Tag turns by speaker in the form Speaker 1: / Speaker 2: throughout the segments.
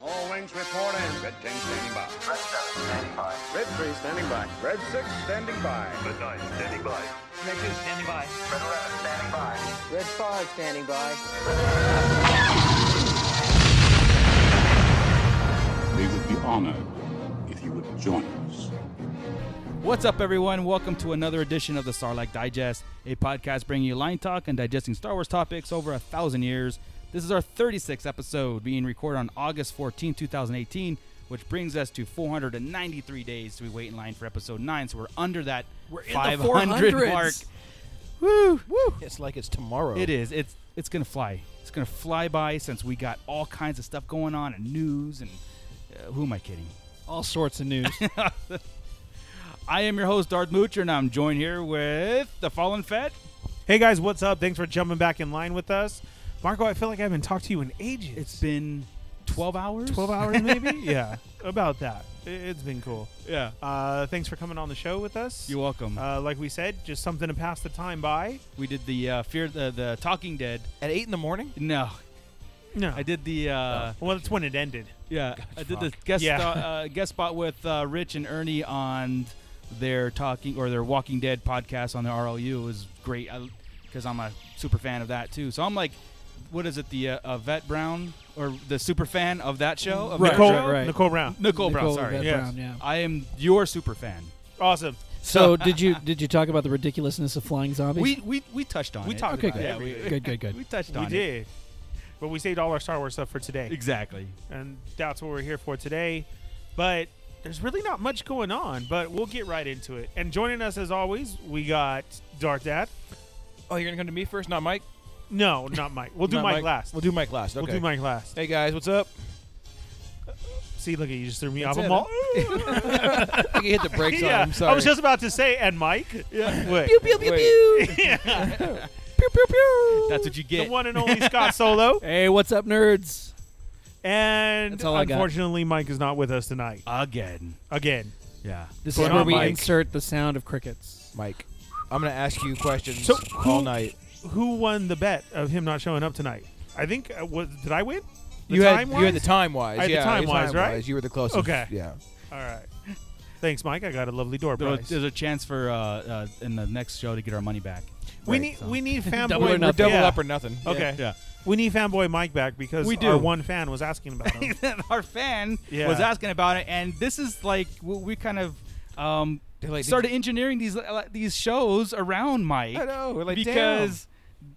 Speaker 1: Orange report in.
Speaker 2: Red 10 standing by.
Speaker 3: Red 7 standing by.
Speaker 1: Red 3 standing by. Red 6 standing by.
Speaker 4: Red 9 standing by.
Speaker 5: Red 2 standing by.
Speaker 3: Red 11 standing by.
Speaker 6: Red 5 standing by.
Speaker 7: We would be honored if you would join us.
Speaker 8: What's up, everyone? Welcome to another edition of the Sarlacc Digest, a podcast bringing you line talk and digesting Star Wars topics over a thousand years. This is our 36th episode, being recorded on August 14, 2018, which brings us to 493 days to be waiting in line for episode 9. So we're under that
Speaker 9: We're in the
Speaker 8: 500
Speaker 9: 400s.
Speaker 8: mark. Woo! Woo!
Speaker 9: It's like it's tomorrow.
Speaker 8: It is. It's it's gonna fly. It's gonna fly by since we got all kinds of stuff going on and news and uh, who am I kidding?
Speaker 9: All sorts of news.
Speaker 8: I am your host Darth Moocher, and I'm joined here with the Fallen Fett.
Speaker 10: Hey guys, what's up? Thanks for jumping back in line with us. Marco, I feel like I haven't talked to you in ages.
Speaker 8: It's been 12 hours.
Speaker 10: 12 hours maybe? yeah, about that. I- It's been cool.
Speaker 8: Yeah.
Speaker 10: Uh, thanks for coming on the show with us.
Speaker 8: You're welcome.
Speaker 10: Uh, like we said, just something to pass the time by.
Speaker 8: we did the uh, Fear the the Talking Dead.
Speaker 9: At eight in the morning.
Speaker 8: No,
Speaker 10: No.
Speaker 8: I did the uh,
Speaker 10: Well, that's when it ended.
Speaker 8: yeah. I did the guest
Speaker 10: Yeah.
Speaker 8: sta- uh, guest spot with uh, Rich and Ernie on their talking or their Walking Dead podcast on the RLU. It was great because I'm a super fan of that too. So I'm like, what is it? The uh, uh, Vet Brown or the super fan of that show? Of
Speaker 10: Nicole,
Speaker 8: That show?
Speaker 9: right.
Speaker 10: Nicole Brown.
Speaker 8: Nicole, Brown. Sorry.
Speaker 10: Vet Yes. Brown,
Speaker 11: yeah.
Speaker 8: I am your super fan.
Speaker 10: Awesome.
Speaker 11: So did you did you talk about the ridiculousness of flying zombies?
Speaker 8: We we, we touched on
Speaker 10: We
Speaker 8: it.
Speaker 10: talked
Speaker 11: okay,
Speaker 10: about
Speaker 11: good.
Speaker 10: it.
Speaker 8: Yeah, we,
Speaker 11: good, good, good.
Speaker 8: we touched on
Speaker 10: We
Speaker 8: it.
Speaker 10: did. But we saved all our Star Wars stuff for today.
Speaker 8: Exactly.
Speaker 10: and that's what we're here for today. But there's really not much going on, but we'll get right into it. And joining us as always, we got Darth Dad.
Speaker 9: Oh, you're gonna come to me first, not Mike.
Speaker 10: No, not Mike. We'll do
Speaker 9: Not
Speaker 10: Mike, last.
Speaker 9: We'll do Mike last.
Speaker 10: We'll
Speaker 9: Okay.
Speaker 10: do Mike last.
Speaker 9: Hey guys, what's up?
Speaker 10: See, look at you just threw me
Speaker 9: That's
Speaker 10: off a
Speaker 9: it.
Speaker 10: mall.
Speaker 9: I think you hit the brakes
Speaker 10: yeah,
Speaker 9: on. i sorry.
Speaker 10: I was just about to say, and Mike. Yeah. Wait.
Speaker 9: pew pew pew.
Speaker 11: pew pew pew.
Speaker 8: That's what you
Speaker 10: The
Speaker 8: get.
Speaker 10: one and only Scott Solo.
Speaker 11: hey, what's up, nerds?
Speaker 10: And
Speaker 11: That's all I got.
Speaker 10: unfortunately, Mike is not with us tonight.
Speaker 9: Uh,
Speaker 8: Again.
Speaker 10: Again.
Speaker 8: Yeah.
Speaker 11: This
Speaker 10: Going
Speaker 11: is where
Speaker 10: on,
Speaker 11: we
Speaker 10: Mike?
Speaker 11: insert the sound of crickets.
Speaker 9: Mike, I'm gonna ask you questions
Speaker 10: So,
Speaker 9: all
Speaker 10: who-
Speaker 9: night.
Speaker 10: Who won the bet of him not showing up tonight? I think, uh, was, did I win? The
Speaker 9: you had
Speaker 10: time-wise?
Speaker 9: you had the time wise.
Speaker 10: I had the
Speaker 9: yeah,
Speaker 10: time-wise, right?
Speaker 9: time-wise. You were the closest.
Speaker 10: Okay.
Speaker 9: Yeah.
Speaker 10: All right. Thanks, Mike. I got a lovely door
Speaker 8: There was-
Speaker 10: prize.
Speaker 8: there's a chance for uh, uh, in the next show to get our money back.
Speaker 10: We
Speaker 8: Right,
Speaker 10: need
Speaker 8: so.
Speaker 10: we need
Speaker 11: Double or
Speaker 10: fanboy
Speaker 9: We're
Speaker 11: nothing.
Speaker 9: double
Speaker 10: yeah.
Speaker 9: up or nothing. Yeah.
Speaker 10: Okay.
Speaker 8: Yeah.
Speaker 10: We need fanboy Mike back because
Speaker 8: We
Speaker 10: our
Speaker 8: do.
Speaker 10: one fan was asking about him.
Speaker 8: Our fan
Speaker 10: Yeah.
Speaker 8: was asking about it, and this is like we, we kind of um,
Speaker 9: They're like, did
Speaker 8: started
Speaker 9: you-
Speaker 8: engineering these uh, these shows around Mike.
Speaker 9: I know. We're like
Speaker 8: because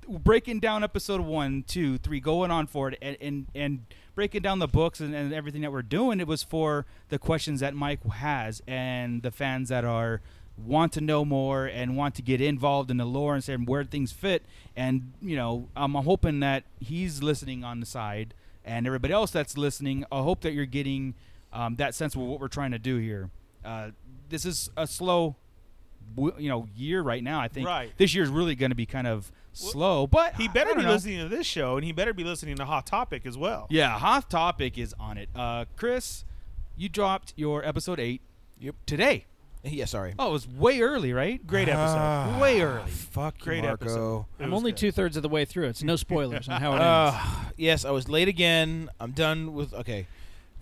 Speaker 8: breaking down episode one, two, three, going on for it, and and, and breaking down the books and, and everything that we're doing, it was for the questions that Mike has and the fans that are want to know more and want to get involved in the lore and saying where things fit. And you know, I'm hoping that he's listening on the side, and everybody else that's listening, I hope that you're getting um, that sense of what we're trying to do here. Uh, this is a slow w- you know year right now. I think
Speaker 10: Right.
Speaker 8: this year's really going to be kind of slow, but
Speaker 10: He
Speaker 8: I- I
Speaker 10: better
Speaker 8: don't
Speaker 10: be
Speaker 8: know.
Speaker 10: listening to this show, and he better be listening to Hot Topic as well.
Speaker 8: Yeah, hot topic is on it. Uh, Chris, you dropped your episode eight.
Speaker 9: Yep.
Speaker 8: Today.
Speaker 9: Yeah. Sorry.
Speaker 8: Oh, it was way early, right?
Speaker 10: Great episode.
Speaker 9: Ah,
Speaker 8: Way early.
Speaker 9: Fuck you,
Speaker 10: Great
Speaker 9: Marco.
Speaker 10: episode. It
Speaker 11: I'm
Speaker 10: was
Speaker 11: only
Speaker 10: good.
Speaker 11: two thirds of the way through it, so no spoilers on how it ends.
Speaker 9: Uh, yes, I was late again. I'm done with. Okay,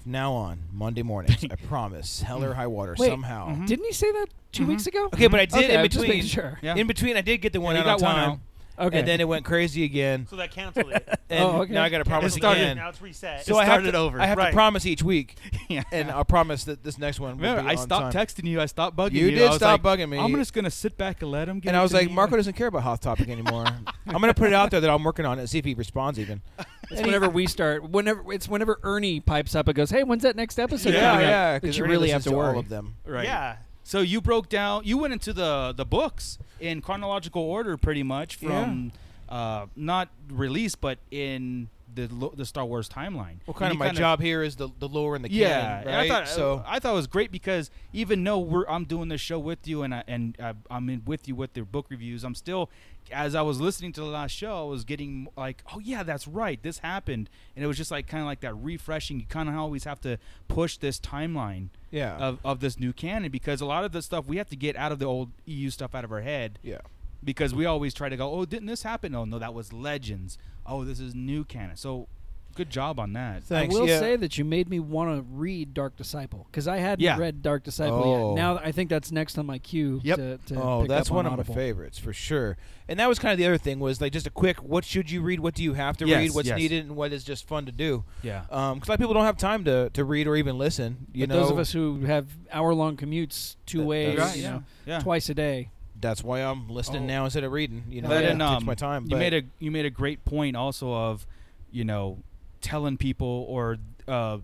Speaker 9: from now on, Monday mornings, I promise. Hell or high water,
Speaker 11: Wait,
Speaker 9: somew.
Speaker 11: Didn't he say that 2 weeks ago?
Speaker 9: hmm. Mm-hmm. Okay, but I did
Speaker 11: Okay,
Speaker 9: in
Speaker 11: I'm just
Speaker 9: between.
Speaker 11: making sure.
Speaker 8: Yeah.
Speaker 9: In between, I did get the one
Speaker 8: And
Speaker 9: out
Speaker 8: you
Speaker 9: on
Speaker 8: got one
Speaker 9: time,
Speaker 8: out.
Speaker 11: Okay.
Speaker 9: and then it went crazy again.
Speaker 10: So that canceled it.
Speaker 9: And
Speaker 11: Oh, okay.
Speaker 9: now I got to promise
Speaker 10: Oh, It started.
Speaker 9: again.
Speaker 10: Now it's reset.
Speaker 9: So
Speaker 8: It
Speaker 9: I have
Speaker 8: started
Speaker 9: to,
Speaker 8: over.
Speaker 9: I have
Speaker 10: Right.
Speaker 9: to promise each week,
Speaker 8: yeah.
Speaker 9: and I'll promise that this next one. will
Speaker 8: Remember,
Speaker 9: be
Speaker 8: I
Speaker 9: on
Speaker 8: stopped
Speaker 9: time.
Speaker 8: texting you. I stopped bugging you.
Speaker 9: You did
Speaker 8: I was
Speaker 9: stop
Speaker 8: like,
Speaker 9: bugging me.
Speaker 8: I'm just gonna sit back and let him. Get
Speaker 9: and
Speaker 8: it
Speaker 9: I was
Speaker 8: to
Speaker 9: like,
Speaker 8: me."
Speaker 9: Marco doesn't care about Hot Topic anymore. I'm gonna put it out there that I'm working on it, and see if he responds even.
Speaker 11: It's whenever we start. Whenever it's whenever Ernie pipes up and goes, "Hey, when's that next episode
Speaker 10: Yeah,
Speaker 11: coming
Speaker 9: yeah,
Speaker 11: up?" That
Speaker 9: 'cause
Speaker 11: you
Speaker 9: Ernie
Speaker 11: really have
Speaker 9: listens
Speaker 11: to worry.
Speaker 9: all of them.
Speaker 8: right.
Speaker 10: Yeah.
Speaker 8: So you broke down. You went into the the books in chronological order, pretty much from uh, not release, but in the lo- the Star Wars timeline.
Speaker 9: Well,
Speaker 8: And
Speaker 9: kind of
Speaker 8: you
Speaker 9: my
Speaker 8: kinda-
Speaker 9: job here is the the lore and uh, the
Speaker 8: Yeah, and
Speaker 9: canon, right?
Speaker 8: I thought uh,
Speaker 9: so
Speaker 8: I thought it was great because even though we're I'm doing this show with you and I, and I, I'm in with you with the book reviews, I'm still as I was listening to the last show, I was getting like, oh yeah, that's right, this happened, and it was just like kind of like that refreshing. You kind of always have to push this timeline
Speaker 9: Yeah.
Speaker 8: of of this new canon because a lot of the stuff we have to get out of the old EU stuff out of our head
Speaker 9: yeah.
Speaker 8: because we always try to go, oh, didn't this happen? Oh no, that was Legends. Oh, this is new canon. So good job on that.
Speaker 9: Thanks.
Speaker 11: I will
Speaker 9: yeah.
Speaker 11: say that you made me want to read Dark Disciple because I hadn't
Speaker 8: Yeah.
Speaker 11: read Dark Disciple
Speaker 9: Oh.
Speaker 11: yet. Now I think that's next on my queue.
Speaker 8: Yep.
Speaker 11: To, to
Speaker 9: Oh,
Speaker 11: pick
Speaker 9: that's
Speaker 11: up
Speaker 9: one
Speaker 11: on
Speaker 9: of
Speaker 11: Audible.
Speaker 9: my favorites for sure. And that was kind of the other thing was like just a quick what should you read, what do you have to
Speaker 8: Yes,
Speaker 9: read, what's
Speaker 8: yes.
Speaker 9: needed, and what is just fun to do.
Speaker 8: Yeah.
Speaker 9: Because a lot of people don't have time to, to read or even listen. You
Speaker 11: But
Speaker 9: know,
Speaker 11: those of us who have hour-long commutes two
Speaker 9: That-
Speaker 11: ways,
Speaker 9: that's-
Speaker 11: you
Speaker 8: Right,
Speaker 11: know,
Speaker 8: yeah.
Speaker 11: twice a day.
Speaker 9: that's why I'm listening
Speaker 8: Oh.
Speaker 9: now instead of reading. You know,
Speaker 8: But
Speaker 9: it
Speaker 8: then,
Speaker 9: Oh, takes
Speaker 8: um,
Speaker 9: my time.
Speaker 8: You
Speaker 9: but
Speaker 8: made a you made a great point also of, you know, telling people or uh,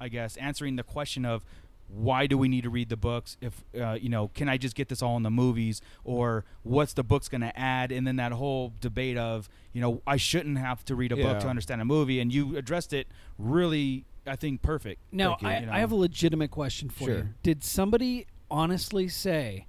Speaker 8: I guess answering the question of why do we need to read the books if uh, you know can I just get this all in the movies or what's the book's going to add and then that whole debate of you know I shouldn't have to read a
Speaker 9: Yeah.
Speaker 8: book to understand a movie and you addressed it really I think perfect.
Speaker 11: Now,
Speaker 8: Ricky,
Speaker 11: I,
Speaker 8: you know.
Speaker 11: I have a legitimate question for you.
Speaker 9: Sure.
Speaker 11: Did somebody honestly say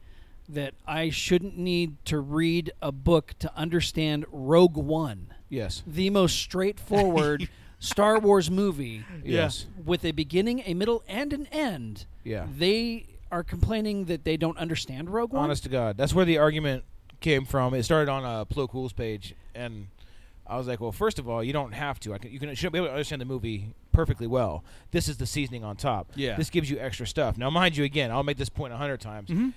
Speaker 11: that I shouldn't need to read a book to understand Rogue One,
Speaker 9: yes,
Speaker 11: the most straightforward Star Wars movie
Speaker 9: yes,
Speaker 11: with a beginning, a middle, and an end?
Speaker 9: Yeah.
Speaker 11: They are complaining that they don't understand Rogue One.
Speaker 9: honest to God, that's where the argument came from. It started on uh, Plo Cool's page, and I was like, well, first of all, you don't have to. I can, you can should be able to understand the movie perfectly well. This is the seasoning on top.
Speaker 8: Yeah.
Speaker 9: this gives you extra stuff. Now, mind you, again, I'll make this point a hundred times.
Speaker 11: Mm-hmm.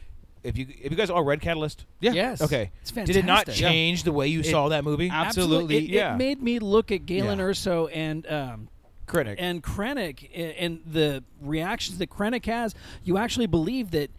Speaker 9: If you if you guys all read Catalyst,
Speaker 8: yeah.
Speaker 11: Yes.
Speaker 9: okay,
Speaker 11: It's
Speaker 9: did it not
Speaker 11: fantastic. Yeah.
Speaker 9: change the way you saw that movie?
Speaker 8: Ab-
Speaker 11: Absolutely.
Speaker 8: Absolutely,
Speaker 11: It-
Speaker 9: yeah.
Speaker 11: It made me look at Galen
Speaker 9: Yeah.
Speaker 11: Urso and um,
Speaker 9: Critic.
Speaker 11: and Krennic a- and the reactions that Krennic has, you actually believe that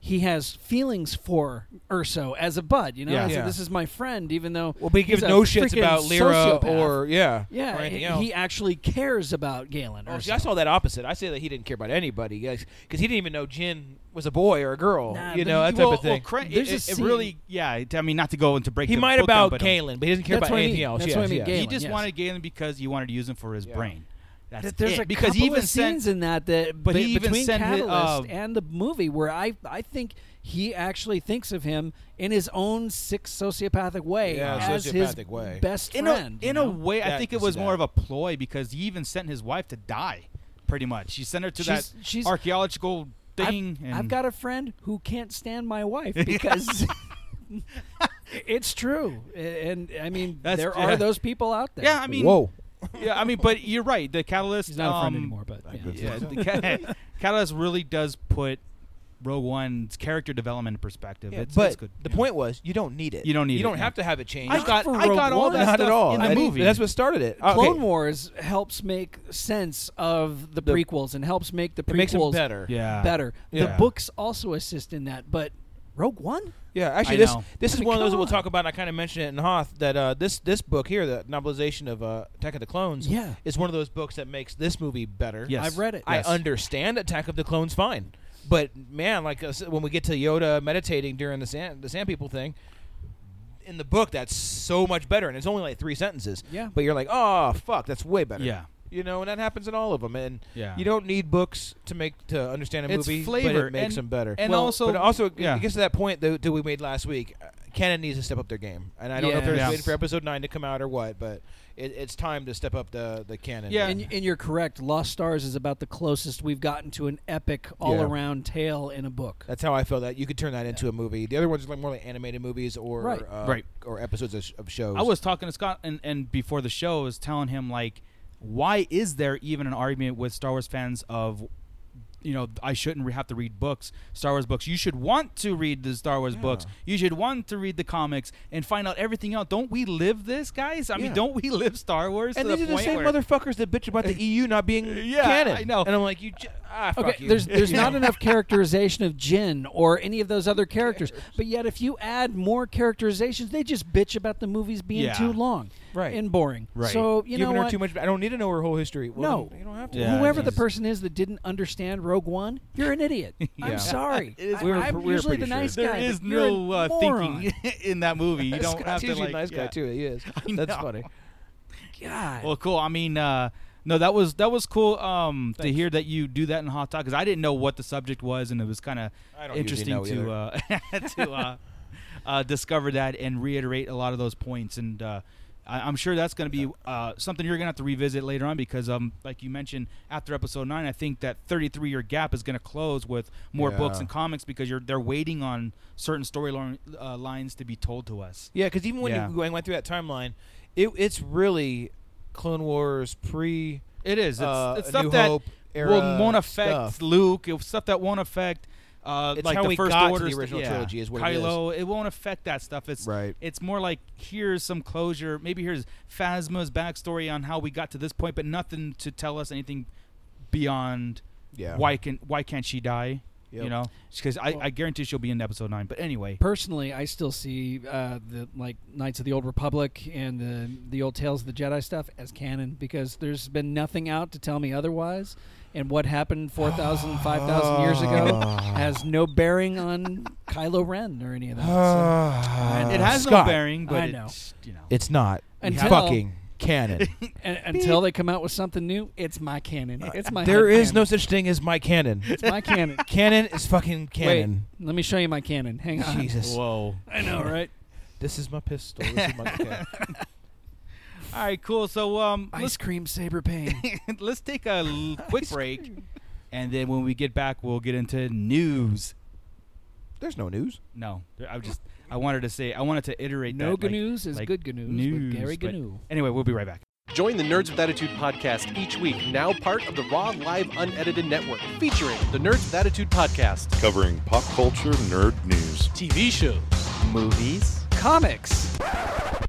Speaker 11: he has feelings for Urso as a bud. You know,
Speaker 8: Yeah.
Speaker 11: As a,
Speaker 9: Yeah.
Speaker 11: this is my friend, even though
Speaker 9: well, but he
Speaker 11: he's
Speaker 9: gives
Speaker 11: a
Speaker 9: no shits
Speaker 11: freaking
Speaker 9: about Lyra
Speaker 11: sociopath.
Speaker 9: or yeah,
Speaker 11: yeah,
Speaker 9: or anything
Speaker 11: he,
Speaker 9: else.
Speaker 11: he actually cares about Galen
Speaker 9: Oh, see,
Speaker 11: Urso.
Speaker 9: I saw that opposite. I say that he didn't care about anybody because he didn't even know Jin was a boy or a girl.
Speaker 11: Nah,
Speaker 9: you
Speaker 11: but
Speaker 9: know
Speaker 11: he-
Speaker 9: that type
Speaker 8: well,
Speaker 9: of thing.
Speaker 8: Well, Cra-
Speaker 11: There's a
Speaker 8: it, it
Speaker 11: scene-
Speaker 8: really, yeah. it- I mean, not to go into break.
Speaker 9: he
Speaker 8: the
Speaker 9: might
Speaker 8: book down,
Speaker 9: about
Speaker 8: but, um,
Speaker 9: Kalen, but he doesn't care
Speaker 11: That's
Speaker 9: about
Speaker 11: what I mean.
Speaker 9: anything else.
Speaker 11: That's
Speaker 9: yes,
Speaker 11: what I mean,
Speaker 9: yes.
Speaker 11: Galen.
Speaker 8: He just
Speaker 11: yes.
Speaker 8: wanted Galen because he wanted to use him for his brain. That's
Speaker 11: That there's
Speaker 8: it.
Speaker 11: a
Speaker 8: Eh, because
Speaker 11: couple
Speaker 8: he even
Speaker 11: of
Speaker 8: sent
Speaker 11: scenes in that that
Speaker 8: but
Speaker 11: be-
Speaker 8: he even
Speaker 11: between
Speaker 8: sent his,
Speaker 11: Catalyst
Speaker 8: uh,
Speaker 11: and the movie where I I think he actually thinks of him in his own sick sociopathic way
Speaker 9: Yeah,
Speaker 11: as
Speaker 9: sociopathic
Speaker 11: his
Speaker 9: way.
Speaker 11: best
Speaker 8: in a
Speaker 11: friend. you
Speaker 8: in a
Speaker 11: know?
Speaker 8: way. I
Speaker 9: That-
Speaker 8: think
Speaker 9: you
Speaker 8: it
Speaker 9: see
Speaker 8: was more
Speaker 9: that.
Speaker 8: of a ploy because he even sent his wife to die, pretty much. He sent her to
Speaker 11: She's-
Speaker 8: that
Speaker 11: she's-
Speaker 8: archaeological
Speaker 11: I've-
Speaker 8: thing.
Speaker 11: I've,
Speaker 8: and
Speaker 11: got a friend who can't stand my wife because it's true. A- And I mean,
Speaker 8: That's-
Speaker 11: there
Speaker 8: yeah.
Speaker 11: are those people out there.
Speaker 8: yeah. I mean,
Speaker 9: Whoa.
Speaker 8: yeah. I mean, but you're right. The catalyst.
Speaker 11: he's not a friend
Speaker 8: um,
Speaker 11: anymore, but yeah.
Speaker 8: Yeah, the ca- catalyst really does put Rogue One's character development in perspective. it's,
Speaker 9: but
Speaker 8: it's good.
Speaker 9: the
Speaker 8: yeah.
Speaker 9: point was, you don't need it.
Speaker 8: You don't need
Speaker 9: You
Speaker 8: it,
Speaker 9: don't
Speaker 8: yeah.
Speaker 9: have to have it changed.
Speaker 8: I
Speaker 11: Not
Speaker 8: got
Speaker 11: for
Speaker 8: I got
Speaker 11: Rogue
Speaker 8: all
Speaker 11: One.
Speaker 8: that
Speaker 11: Not
Speaker 9: not
Speaker 8: stuff
Speaker 9: at all.
Speaker 8: in
Speaker 9: That-
Speaker 8: the movie.
Speaker 9: That's what started it. Okay.
Speaker 11: Clone Wars helps make sense of the,
Speaker 9: The-
Speaker 11: prequels and helps make the
Speaker 9: It makes them
Speaker 11: prequels
Speaker 9: better.
Speaker 8: yeah.
Speaker 11: better.
Speaker 9: Yeah.
Speaker 11: The books also assist in that, but Rogue One.
Speaker 9: Yeah,
Speaker 8: I
Speaker 9: actually, this
Speaker 8: know.
Speaker 9: this is
Speaker 11: mean,
Speaker 9: one of those that
Speaker 11: come
Speaker 9: we'll
Speaker 11: on.
Speaker 9: talk about. And I kind of mentioned it in Hoth that uh, this this book here, the novelization of uh, Attack of the Clones,
Speaker 11: Yeah.
Speaker 9: is one of those books that makes this movie better.
Speaker 8: Yes.
Speaker 11: I've read it.
Speaker 9: I
Speaker 8: Yes.
Speaker 9: understand Attack of the Clones fine, but man, like uh, when we get to Yoda meditating during the sand the sand people thing. In the book, that's so much better, and it's only like three sentences.
Speaker 11: Yeah.
Speaker 9: but you're like, oh fuck, that's way better.
Speaker 8: Yeah.
Speaker 9: you know, and that happens in all of them. And
Speaker 8: Yeah.
Speaker 9: you don't need books to make to understand a
Speaker 8: It's
Speaker 9: movie. but
Speaker 8: flavor,
Speaker 9: it makes
Speaker 8: and-
Speaker 9: them better.
Speaker 8: and
Speaker 9: Well,
Speaker 8: also-
Speaker 9: but also,
Speaker 8: yeah.
Speaker 9: it gets to that point that, that we made last week. Uh, Canon needs to step up their game, and I don't know if they're just
Speaker 8: Yes.
Speaker 9: waiting for episode nine to come out or what, but it, it's time to step up the the canon.
Speaker 8: Yeah.
Speaker 11: And, and you're correct. Lost Stars is about the closest we've gotten to an epic all-around tale in a book.
Speaker 9: That's how I feel that you could turn that into a movie. The other ones are like more like animated movies or
Speaker 11: Right.
Speaker 9: uh,
Speaker 8: Right.
Speaker 9: or episodes of, sh- of shows.
Speaker 8: I was talking to Scott and, and before the show I was telling him like why is there even an argument with Star Wars fans of you know I shouldn't re- have to read books Star Wars books you should want to read the Star Wars books you should want to read the comics and find out everything else don't we live this guys I mean
Speaker 9: Yeah.
Speaker 8: don't we live Star Wars
Speaker 9: and
Speaker 8: to
Speaker 9: these
Speaker 8: the
Speaker 9: are the
Speaker 8: point
Speaker 9: same
Speaker 8: where
Speaker 9: motherfuckers that bitch about the E EU not being
Speaker 8: Yeah,
Speaker 9: canon.
Speaker 8: I know.
Speaker 9: And I'm like, you, j- ah, fuck
Speaker 11: Okay,
Speaker 9: you.
Speaker 11: there's there's not enough characterization of Jin or any of those other characters. But yet, if you add more characterizations, they just bitch about the movies being
Speaker 8: Yeah.
Speaker 11: too long,
Speaker 9: Right.
Speaker 11: and boring.
Speaker 8: Right.
Speaker 11: So you know
Speaker 9: giving her
Speaker 11: what?
Speaker 9: too much. I don't need to know her whole history. Well,
Speaker 11: No.
Speaker 9: then you don't have to.
Speaker 8: Yeah,
Speaker 11: Whoever the
Speaker 8: geez.
Speaker 11: person is that didn't understand Rogue One, you're an idiot.
Speaker 9: Yeah.
Speaker 11: I'm sorry.
Speaker 9: It is-
Speaker 11: I,
Speaker 9: we were-
Speaker 11: am
Speaker 9: we were
Speaker 11: usually
Speaker 9: pretty
Speaker 11: the
Speaker 9: sure.
Speaker 11: nice
Speaker 8: there
Speaker 11: guy.
Speaker 8: is
Speaker 11: but you're
Speaker 8: no
Speaker 11: a
Speaker 8: uh,
Speaker 11: moron.
Speaker 8: thinking in that movie you don't
Speaker 9: Scott's
Speaker 8: have to
Speaker 9: usually
Speaker 8: like
Speaker 9: a nice guy
Speaker 8: yeah.
Speaker 9: too. He is.
Speaker 8: I
Speaker 9: That's
Speaker 8: know.
Speaker 9: funny.
Speaker 11: God.
Speaker 8: Well, cool. I mean, uh, no, that was that was cool um, to hear that you do that in hot talk because I didn't know what the subject was, and it was kind of
Speaker 9: I don't usually
Speaker 8: interesting
Speaker 9: know
Speaker 8: to uh, to uh, uh, discover that and reiterate a lot of those points. And uh, I, I'm sure that's going to be uh, something you're going to have to revisit later on because, um, like you mentioned, after episode nine, I think that 33 year gap is going to close with more books
Speaker 9: Yeah.
Speaker 8: and comics because you're they're waiting on certain storyline uh, lines to be told to us.
Speaker 9: Yeah, because even when
Speaker 8: Yeah.
Speaker 9: you when I went through that timeline, it, it's really Clone Wars, pre
Speaker 8: It is. It's,
Speaker 9: uh,
Speaker 8: it's
Speaker 9: A
Speaker 8: stuff
Speaker 9: New
Speaker 8: that
Speaker 9: Hope era
Speaker 8: will won't affect
Speaker 9: stuff.
Speaker 8: Luke. It's stuff that won't affect. Uh,
Speaker 9: It's
Speaker 8: like
Speaker 9: how
Speaker 8: the
Speaker 9: we
Speaker 8: first
Speaker 9: got to
Speaker 8: order
Speaker 9: the
Speaker 8: st-
Speaker 9: original
Speaker 8: yeah.
Speaker 9: trilogy is what it
Speaker 8: Kylo. It, won't affect that stuff. It's
Speaker 9: Right.
Speaker 8: It's more like here's some closure. Maybe here's Phasma's backstory on how we got to this point, but nothing to tell us anything beyond.
Speaker 9: Yeah.
Speaker 8: Why can why can't she die? You
Speaker 9: Yep.
Speaker 8: know, because I, I guarantee she'll be in episode nine. But anyway,
Speaker 11: Personally, I still see uh, the like Knights of the Old Republic and the the old Tales of the Jedi stuff as canon because there's been nothing out to tell me otherwise. And what happened 4,000, 5,000 years ago has no bearing on Kylo Ren or any of that. So
Speaker 9: Uh,
Speaker 8: it has
Speaker 9: Scott,
Speaker 8: no bearing. But
Speaker 11: I know.
Speaker 8: It's, you know,
Speaker 9: It's not
Speaker 11: Until-
Speaker 9: fucking canon.
Speaker 11: un- until they come out with something new, it's my canon. It's my
Speaker 9: there
Speaker 11: head
Speaker 9: is no
Speaker 11: canon.
Speaker 9: such thing as my canon.
Speaker 11: It's my canon.
Speaker 9: canon is fucking canon.
Speaker 11: Wait, let me show you my canon. Hang on.
Speaker 9: Jesus,
Speaker 8: whoa.
Speaker 11: I know, right?
Speaker 9: this is my pistol. This is my okay.
Speaker 8: All right, cool. So um, let's
Speaker 11: Ice cream saber pain.
Speaker 8: let's take a l- quick break, and then when we get back, we'll get into news.
Speaker 9: There's no news.
Speaker 8: No, I was just I wanted to say I wanted to iterate.
Speaker 11: no
Speaker 8: that,
Speaker 11: good
Speaker 8: like-
Speaker 11: news is
Speaker 8: like
Speaker 11: good good news.
Speaker 8: news,
Speaker 11: with Gary
Speaker 8: but-
Speaker 11: Gnu.
Speaker 8: Anyway, we'll be right back.
Speaker 2: Join the Nerds with Attitude podcast each week, now part of the Raw Live Unedited Network, featuring the Nerds with Attitude podcast,
Speaker 7: Covering pop culture nerd news.
Speaker 2: TV shows, movies,
Speaker 11: Comics.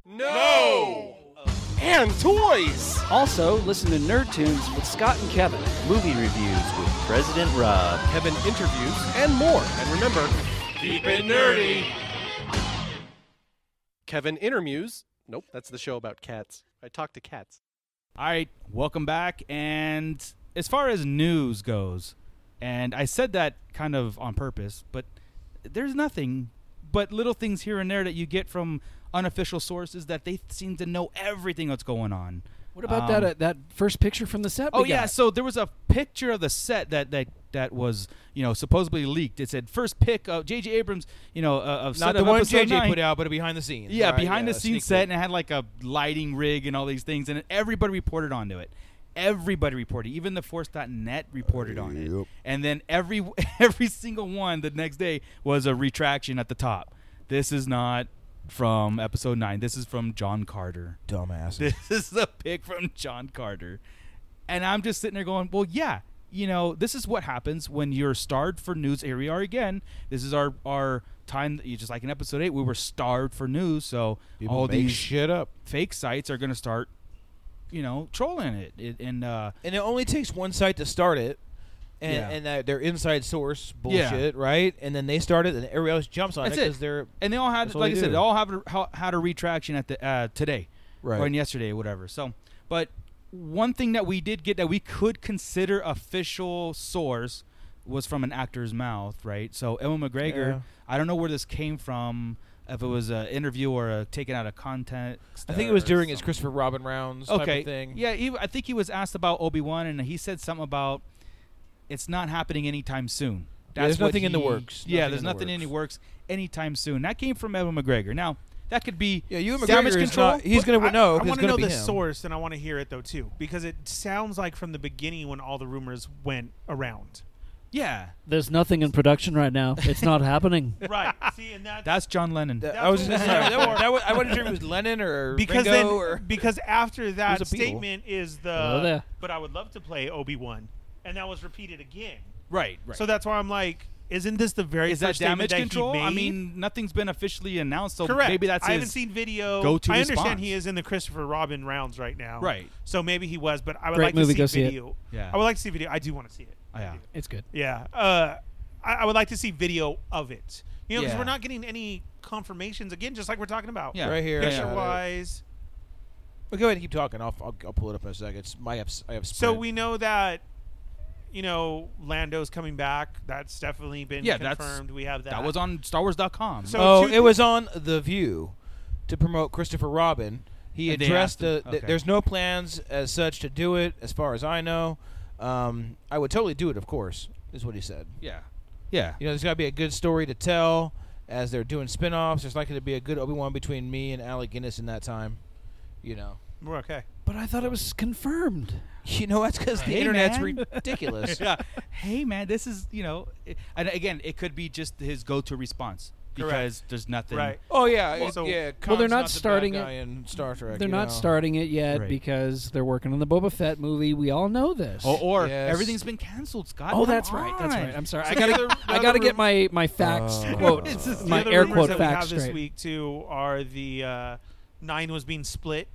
Speaker 2: no, and toys.
Speaker 11: Also, listen to Nerd Tunes with Scott and Kevin.
Speaker 4: Movie reviews with President Rob.
Speaker 2: Kevin interviews and more. And remember, keep it nerdy. Kevin intermuse. Nope, that's the show about cats. I talk to cats.
Speaker 8: All right, welcome back. And as far as news goes, and I said that kind of on purpose, but there's nothing but little things here and there that you get from unofficial sources that they seem to know everything that's going on.
Speaker 11: What about
Speaker 8: Um,
Speaker 11: that uh, that first picture from the set?
Speaker 8: Oh
Speaker 11: we
Speaker 8: yeah,
Speaker 11: got?
Speaker 8: so there was a picture of the set that that that was you know supposedly leaked. It said first pick of J.J. Abrams, you know, uh, of set
Speaker 9: Not the
Speaker 8: of
Speaker 9: one
Speaker 8: episode
Speaker 9: JJ
Speaker 8: nine.
Speaker 9: put out, but a behind the scenes.
Speaker 8: Yeah,
Speaker 9: right?
Speaker 8: behind
Speaker 9: Yeah,
Speaker 8: the
Speaker 9: sneak
Speaker 8: scenes set,
Speaker 9: peek.
Speaker 8: and it had like a lighting rig and all these things, and everybody reported onto it. Everybody reported, even the Force.net reported on it. And then every every single one the next day was a retraction at the top. This is not from episode nine. This is from John Carter.
Speaker 9: Dumbass.
Speaker 8: This is a pic from John Carter. And I'm just sitting there going, well, yeah, you know, this is what happens when you're starved for news. Here we are again. This is our our time. that you- Just like in episode eight, we were starved for news. So
Speaker 9: People
Speaker 8: all
Speaker 9: make
Speaker 8: these
Speaker 9: shit up.
Speaker 8: fake sites are going to start, you know, trolling it. it and uh,
Speaker 9: and it only takes one site to start it, and,
Speaker 8: Yeah.
Speaker 9: and that their inside source
Speaker 8: Yeah.
Speaker 9: bullshit, right? And then they start it, and everybody else jumps on
Speaker 8: That's
Speaker 9: it
Speaker 8: it.
Speaker 9: because they're
Speaker 8: and they all had
Speaker 9: That's what
Speaker 8: like I
Speaker 9: they
Speaker 8: said,
Speaker 9: do.
Speaker 8: they all have a, ha- had a retraction at the uh, today,
Speaker 9: Right.
Speaker 8: or in yesterday, whatever. So, but one thing that we did get that we could consider official source was from an actor's mouth, right? So Emma McGregor,
Speaker 9: Yeah.
Speaker 8: I don't know where this came from, if it was an interview or a taken out of context.
Speaker 9: I think it was
Speaker 8: or
Speaker 9: during his
Speaker 8: something.
Speaker 9: Christopher Robin rounds type
Speaker 8: okay
Speaker 9: of thing.
Speaker 8: Yeah, he, I think he was asked about Obi Wan, and he said something about it's not happening anytime soon.
Speaker 9: Yeah, there's
Speaker 8: what
Speaker 9: nothing in the
Speaker 8: he-
Speaker 9: works.
Speaker 8: Yeah,
Speaker 9: Nothing
Speaker 8: there's
Speaker 9: in the
Speaker 8: nothing in the works anytime soon. That came from Evan McGregor. Now that could be
Speaker 9: Yeah, you and
Speaker 8: damage
Speaker 9: McGregor is
Speaker 8: control.
Speaker 9: not- he's
Speaker 8: but-
Speaker 9: gonna
Speaker 10: I-
Speaker 9: know.
Speaker 10: I,
Speaker 9: 'cause it's
Speaker 10: want to
Speaker 9: gonna
Speaker 10: know
Speaker 9: be
Speaker 10: the
Speaker 9: him.
Speaker 10: source, and I want to hear it though too, because it sounds like from the beginning when all the rumors went around.
Speaker 8: yeah,
Speaker 11: There's nothing in production right now. It's not happening.
Speaker 10: Right. See, and that,
Speaker 8: that's John Lennon.
Speaker 9: That- I was just
Speaker 10: That's
Speaker 9: gonna
Speaker 10: what
Speaker 9: say
Speaker 10: we
Speaker 9: that,
Speaker 10: said
Speaker 9: was- that was, I wasn't sure if it was Lennon or
Speaker 10: because
Speaker 9: Ringo
Speaker 10: then
Speaker 9: or
Speaker 10: because after
Speaker 9: a
Speaker 10: that
Speaker 9: Beatle.
Speaker 10: statement is
Speaker 11: Hello
Speaker 10: the
Speaker 11: there.
Speaker 10: but I would love to play Obi Wan, and that was repeated again.
Speaker 8: right, right.
Speaker 10: So that's why I'm like, isn't this the very
Speaker 8: is that
Speaker 10: first statement
Speaker 8: damage
Speaker 10: that he
Speaker 8: control? I
Speaker 10: made?
Speaker 8: mean, nothing's been officially announced, so
Speaker 10: Correct.
Speaker 8: maybe that's
Speaker 10: I
Speaker 8: his
Speaker 10: haven't seen video.
Speaker 8: go-to
Speaker 10: I understand
Speaker 8: response.
Speaker 10: he is in the Christopher Robin rounds right now.
Speaker 8: Right.
Speaker 10: So maybe he was, but I would
Speaker 11: Great
Speaker 10: like
Speaker 11: movie,
Speaker 10: to
Speaker 11: go
Speaker 10: see
Speaker 11: see it.
Speaker 10: video.
Speaker 8: Yeah.
Speaker 10: I would like to see video. I do want to see it.
Speaker 8: Oh, yeah.
Speaker 11: It's good.
Speaker 10: Yeah. Uh, I, I would like to see video of it. You know, because
Speaker 8: Yeah.
Speaker 10: we're not getting any confirmations again, just like we're talking about.
Speaker 8: Yeah.
Speaker 9: right here.
Speaker 10: Picture
Speaker 9: yeah.
Speaker 10: wise.
Speaker 9: Well, go ahead and keep talking. I'll, I'll, I'll pull it up in a second. It's my ups, I have
Speaker 10: So
Speaker 9: spread.
Speaker 10: we know that, you know, Lando's coming back. That's definitely been
Speaker 8: Yeah, that's-
Speaker 10: confirmed. We have that.
Speaker 8: That was on StarWars.com.
Speaker 10: So-
Speaker 9: Oh,
Speaker 10: two
Speaker 9: it was on The View to promote Christopher Robin. He
Speaker 8: And they
Speaker 9: addressed the.
Speaker 8: asked him.
Speaker 9: th-
Speaker 8: Okay.
Speaker 9: There's no plans as such to do it, as far as I know. Um, I would totally do it, of course, is what he said.
Speaker 8: yeah, yeah,
Speaker 9: You know, there's got to be a good story to tell. As they're doing spin offs, there's likely to be a good Obi Wan between me and Alec Guinness in that time. You know.
Speaker 10: We're okay.
Speaker 11: But I thought it was confirmed.
Speaker 9: You know, that's because the
Speaker 8: Hey,
Speaker 9: internet's
Speaker 8: man.
Speaker 9: ridiculous.
Speaker 8: yeah. Hey man, this is you know, it, and again, it could be just his go-to response. because there's nothing.
Speaker 10: Right.
Speaker 9: Oh yeah,
Speaker 10: Well,
Speaker 9: it-
Speaker 10: so-
Speaker 9: yeah.
Speaker 11: Well, they're
Speaker 9: Khan's
Speaker 11: not
Speaker 9: the bad
Speaker 11: starting
Speaker 9: guy
Speaker 11: it.
Speaker 9: in Star Trek.
Speaker 11: They're
Speaker 9: you
Speaker 11: not
Speaker 9: know.
Speaker 11: starting it yet
Speaker 8: Right.
Speaker 11: because they're working on the Boba Fett movie. We all know this.
Speaker 8: Or, Oh, or
Speaker 9: Yes.
Speaker 8: everything's been canceled, Scott. Come
Speaker 11: Oh, that's right. That's
Speaker 8: on.
Speaker 11: right. I'm sorry.
Speaker 10: So
Speaker 11: I
Speaker 10: the
Speaker 11: gotta,
Speaker 10: other- the
Speaker 11: I
Speaker 10: other
Speaker 11: gotta
Speaker 10: ru-
Speaker 11: get my my facts
Speaker 9: Uh,
Speaker 11: quote,
Speaker 8: it's just
Speaker 11: my
Speaker 10: the other
Speaker 11: air
Speaker 10: rumors
Speaker 11: quote
Speaker 10: that we have
Speaker 11: facts
Speaker 10: this
Speaker 11: straight.
Speaker 10: week too are the uh, nine was being split.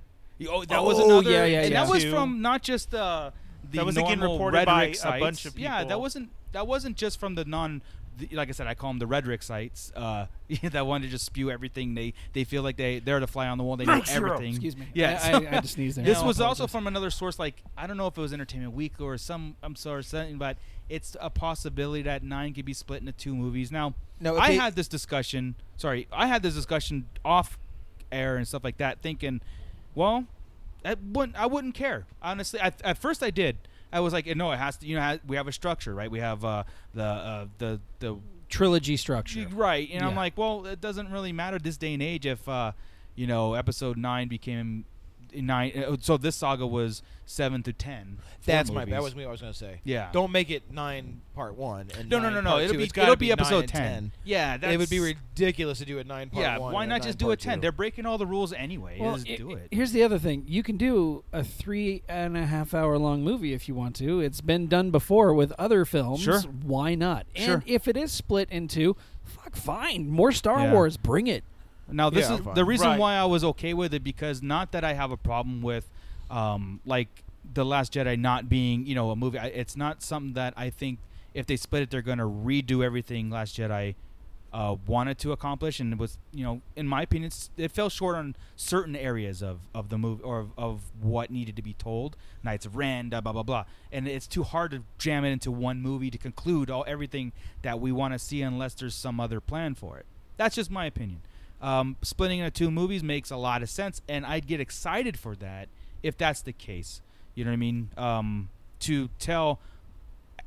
Speaker 8: Oh, that was
Speaker 11: Oh,
Speaker 8: another.
Speaker 11: yeah, yeah,
Speaker 8: and
Speaker 11: yeah.
Speaker 8: That was
Speaker 10: Two.
Speaker 8: from not just the the
Speaker 10: That was again
Speaker 8: normal
Speaker 10: reported
Speaker 8: rhetoric
Speaker 10: by a
Speaker 8: sites.
Speaker 10: bunch of
Speaker 8: Yeah, that
Speaker 10: people.
Speaker 8: wasn't that wasn't just from the non. The, like I said, I call them the rhetoric sites uh, that want to just spew everything. They they feel like they they're the fly on the wall. They know everything.
Speaker 11: Excuse me.
Speaker 8: Yeah,
Speaker 11: I,
Speaker 8: so-
Speaker 11: I, I just sneezed there.
Speaker 8: This
Speaker 11: I
Speaker 8: was also
Speaker 11: apologize.
Speaker 8: from another source, like I don't know if it was Entertainment Weekly or some I'm sorry something, but it's a possibility that nine could be split into two movies. Now,
Speaker 9: No, if
Speaker 8: I
Speaker 9: they-
Speaker 8: had this discussion. Sorry, I had this discussion off air and stuff like that, thinking, well, I wouldn't I wouldn't care honestly. At, at first, I did. I was like, no, it has to. You know, ha- we have a structure, right? We have uh, the uh, the the
Speaker 11: trilogy structure.
Speaker 8: Y- Right. And I'm
Speaker 11: Yeah.
Speaker 8: like, well, it doesn't really matter this day and age if, uh, you know, episode nine became nine. uh, So this saga was seven to ten. four
Speaker 9: That's my. That
Speaker 8: movies.
Speaker 9: was me. I was gonna say.
Speaker 8: Yeah.
Speaker 9: Don't make it nine part one. And
Speaker 8: No, no,
Speaker 9: nine
Speaker 8: no, no.
Speaker 9: part
Speaker 8: It'll
Speaker 9: two.
Speaker 8: be,
Speaker 9: It's gotta
Speaker 8: it'll be,
Speaker 9: nine
Speaker 8: episode
Speaker 9: and
Speaker 8: 10.
Speaker 9: 10.
Speaker 8: Yeah. That's,
Speaker 9: it would be ridiculous to do a nine part
Speaker 8: Yeah.
Speaker 9: one.
Speaker 8: Why
Speaker 9: and
Speaker 8: not
Speaker 9: a
Speaker 8: just
Speaker 9: nine
Speaker 8: do a
Speaker 9: part
Speaker 8: 10?
Speaker 9: two.
Speaker 8: They're breaking all the rules anyway. just
Speaker 11: i-
Speaker 8: do
Speaker 11: i-
Speaker 8: it.
Speaker 11: Here's the other thing: you can do a three and a half hour long movie if you want to. It's been done before with other films.
Speaker 8: Sure.
Speaker 11: Why not?
Speaker 8: Sure.
Speaker 11: And if it is split into, fuck, fine, more Star
Speaker 8: Yeah.
Speaker 11: Wars, bring it.
Speaker 8: Now this
Speaker 9: Yeah,
Speaker 8: is
Speaker 9: fine.
Speaker 8: the reason
Speaker 10: Right.
Speaker 8: why I was okay with it because not that I have a problem with, um, like the Last Jedi not being you know a movie. I, it's not something that I think if they split it they're gonna redo everything Last Jedi uh, wanted to accomplish and was you know in my opinion it's, it fell short on certain areas of, of the movie or of, of what needed to be told. Knights of Ren, da, blah blah blah, and it's too hard to jam it into one movie to conclude all everything that we want to see unless there's some other plan for it. That's just my opinion. Um, splitting into two movies makes a lot of sense, and I'd get excited for that if that's the case. You know what I mean? Um, to tell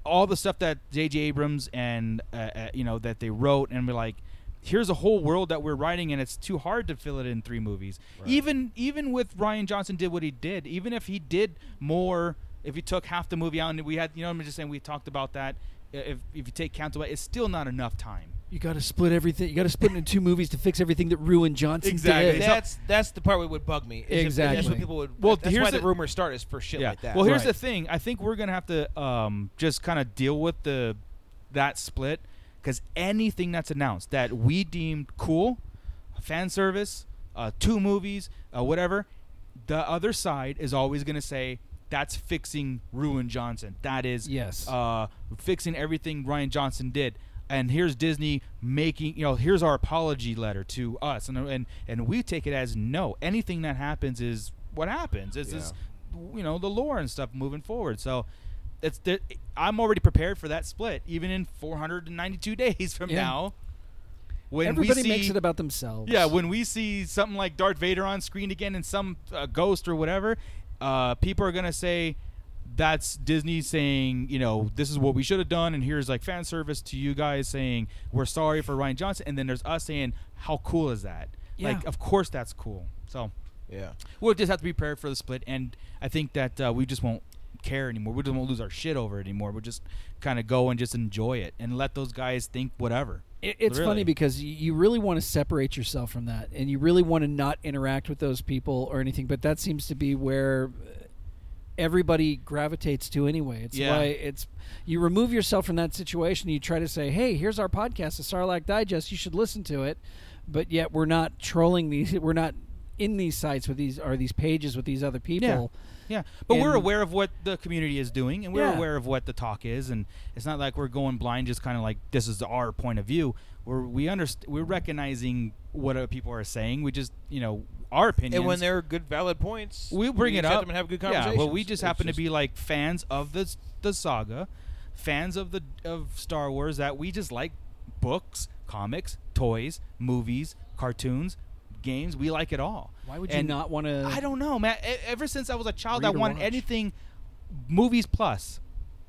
Speaker 8: all the stuff that J.J. Abrams and uh, uh, you know that they wrote, and be like, here's a whole world that we're writing, and it's too hard to fill it in three movies. Even even with Ryan Johnson did what he did, even if he did more, if he took half the movie out, and we had you know I'm just saying we talked about that. i- If if you take count away, it's still not enough time.
Speaker 11: You got to split everything. You got to split into two movies to fix everything that ruined Johnson
Speaker 8: Exactly.
Speaker 11: did.
Speaker 8: So-
Speaker 9: That's that's the part that would bug me. is if- That's
Speaker 11: Exactly.
Speaker 9: what people would.
Speaker 8: Well,
Speaker 9: that's
Speaker 8: here's
Speaker 9: why
Speaker 8: the-
Speaker 9: the rumors start is for shit like that.
Speaker 8: Well, here's
Speaker 11: Right.
Speaker 8: the thing. I think we're gonna have to um, just kind of deal with the that split because anything that's announced that we deemed cool, fan service, uh, two movies, uh, whatever, the other side is always gonna say that's fixing Ruin Johnson. That is
Speaker 11: Yes.
Speaker 8: uh, fixing everything Ryan Johnson did. And here's Disney making, you know, here's our apology letter to us, and and and we take it as no. Anything that happens is what happens. It's just, you know, the lore and stuff moving forward. So, it's the, I'm already prepared for that split, even in 492 days from
Speaker 11: Yeah.
Speaker 8: now. When
Speaker 11: Everybody
Speaker 8: we see,
Speaker 11: makes it about themselves.
Speaker 8: yeah, when we see something like Darth Vader on screen again and some uh, ghost or whatever, uh, people are gonna say that's Disney saying, you know, this is what we should have done, and here's like fan service to you guys saying we're sorry for Ryan Johnson, and then there's us saying how cool is that? Like,
Speaker 11: Yeah.
Speaker 8: of course that's cool. So
Speaker 9: yeah.
Speaker 8: we'll just have to be prepared for the split, and I think that uh, we just won't care anymore. We just won't lose our shit over it anymore. We'll just kind of go and just enjoy it and let those guys think whatever.
Speaker 11: It, it's
Speaker 8: Really.
Speaker 11: funny because y- you really want to separate yourself from that, and you really want to not interact with those people or anything. But that seems to be where uh, everybody gravitates to anyway. It's
Speaker 8: Yeah.
Speaker 11: why it's you remove yourself from that situation. You try to say, "Hey, here's our podcast, the Sarlacc Digest. You should listen to it." But yet we're not trolling these. We're not in these sites with these or these pages with these other people.
Speaker 8: Yeah, but we're
Speaker 11: And-
Speaker 8: aware of what the community is doing, and we're
Speaker 11: Yeah.
Speaker 8: aware of what the talk is, and it's not like we're going blind, just kind of like this is our point of view. We're we underst- we're recognizing what other people are saying. We just you know our opinions.
Speaker 9: And when they're good, valid points,
Speaker 8: we bring it
Speaker 9: accept
Speaker 8: up
Speaker 9: them and have good
Speaker 8: Yeah,
Speaker 9: conversations.
Speaker 8: well, we just
Speaker 9: It's
Speaker 8: happen to be like fans of the the saga, fans of the of Star Wars that we just like books, comics, toys, movies, cartoons, games. We like it all.
Speaker 11: Why would you
Speaker 8: And-
Speaker 11: not want to?
Speaker 8: I don't know, man. E- ever since I was a child, I
Speaker 11: Read or
Speaker 8: wanted
Speaker 11: watch.
Speaker 8: anything movies plus.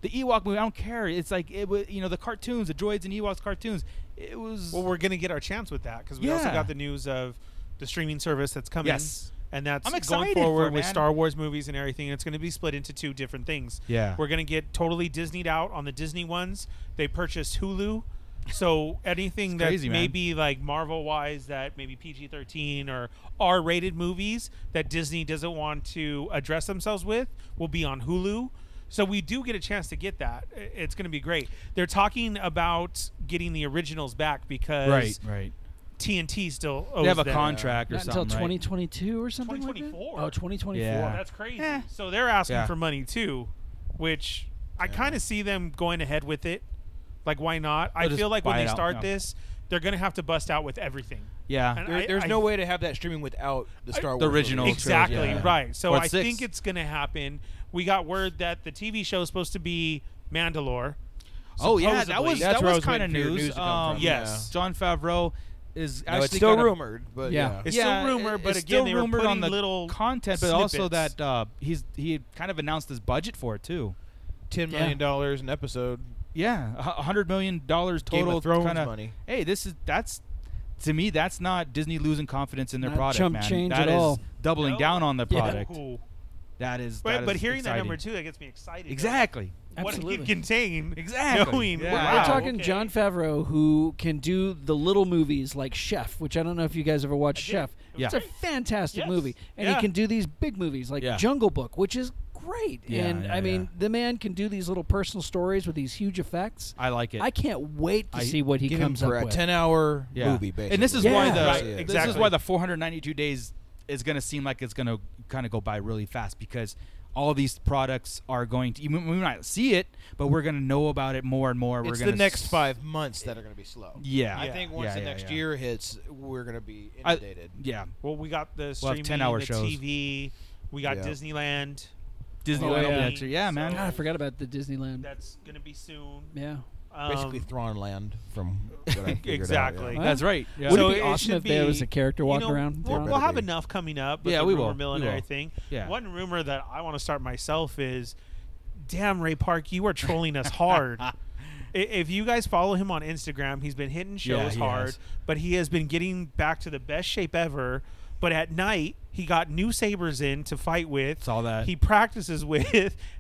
Speaker 8: The Ewok movie, I don't care. It's like it was, you know, the cartoons, the droids and Ewoks cartoons. It was
Speaker 10: Well, we're gonna get our chance with that because we also
Speaker 8: Yeah.
Speaker 10: got the news of the streaming service that's coming.
Speaker 8: Yes.
Speaker 10: And that's
Speaker 8: I'm
Speaker 10: going
Speaker 8: excited
Speaker 10: forward
Speaker 8: for it,
Speaker 10: with
Speaker 8: man.
Speaker 10: Star Wars movies and everything. And it's going to be split into two different things.
Speaker 8: Yeah.
Speaker 10: We're going to get totally Disneyed out on the Disney ones. They purchased Hulu. So anything
Speaker 8: It's
Speaker 10: that
Speaker 8: crazy, man.
Speaker 10: maybe like Marvel wise that maybe PG thirteen or R rated movies that Disney doesn't want to address themselves with will be on Hulu. So we do get a chance to get that. I- It's going to be great. They're talking about getting the originals back because
Speaker 8: Right, right.
Speaker 10: TNT still owes
Speaker 8: They have a
Speaker 10: them.
Speaker 8: contract or
Speaker 11: Not
Speaker 8: something.
Speaker 11: until 2022 or something like
Speaker 10: 2024.
Speaker 11: that? Oh, 2024.
Speaker 8: Yeah.
Speaker 10: That's crazy. So they're asking
Speaker 8: Yeah.
Speaker 10: for money too, which I kind of see them going ahead with it. Like, why not? I
Speaker 8: They'll just
Speaker 10: feel like when
Speaker 8: buy
Speaker 10: they
Speaker 8: it out,
Speaker 10: start
Speaker 8: yeah.
Speaker 10: this, they're going to have to bust out with everything.
Speaker 8: Yeah.
Speaker 10: And
Speaker 9: There-
Speaker 10: I-
Speaker 9: there's
Speaker 10: I-
Speaker 9: no way to have that streaming without the Star Wars
Speaker 8: The original
Speaker 9: movies.
Speaker 10: Exactly
Speaker 8: trilogy, yeah.
Speaker 10: right. So
Speaker 8: Or
Speaker 10: I
Speaker 8: six.
Speaker 10: think it's going to happen. We got word that the TV show is supposed to be Mandalore.
Speaker 8: Oh yeah, that
Speaker 10: Supposedly.
Speaker 8: was
Speaker 9: That's
Speaker 8: that
Speaker 9: where I
Speaker 8: was,
Speaker 9: was
Speaker 8: kind of
Speaker 9: waiting for
Speaker 8: news.
Speaker 9: your
Speaker 10: uh,
Speaker 9: news to come
Speaker 8: um,
Speaker 9: from,
Speaker 10: Yes.
Speaker 8: John Favreau is
Speaker 9: No,
Speaker 8: actually
Speaker 9: it's still
Speaker 8: got a-
Speaker 9: rumored, but
Speaker 11: Yeah.
Speaker 9: yeah.
Speaker 10: It's
Speaker 8: yeah,
Speaker 10: still
Speaker 8: it-
Speaker 10: rumored, but
Speaker 8: it's
Speaker 10: again,
Speaker 8: still
Speaker 10: they were
Speaker 8: rumored
Speaker 10: putting
Speaker 8: on the
Speaker 10: little
Speaker 8: content, but also
Speaker 10: snippets.
Speaker 8: that uh, he's he had kind of announced his budget for it too.
Speaker 9: ten million dollars an episode.
Speaker 8: Yeah, a hundred million dollars
Speaker 9: Game of
Speaker 8: total.
Speaker 9: Thrones
Speaker 8: kinda,
Speaker 9: money.
Speaker 8: Hey, this is that's to me that's not Disney losing confidence in their
Speaker 11: Not
Speaker 8: product,
Speaker 11: chump
Speaker 8: man.
Speaker 11: change
Speaker 8: That
Speaker 11: at
Speaker 8: is
Speaker 11: all.
Speaker 8: doubling
Speaker 9: Oh.
Speaker 10: No.
Speaker 8: down on the
Speaker 11: Yeah.
Speaker 8: product.
Speaker 10: Cool.
Speaker 8: That is.
Speaker 10: But,
Speaker 8: that
Speaker 10: but
Speaker 8: is
Speaker 10: hearing that
Speaker 8: exciting.
Speaker 10: number two, that gets me excited.
Speaker 8: Exactly.
Speaker 10: What it
Speaker 11: Absolutely.
Speaker 10: can contain.
Speaker 8: Exactly.
Speaker 10: Knowing,
Speaker 8: Yeah.
Speaker 11: We're-
Speaker 10: wow,
Speaker 11: We're talking
Speaker 10: okay.
Speaker 11: John Favreau, who can do the little movies like Chef, which I don't know if you guys ever watched
Speaker 10: did.
Speaker 11: Chef.
Speaker 10: It was
Speaker 11: It's a
Speaker 10: great.
Speaker 11: fantastic
Speaker 10: Yes.
Speaker 11: movie, and
Speaker 10: Yeah.
Speaker 11: he can do these big movies like
Speaker 8: Yeah.
Speaker 11: Jungle Book, which is great.
Speaker 8: Yeah,
Speaker 11: and
Speaker 8: yeah,
Speaker 11: I mean,
Speaker 8: yeah.
Speaker 11: the man can do these little personal stories with these huge effects.
Speaker 8: I like it.
Speaker 11: I can't wait to
Speaker 8: I-
Speaker 11: see what he
Speaker 9: Give him
Speaker 11: comes
Speaker 9: for
Speaker 11: up
Speaker 9: a
Speaker 11: with.
Speaker 9: ten-hour
Speaker 8: yeah.
Speaker 9: movie, basically.
Speaker 8: And this is
Speaker 11: Yeah.
Speaker 8: why the
Speaker 10: Right,
Speaker 8: this
Speaker 10: exactly.
Speaker 8: is why the 492 days is going to seem like it's going to kind of go by really fast because all these products are going to you- we might not see it, but we're going to know about it more and more. we're
Speaker 9: it's
Speaker 8: going
Speaker 9: the next five months that are going to be slow.
Speaker 8: Yeah.
Speaker 9: I
Speaker 8: Yeah.
Speaker 9: think once
Speaker 8: Yeah,
Speaker 9: the
Speaker 8: yeah,
Speaker 9: next
Speaker 8: yeah.
Speaker 9: year hits, we're going to be
Speaker 8: I-
Speaker 9: inundated.
Speaker 8: yeah,
Speaker 10: Well, we got the
Speaker 8: We'll
Speaker 10: streaming,
Speaker 8: have 10-hour
Speaker 10: the
Speaker 8: shows.
Speaker 10: TV. We got
Speaker 9: Yeah.
Speaker 10: Disneyland.
Speaker 8: Disneyland.
Speaker 11: Oh, yeah.
Speaker 8: yeah, yeah man.
Speaker 11: God, I forgot about the Disneyland.
Speaker 10: That's gonna be soon.
Speaker 11: yeah.
Speaker 10: Um,
Speaker 9: Basically, Thrawn Land from what I figured Out,
Speaker 10: Exactly.
Speaker 9: yeah.
Speaker 8: That's right. Yeah.
Speaker 11: Would
Speaker 10: So
Speaker 11: it be
Speaker 10: it
Speaker 11: awesome
Speaker 10: should
Speaker 11: if there
Speaker 10: be-
Speaker 11: was a character
Speaker 10: you
Speaker 11: walking
Speaker 10: know,
Speaker 11: around?
Speaker 10: We'll,
Speaker 9: There
Speaker 10: we'll
Speaker 9: better
Speaker 10: have
Speaker 9: be.
Speaker 10: enough coming up. With
Speaker 8: Yeah,
Speaker 10: the
Speaker 8: we
Speaker 10: rumor
Speaker 8: will.
Speaker 10: Mill
Speaker 8: We
Speaker 10: and
Speaker 8: will.
Speaker 10: everything.
Speaker 8: Yeah.
Speaker 10: One rumor that I want to start myself is, damn Ray Park, you are trolling us hard. I- If you guys follow him on Instagram, he's been hitting
Speaker 8: Yeah,
Speaker 10: shows
Speaker 8: he
Speaker 10: hard,
Speaker 8: has.
Speaker 10: but he has been getting back to the best shape ever. But at night, he got new sabers in to fight with.
Speaker 8: Saw that.
Speaker 10: He practices with,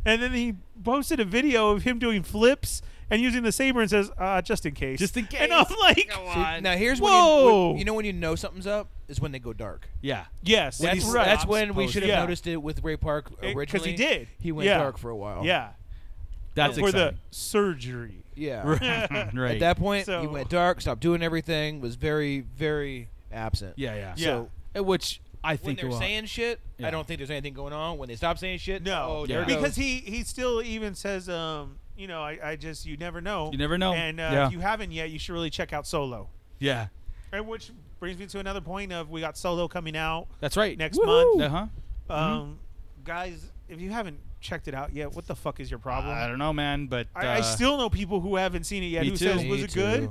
Speaker 10: and then he posted a video of him doing flips and using the saber and says, uh, "Just in case."
Speaker 8: Just in
Speaker 10: And I'm
Speaker 8: case.
Speaker 10: like,
Speaker 8: Uh,
Speaker 9: See, now here's when you,
Speaker 10: Whoa!
Speaker 9: when- you know when you know something's up is when they go dark.
Speaker 8: yeah.
Speaker 10: Yes,
Speaker 9: That's,
Speaker 10: he's-
Speaker 8: right.
Speaker 9: that's when we should have
Speaker 10: Yeah.
Speaker 9: noticed it with Ray Park
Speaker 10: he
Speaker 9: originally.
Speaker 10: did.
Speaker 9: He went
Speaker 10: Yeah.
Speaker 9: dark for a while.
Speaker 10: Yeah,
Speaker 8: That's
Speaker 10: for the
Speaker 8: exciting.
Speaker 10: surgery.
Speaker 9: Yeah.
Speaker 8: right.
Speaker 9: At that point, he
Speaker 10: So-
Speaker 9: went dark, stopped doing everything, was very, very absent.
Speaker 8: yeah, yeah.
Speaker 10: Yeah.
Speaker 9: So
Speaker 8: Uh, which I
Speaker 9: when
Speaker 8: think
Speaker 9: they're
Speaker 8: will-
Speaker 9: saying shit,
Speaker 8: Yeah.
Speaker 9: I don't think there's anything going on. When they stop saying shit,
Speaker 10: No,
Speaker 9: oh, there
Speaker 8: Yeah.
Speaker 9: it goes.
Speaker 10: because he he still even says, um, you know, I, I just you never know.
Speaker 8: You never know.
Speaker 10: And uh,
Speaker 8: Yeah.
Speaker 10: if you haven't yet, you should really check out Solo.
Speaker 8: yeah,
Speaker 10: And which brings me to another point of we got Solo coming out
Speaker 8: that's right.
Speaker 10: next month.
Speaker 8: uh huh.
Speaker 10: Um, guys, if you haven't checked it out yet, what the fuck is your problem?
Speaker 8: I don't know, man, but
Speaker 10: I, I
Speaker 8: uh,
Speaker 10: still know people who haven't seen it yet
Speaker 8: Me
Speaker 10: who
Speaker 8: too.
Speaker 10: says
Speaker 9: Me
Speaker 10: was it
Speaker 9: too.
Speaker 10: good?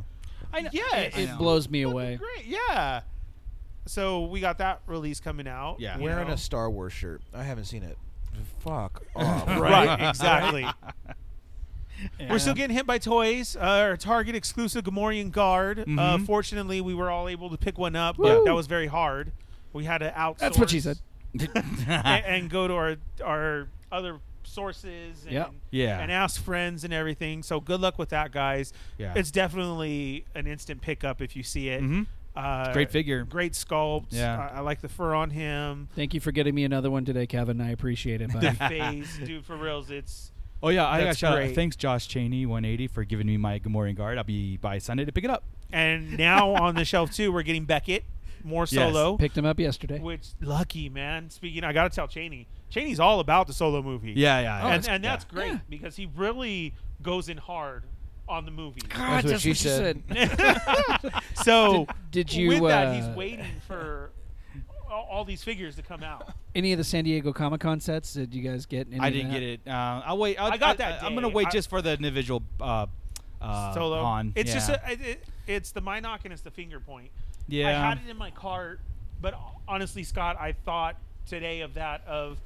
Speaker 10: I know. Yes.
Speaker 8: I
Speaker 11: It
Speaker 8: know.
Speaker 11: blows me away.
Speaker 10: Great. Yeah. So we got that release coming out.
Speaker 8: Yeah.
Speaker 10: you
Speaker 9: Wearing
Speaker 10: know?
Speaker 9: a Star Wars shirt. I haven't seen it. Fuck off.
Speaker 10: Right, exactly. We're still getting hit by toys. Uh, our Target exclusive Gamorrean guard. Uh,
Speaker 8: Mhm.
Speaker 10: fortunately, we were all able to pick one up,
Speaker 11: Mm-hmm. Woo.
Speaker 10: but that was very hard. We had to outsource.
Speaker 11: That's what she said.
Speaker 10: And, and go to our our other sources. And,
Speaker 11: Yep.
Speaker 8: Yeah.
Speaker 10: And ask friends and everything. So good luck with that, guys.
Speaker 8: Yeah.
Speaker 10: It's definitely an instant pickup if you see it.
Speaker 11: Mm-hmm.
Speaker 8: Mhm.
Speaker 10: Uh,
Speaker 8: Great figure.
Speaker 10: Great sculpt.
Speaker 8: Yeah.
Speaker 10: I, I like the fur on him.
Speaker 11: Thank you for getting me another one today, Kevin. I appreciate it.
Speaker 10: The
Speaker 11: Buddy.
Speaker 10: face, dude. For reals, it's.
Speaker 8: Oh yeah, I got
Speaker 10: That's
Speaker 8: shout out.
Speaker 10: great.
Speaker 8: Thanks, Josh Cheney, 180, for giving me my Gamorrean guard. I'll be by Sunday to pick it up.
Speaker 10: And now on the shelf too, we're getting Beckett, more
Speaker 8: Yes.
Speaker 10: solo,
Speaker 11: Picked him up yesterday.
Speaker 10: which lucky man. Speaking, I gotta tell Cheney, Cheney's all about the solo movie.
Speaker 8: Yeah, Oh, yeah,
Speaker 10: and, and Oh, that's great
Speaker 11: Yeah.
Speaker 10: because he really goes in hard on the movie.
Speaker 9: That's Ah, what she said.
Speaker 10: So
Speaker 11: Did you?
Speaker 10: with that,
Speaker 11: uh,
Speaker 10: he's waiting for all, all these figures to come out.
Speaker 11: Any of the San Diego Comic Con sets? Did you guys get? Any
Speaker 8: I
Speaker 11: of
Speaker 8: didn't
Speaker 11: that?
Speaker 8: get it. Uh, I'll wait. I'll,
Speaker 10: I got that
Speaker 8: I'm gonna
Speaker 10: day.
Speaker 8: wait
Speaker 10: I-
Speaker 8: just for the individual uh, uh,
Speaker 10: solo,
Speaker 8: Han.
Speaker 10: it's
Speaker 8: yeah.
Speaker 10: just a, it, it- it's the Minoc and it's the finger point.
Speaker 8: yeah.
Speaker 10: I had it in my cart, but honestly, Scott, I thought today of that of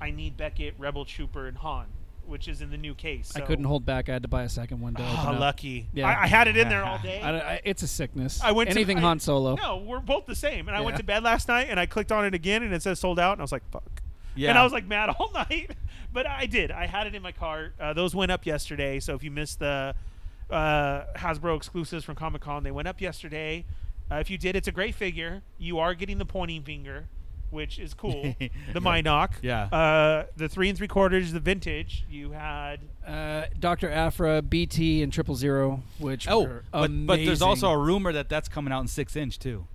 Speaker 10: I need Beckett, Rebel Trooper, and Han, which is in the new case.
Speaker 11: I
Speaker 10: so-
Speaker 11: couldn't hold back. I had to buy a second one. To
Speaker 10: Ah,
Speaker 11: open up.
Speaker 10: lucky.
Speaker 11: Yeah.
Speaker 10: I, I had it in there all day.
Speaker 11: I, I- it's a sickness.
Speaker 10: I went to-
Speaker 11: anything
Speaker 10: I-
Speaker 11: Han Solo.
Speaker 10: No, we're both the same. And I went
Speaker 11: Yeah.
Speaker 10: to bed last night and I clicked on it again and it says sold out and I was like, fuck.
Speaker 8: yeah.
Speaker 10: And I was like mad all night. But I did. I had it in my cart. Uh, those went up yesterday. So if you missed the uh, Hasbro exclusives from Comic Con. They went up yesterday. Uh, if you did, it's a great figure. You are getting the pointing finger, which is cool. the Minoc.
Speaker 8: Yeah.
Speaker 10: Uh, the three and three quarters, the vintage. You had
Speaker 11: Uh, Doctor Afra, BT, and Triple Zero, which
Speaker 8: Oh,
Speaker 11: were
Speaker 8: but, but there's
Speaker 11: amazing.
Speaker 8: also a rumor that that's coming out in six inch too.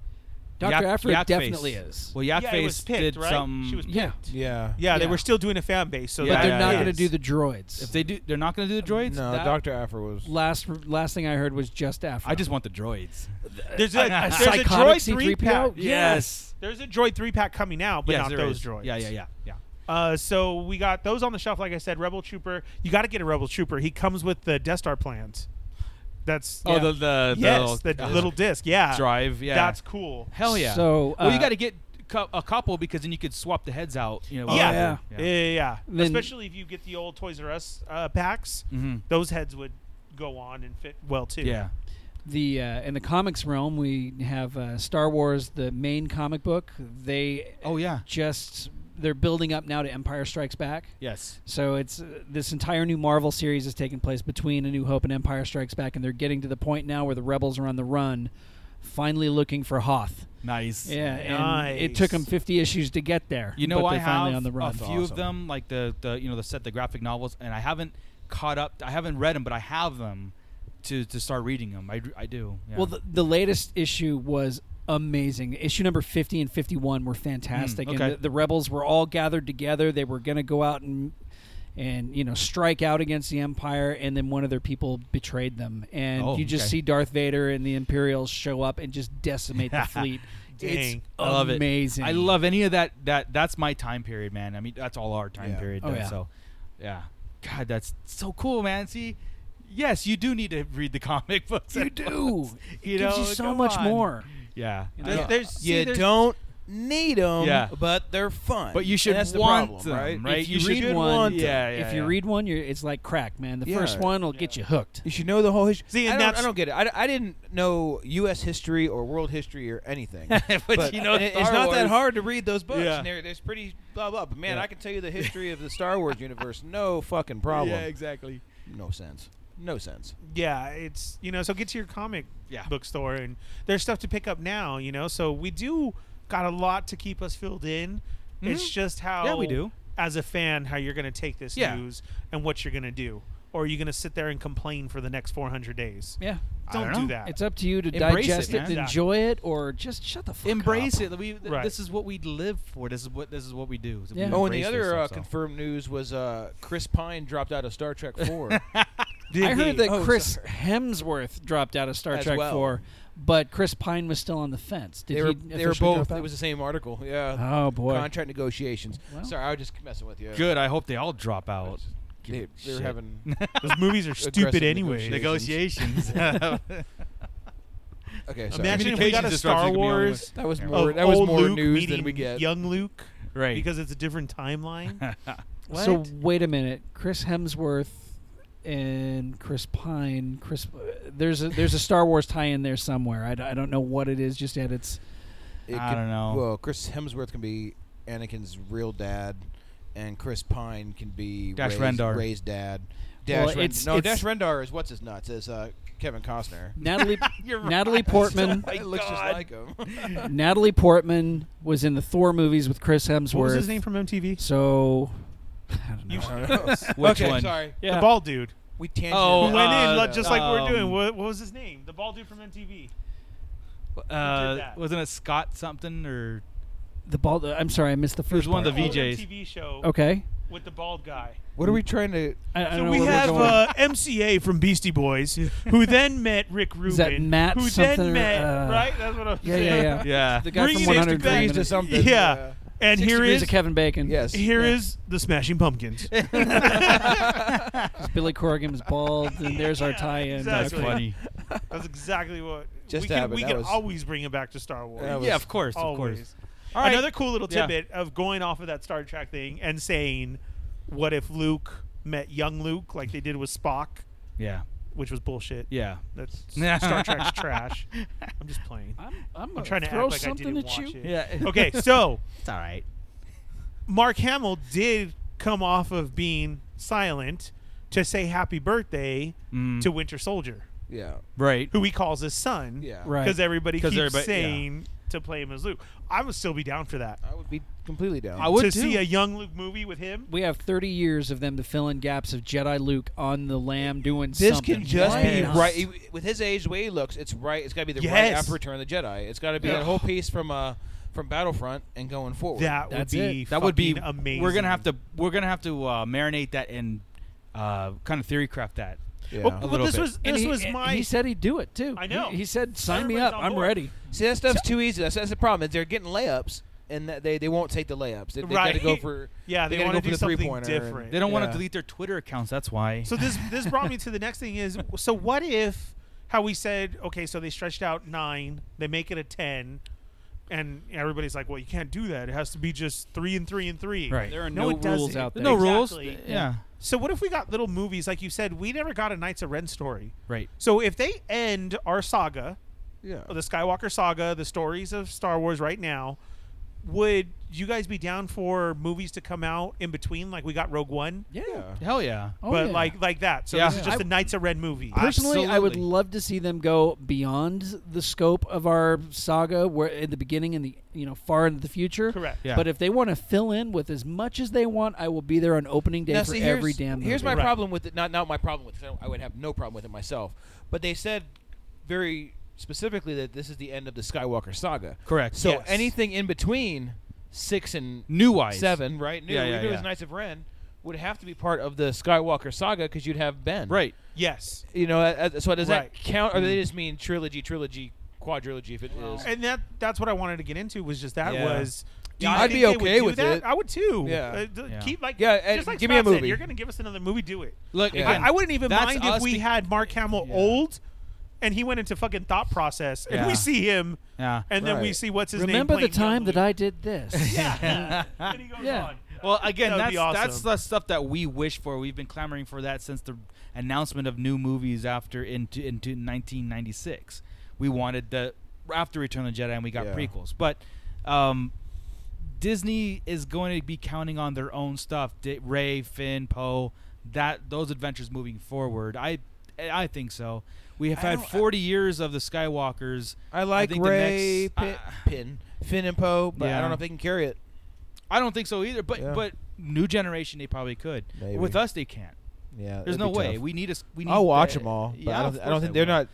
Speaker 11: Doctor
Speaker 8: Yak-
Speaker 11: Afra
Speaker 8: Yak
Speaker 11: definitely
Speaker 8: Face.
Speaker 11: is.
Speaker 8: Well, Yak
Speaker 10: yeah, it was
Speaker 8: Face
Speaker 10: picked,
Speaker 8: did
Speaker 10: right?
Speaker 8: some.
Speaker 10: She was picked.
Speaker 11: yeah,
Speaker 9: Yeah.
Speaker 10: Yeah, they
Speaker 11: Yeah.
Speaker 10: were still doing a fan base, so
Speaker 8: But
Speaker 10: that
Speaker 11: but they're not
Speaker 10: going
Speaker 11: going to
Speaker 10: to
Speaker 11: do the droids.
Speaker 8: if they do, they're not going to do the droids.
Speaker 9: No,
Speaker 11: that-
Speaker 9: Doctor Afro was.
Speaker 11: last last thing I heard was just Afra.
Speaker 8: I just want the droids.
Speaker 10: There's a,
Speaker 8: A
Speaker 10: there's a
Speaker 11: psychotic
Speaker 10: droid three
Speaker 11: C-3PO?
Speaker 10: pack. There's a droid three pack coming out, but
Speaker 8: Yes,
Speaker 10: not
Speaker 8: there
Speaker 10: those
Speaker 8: is.
Speaker 10: droids.
Speaker 8: Yeah, yeah, yeah, yeah.
Speaker 10: Uh, so we got those on the shelf. Like I said, Rebel Trooper. You got to get a Rebel Trooper. He comes with the Death Star plans. That's
Speaker 8: Oh, the the,
Speaker 10: yes,
Speaker 8: the
Speaker 10: the little disc. Yeah,
Speaker 8: drive. Yeah,
Speaker 10: That's cool.
Speaker 8: hell yeah.
Speaker 11: So,
Speaker 8: well, you
Speaker 11: uh,
Speaker 8: got to get cou- a couple because then you could swap the heads out. You know,
Speaker 10: yeah.
Speaker 11: Oh, yeah.
Speaker 10: Yeah, yeah, yeah.
Speaker 11: Then-
Speaker 10: Especially if you get the old Toys R Us uh, packs,
Speaker 8: Mhm.
Speaker 10: those heads would go on and fit well too.
Speaker 8: yeah.
Speaker 11: the uh, in the comics realm we have uh, Star Wars, the main comic book. They
Speaker 8: Oh yeah.
Speaker 11: just they're building up now to Empire Strikes Back.
Speaker 8: Yes.
Speaker 11: So it's uh, this entire new Marvel series is taking place between A New Hope and Empire Strikes Back, and they're getting to the point now where the rebels are on the run, finally looking for Hoth.
Speaker 8: Nice.
Speaker 11: Yeah, and it
Speaker 10: Nice.
Speaker 11: took them 50 issues to get there.
Speaker 8: You know,
Speaker 11: but
Speaker 8: I
Speaker 11: they're finally
Speaker 8: have
Speaker 11: on the run.
Speaker 8: a few of them, like the, the you know the set, the graphic novels, and I haven't caught up. I haven't read them, but I have them to, to start reading them. I, d- I do. yeah.
Speaker 11: Well, the, the latest issue was amazing. Issue number 50 and 51 were fantastic.
Speaker 8: Mm, okay.
Speaker 11: And the, the rebels were all gathered together. They were going to go out and and you know strike out against the empire and then one of their people betrayed them and
Speaker 8: Oh,
Speaker 11: you just
Speaker 8: okay.
Speaker 11: see Darth Vader and the Imperials show up and just decimate the fleet. It's
Speaker 10: Dang.
Speaker 8: I love
Speaker 11: amazing.
Speaker 8: it. I love any of that. That that's my time period, man. I mean, that's all our time
Speaker 9: Yeah.
Speaker 8: period.
Speaker 11: Oh,
Speaker 8: though,
Speaker 11: yeah.
Speaker 8: So, yeah. God, that's so cool, man. See, yes, you do need to read the comic books.
Speaker 11: You
Speaker 8: at
Speaker 11: do.
Speaker 8: once.
Speaker 11: It
Speaker 8: You
Speaker 11: gives
Speaker 8: know,
Speaker 11: you so
Speaker 8: come
Speaker 11: much
Speaker 8: on.
Speaker 11: more.
Speaker 8: Yeah.
Speaker 10: There's, there's, see,
Speaker 9: you
Speaker 10: there's-
Speaker 9: don't need them,
Speaker 8: Yeah.
Speaker 9: but they're fun.
Speaker 8: But you should
Speaker 9: And that's
Speaker 8: want
Speaker 9: the problem,
Speaker 8: them,
Speaker 9: right?
Speaker 8: right?
Speaker 11: If
Speaker 8: You
Speaker 11: you,
Speaker 8: should
Speaker 11: read one,
Speaker 8: want them. Yeah, yeah,
Speaker 11: if you
Speaker 8: yeah.
Speaker 11: read one, you're it's like crack, man. The
Speaker 9: Yeah.
Speaker 11: first one will get you hooked.
Speaker 9: You should know the whole history.
Speaker 10: See,
Speaker 9: I,
Speaker 10: and
Speaker 9: don't, I
Speaker 10: that's-
Speaker 9: don't get it. I, I didn't know U.S. history or world history or anything.
Speaker 8: But you know
Speaker 9: and it- it's
Speaker 8: Star
Speaker 9: not that
Speaker 8: Wars.
Speaker 9: hard to read those books.
Speaker 8: Yeah.
Speaker 9: And they're, they're pretty blah blah. But man,
Speaker 8: Yeah.
Speaker 9: I can tell you the history of the Star Wars universe. No fucking problem.
Speaker 8: Yeah, exactly.
Speaker 9: No sense. No sense.
Speaker 10: yeah, it's you know, so get to your comic
Speaker 8: Yeah.
Speaker 10: bookstore and there's stuff to pick up now, you know. So we do got a lot to keep us filled in. It's
Speaker 8: Mhm.
Speaker 10: just how
Speaker 8: Yeah, we do.
Speaker 10: as a fan how you're going to take this
Speaker 8: Yeah.
Speaker 10: news and what you're going to do. Or are you going to sit there and complain for the next 400 days?
Speaker 11: Yeah.
Speaker 10: Don't,
Speaker 8: don't know.
Speaker 10: do that.
Speaker 11: It's up to you to
Speaker 8: Embrace it,
Speaker 11: digest it,
Speaker 8: man.
Speaker 11: enjoy it, or just shut the fuck
Speaker 8: Embrace
Speaker 11: up.
Speaker 8: it. We, th-
Speaker 10: Right.
Speaker 8: This is what we live for. This is what this is what we do. is we
Speaker 11: Yeah.
Speaker 8: embrace
Speaker 9: Oh, and the
Speaker 8: this
Speaker 9: other
Speaker 8: stuff,
Speaker 9: uh,
Speaker 8: so.
Speaker 9: confirmed news was uh, Chris Pine dropped out of Star Trek Four.
Speaker 10: Did
Speaker 11: I heard
Speaker 10: he-
Speaker 11: that Chris Hemsworth dropped out of Star
Speaker 9: As
Speaker 11: Trek
Speaker 9: well.
Speaker 11: 4, but Chris Pine was still on the fence. Did
Speaker 9: they were
Speaker 11: he
Speaker 9: they were
Speaker 11: officially
Speaker 9: both.
Speaker 11: drop out?
Speaker 9: It was the same article. Yeah.
Speaker 11: oh boy.
Speaker 9: Contract negotiations.
Speaker 11: Well.
Speaker 9: Sorry, I was just messing with you.
Speaker 8: Good. I hope they all drop out.
Speaker 9: They, they were
Speaker 8: Shit.
Speaker 9: having
Speaker 10: those movies are
Speaker 9: Aggressive
Speaker 10: stupid anyway.
Speaker 9: negotiation.
Speaker 8: Negotiations.
Speaker 9: okay. Sorry.
Speaker 10: Imagine if we got a
Speaker 8: Communications disruptions
Speaker 10: Star
Speaker 8: could be on the
Speaker 10: Wars
Speaker 8: list.
Speaker 9: that was
Speaker 8: Of
Speaker 9: more.
Speaker 10: of
Speaker 9: That was
Speaker 10: old
Speaker 9: more
Speaker 10: Luke
Speaker 9: news
Speaker 10: meeting
Speaker 9: than we get.
Speaker 10: young Luke
Speaker 8: right.
Speaker 10: because it's a different timeline. what?
Speaker 11: So wait a minute, Chris Hemsworth and Chris Pine. Chris, uh, there's a there's a Star Wars tie in there somewhere. I, d- I don't know what it is just yet. It's
Speaker 9: It
Speaker 8: I
Speaker 9: could-
Speaker 8: don't know.
Speaker 9: Well, Chris Hemsworth can be Anakin's real dad, and Chris Pine can be
Speaker 8: Dash
Speaker 9: Rey's,
Speaker 8: Rendar.
Speaker 9: Rey's dad. Dash
Speaker 11: Well,
Speaker 9: Ren-
Speaker 11: it's-
Speaker 9: no,
Speaker 11: it's-
Speaker 9: Dash Rendar is what's his nuts is uh, Kevin Costner.
Speaker 11: Natalie Natalie Portman.
Speaker 9: it looks just like him.
Speaker 11: Natalie Portman was in the Thor movies with Chris Hemsworth.
Speaker 10: what was his name from MTV?
Speaker 11: So I don't know.
Speaker 10: You-
Speaker 8: Which
Speaker 9: okay,
Speaker 8: one?
Speaker 9: sorry.
Speaker 11: Yeah.
Speaker 10: The bald dude.
Speaker 9: We tangent.
Speaker 8: Oh,
Speaker 10: who went
Speaker 8: uh,
Speaker 10: in like- just like we're
Speaker 8: um,
Speaker 10: doing. What, what was his name? The bald dude from MTV. Who did
Speaker 8: Uh,
Speaker 10: that?
Speaker 8: wasn't it Scott something or
Speaker 11: The bald. I'm sorry, I missed the
Speaker 8: was
Speaker 11: first
Speaker 8: one of
Speaker 11: part.
Speaker 8: the
Speaker 10: Old
Speaker 8: VJs.
Speaker 10: MTV show
Speaker 11: Okay.
Speaker 10: with the bald guy.
Speaker 9: what are we trying to?
Speaker 11: I, I don't
Speaker 10: So
Speaker 11: know
Speaker 10: we
Speaker 11: where we're
Speaker 10: have
Speaker 11: going.
Speaker 10: uh, MCA from Beastie Boys, who then met Rick Rubin.
Speaker 11: Is that Matt
Speaker 10: who
Speaker 11: something or-
Speaker 10: then met
Speaker 11: uh,
Speaker 10: right? That's what I'm
Speaker 11: yeah,
Speaker 10: saying.
Speaker 11: yeah, yeah.
Speaker 8: yeah?
Speaker 11: The guy
Speaker 10: Bringing
Speaker 11: from
Speaker 10: it
Speaker 11: 100
Speaker 10: back
Speaker 11: Grams.
Speaker 9: to something.
Speaker 10: Yeah.
Speaker 9: uh,
Speaker 10: And
Speaker 11: Six
Speaker 10: here
Speaker 11: Degrees
Speaker 10: is
Speaker 11: of Kevin Bacon.
Speaker 9: yes.
Speaker 10: here
Speaker 9: yeah.
Speaker 10: is the Smashing Pumpkins.
Speaker 11: Billy Corgan was bald, and there's our
Speaker 10: Yeah,
Speaker 11: tie-in.
Speaker 8: That's
Speaker 10: exactly.
Speaker 11: Okay.
Speaker 8: funny.
Speaker 10: That's exactly what
Speaker 9: Just
Speaker 10: we can,
Speaker 9: happened.
Speaker 10: we
Speaker 9: That
Speaker 10: can
Speaker 9: was-
Speaker 10: always bring it back to Star Wars.
Speaker 9: That was-
Speaker 8: yeah, of course, of
Speaker 10: always.
Speaker 8: course. All right.
Speaker 10: Another cool little
Speaker 8: Yeah.
Speaker 10: tidbit of going off of that Star Trek thing and saying, "What if Luke met young Luke like they did with Spock?"
Speaker 8: Yeah,
Speaker 10: Which was bullshit.
Speaker 8: yeah.
Speaker 10: That's Star Trek's trash. I'm just playing.
Speaker 11: I'm, I'm,
Speaker 10: I'm
Speaker 11: gonna
Speaker 10: trying to
Speaker 11: throw
Speaker 10: act like I
Speaker 11: something
Speaker 10: didn't
Speaker 11: at
Speaker 10: watch
Speaker 11: you.
Speaker 10: it.
Speaker 8: Yeah.
Speaker 10: Okay, so
Speaker 8: it's all right.
Speaker 10: Mark Hamill did come off of being silent to say happy birthday to Winter Soldier,
Speaker 9: Yeah.
Speaker 8: right.
Speaker 10: who he calls his son.
Speaker 9: Yeah.
Speaker 11: Right.
Speaker 10: Because everybody keeps
Speaker 9: everybody- yeah.
Speaker 10: saying to play him as Luke. I would still be down for that.
Speaker 9: I would be completely down.
Speaker 10: to see a young Luke movie with him.
Speaker 11: we have 30 years of them to fill in gaps of Jedi Luke on the lamb doing
Speaker 9: this
Speaker 11: something.
Speaker 9: can just
Speaker 11: Why
Speaker 9: be
Speaker 11: not?
Speaker 9: right he- with his age, the way he looks. It's right. It's got to be the right
Speaker 10: Yes.
Speaker 9: after Return of the Jedi. It's got to be that whole piece from uh from Battlefront and going forward.
Speaker 10: That would
Speaker 11: That's
Speaker 10: be
Speaker 8: That would be
Speaker 10: fucking amazing.
Speaker 8: We're gonna have to we're gonna have to uh, marinate that and uh, kind of theory craft that.
Speaker 9: Yeah.
Speaker 10: Well, well,
Speaker 8: little
Speaker 10: this
Speaker 8: bit.
Speaker 10: was
Speaker 11: And
Speaker 10: this
Speaker 11: he,
Speaker 10: was
Speaker 11: and
Speaker 10: Oh, my
Speaker 11: He said he'd do it too.
Speaker 10: I know.
Speaker 11: He, he said, "Sign me
Speaker 10: Everybody's
Speaker 11: up.
Speaker 10: on
Speaker 11: I'm
Speaker 10: board."
Speaker 11: ready."
Speaker 9: See, that stuff's too easy. That's, that's the problem. Is they're getting layups, and that they, they won't take the layups. They, they got to
Speaker 10: Right.
Speaker 9: go for
Speaker 10: Yeah, they
Speaker 9: got
Speaker 10: wanna
Speaker 9: to go
Speaker 10: do
Speaker 9: for the
Speaker 10: something
Speaker 9: three pointer.
Speaker 10: different.
Speaker 8: They don't want
Speaker 9: Yeah.
Speaker 8: to delete their Twitter accounts. That's why.
Speaker 10: So this this brought me to the next thing is so what if how we said okay so they stretched out nine they make it a ten and everybody's like well you can't do that it has to be just three and three and three
Speaker 8: Right.
Speaker 11: There are
Speaker 10: No,
Speaker 11: no,
Speaker 10: it doesn't.
Speaker 11: rules out there.
Speaker 8: no
Speaker 10: Exactly.
Speaker 8: rules. Yeah.
Speaker 10: so what if we got little movies like you said we never got a Knights of Ren story
Speaker 8: Right.
Speaker 10: so if they end our saga
Speaker 9: Yeah.
Speaker 10: the Skywalker saga the stories of Star Wars right now would you guys be down for movies to come out in between like we got Rogue One
Speaker 11: Yeah.
Speaker 8: Hell yeah.
Speaker 11: Oh,
Speaker 10: but
Speaker 11: yeah.
Speaker 10: like like that so
Speaker 8: Yeah.
Speaker 10: this is just
Speaker 11: I-
Speaker 10: a Knights of Ren movie
Speaker 11: Personally, I would
Speaker 8: Absolutely.
Speaker 11: love to see them go beyond the scope of our saga, where in the beginning and the you know far into the future.
Speaker 10: Correct.
Speaker 8: Yeah.
Speaker 11: But if they want to fill in with as much as they want, I will be there on opening day
Speaker 9: Now,
Speaker 11: for
Speaker 9: see, here's,
Speaker 11: every damn.
Speaker 9: Here's my
Speaker 11: movie.
Speaker 10: Right.
Speaker 9: problem with it. Not not my problem with it. 'cause I would have no problem with it myself. But they said very specifically that this is the end of the Skywalker saga.
Speaker 8: Correct.
Speaker 9: So
Speaker 10: Yes.
Speaker 9: anything in between six and
Speaker 8: New eyes.
Speaker 9: seven, right? New,
Speaker 8: Yeah, yeah,
Speaker 9: even if it was
Speaker 8: yeah.
Speaker 9: Knights of Ren, would have to be part of the Skywalker saga because you'd have Ben.
Speaker 8: Right.
Speaker 10: yes
Speaker 9: You know. uh, uh, So does
Speaker 10: Right.
Speaker 9: that count, or
Speaker 8: Mm-hmm.
Speaker 9: they just mean trilogy, trilogy, quadrilogy? If it is.
Speaker 10: and that that's what I wanted to get into was just that
Speaker 9: Yeah.
Speaker 10: was. do
Speaker 9: Yeah,
Speaker 10: you
Speaker 9: I'd
Speaker 10: think
Speaker 9: be
Speaker 10: they would
Speaker 9: okay
Speaker 10: do
Speaker 9: with
Speaker 10: that?
Speaker 9: it.
Speaker 10: I would too.
Speaker 9: Yeah.
Speaker 10: Uh, d-
Speaker 8: Yeah.
Speaker 10: Keep like
Speaker 9: Yeah, and
Speaker 10: just like
Speaker 9: give me a
Speaker 10: Scott said,
Speaker 9: movie.
Speaker 10: You're gonna give us another movie. Do it.
Speaker 8: Look,
Speaker 9: Yeah.
Speaker 8: again,
Speaker 10: I, I wouldn't even
Speaker 8: that's
Speaker 10: mind
Speaker 8: us
Speaker 10: if we
Speaker 8: be-
Speaker 10: had Mark Hamill
Speaker 8: Yeah.
Speaker 10: old, and he went into fucking thought process, and we
Speaker 8: Yeah.
Speaker 10: see him,
Speaker 8: Yeah.
Speaker 10: and then we
Speaker 9: Right.
Speaker 10: see what's his
Speaker 11: Remember
Speaker 10: name.
Speaker 11: the time that I did this?
Speaker 10: Yeah. and he goes
Speaker 11: Yeah.
Speaker 10: on.
Speaker 8: Well, again,
Speaker 10: That would
Speaker 8: that's
Speaker 10: be
Speaker 8: that's
Speaker 10: awesome.
Speaker 8: the stuff that we wish for. We've been clamoring for that since the announcement of new movies after into into 1996. We wanted the after Return of the Jedi, and we got
Speaker 9: Yeah.
Speaker 8: prequels. But um, Disney is going to be counting on their own stuff: D- Ray, Finn, Poe, that those adventures moving forward. I I think so. We have
Speaker 9: I
Speaker 8: had
Speaker 9: don't-
Speaker 8: 40 years of the Skywalkers.
Speaker 9: I like
Speaker 8: think the
Speaker 9: Ray,
Speaker 8: next-
Speaker 9: Pin, uh, Pin, Finn, and Poe, but I
Speaker 8: Yeah.
Speaker 9: don't know if they can carry it.
Speaker 8: I don't think so either. But
Speaker 9: Yeah.
Speaker 8: but new generation, they probably could.
Speaker 9: Maybe.
Speaker 8: With us, they can't.
Speaker 9: Yeah,
Speaker 8: There's no way. We need a. s- We need
Speaker 9: I'll watch
Speaker 8: the-
Speaker 9: them all. But
Speaker 8: yeah,
Speaker 9: I don't,
Speaker 8: of
Speaker 9: I don't
Speaker 8: course
Speaker 9: think
Speaker 8: I
Speaker 9: they're
Speaker 8: will.
Speaker 9: not.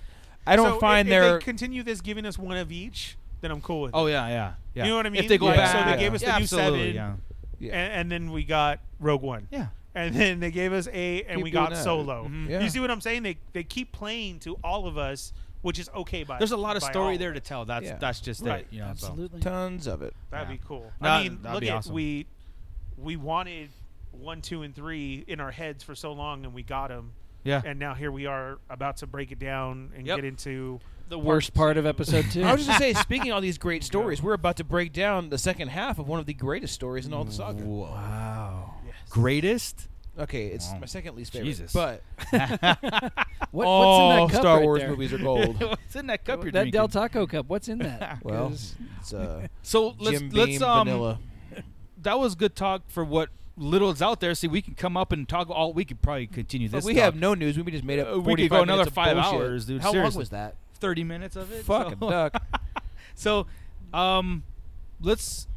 Speaker 9: I don't
Speaker 10: So
Speaker 9: find
Speaker 10: if,
Speaker 9: their.
Speaker 10: If they continue this, giving us one of each, then I'm cool with it.
Speaker 8: Oh yeah, yeah, yeah.
Speaker 10: You know what I mean?
Speaker 8: If they go
Speaker 10: Like,
Speaker 8: back,
Speaker 10: so
Speaker 9: Yeah.
Speaker 10: they gave us
Speaker 8: Yeah,
Speaker 10: the new
Speaker 8: absolutely,
Speaker 10: seven,
Speaker 9: Yeah.
Speaker 10: and, and then we got Rogue One.
Speaker 8: Yeah, yeah.
Speaker 10: and then they gave us eight, and
Speaker 9: Keep
Speaker 10: we
Speaker 9: doing
Speaker 10: got
Speaker 9: that.
Speaker 10: Solo.
Speaker 8: Mhm.
Speaker 9: Yeah.
Speaker 10: You see what I'm saying? They they keep playing to all of us, which is okay. By
Speaker 8: There's a lot of
Speaker 10: by
Speaker 8: story
Speaker 10: all
Speaker 8: there
Speaker 10: of
Speaker 8: to
Speaker 10: us.
Speaker 8: tell. That's
Speaker 9: Yeah.
Speaker 8: that's just
Speaker 10: Right.
Speaker 8: it. You know, so.
Speaker 11: Absolutely.
Speaker 9: tons of it.
Speaker 10: That'd
Speaker 8: Yeah.
Speaker 10: be cool.
Speaker 8: That-
Speaker 10: I mean,
Speaker 8: that'd
Speaker 10: look
Speaker 8: be
Speaker 10: at
Speaker 8: awesome.
Speaker 10: we we wanted one, two, and three in our heads for so long, and we got them.
Speaker 8: Yeah.
Speaker 10: And now here we are about to break it down and
Speaker 8: Yep.
Speaker 10: get into
Speaker 11: The worst part of episode two.
Speaker 9: I was just gonna say, speaking of all these great stories, we're about to break down the second half of one of the greatest stories in all the saga.
Speaker 8: Wow. Greatest.
Speaker 9: Okay, it's
Speaker 8: Wow.
Speaker 9: my second least favorite.
Speaker 8: Jesus.
Speaker 9: But
Speaker 11: What-
Speaker 9: all
Speaker 11: what's in that cup
Speaker 9: Star
Speaker 11: right
Speaker 9: Wars
Speaker 11: there?
Speaker 9: movies are gold.
Speaker 8: What's in that cup you're
Speaker 11: that
Speaker 8: drinking?
Speaker 11: Del Taco cup. What's in that?
Speaker 9: well,
Speaker 11: 'Cause-
Speaker 9: it's uh,
Speaker 8: So let's
Speaker 9: Jim
Speaker 8: let's
Speaker 9: Beam
Speaker 8: um.
Speaker 9: vanilla.
Speaker 8: That was good talk for what little is out there. See, we can come up and talk all. We could probably continue
Speaker 9: But
Speaker 8: this.
Speaker 9: we
Speaker 8: talk.
Speaker 9: have no news. We just made up.
Speaker 8: Uh, we could
Speaker 9: 45
Speaker 8: go another
Speaker 9: minutes of
Speaker 8: five
Speaker 9: bullshit.
Speaker 8: hours, dude,
Speaker 9: How long
Speaker 8: seriously.
Speaker 9: was that?
Speaker 8: thirty minutes of it.
Speaker 9: Fucking
Speaker 8: so.
Speaker 9: duck.
Speaker 8: So, um, let's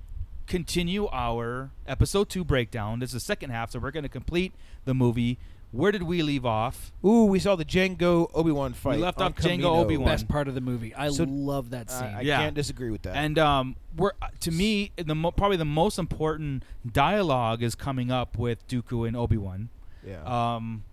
Speaker 8: continue our episode two breakdown. This is the second half, so we're going to complete the movie. Where did we leave off?
Speaker 9: Ooh, we saw the Django Obi Wan fight.
Speaker 8: left off
Speaker 9: on
Speaker 8: Django
Speaker 9: Kamino.
Speaker 8: Obi-Wan.
Speaker 11: best part of the movie. I
Speaker 9: So-
Speaker 11: love that scene.
Speaker 9: I, I
Speaker 8: Yeah.
Speaker 9: can't disagree with that.
Speaker 8: And um, we're uh, to me the mo- probably the most important dialogue is coming up with Dooku and Obi Wan.
Speaker 9: yeah.
Speaker 8: Um,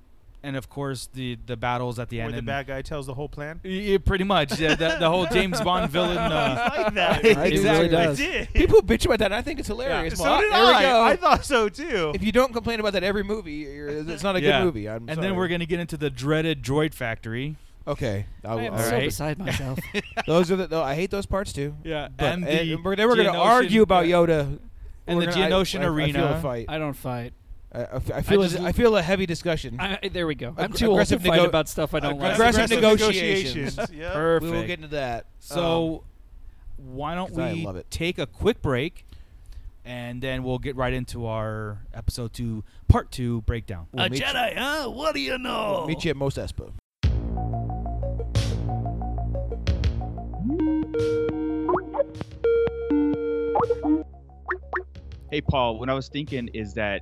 Speaker 8: and of course the the battles at the
Speaker 10: where
Speaker 8: end.
Speaker 10: the
Speaker 8: and-
Speaker 10: bad guy tells the whole plan.
Speaker 8: Yeah, pretty much yeah, the, the whole James Bond villain. Uh,
Speaker 10: like that.
Speaker 8: It
Speaker 11: really
Speaker 8: exactly.
Speaker 11: does.
Speaker 10: did.
Speaker 9: People bitch about that, and I think it's hilarious.
Speaker 10: so
Speaker 9: Well,
Speaker 10: did
Speaker 9: there we go.
Speaker 10: I. I thought so too.
Speaker 9: if you don't complain about that every movie, you're, it's not a
Speaker 8: Yeah.
Speaker 9: good movie. I'm
Speaker 8: and then we're gonna get into the dreaded droid factory.
Speaker 9: okay. I will-
Speaker 11: I am
Speaker 9: all
Speaker 11: so
Speaker 9: right.
Speaker 11: beside myself.
Speaker 9: Those are the. No, I hate those parts too.
Speaker 8: Yeah,
Speaker 9: But,
Speaker 8: and,
Speaker 9: and
Speaker 8: the
Speaker 9: we're, then we're going to
Speaker 8: Geonosian-
Speaker 9: argue about Yoda
Speaker 8: And
Speaker 9: We're
Speaker 8: the
Speaker 9: gonna- I-
Speaker 8: Geonosian
Speaker 9: I- I feel
Speaker 8: arena.
Speaker 9: a fight.
Speaker 11: I don't fight.
Speaker 9: I, I f- I feel.
Speaker 11: just-
Speaker 9: a, I feel a heavy discussion.
Speaker 11: I, I- there we go. I'm
Speaker 9: Aggr-
Speaker 11: too old to
Speaker 9: aggressive
Speaker 11: fight
Speaker 9: nego-
Speaker 11: about stuff I don't like.
Speaker 9: aggressive
Speaker 10: negotiations.
Speaker 9: negotiations.
Speaker 10: Yep.
Speaker 9: we
Speaker 8: Perfect.
Speaker 9: will get into that. Uh,
Speaker 8: so why don't
Speaker 9: Um, 'Cause I
Speaker 8: we
Speaker 9: love it.
Speaker 8: take a quick break? and then we'll get right into our episode two, part two breakdown.
Speaker 9: We'll meet you-
Speaker 10: huh? What do you know?
Speaker 9: meet you at most Espo.
Speaker 5: Hey, Paul, what I was thinking is that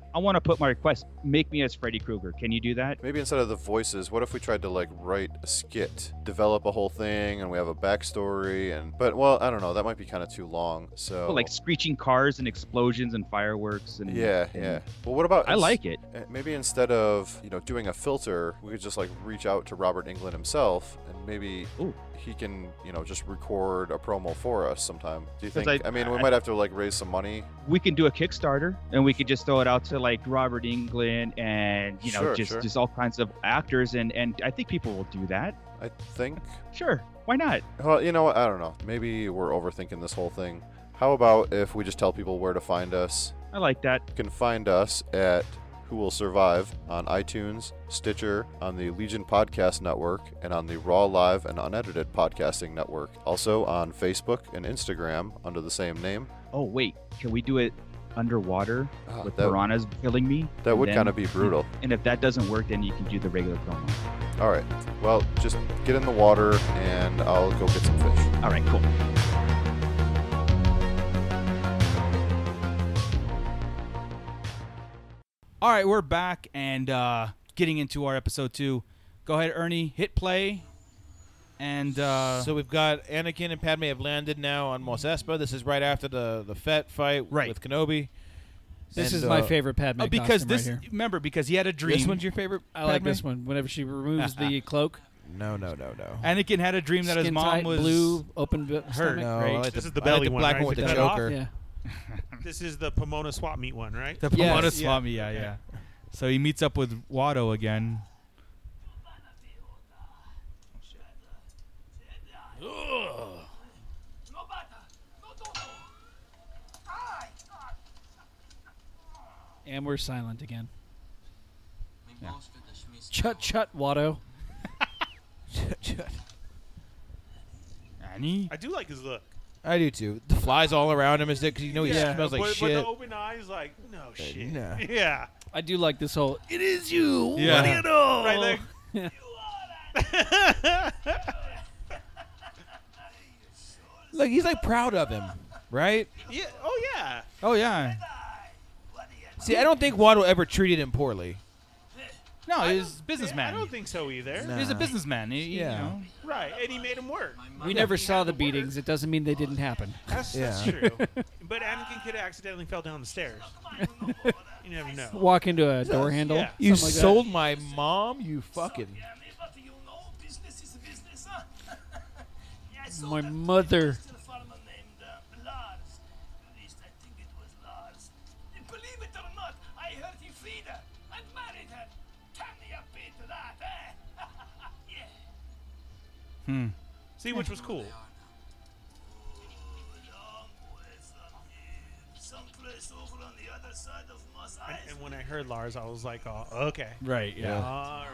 Speaker 5: I want to put my request. Make me as Freddy Krueger. Can you do that?
Speaker 12: Maybe instead of the voices, what if we tried to like write a skit, develop a whole thing, and we have a backstory and but well, I don't know, that might be kind of too long. So
Speaker 5: Well, like screeching cars and explosions and fireworks and
Speaker 12: Yeah,
Speaker 5: and-
Speaker 12: yeah. Well, what about?
Speaker 5: I like it.
Speaker 12: Uh, Maybe instead of you know doing a filter, we could just like reach out to Robert England himself, and maybe
Speaker 5: Ooh.
Speaker 12: he can you know just record a promo for us sometime. Do you
Speaker 5: 'Cause
Speaker 12: think? I,
Speaker 5: I-
Speaker 12: mean, we
Speaker 5: I-
Speaker 12: might have to like raise some money.
Speaker 5: We can do a Kickstarter and we could just throw it out to like Robert England and you know
Speaker 12: Sure,
Speaker 5: just
Speaker 12: sure.
Speaker 5: just all kinds of actors and and I think people will do that.
Speaker 12: I think.
Speaker 5: Sure, why not?
Speaker 12: Well, you know what? I don't know. Maybe we're overthinking this whole thing. How about if we just tell people where to find us?
Speaker 5: I like that.
Speaker 12: You can find us at Who Will Survive on iTunes, Stitcher, on the Legion Podcast Network, and on the Raw Live and Unedited Podcasting Network. Also on Facebook and Instagram under the same name.
Speaker 5: Oh wait, can we do it underwater
Speaker 12: Ah,
Speaker 5: with
Speaker 12: that-
Speaker 5: piranhas killing me?
Speaker 12: That
Speaker 5: And
Speaker 12: would
Speaker 5: then-
Speaker 12: kind of be brutal.
Speaker 5: And if that doesn't work, then you can do the regular promo.
Speaker 12: All right. Well, just get in the water and I'll go get some fish.
Speaker 5: All right, cool.
Speaker 8: All right, we're back and uh, getting into our episode two. Go ahead, Ernie, hit play, and uh,
Speaker 9: so we've got Anakin and Padme have landed now on Mos
Speaker 11: Mm-hmm.
Speaker 9: Espa. This is right after the the Fett fight
Speaker 8: Right.
Speaker 9: with Kenobi.
Speaker 11: This
Speaker 9: And,
Speaker 11: is my
Speaker 9: uh,
Speaker 11: favorite Padme
Speaker 8: oh, because
Speaker 11: costume
Speaker 8: this
Speaker 11: right here.
Speaker 8: remember because he had a dream.
Speaker 9: This one's your favorite.
Speaker 11: I like
Speaker 9: Padme?
Speaker 11: this one. Whenever she removes the cloak,
Speaker 9: No, no, no, no.
Speaker 8: Anakin had a dream that his
Speaker 11: skin
Speaker 8: mom
Speaker 11: tight,
Speaker 8: was
Speaker 11: blue, open bit,
Speaker 8: hurt.
Speaker 9: no,
Speaker 8: Right.
Speaker 9: I like
Speaker 10: This
Speaker 9: the,
Speaker 10: is the
Speaker 9: I like
Speaker 10: belly
Speaker 9: the
Speaker 10: one,
Speaker 9: black
Speaker 10: right?
Speaker 9: one with
Speaker 10: Is
Speaker 9: the
Speaker 10: that off?
Speaker 9: Joker.
Speaker 11: Yeah.
Speaker 10: This is the Pomona swap meet one, right?
Speaker 8: The
Speaker 11: Yes,
Speaker 8: Pomona
Speaker 11: yeah.
Speaker 8: Swami, yeah, yeah. So he meets up with Watto again.
Speaker 11: And we're silent again. Chut chut, Watto.
Speaker 8: Annie?
Speaker 10: I do like his look.
Speaker 9: I do too. The flies all around him is because you know he smells like
Speaker 10: but, but
Speaker 9: shit.
Speaker 10: the open eyes, like no
Speaker 9: Uh,
Speaker 10: shit.
Speaker 9: nah.
Speaker 10: Yeah,
Speaker 11: I do like this whole. It is you.
Speaker 8: Yeah.
Speaker 11: What do you know?
Speaker 10: right. Like,
Speaker 9: Look, he's like proud of him, right?
Speaker 10: yeah. Oh yeah.
Speaker 8: Oh yeah.
Speaker 9: See, I don't think Waddle ever treated him poorly.
Speaker 8: No,
Speaker 10: I
Speaker 8: he's
Speaker 10: don't-
Speaker 8: a businessman.
Speaker 10: I don't think so either.
Speaker 9: No.
Speaker 8: he's a businessman. He,
Speaker 9: Yeah.
Speaker 8: You know.
Speaker 10: Right, and he made him work.
Speaker 11: we never
Speaker 10: He
Speaker 11: saw
Speaker 10: had
Speaker 11: the
Speaker 10: to work.
Speaker 11: beatings. It doesn't mean they didn't happen.
Speaker 10: That's, that's
Speaker 9: Yeah.
Speaker 10: true. But Anakin could have accidentally fell down the stairs. you never know.
Speaker 11: Walk into a door handle.
Speaker 10: Yeah.
Speaker 9: You
Speaker 11: something like that.
Speaker 9: sold my mom, you fucking.
Speaker 11: My mother.
Speaker 10: See, which was cool. And, and when I heard Lars, I was like, oh, okay.
Speaker 8: Right. Yeah.
Speaker 10: All right.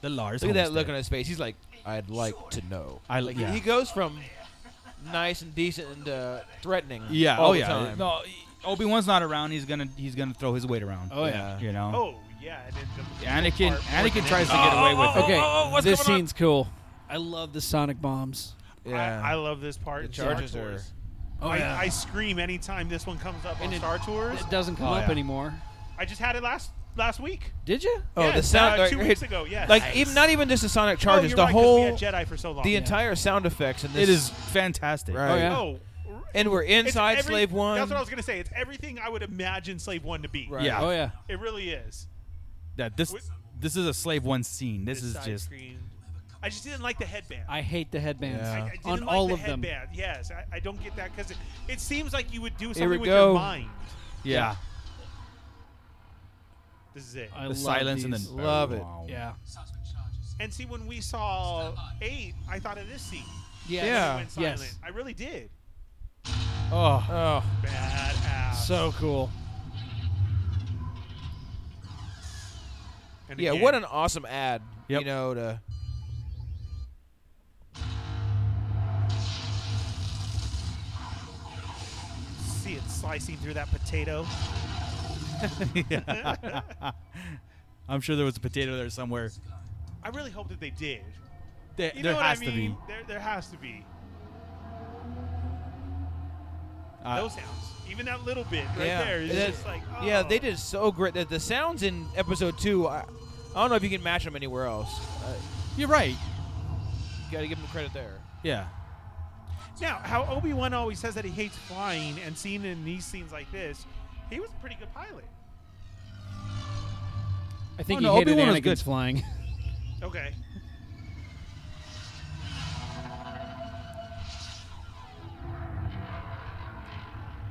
Speaker 8: The Lars.
Speaker 9: Look at that
Speaker 8: homestead.
Speaker 9: look on his face. He's like, I'd like to know.
Speaker 8: I
Speaker 9: Like,
Speaker 8: like. Yeah.
Speaker 9: He goes from nice and decent and uh, threatening.
Speaker 8: yeah.
Speaker 9: all
Speaker 8: oh
Speaker 9: the
Speaker 8: yeah.
Speaker 9: time.
Speaker 8: No, Obi Wan's not around. He's gonna he's gonna throw his weight around.
Speaker 11: Oh yeah.
Speaker 8: You know.
Speaker 10: Oh, yeah. And then the-
Speaker 8: Anakin.
Speaker 10: Or-
Speaker 8: Anakin tries to get away with it.
Speaker 11: Okay.
Speaker 10: oh, what's
Speaker 11: this
Speaker 10: going on?
Speaker 11: scene's cool. I love the sonic bombs.
Speaker 9: yeah.
Speaker 10: I, I love this part.
Speaker 9: The
Speaker 10: in Star
Speaker 9: charges are-
Speaker 10: Tours.
Speaker 11: Oh
Speaker 10: I,
Speaker 11: yeah.
Speaker 10: I scream anytime this one comes up
Speaker 11: And
Speaker 10: on
Speaker 11: it-
Speaker 10: Star Tours.
Speaker 11: it doesn't come
Speaker 8: Oh,
Speaker 11: up
Speaker 8: yeah.
Speaker 11: anymore.
Speaker 10: I just had it last last week.
Speaker 11: Did you?
Speaker 9: oh, the
Speaker 10: Yes,
Speaker 9: sound.
Speaker 10: uh,
Speaker 9: like,
Speaker 10: two weeks ago. Yes.
Speaker 9: Like even not even just the sonic
Speaker 10: Oh,
Speaker 9: charges.
Speaker 10: you're
Speaker 9: the
Speaker 10: right, 'cause we
Speaker 9: whole,
Speaker 10: had Jedi for so long.
Speaker 9: the
Speaker 10: Yeah.
Speaker 9: entire sound effects in this.
Speaker 8: It is fantastic.
Speaker 9: Right.
Speaker 11: Oh yeah.
Speaker 10: Oh,
Speaker 9: And we're
Speaker 10: it's
Speaker 9: inside
Speaker 10: every-
Speaker 9: Slave One.
Speaker 10: That's what I was gonna say. It's everything I would imagine Slave One to be.
Speaker 9: Right.
Speaker 8: Yeah.
Speaker 11: Oh yeah.
Speaker 10: It really is.
Speaker 8: That this
Speaker 10: Wait.
Speaker 8: this is a slave one scene. This
Speaker 10: This
Speaker 8: is
Speaker 10: side
Speaker 8: just
Speaker 10: screen. I just didn't like the headband.
Speaker 11: I hate the headbands
Speaker 9: Yeah.
Speaker 10: I didn't
Speaker 11: on
Speaker 10: like
Speaker 11: all
Speaker 10: the
Speaker 11: of them.
Speaker 10: headband. Yes, I, I don't get that because it, it seems like you would do
Speaker 9: we
Speaker 10: something with
Speaker 9: go.
Speaker 10: your mind.
Speaker 8: yeah.
Speaker 10: This is it.
Speaker 11: I
Speaker 8: The
Speaker 11: love
Speaker 8: silence and
Speaker 11: these.
Speaker 8: then
Speaker 9: Love it.
Speaker 8: Wow.
Speaker 11: Yeah.
Speaker 10: And see, when we saw eight, I thought of this scene.
Speaker 11: Yeah.
Speaker 10: When it went
Speaker 11: Yes.
Speaker 10: silent. I really did.
Speaker 11: Oh,
Speaker 10: oh, badass.
Speaker 11: So cool.
Speaker 10: And
Speaker 9: Yeah,
Speaker 10: again,
Speaker 9: what an awesome ad.
Speaker 8: Yep.
Speaker 9: You know, to
Speaker 10: see it slicing through that potato.
Speaker 8: I'm sure there was a potato there somewhere.
Speaker 10: I really hope that they did.
Speaker 8: There,
Speaker 10: You
Speaker 8: there
Speaker 10: know what
Speaker 8: has
Speaker 10: I
Speaker 8: to
Speaker 10: mean?
Speaker 8: be.
Speaker 10: There, there has to be.
Speaker 8: Uh,
Speaker 10: Those sounds, even that little bit right
Speaker 9: yeah.
Speaker 10: there, is
Speaker 9: That-
Speaker 10: just like oh.
Speaker 9: Yeah, they did so great. The, the sounds in episode two, I, I don't know if you can match them anywhere else. Uh,
Speaker 8: You're right.
Speaker 9: Got to give them credit there.
Speaker 8: Yeah.
Speaker 10: Now, how Obi Wan always says that he hates flying, and seen in these scenes like this, he was a pretty good pilot.
Speaker 11: I think
Speaker 8: Oh,
Speaker 11: he
Speaker 8: no,
Speaker 11: hated
Speaker 8: Obi-Wan was
Speaker 11: Anakin's
Speaker 8: good.
Speaker 11: flying.
Speaker 10: Okay.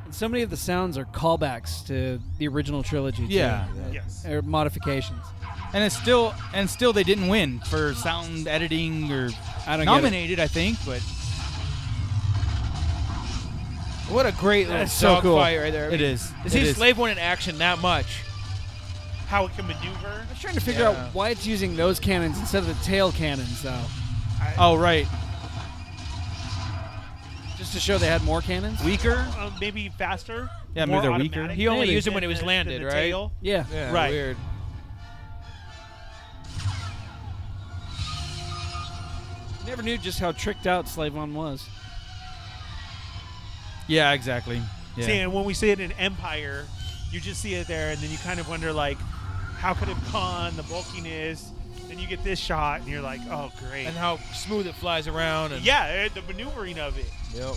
Speaker 11: And so many of the sounds are callbacks to the original trilogy. too.
Speaker 8: Yeah.
Speaker 11: Uh,
Speaker 10: Yes.
Speaker 11: Or modifications.
Speaker 8: And it's still and still they didn't win for sound editing or
Speaker 11: I don't get it.
Speaker 8: nominated, I think, but
Speaker 9: What a great little
Speaker 8: That's so
Speaker 9: dog
Speaker 8: cool.
Speaker 9: fight right there. I
Speaker 8: It
Speaker 9: mean,
Speaker 8: is.
Speaker 9: To
Speaker 8: It
Speaker 9: see
Speaker 8: is.
Speaker 9: Slave One in action that much.
Speaker 10: How it can maneuver.
Speaker 11: I'm trying to figure
Speaker 9: Yeah.
Speaker 11: out why it's using those cannons instead of the tail cannons, though.
Speaker 8: oh right,
Speaker 11: Just to show they had more cannons.
Speaker 8: weaker.
Speaker 10: Um, maybe faster.
Speaker 8: Yeah, maybe
Speaker 10: more
Speaker 8: they're weaker.
Speaker 10: automatic
Speaker 9: He only
Speaker 10: than-
Speaker 9: used them when he was
Speaker 10: than the-
Speaker 9: landed,
Speaker 10: than the
Speaker 9: right?
Speaker 10: tail.
Speaker 11: yeah.
Speaker 9: Yeah,
Speaker 10: Right.
Speaker 9: Weird.
Speaker 11: Never knew just how tricked out Slave One was.
Speaker 8: Yeah, exactly. Yeah.
Speaker 10: See, and when we see it in Empire, you just see it there, and then you kind of wonder, like, how could it have gone, the bulkiness, and you get this shot, and you're like, oh, great.
Speaker 9: And how smooth it flies around. And
Speaker 10: yeah, eh, the maneuvering of it.
Speaker 9: Yep.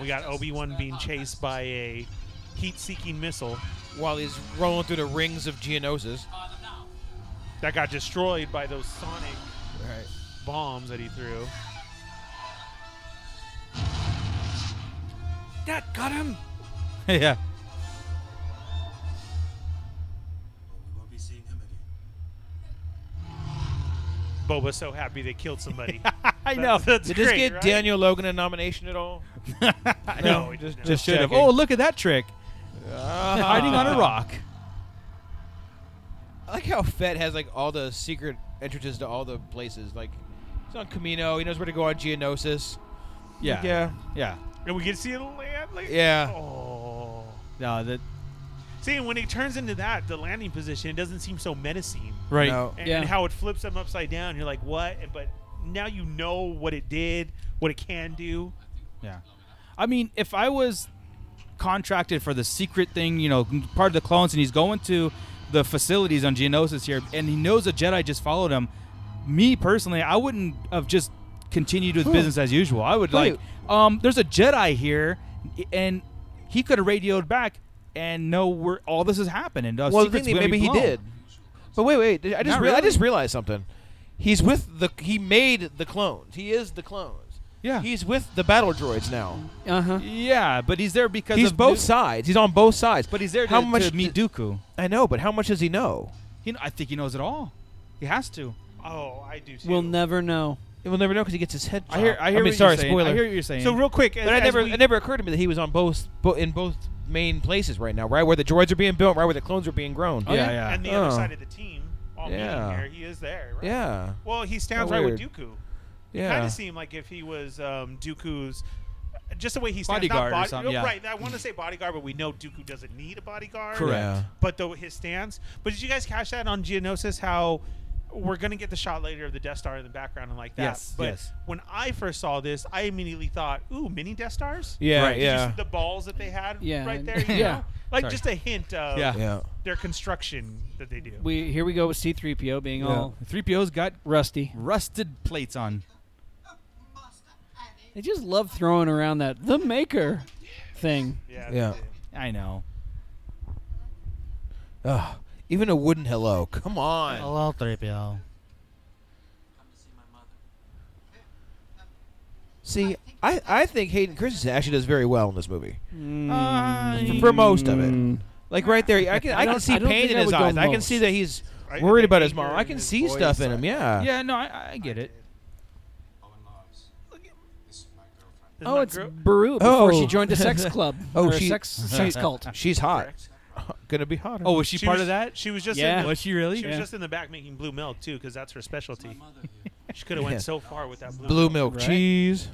Speaker 10: We got Obi Wan being chased by a heat seeking missile
Speaker 9: While he's rolling through the rings of Geonosis.
Speaker 10: that got destroyed by those sonic
Speaker 9: Right.
Speaker 10: bombs that he threw.
Speaker 9: That got him.
Speaker 8: yeah.
Speaker 10: Boba's so happy they killed somebody.
Speaker 8: I
Speaker 10: That-
Speaker 8: know.
Speaker 10: That's
Speaker 9: Did
Speaker 10: great,
Speaker 9: this get
Speaker 10: right?
Speaker 9: Daniel Logan a nomination at all?
Speaker 10: No, it
Speaker 9: just
Speaker 10: didn't.
Speaker 9: just
Speaker 8: Should have.
Speaker 9: checking.
Speaker 8: Oh, look at that trick. Hiding on a rock.
Speaker 9: I like how Fett has like all the secret entrances to all the places. Like he's on Camino. He knows where to go on Geonosis.
Speaker 8: Yeah.
Speaker 9: Yeah.
Speaker 8: Yeah.
Speaker 10: And we get to see the land later?
Speaker 9: Yeah.
Speaker 10: Oh.
Speaker 8: No, that
Speaker 10: See, and when he turns into that, the landing position, it doesn't seem so menacing.
Speaker 8: right.
Speaker 9: No.
Speaker 10: And,
Speaker 11: Yeah.
Speaker 10: and how it flips them upside down. You're like, what? And- But now you know what it did, what it can do.
Speaker 8: Yeah. I mean, if I was contracted for the secret thing, you know, part of the clones, and he's going to the facilities on Geonosis here, and he knows a Jedi just followed him, me personally, I wouldn't have just continued
Speaker 9: Hmm.
Speaker 8: with business as usual. I would like, um, there's a Jedi here, and he could have radioed back and know where all this is happening. The
Speaker 9: well, the
Speaker 8: uh, secret's
Speaker 9: thing that
Speaker 8: gonna be
Speaker 9: maybe he
Speaker 8: blown.
Speaker 9: did. But wait, wait. I just
Speaker 8: Not
Speaker 9: rea- I
Speaker 8: really.
Speaker 9: just realized something. He's with the he made the clones. He is the clones.
Speaker 8: Yeah.
Speaker 9: He's with the battle droids now.
Speaker 11: Uh huh.
Speaker 8: yeah, but he's there because
Speaker 9: He's
Speaker 8: of
Speaker 9: both
Speaker 8: Dooku-
Speaker 9: sides. He's on both sides.
Speaker 8: But he's there to,
Speaker 9: how much
Speaker 8: to meet
Speaker 9: d-
Speaker 8: Dooku.
Speaker 9: I know, but how much does he know?
Speaker 8: He, I think he knows it all. He has to.
Speaker 10: Oh, I do too.
Speaker 11: We'll never know.
Speaker 9: We'll never know because he gets his head.
Speaker 8: I hear.
Speaker 9: chopped.
Speaker 8: I hear.
Speaker 9: mean,
Speaker 8: what
Speaker 9: sorry,
Speaker 8: you're saying.
Speaker 9: spoiler.
Speaker 8: I hear what you're saying.
Speaker 10: so real quick,
Speaker 9: but
Speaker 10: as-
Speaker 9: I
Speaker 10: as
Speaker 9: never,
Speaker 10: we-
Speaker 9: it never occurred to me that he was on both, bo- in both main places right now, right where the droids are being built, right where the clones are being grown.
Speaker 8: yeah, yeah.
Speaker 10: and the other
Speaker 9: Oh.
Speaker 10: side of the team, all
Speaker 9: Yeah.
Speaker 10: meeting here, he is there. Right?
Speaker 9: yeah,
Speaker 10: Well, he stands
Speaker 9: How
Speaker 10: right with
Speaker 9: weird.
Speaker 10: Dooku.
Speaker 9: yeah.
Speaker 10: Kind of seemed like if he was um, Dooku's, just the way he stands.
Speaker 8: Bodyguard or
Speaker 10: not body,
Speaker 8: something,
Speaker 10: no,
Speaker 8: yeah.
Speaker 10: Right. I want to say bodyguard, but we know Dooku doesn't need a bodyguard.
Speaker 8: Correct.
Speaker 9: Yeah.
Speaker 10: But though his stance. But did you guys catch that on Geonosis? How we're gonna get the shot later of the Death Star in the background and like that.
Speaker 8: Yes,
Speaker 10: But
Speaker 8: yes.
Speaker 10: when I first saw this, I immediately thought, "Ooh, mini Death Stars."
Speaker 9: Yeah,
Speaker 10: Did you
Speaker 9: yeah.
Speaker 10: see the balls that they had
Speaker 11: Yeah,
Speaker 10: right
Speaker 11: and-
Speaker 10: there. you
Speaker 11: yeah.
Speaker 10: know? Like
Speaker 8: Sorry.
Speaker 10: just a hint of
Speaker 8: Yeah.
Speaker 9: yeah.
Speaker 10: their construction that they do.
Speaker 11: We here we go with C3PO being all
Speaker 8: Three PO's got
Speaker 11: rusty.
Speaker 8: rusted plates on.
Speaker 11: They just love throwing around that the maker thing.
Speaker 10: yeah.
Speaker 9: Yeah.
Speaker 8: I know.
Speaker 9: Ugh. Even a wooden hello. Come on.
Speaker 8: Hello, three PO.
Speaker 9: See, I, I think Hayden Christensen actually does very well in this movie. For, for most of it. Like right there, I can I, can
Speaker 11: don't-
Speaker 9: see
Speaker 11: I don't
Speaker 9: pain
Speaker 11: think
Speaker 9: in
Speaker 11: I
Speaker 9: his
Speaker 11: would go
Speaker 9: eyes. I can see
Speaker 11: most.
Speaker 9: that he's
Speaker 10: I
Speaker 9: worried
Speaker 10: think
Speaker 9: about his
Speaker 10: anger
Speaker 9: mom.
Speaker 10: in
Speaker 9: I can
Speaker 10: his
Speaker 9: see
Speaker 10: voice,
Speaker 9: stuff in him. Yeah.
Speaker 8: Yeah, no, I, I get it.
Speaker 1: This is my
Speaker 10: Isn't
Speaker 11: Oh,
Speaker 10: that
Speaker 11: it's
Speaker 10: gro-
Speaker 11: Baru before she joined a sex club
Speaker 9: oh,
Speaker 11: or a
Speaker 9: she-
Speaker 11: sex sex cult.
Speaker 9: She's hot. Gonna be hotter.
Speaker 8: Oh, was she, part
Speaker 10: was-
Speaker 8: of that?
Speaker 10: She was just
Speaker 11: Yeah.
Speaker 10: In the,
Speaker 8: Was she really?
Speaker 10: She was
Speaker 8: Yeah.
Speaker 10: just in the back making blue milk too, because that's her specialty. she could have went
Speaker 9: Yeah.
Speaker 10: so far with that blue
Speaker 9: blue milk
Speaker 11: Right?
Speaker 9: cheese.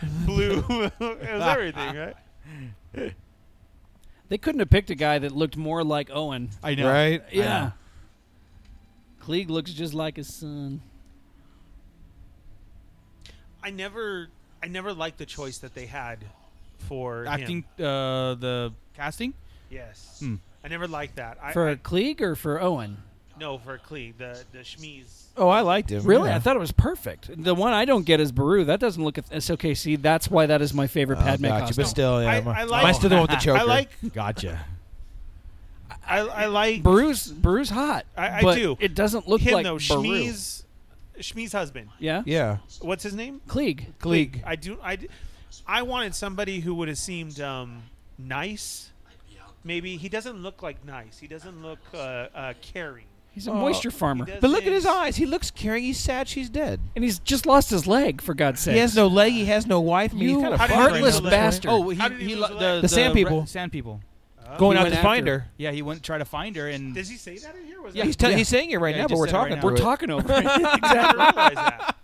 Speaker 10: Blue, it was everything, right?
Speaker 11: They couldn't have picked a guy that looked more like Owen.
Speaker 8: I know.
Speaker 9: Right?
Speaker 11: Yeah. Klieg looks just like his son.
Speaker 10: I never, I never liked the choice that they had for him.
Speaker 8: Acting, uh, the casting.
Speaker 10: Yes,
Speaker 8: Hmm.
Speaker 10: I never liked that. I,
Speaker 11: For
Speaker 10: I,
Speaker 11: Klieg or for Owen?
Speaker 10: no, for Klee, the the Schmies.
Speaker 9: Oh, I liked him.
Speaker 11: Really?
Speaker 9: Yeah.
Speaker 11: I thought it was perfect. The one I don't get is Baru. That doesn't look. It's okay. See, that's why that is my favorite
Speaker 9: Oh,
Speaker 11: Padme
Speaker 9: gotcha,
Speaker 11: costume.
Speaker 9: but still, yeah,
Speaker 10: I-
Speaker 9: my-
Speaker 10: I like-
Speaker 9: mine's still the one with the choker.
Speaker 10: I like,
Speaker 9: Gotcha.
Speaker 10: I, I like
Speaker 11: Baru's Baru's hot.
Speaker 10: I- I
Speaker 11: but
Speaker 10: do.
Speaker 11: It doesn't look
Speaker 10: him
Speaker 11: like
Speaker 10: though.
Speaker 11: Baru.
Speaker 10: Schmies, Schmies' husband.
Speaker 11: Yeah.
Speaker 9: Yeah.
Speaker 10: What's his name?
Speaker 11: Klieg.
Speaker 9: Klieg.
Speaker 10: I do. I, d- I wanted somebody who would have seemed um, nice. Maybe he doesn't look like nice. He doesn't look uh, uh, caring.
Speaker 11: He's a
Speaker 9: Oh,
Speaker 11: moisture farmer,
Speaker 10: He does
Speaker 9: But look at his
Speaker 10: things-
Speaker 9: eyes. He looks caring. He's sad she's dead.
Speaker 11: and he's just lost his leg for God's sake.
Speaker 9: He has no leg. He has no wife. I mean,
Speaker 11: You
Speaker 9: he's kind of
Speaker 10: How did he
Speaker 11: heartless
Speaker 10: lose a leg?
Speaker 11: bastard.
Speaker 8: Oh, he,
Speaker 10: How did he
Speaker 8: he
Speaker 10: lose
Speaker 8: lo-
Speaker 10: a
Speaker 8: the,
Speaker 10: leg?
Speaker 8: the,
Speaker 9: The sand
Speaker 8: re-
Speaker 9: people.
Speaker 8: sand people.
Speaker 9: going
Speaker 11: He
Speaker 9: out
Speaker 11: went
Speaker 9: to find
Speaker 11: after-
Speaker 9: her.
Speaker 8: Yeah, he went to try to find her, and
Speaker 10: Does he say that in here? Was
Speaker 9: Yeah,
Speaker 10: that
Speaker 9: he's, tell-
Speaker 11: Yeah.
Speaker 9: he's saying it right
Speaker 8: Yeah, he
Speaker 9: now, but
Speaker 8: just
Speaker 9: we're
Speaker 8: said it
Speaker 9: talking.
Speaker 8: right
Speaker 9: through
Speaker 11: We're
Speaker 9: it.
Speaker 11: talking over. it.
Speaker 10: I didn't realize that.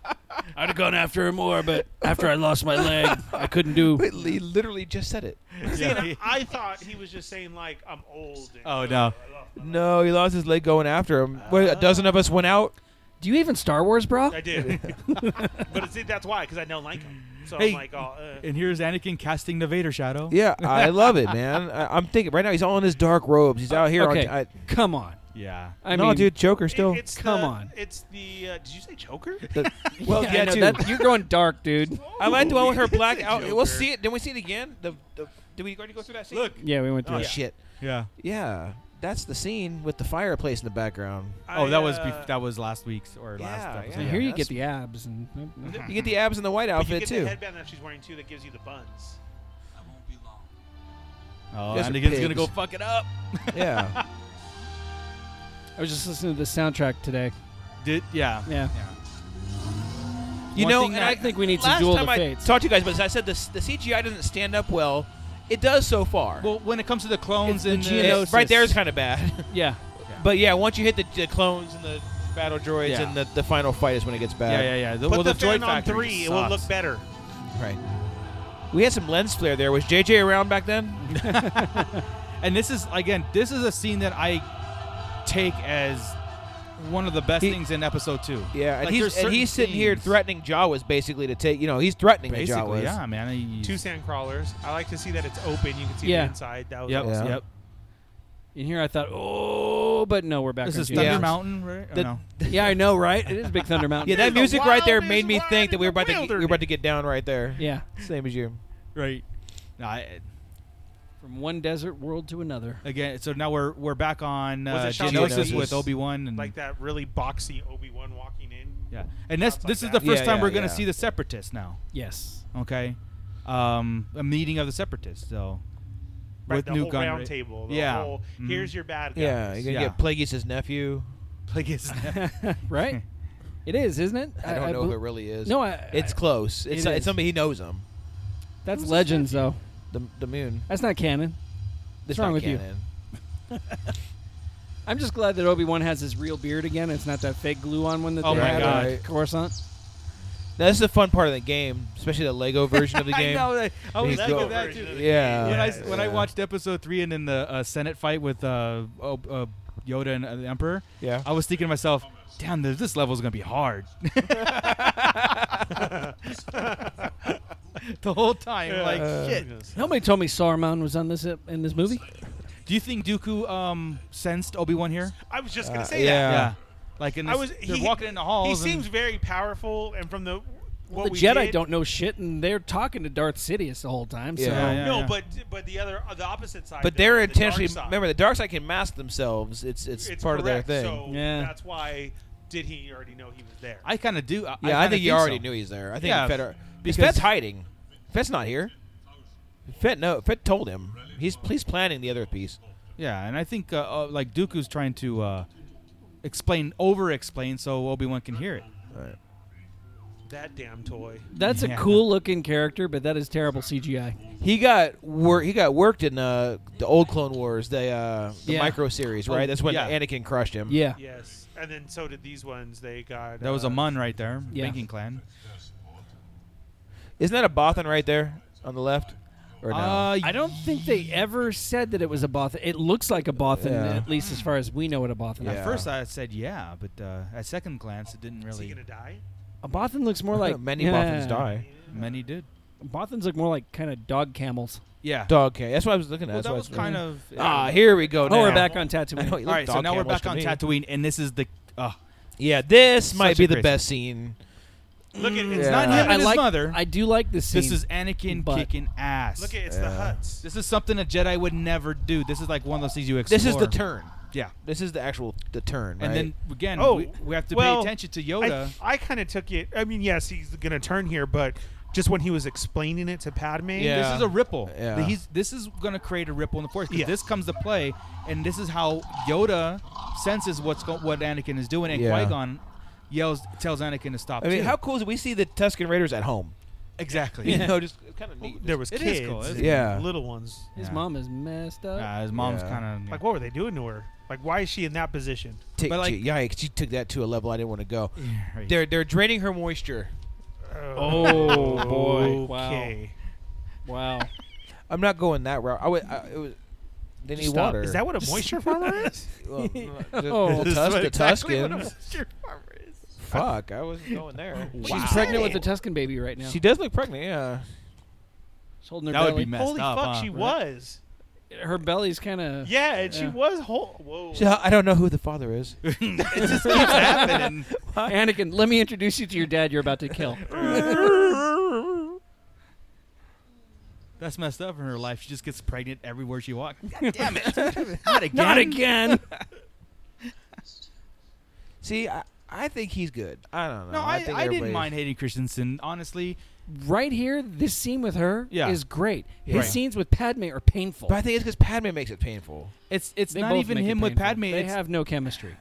Speaker 11: I'd have gone after him more, but after I lost my leg, I couldn't do.
Speaker 9: Wait, He literally just said it.
Speaker 10: See, and I thought he was just saying like I'm old. and-
Speaker 8: Oh, no.
Speaker 9: No, he lost his leg going after him. Well, a dozen of us went out.
Speaker 11: Do you even Star Wars, bro?
Speaker 10: I did. but see, that's why because I don't like him. So
Speaker 8: Hey.
Speaker 10: I'm like, oh, uh,
Speaker 8: and here's Anakin casting the Vader shadow.
Speaker 9: Yeah, I love it, man. I, I'm thinking right now. He's all in his dark robes. He's out here.
Speaker 11: okay,
Speaker 9: On I-
Speaker 11: come on.
Speaker 8: Yeah.
Speaker 11: I
Speaker 9: no,
Speaker 11: mean,
Speaker 9: dude, Joker still.
Speaker 10: it- it's
Speaker 11: Come
Speaker 10: the-
Speaker 11: on.
Speaker 10: It's the. Uh, did you say Joker?
Speaker 9: The- well,
Speaker 11: I
Speaker 9: yeah,
Speaker 11: know
Speaker 9: too.
Speaker 11: that- you're going dark, dude.
Speaker 9: I like the one with her black.
Speaker 10: Joker.
Speaker 9: Out. We'll see it. Did we see it again? The, the did we already go through that scene? Look.
Speaker 11: Yeah, we went through.
Speaker 9: Oh
Speaker 11: it.
Speaker 9: shit.
Speaker 8: Yeah.
Speaker 9: Yeah, that's the scene with the fireplace in the background.
Speaker 8: Oh,
Speaker 10: I,
Speaker 8: that was
Speaker 10: uh,
Speaker 8: bef- that was last week's or
Speaker 9: Yeah,
Speaker 8: last
Speaker 11: I
Speaker 8: episode.
Speaker 9: yeah.
Speaker 11: hear you
Speaker 9: that's-
Speaker 11: get the abs and.
Speaker 9: You get the abs in the white
Speaker 10: but you
Speaker 9: outfit
Speaker 10: get
Speaker 9: too.
Speaker 10: The headband that she's wearing too that gives you the buns.
Speaker 8: Oh,
Speaker 9: Those are
Speaker 8: Anakin's gonna
Speaker 9: pigs.
Speaker 8: go fuck it up.
Speaker 9: yeah.
Speaker 11: I was just listening to the soundtrack today.
Speaker 8: Did yeah.
Speaker 11: Yeah.
Speaker 9: You
Speaker 8: One
Speaker 9: know,
Speaker 8: thing
Speaker 9: and
Speaker 8: that-
Speaker 11: I think we need to
Speaker 9: last
Speaker 11: duel
Speaker 9: time
Speaker 11: the
Speaker 9: I
Speaker 11: fates.
Speaker 9: talked to you guys, but I said this, the CGI doesn't stand up well. It does so far.
Speaker 8: Well, when it comes to the clones
Speaker 11: It's the
Speaker 8: and
Speaker 9: It-
Speaker 11: Geonosis.
Speaker 9: right there is kind of bad.
Speaker 11: yeah.
Speaker 9: but yeah, once you hit the, the clones and the battle droids
Speaker 8: Yeah.
Speaker 9: and the, the final fight is when it gets
Speaker 8: yeah,
Speaker 9: bad.
Speaker 8: yeah, yeah. The,
Speaker 10: Put
Speaker 8: well,
Speaker 10: the,
Speaker 8: the, Joy
Speaker 10: fan on
Speaker 8: Factory
Speaker 10: three; it will
Speaker 8: sucks.
Speaker 10: look better.
Speaker 9: Right. We had some lens flare there. Was JJ around back then?
Speaker 8: And this is again, this is a scene that I take as one of the best
Speaker 9: He-
Speaker 8: things in episode two.
Speaker 9: Yeah, and
Speaker 8: Like, there's
Speaker 9: he's and
Speaker 8: certain
Speaker 9: he's sitting here
Speaker 8: scenes-
Speaker 9: threatening Jawas basically to take. You know, he's threatening the
Speaker 8: Basically,
Speaker 9: Jawas.
Speaker 8: yeah, man. I-
Speaker 10: Two sand crawlers. I like to see that it's open. You can see
Speaker 11: Yeah.
Speaker 10: the inside. That was
Speaker 8: Yep,
Speaker 9: Yeah.
Speaker 8: yep.
Speaker 11: In here, I thought, oh, but no, we're back.
Speaker 8: This
Speaker 11: on
Speaker 8: is
Speaker 11: Jason.
Speaker 8: Thunder
Speaker 9: Yeah.
Speaker 8: Mountain, right? Or
Speaker 9: The-
Speaker 8: no.
Speaker 11: Yeah, I know, right? It is Big Thunder Mountain.
Speaker 9: Yeah, that
Speaker 10: the
Speaker 9: music right there
Speaker 10: wildest
Speaker 9: made me
Speaker 10: ride
Speaker 9: think that
Speaker 10: in
Speaker 9: we were
Speaker 10: the
Speaker 9: about to get, we were about to get down right there.
Speaker 11: Yeah.
Speaker 9: Same as you.
Speaker 8: Right. No, I,
Speaker 11: From one desert world to another.
Speaker 8: again, so now we're we're back on
Speaker 10: Was
Speaker 8: uh,
Speaker 10: it Shaun
Speaker 9: of the
Speaker 8: Geonosis
Speaker 9: Dead?
Speaker 8: with Obi Wan and
Speaker 10: like that really boxy Obi Wan walking in.
Speaker 8: yeah. And this
Speaker 10: Shots like
Speaker 8: this is
Speaker 10: that.
Speaker 8: the first
Speaker 9: Yeah,
Speaker 8: time
Speaker 9: yeah,
Speaker 8: we're gonna
Speaker 9: yeah.
Speaker 8: see the Separatists now.
Speaker 11: Yes.
Speaker 8: Okay, um, a meeting of the Separatists. So
Speaker 10: Right,
Speaker 8: with
Speaker 10: the
Speaker 8: new
Speaker 10: whole
Speaker 8: gun
Speaker 10: round
Speaker 8: ra-
Speaker 10: table. The
Speaker 8: Yeah.
Speaker 10: Whole,
Speaker 8: Mhm.
Speaker 10: Here's your bad guys.
Speaker 9: Yeah, you're gonna
Speaker 8: Yeah.
Speaker 9: get Plagueis' nephew.
Speaker 8: Mm-hmm. Plagueis.
Speaker 11: Right? it is, isn't it?
Speaker 9: I don't know
Speaker 11: bel-
Speaker 9: who it really is.
Speaker 11: No, I,
Speaker 9: it's
Speaker 11: I-
Speaker 9: close. It's, uh,
Speaker 11: it
Speaker 9: it's
Speaker 11: is.
Speaker 9: somebody he knows him.
Speaker 11: that's Legends, though.
Speaker 9: The the moon.
Speaker 11: That's not canon.
Speaker 9: It's
Speaker 11: What's wrong
Speaker 9: not
Speaker 11: with you?
Speaker 9: canon.
Speaker 11: I'm just glad that Obi Wan has his real beard again. It's not that fake glue on one that
Speaker 8: Oh
Speaker 11: they
Speaker 8: my
Speaker 11: had
Speaker 8: God.
Speaker 11: on Coruscant.
Speaker 9: Now this is a fun part of the game, especially the Lego version of the
Speaker 8: I
Speaker 9: game.
Speaker 8: know. that- I was
Speaker 9: He's
Speaker 8: thinking
Speaker 9: go-
Speaker 8: of that too.
Speaker 9: Yeah.
Speaker 8: when I
Speaker 9: Uh, Yeah.
Speaker 8: when I watched episode three and then the uh, Senate fight with uh, Ob- uh, Yoda and uh, the Emperor,
Speaker 9: Yeah.
Speaker 8: I was thinking to myself, damn, this, this level is gonna be hard. the whole time, like
Speaker 9: Uh,
Speaker 8: shit.
Speaker 11: Nobody told me Saruman was on this uh, in this movie.
Speaker 8: Do you think Dooku um, sensed Obi Wan here?
Speaker 10: I was just
Speaker 9: Uh,
Speaker 10: gonna say
Speaker 9: yeah.
Speaker 10: that.
Speaker 8: Like in
Speaker 10: I
Speaker 8: this,
Speaker 10: was.
Speaker 8: they're
Speaker 10: He,
Speaker 8: walking in the
Speaker 10: He
Speaker 8: halls. and-
Speaker 10: seems very powerful, and from the what
Speaker 11: the
Speaker 10: we
Speaker 11: Jedi
Speaker 10: did-
Speaker 11: don't know shit, and they're talking to Darth Sidious the whole time. So
Speaker 9: Yeah.
Speaker 8: Yeah,
Speaker 10: No,
Speaker 8: yeah.
Speaker 10: but but the other the opposite side.
Speaker 9: But
Speaker 10: though,
Speaker 9: they're
Speaker 10: the dark
Speaker 9: intentionally.
Speaker 10: side.
Speaker 9: remember, the dark side can mask themselves. It's it's,
Speaker 10: it's
Speaker 9: part
Speaker 10: correct,
Speaker 9: of their
Speaker 10: So
Speaker 9: thing.
Speaker 11: Yeah.
Speaker 10: that's why did he already know he was there?
Speaker 8: I kind of do. I, I
Speaker 9: yeah, I,
Speaker 8: kinda
Speaker 9: think you already
Speaker 8: so.
Speaker 9: knew he's there. I think
Speaker 8: Yeah,
Speaker 9: Fett. Are, because
Speaker 8: because-
Speaker 9: Fett's hiding. Fett's not here. Fett no. Fett told him. He's he's planning the other piece.
Speaker 8: Yeah, and I think uh, uh, like Dooku's trying to uh, explain, over-explain, so Obi Wan can hear it.
Speaker 10: that damn toy.
Speaker 11: That's a cool looking character, but that is terrible CGI.
Speaker 9: He got wor- he got worked in uh, the old Clone Wars, the uh, the
Speaker 11: Yeah.
Speaker 9: micro series,
Speaker 11: Oh,
Speaker 9: right? That's when
Speaker 11: yeah.
Speaker 9: Anakin crushed him.
Speaker 10: Yes. And then so did these ones. They got
Speaker 8: That was a
Speaker 10: uh,
Speaker 8: mun right there.
Speaker 11: Yeah.
Speaker 8: Banking clan.
Speaker 9: Isn't that a Bothan right there on the left? Or
Speaker 8: Uh,
Speaker 9: no?
Speaker 11: I don't think they ever said that it was a Bothan. It looks like a Bothan,
Speaker 9: Yeah.
Speaker 11: at least as far as we know what a Bothan
Speaker 8: At
Speaker 11: is.
Speaker 8: first, I said yeah, but uh, at second glance, it didn't really.
Speaker 10: gonna die?
Speaker 11: a Bothan looks more like
Speaker 9: Many
Speaker 11: yeah.
Speaker 9: Bothans die.
Speaker 8: Many did.
Speaker 11: Bothans look more like kind of dog camels.
Speaker 8: Yeah.
Speaker 9: Dog K. That's what I was looking at.
Speaker 8: Well,
Speaker 9: That's
Speaker 8: that
Speaker 9: what I
Speaker 8: was kind of.
Speaker 9: ah, here we go.
Speaker 11: Oh, we're
Speaker 9: now.
Speaker 11: back on
Speaker 9: I know,
Speaker 11: Tatooine.
Speaker 9: he
Speaker 8: All
Speaker 9: looked
Speaker 8: right, so
Speaker 9: dog
Speaker 8: now we're
Speaker 9: camels
Speaker 8: back
Speaker 9: to
Speaker 8: on
Speaker 9: me.
Speaker 8: Tatooine, and this is the. Uh,
Speaker 9: Yeah, this
Speaker 8: Such
Speaker 9: might
Speaker 8: a
Speaker 9: be the
Speaker 8: crazy-
Speaker 9: best scene.
Speaker 10: Look at it's
Speaker 9: Yeah.
Speaker 10: not
Speaker 8: not
Speaker 10: him.
Speaker 8: him
Speaker 11: I
Speaker 8: and his
Speaker 11: like-
Speaker 8: mother.
Speaker 11: I do like this scene.
Speaker 8: this is Anakin
Speaker 11: but-
Speaker 8: kicking ass.
Speaker 10: Look at it's the huts.
Speaker 8: This is something a Jedi would never do. This is like one of those things you explore.
Speaker 9: This is the turn.
Speaker 8: Yeah.
Speaker 9: This is the actual the turn.
Speaker 8: And
Speaker 9: right?
Speaker 8: then again,
Speaker 10: Oh,
Speaker 8: we, we have to
Speaker 10: well,
Speaker 8: pay attention to
Speaker 10: I-
Speaker 8: Yoda.
Speaker 10: I, kind of took it. I mean, yes, he's gonna turn here, but just when he was explaining it to Padme,
Speaker 9: Yeah.
Speaker 8: This is a ripple.
Speaker 9: Yeah.
Speaker 8: He's, this is going to create a ripple in the force because
Speaker 10: Yeah.
Speaker 8: this comes to play, and this is how Yoda senses what's go- what Anakin is doing, and
Speaker 9: Yeah.
Speaker 8: Qui Gon yells, tells Anakin to stop.
Speaker 9: I mean,
Speaker 8: too.
Speaker 9: how cool is it? We see the Tuscan Raiders at home.
Speaker 8: exactly?
Speaker 9: You know, just kind of neat.
Speaker 10: there was
Speaker 8: It
Speaker 10: kids,
Speaker 8: is cool, isn't
Speaker 10: and
Speaker 9: it? Yeah.
Speaker 10: little ones.
Speaker 11: his
Speaker 8: Yeah.
Speaker 11: mom is messed up.
Speaker 8: Yeah, his mom's
Speaker 9: Yeah.
Speaker 8: kind of
Speaker 10: Like, what were they doing to her? Like, why is she in that position?
Speaker 9: Take,
Speaker 8: but, like-
Speaker 9: yikes! You took that to a level I didn't want to go. They're they're draining her moisture.
Speaker 10: Oh
Speaker 11: boy. Wow.
Speaker 10: Okay.
Speaker 11: wow.
Speaker 9: I'm not going that route. I would. I, it was. They need
Speaker 11: Stop.
Speaker 9: water.
Speaker 10: Is that what a moisture farmer is?
Speaker 9: Well, the,
Speaker 11: Oh.
Speaker 9: the,
Speaker 11: This
Speaker 9: Tus- the
Speaker 10: Exactly what a
Speaker 9: Tuscans.
Speaker 10: moisture farmer is.
Speaker 9: Fuck! I wasn't going there.
Speaker 11: She's pregnant with a Tuscan baby right now.
Speaker 9: She does look pregnant. Yeah.
Speaker 11: She's holding her
Speaker 8: That would
Speaker 11: belly.
Speaker 8: be messed
Speaker 10: Holy
Speaker 8: up,
Speaker 10: fuck,
Speaker 8: huh?
Speaker 10: she was.
Speaker 11: her belly's kind of.
Speaker 10: Yeah, and she
Speaker 11: Yeah.
Speaker 10: was whole. Whoa.
Speaker 9: She- I don't know who the father is.
Speaker 8: happening.
Speaker 11: Anakin, let me introduce you to your dad. You're about to kill.
Speaker 8: That's messed up in her life. She just gets pregnant everywhere she walks. God damn it! Not again.
Speaker 11: Not again.
Speaker 9: See, I, I think he's good. I don't know.
Speaker 8: No, I,
Speaker 9: think
Speaker 8: I, didn't
Speaker 9: everybody's-
Speaker 8: mind Hayden Christensen. Honestly,
Speaker 11: right here, this scene with her
Speaker 8: Yeah.
Speaker 11: is great. His
Speaker 8: Right.
Speaker 11: scenes with Padme are painful.
Speaker 9: But I think it's because Padme makes it painful.
Speaker 8: it's it's
Speaker 11: They
Speaker 8: not
Speaker 11: both
Speaker 8: even
Speaker 11: make it
Speaker 8: him with
Speaker 11: painful.
Speaker 8: Padme.
Speaker 11: They
Speaker 8: it's-
Speaker 11: have no chemistry.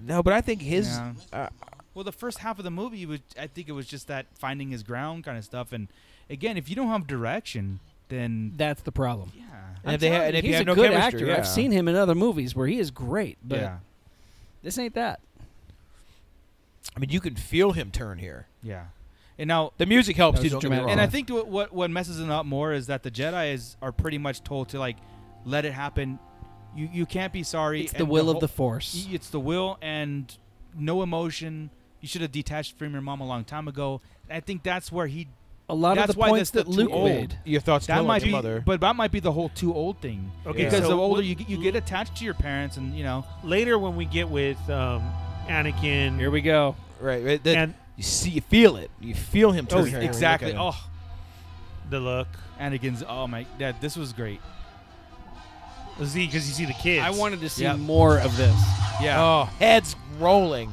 Speaker 9: No, but I think his.
Speaker 8: Yeah.
Speaker 9: Uh,
Speaker 8: Well, the first half of the movie, was, I think it was just that finding his ground kind of stuff. And again, if you don't have direction, then
Speaker 11: That's the problem.
Speaker 8: yeah,
Speaker 9: and
Speaker 11: I'm
Speaker 9: if they ha-
Speaker 11: telling
Speaker 9: and
Speaker 11: you,
Speaker 9: if
Speaker 11: he's
Speaker 9: you have
Speaker 11: a
Speaker 9: no
Speaker 11: good
Speaker 9: chemistry,
Speaker 11: actor.
Speaker 9: yeah.
Speaker 11: I've seen him in other movies where he is great, but
Speaker 8: yeah,
Speaker 11: this ain't that.
Speaker 9: I mean, you can feel him turn here.
Speaker 8: yeah. And now,
Speaker 9: The music helps
Speaker 11: That
Speaker 9: too.
Speaker 11: was
Speaker 9: Don't get me
Speaker 11: dramatic.
Speaker 9: wrong.
Speaker 8: and I think what, what what messes it up more is that the Jedi is are pretty much told to like let it happen. You you can't be sorry.
Speaker 11: It's the
Speaker 8: and
Speaker 11: will
Speaker 8: whole-
Speaker 11: of the Force.
Speaker 8: Y- It's the will and no emotion. You should have detached from your mom a long time ago. And I think that's where he.
Speaker 11: A lot
Speaker 8: That's
Speaker 11: of the
Speaker 8: why
Speaker 11: points
Speaker 8: that's
Speaker 11: that
Speaker 8: the
Speaker 11: Luke
Speaker 8: too old.
Speaker 11: made.
Speaker 9: Oh. your thoughts
Speaker 8: That
Speaker 9: tell
Speaker 8: might
Speaker 9: on
Speaker 8: be,
Speaker 9: your mother.
Speaker 8: but that might be the whole too old thing.
Speaker 10: Okay,
Speaker 9: Yeah.
Speaker 8: Because
Speaker 10: so
Speaker 8: the older
Speaker 10: wh-
Speaker 8: you get, you get attached to your parents, and you know.
Speaker 10: later when we get with um, Anakin.
Speaker 11: Here we go.
Speaker 9: right, right. the-
Speaker 10: and
Speaker 9: you see, you feel it. You feel him turn.
Speaker 8: Oh,
Speaker 9: here when you look
Speaker 8: exactly.
Speaker 9: at him.
Speaker 8: Oh,
Speaker 10: the look.
Speaker 8: Anakin's. Oh my, yeah, this was great.
Speaker 10: Z, because you see the kids.
Speaker 11: I wanted to see
Speaker 8: Yep.
Speaker 11: more of this.
Speaker 8: Yeah,
Speaker 9: Oh, heads rolling.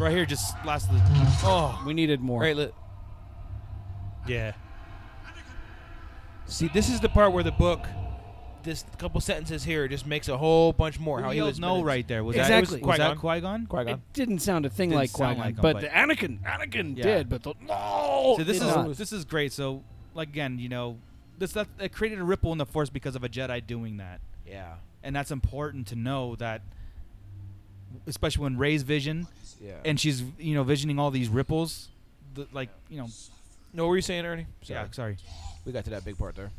Speaker 8: right here, just last. Of the,
Speaker 9: Oh,
Speaker 11: We needed more.
Speaker 9: right. Look.
Speaker 10: Yeah.
Speaker 9: See, this is the part where the book, this couple sentences here, just makes a whole bunch more. How
Speaker 8: he
Speaker 9: he
Speaker 8: yelled
Speaker 9: was
Speaker 8: no right there. Was
Speaker 11: Exactly.
Speaker 8: that was that Qui Gon?
Speaker 9: Qui
Speaker 11: It
Speaker 9: Gon.
Speaker 11: didn't sound a thing
Speaker 8: Didn't
Speaker 11: like
Speaker 8: sound
Speaker 11: Qui-Gon,
Speaker 8: like him,
Speaker 11: but,
Speaker 8: but-
Speaker 11: the Anakin, Anakin
Speaker 8: Yeah.
Speaker 11: did, but the no.
Speaker 8: So this
Speaker 11: did
Speaker 8: is
Speaker 11: not.
Speaker 8: this is great. So like again, you know, this that it created a ripple in the force because of a Jedi doing that,
Speaker 9: Yeah.
Speaker 8: and that's important to know that, especially when Ray's vision,
Speaker 9: Yeah.
Speaker 8: and she's you know visioning all these ripples, the, like you know,
Speaker 9: no, what were you saying, Ernie? Sorry.
Speaker 8: yeah, sorry.
Speaker 9: We got to that big part there.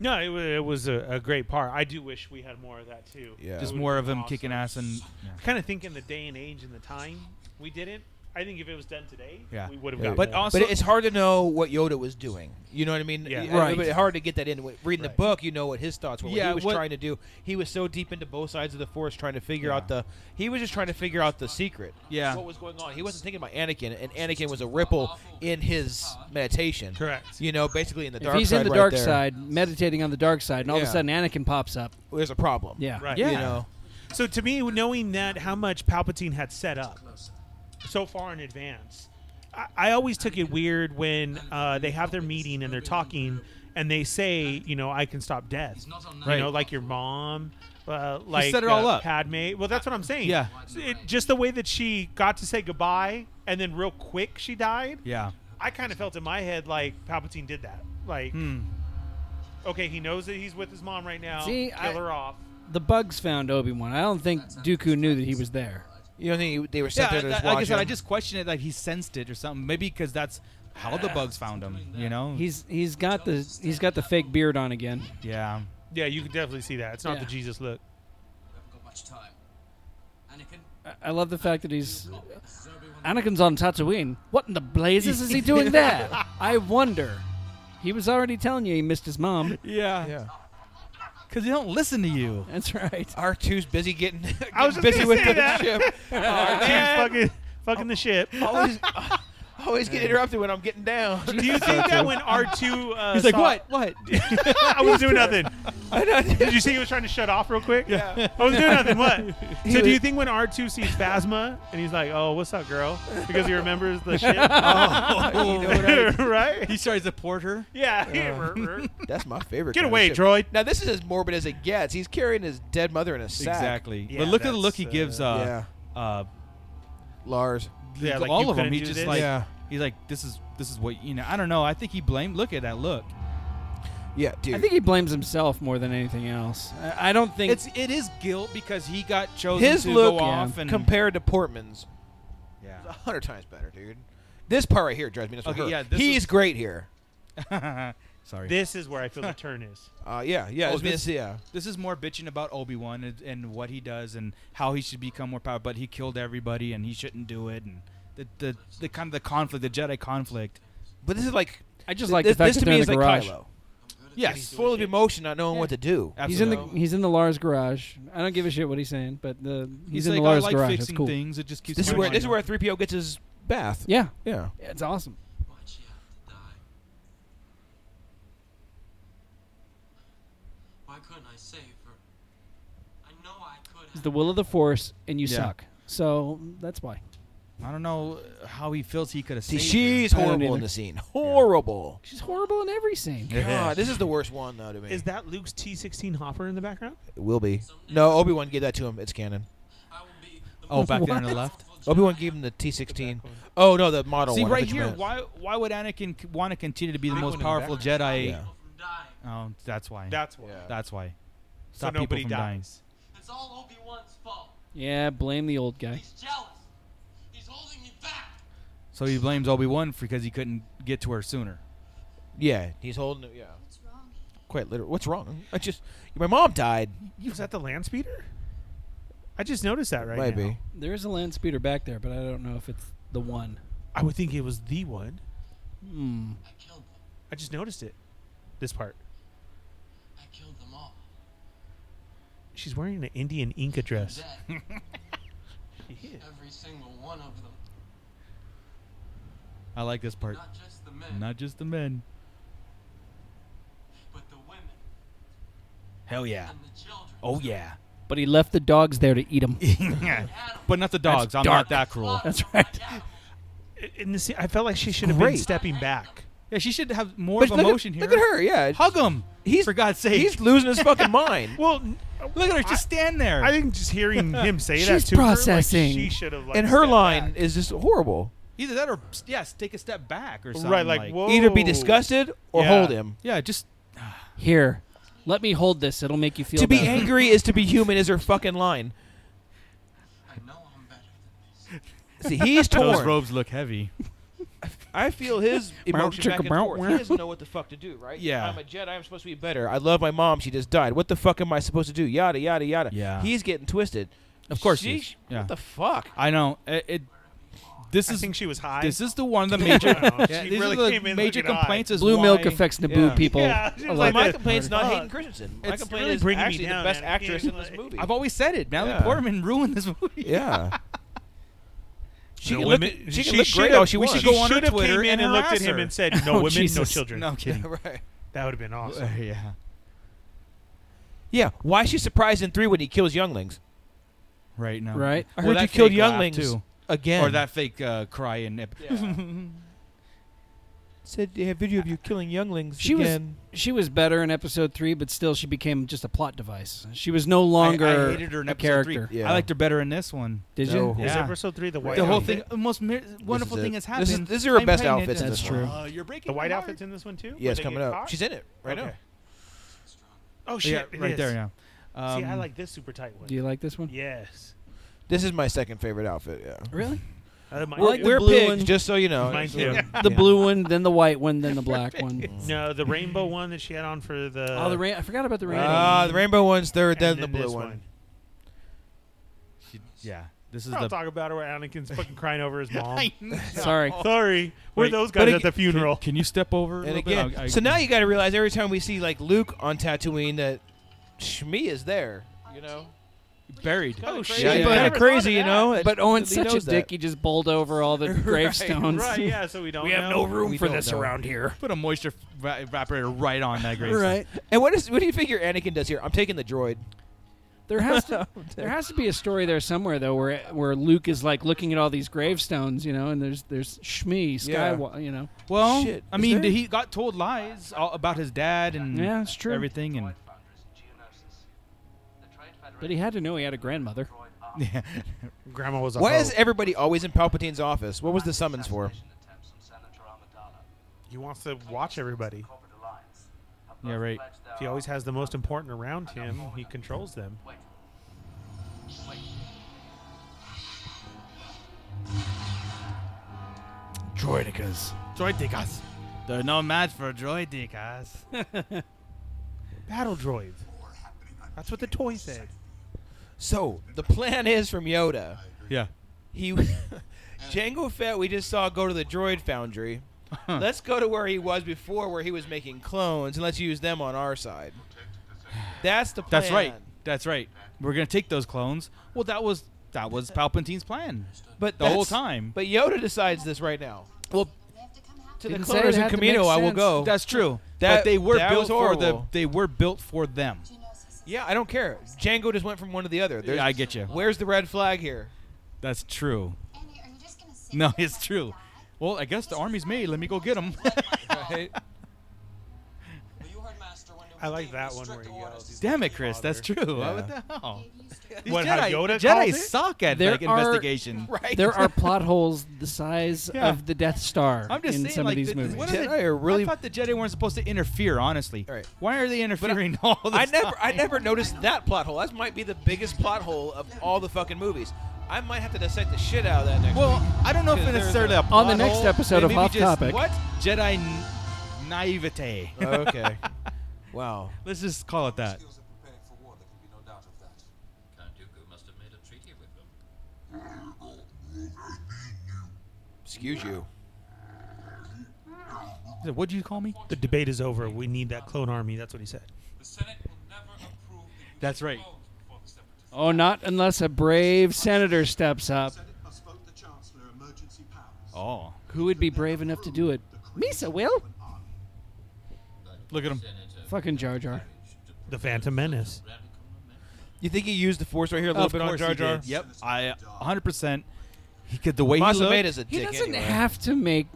Speaker 10: No, it, wa- it was a, a great part. I do wish we had more of that too.
Speaker 9: Yeah.
Speaker 8: Just more of him kicking ass and
Speaker 10: Kind of thinking the day and age and the time we didn't. I think if it was done today,
Speaker 8: Yeah.
Speaker 10: we would have
Speaker 9: Yeah.
Speaker 10: got.
Speaker 9: But
Speaker 10: more.
Speaker 9: also, it's hard to know what Yoda was doing. You know what I mean?
Speaker 10: Yeah.
Speaker 9: It-
Speaker 11: Right.
Speaker 9: It's hard to get that in. With- Reading the book, you know what his thoughts were. What
Speaker 8: Yeah,
Speaker 9: he was
Speaker 8: what-
Speaker 9: trying to do. He was so deep into both sides of the force, trying to figure
Speaker 8: Yeah.
Speaker 9: out the. He was just trying to figure out the secret.
Speaker 8: Yeah.
Speaker 9: What was going on? Oh, He wasn't thinking about Anakin, and Anakin was a ripple in his meditation.
Speaker 10: Correct.
Speaker 9: You know, basically in the
Speaker 11: if
Speaker 9: dark
Speaker 11: he's
Speaker 9: side.
Speaker 11: in the
Speaker 9: right
Speaker 11: dark
Speaker 9: there,
Speaker 11: side, meditating on the dark side, and all of a
Speaker 9: Yeah.
Speaker 11: sudden Anakin pops up.
Speaker 9: there's a problem.
Speaker 11: Yeah.
Speaker 10: right.
Speaker 9: You
Speaker 8: Yeah.
Speaker 9: know.
Speaker 10: So to me, knowing that how much Palpatine had set up so far in advance, I, I always took it weird when uh, they have their meeting and they're talking and they say, you know, I can stop death. You know, like your mom. Uh, like
Speaker 8: set it all
Speaker 10: uh,
Speaker 8: up.
Speaker 10: Padme. Well, that's what I'm saying.
Speaker 8: Yeah.
Speaker 10: It, just the way that she got to say goodbye, and then real quick she died.
Speaker 8: Yeah.
Speaker 10: I kind of felt in my head like Palpatine did that. Like,
Speaker 8: Hmm.
Speaker 10: okay, he knows that he's with his mom right now.
Speaker 11: See,
Speaker 10: kill
Speaker 11: I-
Speaker 10: her off.
Speaker 11: The bugs found Obi Wan. I don't think Dooku knew that he was there.
Speaker 9: You don't think they were
Speaker 8: Yeah, I- like I said, I just questioned it. Like he sensed it or something. Maybe because that's how the bugs found him. You know.
Speaker 11: He's he's got the he's got the fake beard on again.
Speaker 8: Yeah.
Speaker 10: Yeah, you can definitely see that. It's not
Speaker 11: Yeah.
Speaker 10: the Jesus look.
Speaker 11: I- I love the fact that he's Anakin's on Tatooine. What in the blazes is he doing there? I wonder. He was already telling you he missed his mom.
Speaker 8: Yeah.
Speaker 9: Yeah.
Speaker 8: Because they don't listen to you.
Speaker 11: That's right.
Speaker 9: R two's busy getting, getting
Speaker 10: I was just
Speaker 9: busy
Speaker 10: gonna
Speaker 9: with
Speaker 10: say
Speaker 9: the
Speaker 10: that.
Speaker 9: ship.
Speaker 10: Oh,
Speaker 9: Oh,
Speaker 10: dude's
Speaker 9: man.
Speaker 10: fucking, fucking the ship.
Speaker 9: always, always get interrupted when I'm getting down.
Speaker 10: Do you think that when R two, uh,
Speaker 8: He's like,
Speaker 10: saw-
Speaker 8: what? What?
Speaker 10: I was doing nothing. Did you see he was trying to shut off real quick? Yeah. I was doing nothing. What? So do you think when R two sees Phasma and he's like, "Oh, what's up, girl?" Because he remembers the ship, Oh.
Speaker 9: You know what I-
Speaker 10: right?
Speaker 8: He started to port her.
Speaker 10: Yeah. yeah.
Speaker 9: that's my favorite.
Speaker 10: Get
Speaker 9: kind of
Speaker 10: away,
Speaker 9: ship.
Speaker 10: droid.
Speaker 9: Now this is as morbid as it gets. He's carrying his dead mother in a sack.
Speaker 8: Exactly.
Speaker 10: Yeah,
Speaker 8: but look at the look he
Speaker 10: that's,
Speaker 8: gives. Uh, uh,
Speaker 9: Lars.
Speaker 10: Yeah, like,
Speaker 8: all
Speaker 10: you
Speaker 8: of them.
Speaker 10: couldn't
Speaker 8: He
Speaker 10: do
Speaker 8: just
Speaker 10: this?
Speaker 8: like
Speaker 9: Yeah.
Speaker 8: he's like this is this is what you know. I don't know. I think he blamed. Look at that look.
Speaker 9: Yeah, dude.
Speaker 11: I think he blames himself more than anything else. I, I don't think
Speaker 8: It's it is guilt because he got chosen
Speaker 9: his
Speaker 8: to
Speaker 9: look
Speaker 8: go off and
Speaker 9: compared to Portman's
Speaker 8: Yeah.
Speaker 9: is a hundred times better, dude. This part right here drives me nuts. with
Speaker 8: Okay,
Speaker 9: her.
Speaker 8: yeah, this
Speaker 9: he's
Speaker 8: is-
Speaker 9: great here.
Speaker 8: Sorry. This,
Speaker 10: This is where I feel the turn is.
Speaker 9: Uh, yeah, yeah,
Speaker 8: Oh,
Speaker 9: it's been-
Speaker 8: this-
Speaker 9: yeah.
Speaker 8: is more bitching about Obi Wan and, and what he does and how he should become more powerful, but he killed everybody and he shouldn't do it and the the, the kind of the conflict, the Jedi conflict.
Speaker 9: But this is like
Speaker 11: I just like
Speaker 9: this,
Speaker 11: the fact
Speaker 9: this
Speaker 11: that
Speaker 9: to
Speaker 11: they're
Speaker 9: me
Speaker 11: in
Speaker 9: is
Speaker 11: the
Speaker 9: like
Speaker 11: garage.
Speaker 9: Kylo.
Speaker 8: Yes.
Speaker 9: Full of emotion, not knowing what to do.
Speaker 11: He's in the
Speaker 8: Absolutely.
Speaker 11: he's in the Lars garage. I don't give a shit what he's saying, but the he's, in
Speaker 8: like,
Speaker 11: the Lars
Speaker 8: I like
Speaker 11: garage. That's
Speaker 8: fixing
Speaker 11: cool.
Speaker 8: things. It just keeps.
Speaker 9: This is
Speaker 8: going
Speaker 9: where
Speaker 8: on.
Speaker 9: this is where three PO gets his bath.
Speaker 11: Yeah,
Speaker 9: Yeah.
Speaker 11: it's awesome. It's the will of the Force, and you
Speaker 8: Yeah.
Speaker 11: suck. So that's why.
Speaker 8: I don't know how he feels he could have.
Speaker 9: See,
Speaker 8: saved
Speaker 9: she's
Speaker 11: I don't
Speaker 9: horrible in
Speaker 11: either.
Speaker 9: the scene. Horrible.
Speaker 11: She's horrible in every scene.
Speaker 9: God, this is the worst one though to me.
Speaker 10: Is that Luke's T sixteen Hopper in the background?
Speaker 9: it will be. No, Obi Wan gave that to him. It's canon.
Speaker 8: her. Oh, back there on the
Speaker 11: What?
Speaker 8: left.
Speaker 9: Obi Wan gave him the T sixteen. Oh no, the model
Speaker 8: See
Speaker 9: one. I
Speaker 8: right
Speaker 9: thought you
Speaker 8: here,
Speaker 9: meant-
Speaker 8: why why would Anakin want to continue to be the
Speaker 9: Obi-Wan
Speaker 8: most
Speaker 9: in the
Speaker 8: powerful Jedi?
Speaker 9: Yeah.
Speaker 8: Oh, that's why.
Speaker 10: That's why.
Speaker 8: That's why.
Speaker 10: So
Speaker 8: Stop people
Speaker 10: nobody
Speaker 8: from dying.
Speaker 10: dies.
Speaker 13: It's all Obi Wan's fault.
Speaker 11: Yeah, blame the old guy.
Speaker 13: He's jealous. He's holding me back.
Speaker 8: So he blames Obi Wan because he couldn't get to her sooner.
Speaker 9: Yeah, he's holding it. Yeah. Quite literally. What's wrong? I just my mom died.
Speaker 10: You was that the land speeder? I just noticed that right
Speaker 9: Might
Speaker 10: now.
Speaker 9: be.
Speaker 11: There is a land speeder back there, but I don't know if it's the one.
Speaker 10: I would think it was the one.
Speaker 11: Hmm.
Speaker 13: I killed them.
Speaker 10: I just noticed it. This part.
Speaker 13: I killed them all.
Speaker 10: She's wearing an Indian Inca dress.
Speaker 13: Dead.
Speaker 10: She is.
Speaker 13: Every single one of them.
Speaker 8: I like this part.
Speaker 13: Not just the men,
Speaker 8: Not just the men.
Speaker 13: but the women
Speaker 8: Hell yeah.
Speaker 13: and the children.
Speaker 8: Oh yeah.
Speaker 11: But he left the dogs there to eat them.
Speaker 8: But not the dogs. I'm not that cruel.
Speaker 11: That's right.
Speaker 10: I- In the scene, I felt like she should have been
Speaker 9: Great.
Speaker 10: stepping back.
Speaker 8: Yeah, she should have more of
Speaker 9: But look at-
Speaker 8: emotion here.
Speaker 9: Look at her. Yeah.
Speaker 8: Hug him.
Speaker 9: He's-
Speaker 8: for God's sake.
Speaker 9: He's losing his fucking mind.
Speaker 10: Well, n-
Speaker 8: look at her. Just stand there.
Speaker 10: I think just hearing him say that
Speaker 11: She's
Speaker 10: to her, like,
Speaker 11: processing.
Speaker 10: she should have. Like,
Speaker 9: and her
Speaker 10: stepped
Speaker 9: line
Speaker 10: back.
Speaker 9: is just horrible.
Speaker 8: Either that or yes, take a step back or something.
Speaker 10: right, like, whoa.
Speaker 9: Either be disgusted or
Speaker 10: Yeah.
Speaker 9: hold him.
Speaker 8: Yeah, just
Speaker 11: Here, let me hold this. It'll make you feel
Speaker 9: To be
Speaker 11: better.
Speaker 9: angry is to be human is her fucking line.
Speaker 13: I know I'm better than this.
Speaker 9: See, he's
Speaker 8: those
Speaker 9: torn.
Speaker 8: robes look heavy.
Speaker 9: I feel his emotion back
Speaker 11: chicka
Speaker 9: and
Speaker 11: bow,
Speaker 9: forth.
Speaker 11: wow.
Speaker 9: He doesn't know what the fuck to do, right?
Speaker 8: Yeah.
Speaker 9: I'm a Jedi. I'm supposed to be better. I love my mom. She just died. What the fuck am I supposed to do? Yada yada yada.
Speaker 8: Yeah.
Speaker 9: He's getting twisted.
Speaker 8: Of course he
Speaker 9: She,
Speaker 8: is. Yeah.
Speaker 9: What the fuck?
Speaker 8: I know. It, it- this
Speaker 10: I
Speaker 8: is
Speaker 10: think she was high.
Speaker 8: this is the one of the major
Speaker 10: I don't know.
Speaker 8: yeah,
Speaker 10: She
Speaker 8: these are
Speaker 10: really
Speaker 8: the
Speaker 10: came in
Speaker 8: major
Speaker 10: looking high.
Speaker 8: complaints is
Speaker 11: Blue milk
Speaker 8: why-
Speaker 11: affects Naboo
Speaker 9: Yeah.
Speaker 11: people.
Speaker 10: Yeah, she was
Speaker 11: alike.
Speaker 9: Like, my
Speaker 10: that
Speaker 9: complaint's not
Speaker 10: hurt.
Speaker 9: Hayden Christensen. My
Speaker 10: It's
Speaker 9: complaint
Speaker 10: really
Speaker 9: is
Speaker 10: bringing me
Speaker 9: actually
Speaker 10: down,
Speaker 9: the best
Speaker 10: man.
Speaker 9: actress in
Speaker 10: Yeah,
Speaker 9: this
Speaker 10: like-
Speaker 9: movie.
Speaker 8: I've always said it. Natalie
Speaker 9: Yeah.
Speaker 8: Portman ruined this movie.
Speaker 9: yeah. She
Speaker 10: No
Speaker 9: can
Speaker 10: women-
Speaker 9: look. She
Speaker 10: she
Speaker 9: can look great
Speaker 10: should've-
Speaker 9: all she
Speaker 8: we
Speaker 9: wants.
Speaker 8: should go on her
Speaker 10: should have
Speaker 8: Twitter
Speaker 10: came in
Speaker 8: and
Speaker 10: and looked at
Speaker 8: harass
Speaker 10: him
Speaker 8: her.
Speaker 10: and said,
Speaker 11: Oh,
Speaker 10: "No women, no
Speaker 11: Jesus.
Speaker 10: children."
Speaker 8: No kidding.
Speaker 9: right.
Speaker 10: That would have been awesome.
Speaker 8: yeah.
Speaker 9: Yeah. Why is she surprised in three when he kills younglings?
Speaker 8: Right now.
Speaker 11: Right.
Speaker 9: I
Speaker 8: Or
Speaker 9: heard
Speaker 8: that
Speaker 9: you killed
Speaker 8: fake laugh,
Speaker 9: younglings
Speaker 8: too.
Speaker 9: again.
Speaker 8: Or that fake uh, cry and nip.
Speaker 9: Yeah.
Speaker 10: Said they have video of you killing younglings
Speaker 11: She
Speaker 10: again.
Speaker 11: was she was better in episode three, but still she became just a plot device. She was no longer
Speaker 8: I, I hated her in
Speaker 11: a
Speaker 8: episode
Speaker 11: character.
Speaker 8: Three. I liked her better in this one.
Speaker 11: Did you? No.
Speaker 8: Yeah.
Speaker 11: Is
Speaker 10: episode three the white
Speaker 8: The whole
Speaker 10: outfit?
Speaker 8: thing, the most mi- wonderful
Speaker 9: is
Speaker 8: thing
Speaker 9: it.
Speaker 8: has happened.
Speaker 9: This is- these are her
Speaker 8: I'm
Speaker 9: best
Speaker 8: pregnant.
Speaker 9: outfits in
Speaker 11: That's
Speaker 9: this
Speaker 11: true.
Speaker 9: one.
Speaker 10: Uh, you're breaking
Speaker 9: The white
Speaker 10: my
Speaker 9: outfit's
Speaker 10: heart.
Speaker 9: in this one too?
Speaker 10: Where
Speaker 9: Yeah, it's
Speaker 10: they
Speaker 9: coming
Speaker 10: get
Speaker 9: up.
Speaker 10: caught?
Speaker 9: She's in it right
Speaker 10: Okay.
Speaker 9: now.
Speaker 10: Oh
Speaker 8: Yeah,
Speaker 10: shit! it
Speaker 8: right there,
Speaker 10: is.
Speaker 8: yeah.
Speaker 10: See, I
Speaker 8: Um,
Speaker 10: like this super tight one.
Speaker 11: Do you like this one?
Speaker 10: Yes.
Speaker 9: This is my second favorite outfit. Yeah.
Speaker 11: Really?
Speaker 10: I like
Speaker 9: We're,
Speaker 10: the
Speaker 9: we're
Speaker 11: blue
Speaker 9: pigs,
Speaker 11: one.
Speaker 9: just so you know.
Speaker 10: Mine
Speaker 9: So-
Speaker 10: too.
Speaker 9: yeah.
Speaker 11: The blue one, then the white one, then the black one.
Speaker 10: No, the rainbow one that she had on for the.
Speaker 11: Oh, the rain! I forgot about the rain.
Speaker 9: Ah, the rainbow one's third,
Speaker 10: And
Speaker 9: then the
Speaker 10: then
Speaker 9: blue
Speaker 10: this
Speaker 9: one.
Speaker 10: one.
Speaker 8: Yeah, this is
Speaker 10: I'll
Speaker 8: the.
Speaker 10: talk about it where Anakin's fucking crying over his mom.
Speaker 8: I know.
Speaker 11: Sorry.
Speaker 10: Sorry, we're
Speaker 8: Wait,
Speaker 10: those
Speaker 8: but
Speaker 10: guys
Speaker 8: ag-
Speaker 10: at the funeral.
Speaker 8: Can, can you step over? a
Speaker 9: And
Speaker 8: little bit?
Speaker 9: again,
Speaker 8: I- I-
Speaker 9: so now you got to realize every time we see like Luke on Tatooine that Shmi is there. You know.
Speaker 8: buried.
Speaker 10: Oh
Speaker 9: Crazy.
Speaker 10: shit!
Speaker 9: Yeah,
Speaker 10: I
Speaker 11: but-
Speaker 10: never
Speaker 9: kind
Speaker 10: thought
Speaker 9: of
Speaker 10: of
Speaker 9: crazy, you
Speaker 10: that.
Speaker 9: know. It-
Speaker 11: But Owen's
Speaker 9: he
Speaker 11: such a
Speaker 9: knows that.
Speaker 11: dick. He just bowled over all the gravestones.
Speaker 10: Right? Yeah. So we don't.
Speaker 11: We have
Speaker 10: know.
Speaker 11: no room
Speaker 9: We
Speaker 11: for
Speaker 9: don't
Speaker 11: this
Speaker 9: know.
Speaker 11: around here.
Speaker 8: Put a moisture va- evaporator right on that gravestone.
Speaker 11: Right.
Speaker 9: And what is what do you figure Anakin does here? I'm taking the droid.
Speaker 11: There has to
Speaker 8: Oh,
Speaker 11: there has to be a story there somewhere though where where Luke is like looking at all these gravestones, you know, and there's there's Shmi,
Speaker 9: Yeah.
Speaker 11: Skywalker, you know.
Speaker 8: Well,
Speaker 9: Shit,
Speaker 8: I
Speaker 9: is
Speaker 8: mean,
Speaker 9: there-
Speaker 8: he got told lies all about his dad and
Speaker 11: Yeah, it's true.
Speaker 8: Mm. everything, and
Speaker 11: But he had to know he had a grandmother.
Speaker 8: yeah,
Speaker 10: Grandma was. A
Speaker 9: Why
Speaker 10: hoe.
Speaker 9: is everybody always in Palpatine's office? What was the summons for?
Speaker 10: he wants to watch everybody?
Speaker 8: yeah, right.
Speaker 10: He always has the most important around him. He controls them.
Speaker 11: Droidicas.
Speaker 8: Droidicas. They're no match for droidicas.
Speaker 10: Battle droids. That's what the toy said.
Speaker 9: So the plan is from Yoda.
Speaker 8: Yeah.
Speaker 9: He, Jango Fett, we just saw go to the droid foundry. let's go to where he was before, where he was making clones, and let's use them on our side. That's the plan.
Speaker 8: That's right. That's right. We're gonna take those clones. Well, that was that was Palpatine's plan.
Speaker 9: But
Speaker 8: The whole
Speaker 9: that's-
Speaker 8: time.
Speaker 9: But Yoda decides this right now. Well, to the
Speaker 11: Didn't say it
Speaker 9: cloners in
Speaker 11: had to make
Speaker 9: Camino, I will
Speaker 11: sense.
Speaker 9: go.
Speaker 8: That's true.
Speaker 9: That-
Speaker 8: Oh. but they were
Speaker 9: that
Speaker 8: built
Speaker 9: was
Speaker 8: for the.
Speaker 9: horrible.
Speaker 8: They were built for them.
Speaker 9: yeah, I don't care. Django just went from one to the other. There's,
Speaker 8: I get you.
Speaker 9: Where's the red flag here?
Speaker 8: That's true. No, it's true. Well, I guess the army's made. Let me go get them.
Speaker 9: Right?
Speaker 10: I like that one where he yells.
Speaker 8: Damn it, Chris. That's true.
Speaker 9: Yeah.
Speaker 8: What the hell? These
Speaker 10: What, how
Speaker 8: Jedi,
Speaker 10: Yoda called
Speaker 8: Jedi
Speaker 10: it?
Speaker 8: suck at
Speaker 11: There
Speaker 8: like,
Speaker 11: are-
Speaker 8: investigation.
Speaker 9: right.
Speaker 11: There are plot holes the size
Speaker 8: Yeah.
Speaker 11: of the Death Star
Speaker 8: I'm just
Speaker 11: in
Speaker 8: saying,
Speaker 11: some
Speaker 8: like,
Speaker 11: of these
Speaker 8: the,
Speaker 11: movies.
Speaker 8: What
Speaker 9: Jedi
Speaker 8: are they,
Speaker 9: are really-
Speaker 8: I thought the Jedi weren't supposed to interfere. Honestly,
Speaker 9: All right.
Speaker 8: why are they interfering all the
Speaker 9: I never,
Speaker 8: time?
Speaker 9: I never noticed that plot hole. That might be the biggest plot hole of all the fucking movies. I might have to dissect the shit out of that next.
Speaker 8: Well, I don't know if
Speaker 9: Because
Speaker 8: it's
Speaker 9: there's
Speaker 8: necessarily
Speaker 9: a-
Speaker 8: a plot
Speaker 11: the next
Speaker 8: hole,
Speaker 11: episode of
Speaker 8: maybe
Speaker 11: Off
Speaker 8: just,
Speaker 11: Topic.
Speaker 8: What Jedi n- naivete?
Speaker 9: week. okay. Wow.
Speaker 8: Let's just call it that.
Speaker 13: Count Dooku must have made a treaty with them.
Speaker 9: Excuse you.
Speaker 8: He said, What'd you call me?
Speaker 10: The debate is over. We need that clone army. That's what he said.
Speaker 13: The Senate will never approve the use
Speaker 8: That's
Speaker 13: of
Speaker 8: right.
Speaker 13: clones before the separatists.
Speaker 11: Oh, not unless a brave senator steps up.
Speaker 8: Oh,
Speaker 11: Who would be brave enough to do it? Misa will.
Speaker 8: look at him.
Speaker 13: Senator
Speaker 11: Fucking Jar Jar.
Speaker 10: The Phantom Menace.
Speaker 13: Radical Momentum.
Speaker 9: You think he used the force right here a little
Speaker 8: Of
Speaker 9: bit on
Speaker 8: course
Speaker 9: Jar
Speaker 8: he
Speaker 9: Jar?
Speaker 8: did. Yep, I 100. percent He could the way he
Speaker 9: Masa
Speaker 8: looked.
Speaker 9: Mata's a dick.
Speaker 11: He doesn't
Speaker 9: anyway.
Speaker 11: have to make.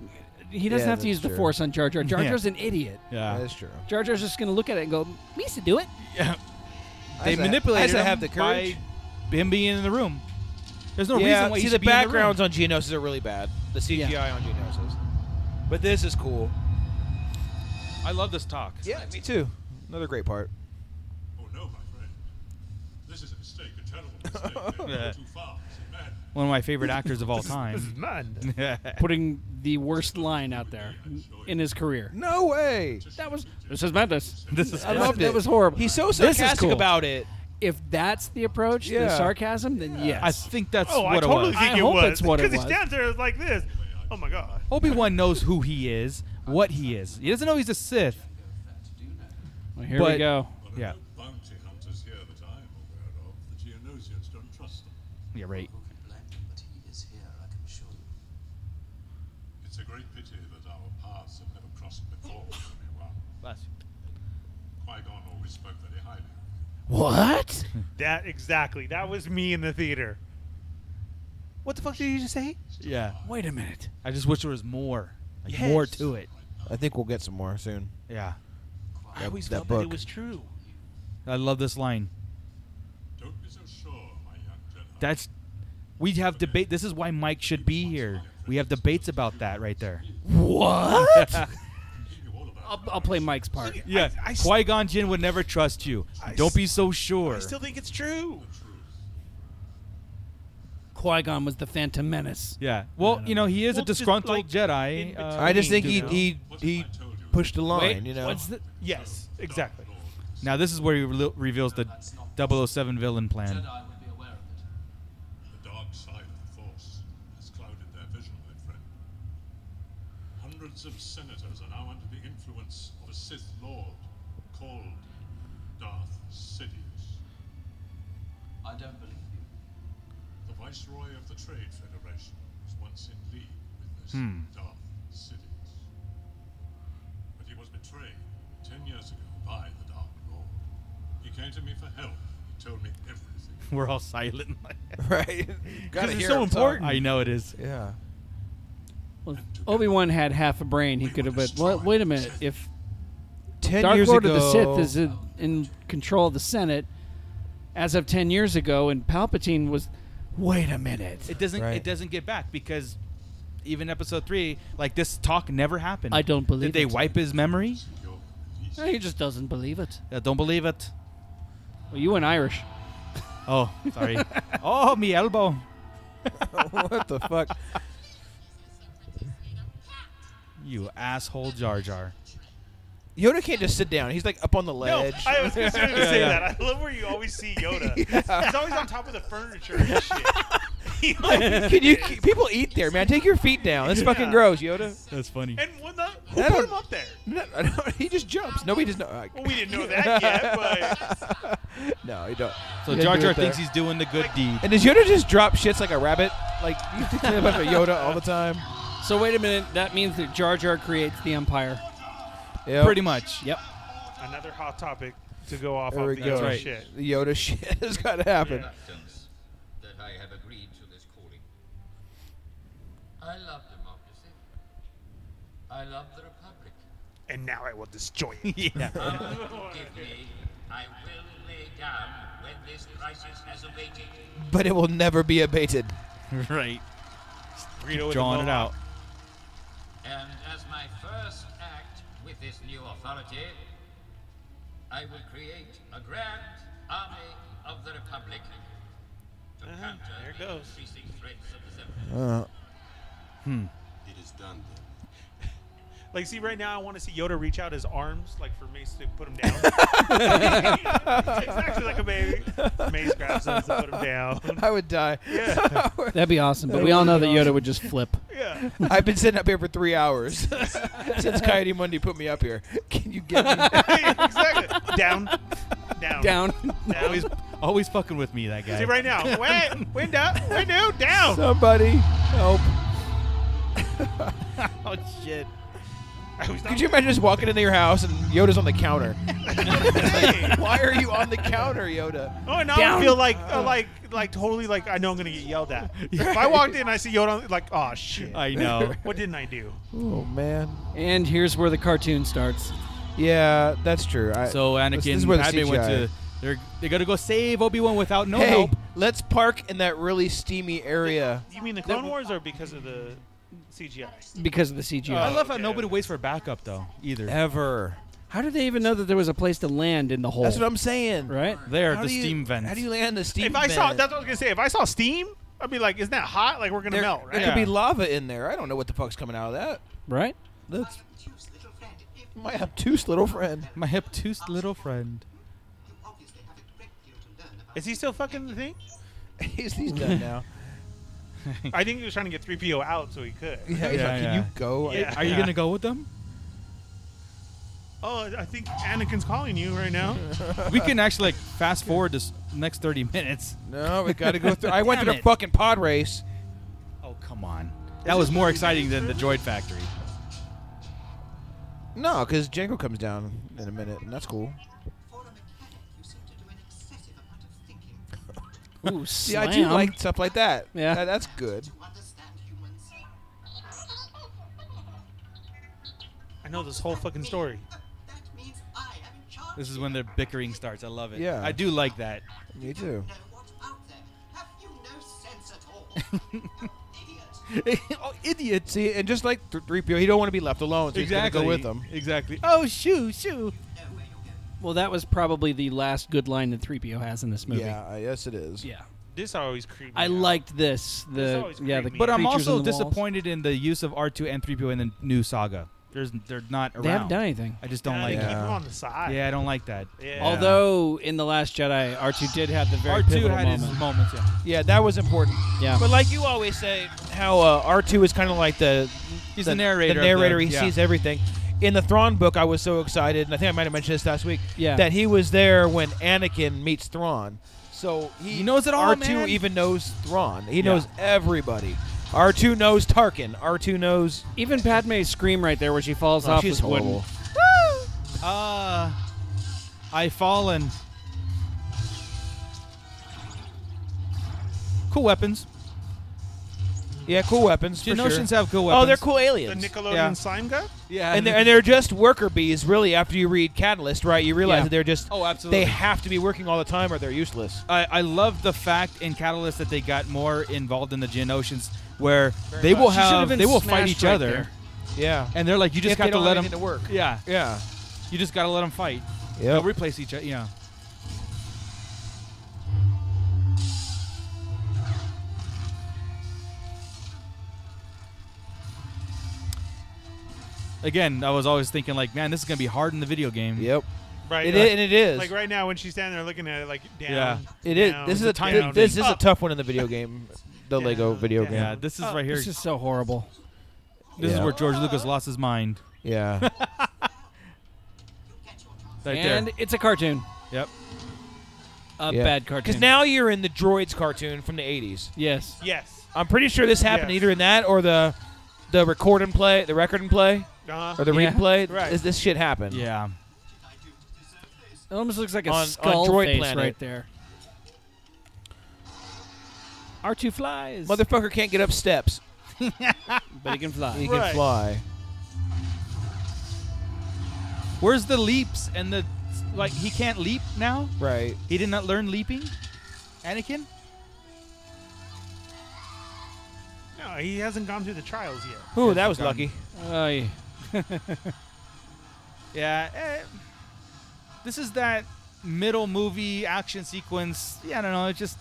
Speaker 11: He doesn't
Speaker 9: Yeah,
Speaker 11: have to
Speaker 9: that's
Speaker 11: use the
Speaker 9: true.
Speaker 11: Force on Jar Jar. Jar
Speaker 8: Yeah.
Speaker 11: Jar's an idiot.
Speaker 8: yeah,
Speaker 9: That's true.
Speaker 11: Jar Jar's just gonna look at it and go, "Misa, do it."
Speaker 8: they
Speaker 9: As a-
Speaker 8: manipulated
Speaker 9: as a
Speaker 8: him
Speaker 9: have the courage.
Speaker 8: by him being in the room. There's no
Speaker 9: yeah,
Speaker 8: reason why he
Speaker 9: see the
Speaker 8: should be in the room.
Speaker 9: backgrounds on Geonosis are really bad. The CGI on Geonosis. But this is cool.
Speaker 8: I love this talk.
Speaker 9: Yeah, me too. Another great part.
Speaker 14: Oh no, my friend. This is a mistake, a terrible mistake. They've
Speaker 8: Yeah.
Speaker 14: gone too far. It's mad.
Speaker 8: One of my favorite actors of all
Speaker 10: This
Speaker 8: time.
Speaker 10: is mine.
Speaker 11: Putting the worst line out there in his career.
Speaker 9: No way.
Speaker 11: That was this is madness.
Speaker 8: This is
Speaker 9: I loved
Speaker 11: That
Speaker 9: it.
Speaker 11: was horrible.
Speaker 9: He's so
Speaker 11: This is
Speaker 9: sarcastic
Speaker 11: cool.
Speaker 9: about it.
Speaker 11: If that's the approach, the
Speaker 9: Yeah.
Speaker 11: sarcasm, then
Speaker 8: I
Speaker 11: yes.
Speaker 8: think that's
Speaker 10: Oh,
Speaker 8: what
Speaker 10: I totally
Speaker 8: it was.
Speaker 10: think
Speaker 11: I
Speaker 10: it
Speaker 11: hope
Speaker 10: was.
Speaker 11: it's what it
Speaker 10: Because
Speaker 11: was.
Speaker 10: he stands there like this. Oh my god.
Speaker 8: Obi Wan knows who he is, what he is. He doesn't know he's a Sith.
Speaker 11: Well, here we
Speaker 8: but-
Speaker 11: go.
Speaker 14: Well,
Speaker 8: Yeah.
Speaker 14: there are no bounty hunters here that I am aware of. The Geonosians don't trust them.
Speaker 8: Yeah, right.
Speaker 13: Who can blame them? But he is here, I can assure you.
Speaker 14: It's a great pity that our paths have never crossed before, Obi-Wan. Qui-Gon always spoke very highly of you.
Speaker 11: What?
Speaker 10: That exactly. That was me in the theater. What the fuck did you just say?
Speaker 8: Yeah.
Speaker 11: Wait a minute.
Speaker 8: I just wish there was more, like
Speaker 10: Yes.
Speaker 8: more to
Speaker 14: Right
Speaker 8: it.
Speaker 14: now,
Speaker 9: I think we'll get some more soon.
Speaker 8: Yeah.
Speaker 10: I always
Speaker 9: that
Speaker 10: felt that
Speaker 9: book.
Speaker 10: it was true.
Speaker 8: I love this line.
Speaker 14: Don't be so sure, my young Jedi.
Speaker 8: That's we have debate. This is why Mike should be here. We have debates about that right there.
Speaker 11: What? I'll, I'll play Mike's part.
Speaker 8: Yeah,
Speaker 10: I- I
Speaker 8: Qui Gon Jinn would never trust you. Don't be so sure.
Speaker 10: I still think it's true.
Speaker 11: Qui Gon was the Phantom Menace.
Speaker 8: yeah. Well, you know, he is
Speaker 10: Well,
Speaker 8: a
Speaker 10: just
Speaker 8: disgruntled
Speaker 10: like
Speaker 8: Jedi.
Speaker 10: in
Speaker 8: uh,
Speaker 9: I just think
Speaker 8: you
Speaker 9: he
Speaker 8: know.
Speaker 9: he, he pushed the line.
Speaker 8: Wait,
Speaker 9: you know,
Speaker 8: what's
Speaker 10: the- yes, exactly.
Speaker 8: Now this is where he re- reveals the 007 villain
Speaker 13: Jedi
Speaker 8: plan.
Speaker 13: would be aware of it.
Speaker 14: The dark side of the Force has clouded their vision, my friend. Hundreds of senators are now under the influence of a Sith Lord called Darth Sidious.
Speaker 13: I don't believe you.
Speaker 14: The Viceroy of the Trade Federation was once in league with this
Speaker 8: Hmm.
Speaker 14: Darth Sidious. But he was betrayed ten years ago by the Dark Lord. He came to me for help. He told me everything.
Speaker 8: We're all silent.
Speaker 9: Right.
Speaker 8: Because
Speaker 9: Gotta
Speaker 8: it's
Speaker 9: hear
Speaker 8: so
Speaker 9: him talk.
Speaker 8: important. I know it is.
Speaker 9: Yeah.
Speaker 11: Well, Obi Wan had half a brain. He could have. But well, wait a minute. If
Speaker 9: Ten
Speaker 11: Dark
Speaker 9: years
Speaker 11: Lord of the
Speaker 9: ago-
Speaker 11: Sith is in, in control of the Senate as of ten years ago, and Palpatine was. Wait a minute.
Speaker 8: It doesn't.
Speaker 11: Right.
Speaker 8: It doesn't get back because even Episode three, like this talk never happened.
Speaker 11: I don't believe
Speaker 8: Did they
Speaker 11: it.
Speaker 8: wipe his memory?
Speaker 11: He just doesn't believe it.
Speaker 8: I don't believe it.
Speaker 11: Well, you and Irish.
Speaker 8: Oh, sorry. oh, me elbow.
Speaker 9: what the fuck?
Speaker 8: You asshole, Jar Jar.
Speaker 9: Yoda can't just sit down. He's like up on the ledge.
Speaker 10: No, I was going to
Speaker 9: Yeah,
Speaker 10: say
Speaker 9: yeah.
Speaker 10: that. I love where you always see Yoda.
Speaker 9: Yeah.
Speaker 10: He's always on top of the furniture and shit. He always
Speaker 9: Can you
Speaker 10: is.
Speaker 9: people eat there, man? Take your feet down. That's fucking
Speaker 10: Yeah.
Speaker 9: gross, Yoda.
Speaker 8: That's funny.
Speaker 10: And when the, who
Speaker 9: I
Speaker 10: put
Speaker 9: don't-
Speaker 10: him up there?
Speaker 9: No, I don't- he just jumps. Nobody does know. like-
Speaker 10: Well, we didn't know that yet, but-
Speaker 9: no, you don't.
Speaker 8: So
Speaker 9: You don't
Speaker 8: Jar
Speaker 9: do
Speaker 8: Jar
Speaker 9: it there.
Speaker 8: thinks he's doing the good deed.
Speaker 9: And does Yoda just drop shits like a rabbit? Like you think about Yoda all the time?
Speaker 11: So wait a minute. That means that Jar Jar creates the Empire.
Speaker 9: Yep.
Speaker 8: Pretty much.
Speaker 11: Yep.
Speaker 10: Another hot topic to go off
Speaker 9: There
Speaker 10: on
Speaker 9: we
Speaker 10: the
Speaker 9: go.
Speaker 10: Yoda
Speaker 9: Right.
Speaker 10: shit.
Speaker 9: The Yoda shit has got to happen.
Speaker 13: Reluctance that I have agreed to this calling. I love democracy. I love the Republic.
Speaker 10: And now I will destroy it.
Speaker 13: Ah, Forgive me. I will lay down when this crisis has abated.
Speaker 9: But it will never be abated.
Speaker 8: right.
Speaker 10: Keep
Speaker 8: with the drawing it mohawk. out.
Speaker 13: And as my first act with this new authority, I will create a grand army of the Republic to counter the increasing threats of the Separatists.
Speaker 9: Uh,
Speaker 8: Hmm.
Speaker 14: It is done then.
Speaker 10: Like, see, right now I want to see Yoda reach out his arms, like for Mace to put him down. It's exactly like a baby. Mace grabs him to put him down.
Speaker 9: I would die.
Speaker 10: Yeah.
Speaker 11: That'd be awesome. But we all know that Yoda would just flip.
Speaker 10: Yeah.
Speaker 9: I've been sitting up here for three hours since Coyote Monday put me up here. Can you get me?
Speaker 10: exactly. Down. Down.
Speaker 11: Down.
Speaker 10: Down.
Speaker 8: Always, always fucking with me, that guy.
Speaker 10: See, right now. Wait. Window. Window. Down.
Speaker 9: Somebody help.
Speaker 8: oh shit.
Speaker 10: I was
Speaker 9: Could you imagine just walking into your house and Yoda's on the counter?
Speaker 10: Hey.
Speaker 9: Why are you on the counter, Yoda?
Speaker 10: Oh, and now I feel like, uh, like, like totally like I know I'm gonna get yelled at. If I walked in, and I see Yoda, like, oh shit.
Speaker 8: I know.
Speaker 10: What didn't I do?
Speaker 9: Oh man.
Speaker 11: And here's where the cartoon starts.
Speaker 9: Yeah, that's true. I,
Speaker 8: So Anakin
Speaker 9: this is where the
Speaker 8: Padme went
Speaker 9: CGI
Speaker 8: to. They're they gotta go save Obi Wan without no
Speaker 9: hey,
Speaker 8: help.
Speaker 9: let's park in that really steamy area.
Speaker 10: You mean the Clone Wars or because of the CGI?
Speaker 11: Because of the
Speaker 9: Oh.
Speaker 11: CGI.
Speaker 8: I love how
Speaker 10: okay.
Speaker 8: nobody waits for backup though either.
Speaker 9: Ever.
Speaker 11: How did they even know that there was a place to land in the hole?
Speaker 9: That's what I'm saying.
Speaker 11: right?
Speaker 8: There,
Speaker 9: How
Speaker 8: the
Speaker 9: do you-
Speaker 8: steam vents.
Speaker 9: How do you land the steam
Speaker 10: If I saw,
Speaker 9: vent?
Speaker 10: that's what I was gonna say. If I saw steam, I'd be like, isn't that hot? Like we're gonna
Speaker 9: there,
Speaker 10: melt,
Speaker 9: there
Speaker 10: right?
Speaker 9: could be
Speaker 8: Yeah.
Speaker 9: lava in there. I don't know what the fuck's coming out of that.
Speaker 11: Right?
Speaker 9: That's my obtuse little friend.
Speaker 8: My obtuse little friend.
Speaker 10: Is he still fucking the thing?
Speaker 9: he's, he's done now.
Speaker 10: I think he was trying to get three PO out so he could.
Speaker 9: Yeah, he's like,
Speaker 8: Yeah,
Speaker 9: Can
Speaker 8: yeah.
Speaker 9: you go? I-
Speaker 10: Yeah.
Speaker 8: Are you gonna go with them?
Speaker 10: Oh, I think Anakin's calling you right now.
Speaker 8: We can actually like fast forward this next thirty minutes.
Speaker 9: No, we got to go through. I went
Speaker 8: Damn
Speaker 9: through the
Speaker 8: it.
Speaker 9: fucking pod race.
Speaker 8: Oh come on. That was more exciting than the Droid Factory.
Speaker 9: No, because Django comes down in a minute, and that's cool.
Speaker 13: For a mechanic, you seem to do an excessive amount of thinking.
Speaker 11: Ooh,
Speaker 9: See,
Speaker 11: slam.
Speaker 9: I do like stuff like that.
Speaker 11: Yeah.
Speaker 9: That- that's good.
Speaker 13: understand humans.
Speaker 10: I know this whole fucking story.
Speaker 8: This is when their bickering starts. I love it.
Speaker 9: Yeah.
Speaker 8: I do like that.
Speaker 9: Me too. oh, idiot! See, and just like th- 3PO, he don't want to be left alone, so
Speaker 8: exactly.
Speaker 9: he's gonna go with them.
Speaker 8: Exactly.
Speaker 11: Oh, shoo, shoo. Well, that was probably the last good line that 3PO has in this movie.
Speaker 9: Yeah, I- yes, it is.
Speaker 11: Yeah.
Speaker 10: This always creeped.
Speaker 11: I liked this. The yeah, the
Speaker 8: but I'm
Speaker 11: creatures
Speaker 8: also
Speaker 11: on the walls.
Speaker 8: disappointed in the use of R2 and 3PO in the new saga. There's, they're not around.
Speaker 11: They haven't done anything.
Speaker 8: I just don't
Speaker 11: Yeah,
Speaker 8: like
Speaker 11: they
Speaker 8: it.
Speaker 11: keep 'em
Speaker 10: on the side.
Speaker 8: Yeah, I don't like that.
Speaker 11: Although in the Last Jedi, R2 did have the very
Speaker 8: R2
Speaker 11: pivotal
Speaker 8: had his
Speaker 11: moment.
Speaker 8: moments, yeah.
Speaker 9: Yeah, that was important.
Speaker 11: Yeah.
Speaker 9: But like you always say, how uh, R2 is kind of like the
Speaker 8: He's the narrator of the-
Speaker 9: narrator, he
Speaker 8: yeah.
Speaker 9: sees everything. In the Thrawn book, I was so excited, and I think I might have mentioned this last week.
Speaker 8: Yeah.
Speaker 9: That he was there when Anakin meets Thrawn, so he, knows
Speaker 8: it all,
Speaker 9: R2
Speaker 8: man.
Speaker 9: even knows Thrawn. He
Speaker 8: Yeah.
Speaker 9: knows everybody. R2 knows Tarkin. R2 knows
Speaker 11: even Padme's scream right there where she falls
Speaker 8: Oh,
Speaker 11: off was
Speaker 9: She's
Speaker 11: wooden.
Speaker 9: horrible.
Speaker 8: Uh, I fallen. Cool weapons.
Speaker 9: Yeah, cool weapons. for
Speaker 8: Genosians
Speaker 9: sure.
Speaker 8: have cool
Speaker 9: Oh,
Speaker 8: weapons.
Speaker 9: they're cool aliens.
Speaker 10: The Nickelodeon
Speaker 9: Yeah.
Speaker 10: slime guy.
Speaker 8: Yeah,
Speaker 9: and they're, and they're just worker bees, really. After you read Catalyst, right, you realize
Speaker 8: Yeah.
Speaker 9: that they're just
Speaker 8: Oh, absolutely.
Speaker 9: they have to be working all the time or they're useless.
Speaker 8: I, I love the fact in Catalyst that they got more involved in the Genosians, where
Speaker 9: Very
Speaker 8: they will
Speaker 9: much. She should've
Speaker 8: have
Speaker 9: been
Speaker 8: they will fight
Speaker 9: smashed
Speaker 8: each
Speaker 9: right
Speaker 8: other.
Speaker 9: there. Yeah.
Speaker 8: and they're like, you just
Speaker 9: If they
Speaker 8: got to
Speaker 9: don't
Speaker 8: let
Speaker 9: have
Speaker 8: them
Speaker 9: anything to work.
Speaker 8: Yeah,
Speaker 9: yeah.
Speaker 8: You just got to let them fight.
Speaker 9: Yep.
Speaker 8: They'll replace each other. Yeah. Again, I was always thinking like, man, this is gonna be hard in the video game.
Speaker 9: Yep.
Speaker 10: Right. uh,
Speaker 9: It
Speaker 10: like,
Speaker 9: i- and it is.
Speaker 10: Like right now when she's standing there looking at it like down.
Speaker 9: Yeah. It is.
Speaker 10: down,
Speaker 9: This is a
Speaker 10: down,
Speaker 9: th- this is a
Speaker 10: up.
Speaker 9: tough one in the video game, the Lego video game.
Speaker 8: Yeah, this
Speaker 10: Oh,
Speaker 8: is right here.
Speaker 11: This is so horrible.
Speaker 8: This is
Speaker 9: Yeah.
Speaker 8: where George Lucas lost his mind.
Speaker 9: Yeah.
Speaker 8: right
Speaker 11: and
Speaker 8: there.
Speaker 11: it's a cartoon.
Speaker 8: Yep.
Speaker 11: A bad cartoon.
Speaker 9: Because now you're in the droids cartoon from the '80s.
Speaker 11: Yes.
Speaker 10: Yes.
Speaker 9: I'm pretty sure this happened
Speaker 10: Yes.
Speaker 9: either in that or the the record and play, the record and play,
Speaker 10: Uh-huh.
Speaker 9: or the
Speaker 10: Yeah.
Speaker 9: replay.
Speaker 10: Right.
Speaker 9: This, this shit happened.
Speaker 8: Yeah.
Speaker 11: It almost looks like a
Speaker 9: On- on
Speaker 11: skull
Speaker 9: Droid
Speaker 11: face
Speaker 9: Planet.
Speaker 11: right there. R2 flies.
Speaker 9: Motherfucker can't get up steps.
Speaker 11: but he can fly.
Speaker 9: He can fly.
Speaker 8: Where's the leaps and the like? He can't leap now.
Speaker 9: Right.
Speaker 8: He did not learn leaping. Anakin.
Speaker 10: No, he hasn't gone through the trials yet.
Speaker 9: Ooh, that was lucky.
Speaker 11: Aye.
Speaker 8: Yeah. eh, this is that middle movie action sequence. Yeah, I don't know. It just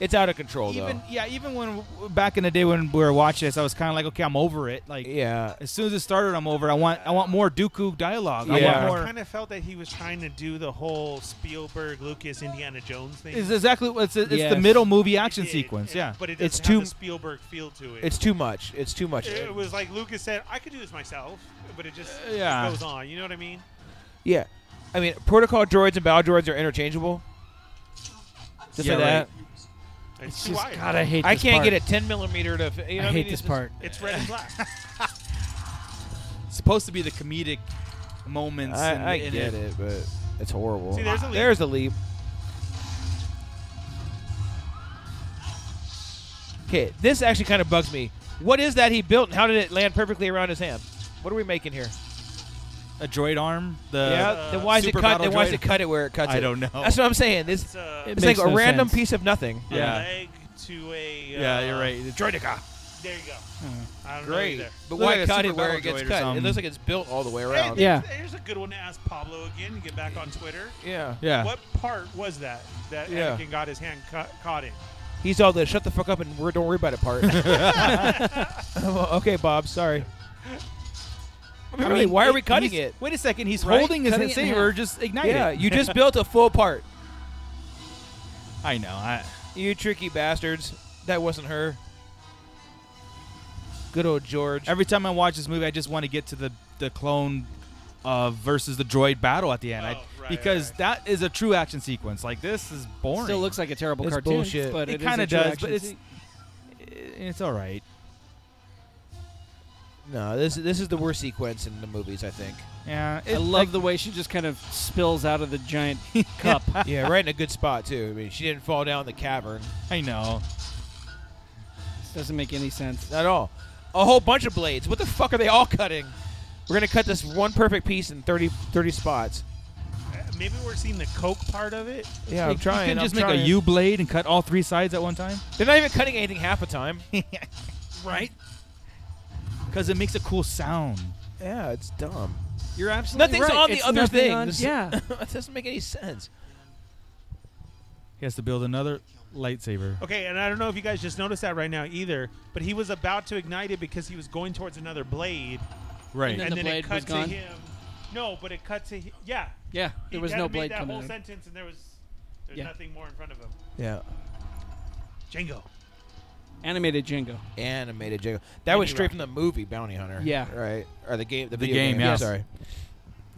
Speaker 9: It's out of control
Speaker 8: even
Speaker 9: though.
Speaker 8: yeah even when back in the day when we were watching this, I was kind of like, okay, I'm over it. Like
Speaker 9: Yeah.
Speaker 8: as soon as it started, I'm over. it. I want I want more Dooku dialogue. I
Speaker 9: Yeah.
Speaker 8: want
Speaker 10: I
Speaker 8: more.
Speaker 10: kind of felt that he was trying to do the whole Spielberg, Lucas, Indiana Jones thing.
Speaker 8: It's exactly it's, it's the
Speaker 9: Yes.
Speaker 8: middle movie action
Speaker 10: It-
Speaker 8: sequence.
Speaker 10: it-
Speaker 8: Yeah,
Speaker 10: but it doesn't
Speaker 9: It's
Speaker 10: have
Speaker 9: too-
Speaker 10: the Spielberg feel to it.
Speaker 9: It's too much. It's too much.
Speaker 10: It was like Lucas said, I could do this myself, but it just it
Speaker 9: yeah.
Speaker 10: goes on. You know what I mean?
Speaker 9: Yeah. I mean, protocol droids and bow droids are interchangeable. Just
Speaker 8: Yeah,
Speaker 9: like that.
Speaker 8: right.
Speaker 10: It's,
Speaker 11: It's
Speaker 10: too
Speaker 11: just
Speaker 10: wired.
Speaker 11: God, I hate.
Speaker 9: I
Speaker 11: this
Speaker 9: can't
Speaker 11: part.
Speaker 9: get a 10 millimeter to. fi- You know
Speaker 11: I
Speaker 9: what
Speaker 11: hate
Speaker 9: mean?
Speaker 11: this
Speaker 9: It's just-
Speaker 11: part.
Speaker 10: It's red and black.
Speaker 8: It's supposed to be the comedic moments.
Speaker 9: I,
Speaker 8: in-
Speaker 9: I
Speaker 8: in
Speaker 9: get it, but it's horrible.
Speaker 10: See, there's a leap.
Speaker 9: There's the leap. Okay, this actually kind of bugs me. What is that he built, and how did it land perfectly around his hand? What are we making here?
Speaker 8: A droid arm. The
Speaker 9: yeah. Then why is it
Speaker 8: Uh, super
Speaker 9: cut?
Speaker 8: battle
Speaker 9: Then why is
Speaker 8: droid?
Speaker 9: it cut it where it cuts?
Speaker 8: I
Speaker 9: it?
Speaker 8: don't know.
Speaker 9: That's what I'm saying. This
Speaker 10: It's, uh,
Speaker 11: It
Speaker 9: it's like
Speaker 11: makes
Speaker 9: a
Speaker 11: no
Speaker 9: random
Speaker 11: sense.
Speaker 9: piece of nothing.
Speaker 10: a
Speaker 8: Yeah.
Speaker 10: leg to a. Uh,
Speaker 8: Yeah, you're right. The droidica.
Speaker 10: There you go. I don't
Speaker 9: Great.
Speaker 10: know either.
Speaker 9: But
Speaker 8: Look
Speaker 9: why
Speaker 8: like a
Speaker 9: cut
Speaker 8: super
Speaker 9: it where
Speaker 8: battle
Speaker 9: it gets
Speaker 8: droid or
Speaker 9: cut? It
Speaker 8: something.
Speaker 9: looks like it's built all the way
Speaker 10: Hey,
Speaker 2: uh,
Speaker 9: around.
Speaker 11: Yeah.
Speaker 10: There's a good one to ask Pablo again. Get back on Twitter.
Speaker 9: Yeah.
Speaker 8: Yeah.
Speaker 10: What part was that that
Speaker 9: Yeah.
Speaker 10: Anakin got his hand ca- caught in?
Speaker 9: He's all the shut the fuck up and we're, don't worry about it part. Well, okay, Bob. Sorry. I mean, really, why are we cutting
Speaker 8: he's-
Speaker 9: it?
Speaker 8: Wait a second. He's
Speaker 9: Right?
Speaker 8: holding his
Speaker 9: Cutting it in
Speaker 8: saber,
Speaker 9: half.
Speaker 8: just ignited.
Speaker 9: Yeah, you just built a full part.
Speaker 8: I know. I,
Speaker 9: You tricky bastards. That wasn't her. Good old George.
Speaker 8: every time I watch this movie, I just want to get to the the clone uh, versus the droid battle at the end, I,
Speaker 10: Oh, right,
Speaker 8: because
Speaker 10: right.
Speaker 8: that is a true action sequence. Like this is boring.
Speaker 11: Still looks like a terrible
Speaker 9: It's
Speaker 11: cartoon.
Speaker 9: bullshit.
Speaker 11: But
Speaker 8: it
Speaker 11: is a
Speaker 8: kind of
Speaker 11: true
Speaker 8: does,
Speaker 11: action
Speaker 8: but it's
Speaker 11: scene.
Speaker 8: it's all right.
Speaker 9: No, this this is the worst sequence in the movies, I think.
Speaker 8: Yeah,
Speaker 11: I love the way she just kind of spills out of the giant cup.
Speaker 9: yeah, right in a good spot too. I mean, she didn't fall down the cavern
Speaker 8: I know.
Speaker 11: Doesn't make any sense.
Speaker 9: at all. A whole bunch of blades. What the fuck are they all cutting? We're gonna cut this one perfect piece in 30, 30 spots.
Speaker 10: Maybe we're seeing the coke part of it.
Speaker 9: Yeah, I'm
Speaker 8: You
Speaker 9: trying.
Speaker 8: can
Speaker 9: I'm
Speaker 8: just
Speaker 9: trying.
Speaker 8: make a U blade and cut all three sides at one time.
Speaker 9: They're not even cutting anything half the time.
Speaker 8: right? Because it makes a cool sound.
Speaker 9: Yeah, it's dumb.
Speaker 11: You're absolutely
Speaker 9: Nothing's
Speaker 11: right.
Speaker 9: on the
Speaker 11: It's
Speaker 9: other
Speaker 11: nothing
Speaker 9: thing.
Speaker 11: on-
Speaker 9: This-
Speaker 11: yeah.
Speaker 9: it doesn't make any sense.
Speaker 8: He has to build another lightsaber.
Speaker 9: Oh,
Speaker 10: Okay, and I don't know if you guys just noticed that right now either, but he was about to ignite it because he was going towards another blade.
Speaker 8: Right.
Speaker 10: And
Speaker 8: And
Speaker 10: then,
Speaker 8: then
Speaker 11: the
Speaker 10: it
Speaker 11: blade
Speaker 10: cut
Speaker 11: was
Speaker 10: to
Speaker 11: gone?
Speaker 10: him. No, but it cut to hi- yeah.
Speaker 11: Yeah,
Speaker 10: He
Speaker 11: there was
Speaker 10: had
Speaker 11: no
Speaker 10: made
Speaker 11: blade
Speaker 10: that
Speaker 11: coming
Speaker 10: whole
Speaker 11: out.
Speaker 10: sentence, and there was there's
Speaker 11: Yeah.
Speaker 10: nothing more in front of him.
Speaker 9: Yeah.
Speaker 10: Django.
Speaker 11: Animated Django.
Speaker 9: Animated Django. That was
Speaker 10: Mini
Speaker 9: straight from the movie Bounty Hunter.
Speaker 11: Yeah.
Speaker 9: Right. Or the game. The,
Speaker 11: The
Speaker 9: video
Speaker 11: game,
Speaker 9: Yeah.
Speaker 11: yes.
Speaker 9: Sorry.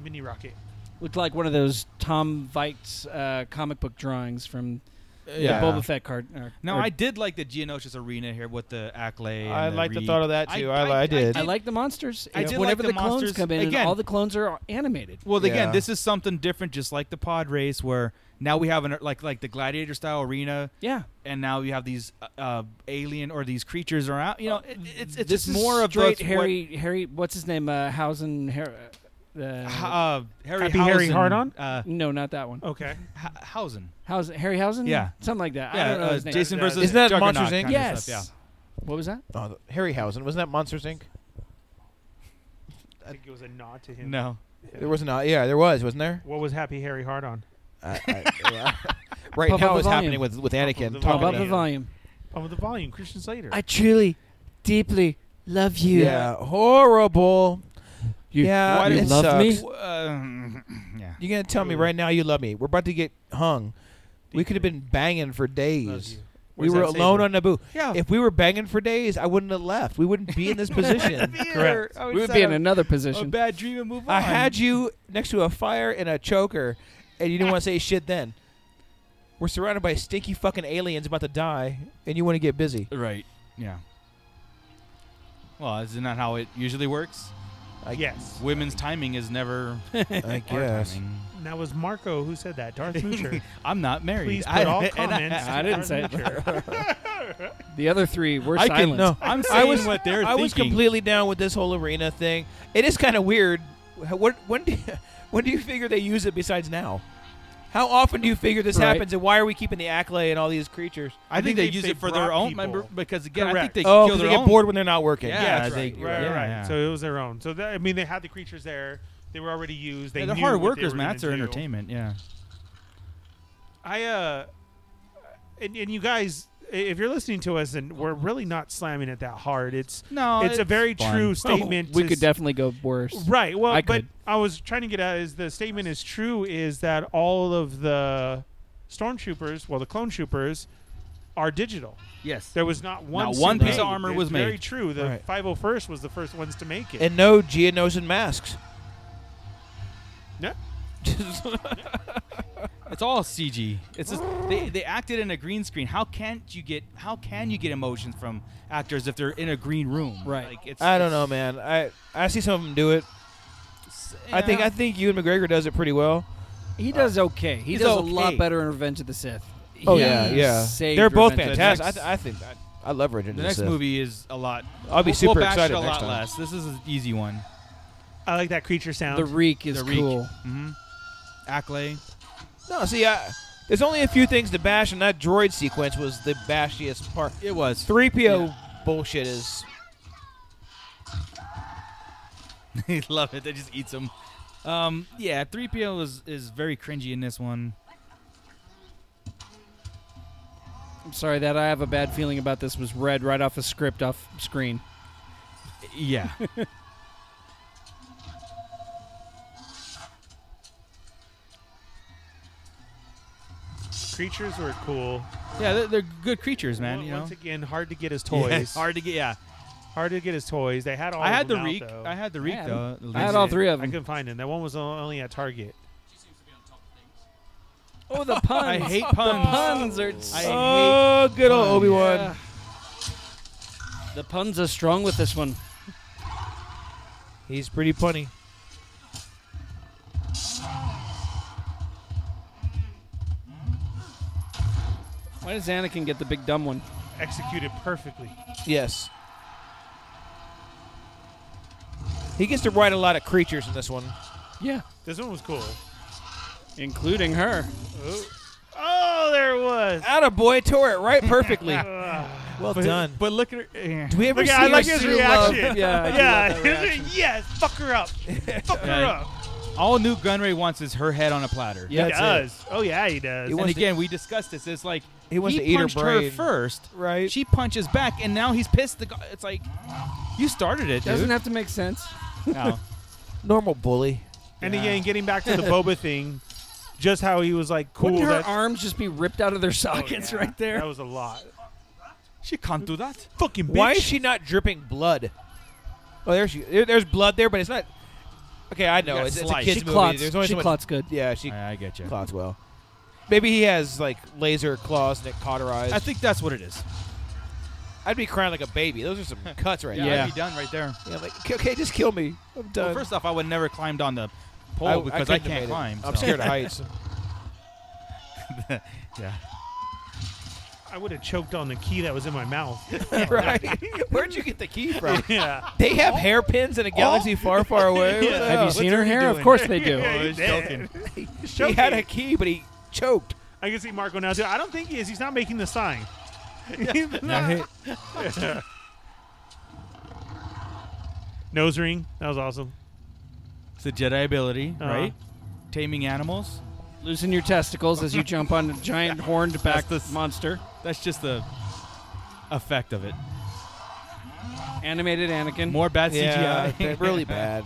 Speaker 10: Mini rocket.
Speaker 11: Looked like one of those Tom Veit's uh, comic book drawings from
Speaker 9: yeah.
Speaker 11: the Boba Fett card. or-
Speaker 8: Now
Speaker 11: or-
Speaker 8: I did like the Geonosis Arena here with the accolade.
Speaker 9: I like the thought of that, too. I- I did.
Speaker 11: I like the monsters.
Speaker 8: I
Speaker 11: It's
Speaker 8: did
Speaker 11: whenever
Speaker 8: like the
Speaker 11: the, clones
Speaker 8: monsters.
Speaker 11: come in,
Speaker 8: Again-
Speaker 11: and all the clones are animated.
Speaker 8: Well,
Speaker 9: Yeah.
Speaker 8: again, this is something different, just like the pod race, where now we have an like like the gladiator style arena.
Speaker 11: Yeah.
Speaker 8: And now you have these uh, uh, alien or these creatures around. You know, it, it's it's
Speaker 11: this
Speaker 8: just more
Speaker 11: is
Speaker 8: of
Speaker 11: straight
Speaker 8: those what-
Speaker 11: Harry. Harry, what's his name? Uh, Hausen. Har- uh,
Speaker 8: Ha- uh, Harry
Speaker 11: Happy Harry
Speaker 8: Hausen,
Speaker 11: Hardon?
Speaker 8: Uh,
Speaker 11: no, not that one.
Speaker 10: Okay.
Speaker 8: H- Hausen.
Speaker 11: How's Harry Hausen?
Speaker 8: Yeah.
Speaker 11: something like that. I
Speaker 8: Yeah,
Speaker 11: don't know
Speaker 8: uh,
Speaker 11: his name.
Speaker 8: Jason versus
Speaker 9: Isn't that
Speaker 8: Juggernaut
Speaker 9: Monsters, Inc.?
Speaker 8: kind of
Speaker 11: Yes.
Speaker 8: stuff, yeah.
Speaker 11: What was that?
Speaker 9: Oh, the- Harryhausen. Wasn't that Monsters Inc?
Speaker 10: I think it was a nod to him.
Speaker 8: No.
Speaker 9: There was not. Yeah, there was, wasn't there?
Speaker 10: What was Happy Harry Hard on?
Speaker 9: I, I, yeah. right
Speaker 11: Pump up
Speaker 9: now
Speaker 11: the
Speaker 9: it's happening
Speaker 11: volume.
Speaker 9: with with
Speaker 10: the
Speaker 9: Anakin.
Speaker 11: Pump
Speaker 9: talking
Speaker 11: up
Speaker 9: to-
Speaker 11: the volume.
Speaker 10: Oh, the volume. Christian Slater.
Speaker 11: truly, deeply love you.
Speaker 9: Yeah. Horrible.
Speaker 11: You-
Speaker 9: yeah.
Speaker 11: Why do
Speaker 9: it
Speaker 11: you love me?
Speaker 9: sucks.
Speaker 8: Um, yeah.
Speaker 9: You're gonna tell me right now you love me. We're about to get hung. We could have been banging for days. We
Speaker 10: Where's
Speaker 9: were
Speaker 10: that
Speaker 9: alone
Speaker 10: saber?
Speaker 9: on Naboo.
Speaker 8: Yeah.
Speaker 9: If we were banging for days, I wouldn't have left. We wouldn't be in this position.
Speaker 10: Correct.
Speaker 11: We would be in another position.
Speaker 8: bad dream and move
Speaker 9: I had you next to a fire and a choker, and you didn't want to say shit then. We're surrounded by stinky fucking aliens about to die, and you want to get busy.
Speaker 8: Right. Yeah. Well, isn't that how it usually works?
Speaker 9: I,
Speaker 10: Yes.
Speaker 8: Women's timing is never.
Speaker 9: I
Speaker 8: our
Speaker 9: guess.
Speaker 8: timing.
Speaker 10: And that was Marco who said that. Darth Moocher.
Speaker 8: I'm not married.
Speaker 10: Please put
Speaker 8: I,
Speaker 10: all
Speaker 8: and
Speaker 10: comments.
Speaker 8: I,
Speaker 10: to
Speaker 11: I didn't
Speaker 10: Darth
Speaker 11: say it.
Speaker 10: Moocher.
Speaker 11: The other three were
Speaker 9: I
Speaker 11: silent.
Speaker 9: can no.
Speaker 8: I'm
Speaker 9: I
Speaker 8: saying
Speaker 9: was
Speaker 8: what they're
Speaker 9: I
Speaker 8: thinking.
Speaker 9: was completely down with this whole arena thing. It is kind of weird. Wh- What when do when do you figure they use it besides now? How often do you figure this
Speaker 11: Right.
Speaker 9: happens, and why are we keeping the accolade and all these creatures?
Speaker 8: I, think, they, use
Speaker 10: they
Speaker 8: it for their
Speaker 10: brought
Speaker 8: own
Speaker 10: people.
Speaker 8: member because again, I
Speaker 10: Correct.
Speaker 8: think they
Speaker 9: oh, 'cause
Speaker 8: kill
Speaker 9: they
Speaker 8: their
Speaker 9: get
Speaker 8: own.
Speaker 9: bored when they're not working.
Speaker 8: Yeah,
Speaker 10: Yeah, that's
Speaker 8: that's they-
Speaker 10: right. Right,
Speaker 8: yeah,
Speaker 10: right.
Speaker 8: yeah.
Speaker 10: So it was their own. So that, I mean, they had the creatures there. They were already used. They
Speaker 8: Yeah, they're
Speaker 10: knew
Speaker 8: hard
Speaker 10: what they
Speaker 8: workers,
Speaker 10: were
Speaker 8: man.
Speaker 10: gonna
Speaker 8: That's their
Speaker 10: do.
Speaker 8: entertainment. Yeah.
Speaker 10: I uh, and, and you guys, i- if you're listening to us, and we're really not slamming it that hard. It's
Speaker 8: No,
Speaker 10: it's, a very
Speaker 8: fun. Oh,
Speaker 10: true statement.
Speaker 11: we
Speaker 10: to
Speaker 11: could
Speaker 10: s-
Speaker 11: definitely go worse.
Speaker 10: Right. Well,
Speaker 11: I
Speaker 10: but
Speaker 11: could.
Speaker 10: I was trying to get at is the statement is true is that all of the stormtroopers, well, the clone troopers, are digital.
Speaker 8: Yes.
Speaker 10: There was not one.
Speaker 8: Not one
Speaker 10: suit
Speaker 8: piece of
Speaker 10: made.
Speaker 8: armor
Speaker 10: It's
Speaker 8: was made.
Speaker 10: Very true. The
Speaker 9: Right.
Speaker 10: 501st was the first ones to make it.
Speaker 9: and no Geonosian masks.
Speaker 10: yeah.
Speaker 8: It's all CG. It's just they, they acted in a green screen. How can't you get how can you get emotions from actors if they're in a green room?
Speaker 11: Right.
Speaker 8: Like it's
Speaker 9: I don't know, man. I I see some of them do it.
Speaker 8: it's-
Speaker 9: I think
Speaker 8: yeah.
Speaker 9: I think Ewan McGregor does it pretty well.
Speaker 11: He does okay. He
Speaker 9: he's
Speaker 11: does
Speaker 9: okay.
Speaker 11: a lot better in Revenge of the Sith.
Speaker 9: Oh
Speaker 11: He
Speaker 9: yeah, yeah.
Speaker 11: saved
Speaker 9: They're both
Speaker 11: Revenge of the
Speaker 9: fantastic. I,
Speaker 11: Sith.
Speaker 9: th- I think I, I love Revenge
Speaker 8: the
Speaker 9: of
Speaker 8: next
Speaker 9: Sith.
Speaker 8: movie is a lot.
Speaker 9: I'll be
Speaker 8: we'll-
Speaker 9: super
Speaker 8: we'll bash
Speaker 9: excited
Speaker 8: it a
Speaker 9: next
Speaker 8: lot
Speaker 9: time.
Speaker 8: less. This is an easy one.
Speaker 10: I like that creature sound.
Speaker 11: the reek is
Speaker 8: The Reek.
Speaker 11: cool.
Speaker 8: Mm-hmm. Acklay.
Speaker 9: No, see, I, there's only a few things to bash, and that droid sequence was the bashiest part.
Speaker 8: It was.
Speaker 9: Three PO bullshit is.
Speaker 8: I love it. That just eats them. Um, yeah, 3PO is, is very cringy in this one.
Speaker 11: I'm sorry that I have a bad feeling about this was read right off a script off screen.
Speaker 8: Yeah.
Speaker 10: creatures were cool.
Speaker 8: yeah, they're, they're good creatures, man.
Speaker 10: Once
Speaker 8: You know?
Speaker 10: again, hard to get his toys.
Speaker 8: Yeah, hard to get. Yeah.
Speaker 10: Hard to get his toys. They had all.
Speaker 8: I
Speaker 10: of
Speaker 8: had the
Speaker 10: them out,
Speaker 8: reek.
Speaker 10: though.
Speaker 8: I had the reek
Speaker 11: Yeah,
Speaker 8: though.
Speaker 11: I had all three of
Speaker 10: I
Speaker 11: them.
Speaker 10: couldn't find him. That one was on- only at Target.
Speaker 11: Oh, the puns!
Speaker 8: I hate
Speaker 11: The
Speaker 8: puns.
Speaker 11: puns are.
Speaker 8: I
Speaker 9: Oh, good old Obi Wan.
Speaker 11: The puns are strong with this one.
Speaker 9: He's pretty punny.
Speaker 11: Why does Anakin get the big dumb one?
Speaker 10: Executed perfectly.
Speaker 9: Yes. He gets to ride a lot of creatures in this one.
Speaker 11: Yeah.
Speaker 10: This one was cool.
Speaker 11: Including her.
Speaker 10: Oh, oh there it was.
Speaker 9: Atta boy tore it right perfectly.
Speaker 10: well
Speaker 9: But- done.
Speaker 10: But look at her.
Speaker 9: Do we ever
Speaker 10: look,
Speaker 9: see
Speaker 10: at- I
Speaker 9: her
Speaker 10: like his
Speaker 9: sue
Speaker 10: reaction. Yeah,
Speaker 9: love? Yeah, I do
Speaker 10: yeah.
Speaker 9: love that reaction.
Speaker 10: yes, fuck her up. fuck her up.
Speaker 8: All New Gunray wants is her head on a platter.
Speaker 10: he does. Oh yeah, he does.
Speaker 8: and again, we discussed this. It's like
Speaker 9: He wants to eat her
Speaker 8: punched
Speaker 9: brain.
Speaker 8: first,
Speaker 9: right?
Speaker 8: She punches back, and now he's pissed. The guy- it's like you started it.
Speaker 11: Doesn't
Speaker 8: dude.
Speaker 11: have to make sense.
Speaker 8: No.
Speaker 9: Normal bully.
Speaker 10: and
Speaker 11: Yeah.
Speaker 10: again, getting back to the Boba thing, just how he was like cool.
Speaker 11: Wouldn't her
Speaker 10: that-
Speaker 11: arms just be ripped out of their sockets
Speaker 10: yeah.
Speaker 11: right there?
Speaker 10: That was a lot.
Speaker 8: She can't do that.
Speaker 10: Fucking bitch.
Speaker 9: Why is she not dripping blood? Oh, there's she, there- there's blood there, but it's not. Okay, I know
Speaker 8: got
Speaker 9: it's, it's a
Speaker 8: sliced.
Speaker 9: kids
Speaker 8: She
Speaker 9: movie.
Speaker 11: clots-
Speaker 9: There's only
Speaker 11: she
Speaker 9: so much-
Speaker 11: clots good.
Speaker 9: Yeah, she
Speaker 8: I, I get you.
Speaker 9: clots well. Maybe he has like laser claws and it cauterized.
Speaker 8: I think that's what it is.
Speaker 9: I'd be crying like a baby. Those are some cuts right
Speaker 8: Yeah,
Speaker 9: there.
Speaker 8: I'd be done right there.
Speaker 9: Yeah, like okay, okay, just kill me. I'm done.
Speaker 8: Well, first off, I would never climbed on the pole
Speaker 9: I- I
Speaker 8: because
Speaker 9: couldn't
Speaker 8: I,
Speaker 9: have made
Speaker 8: can't
Speaker 9: it.
Speaker 8: climb.
Speaker 9: I'm
Speaker 8: so.
Speaker 9: scared of heights.
Speaker 8: yeah.
Speaker 10: I would have choked on the key that was in my mouth.
Speaker 9: right? Where'd you get the key from?
Speaker 10: yeah.
Speaker 9: They have hairpins in a galaxy far, far away. Oh, What the
Speaker 11: Have you
Speaker 9: hell?
Speaker 11: seen her hair? Of course they do. Oh,
Speaker 10: Yeah,
Speaker 8: he's joking.
Speaker 9: he had a key, but he choked.
Speaker 10: I can see Marco now too. I don't think he is. He's not making the sign. Nose ring. That was awesome.
Speaker 8: It's a Jedi ability,
Speaker 10: Uh-huh.
Speaker 8: right? Taming animals.
Speaker 11: Losing your testicles as you jump on a giant horned back
Speaker 8: That's the-
Speaker 11: monster.
Speaker 8: That's just the effect of it.
Speaker 11: Animated Anakin.
Speaker 8: More bad
Speaker 9: Yeah,
Speaker 8: CGI.
Speaker 9: they're really bad.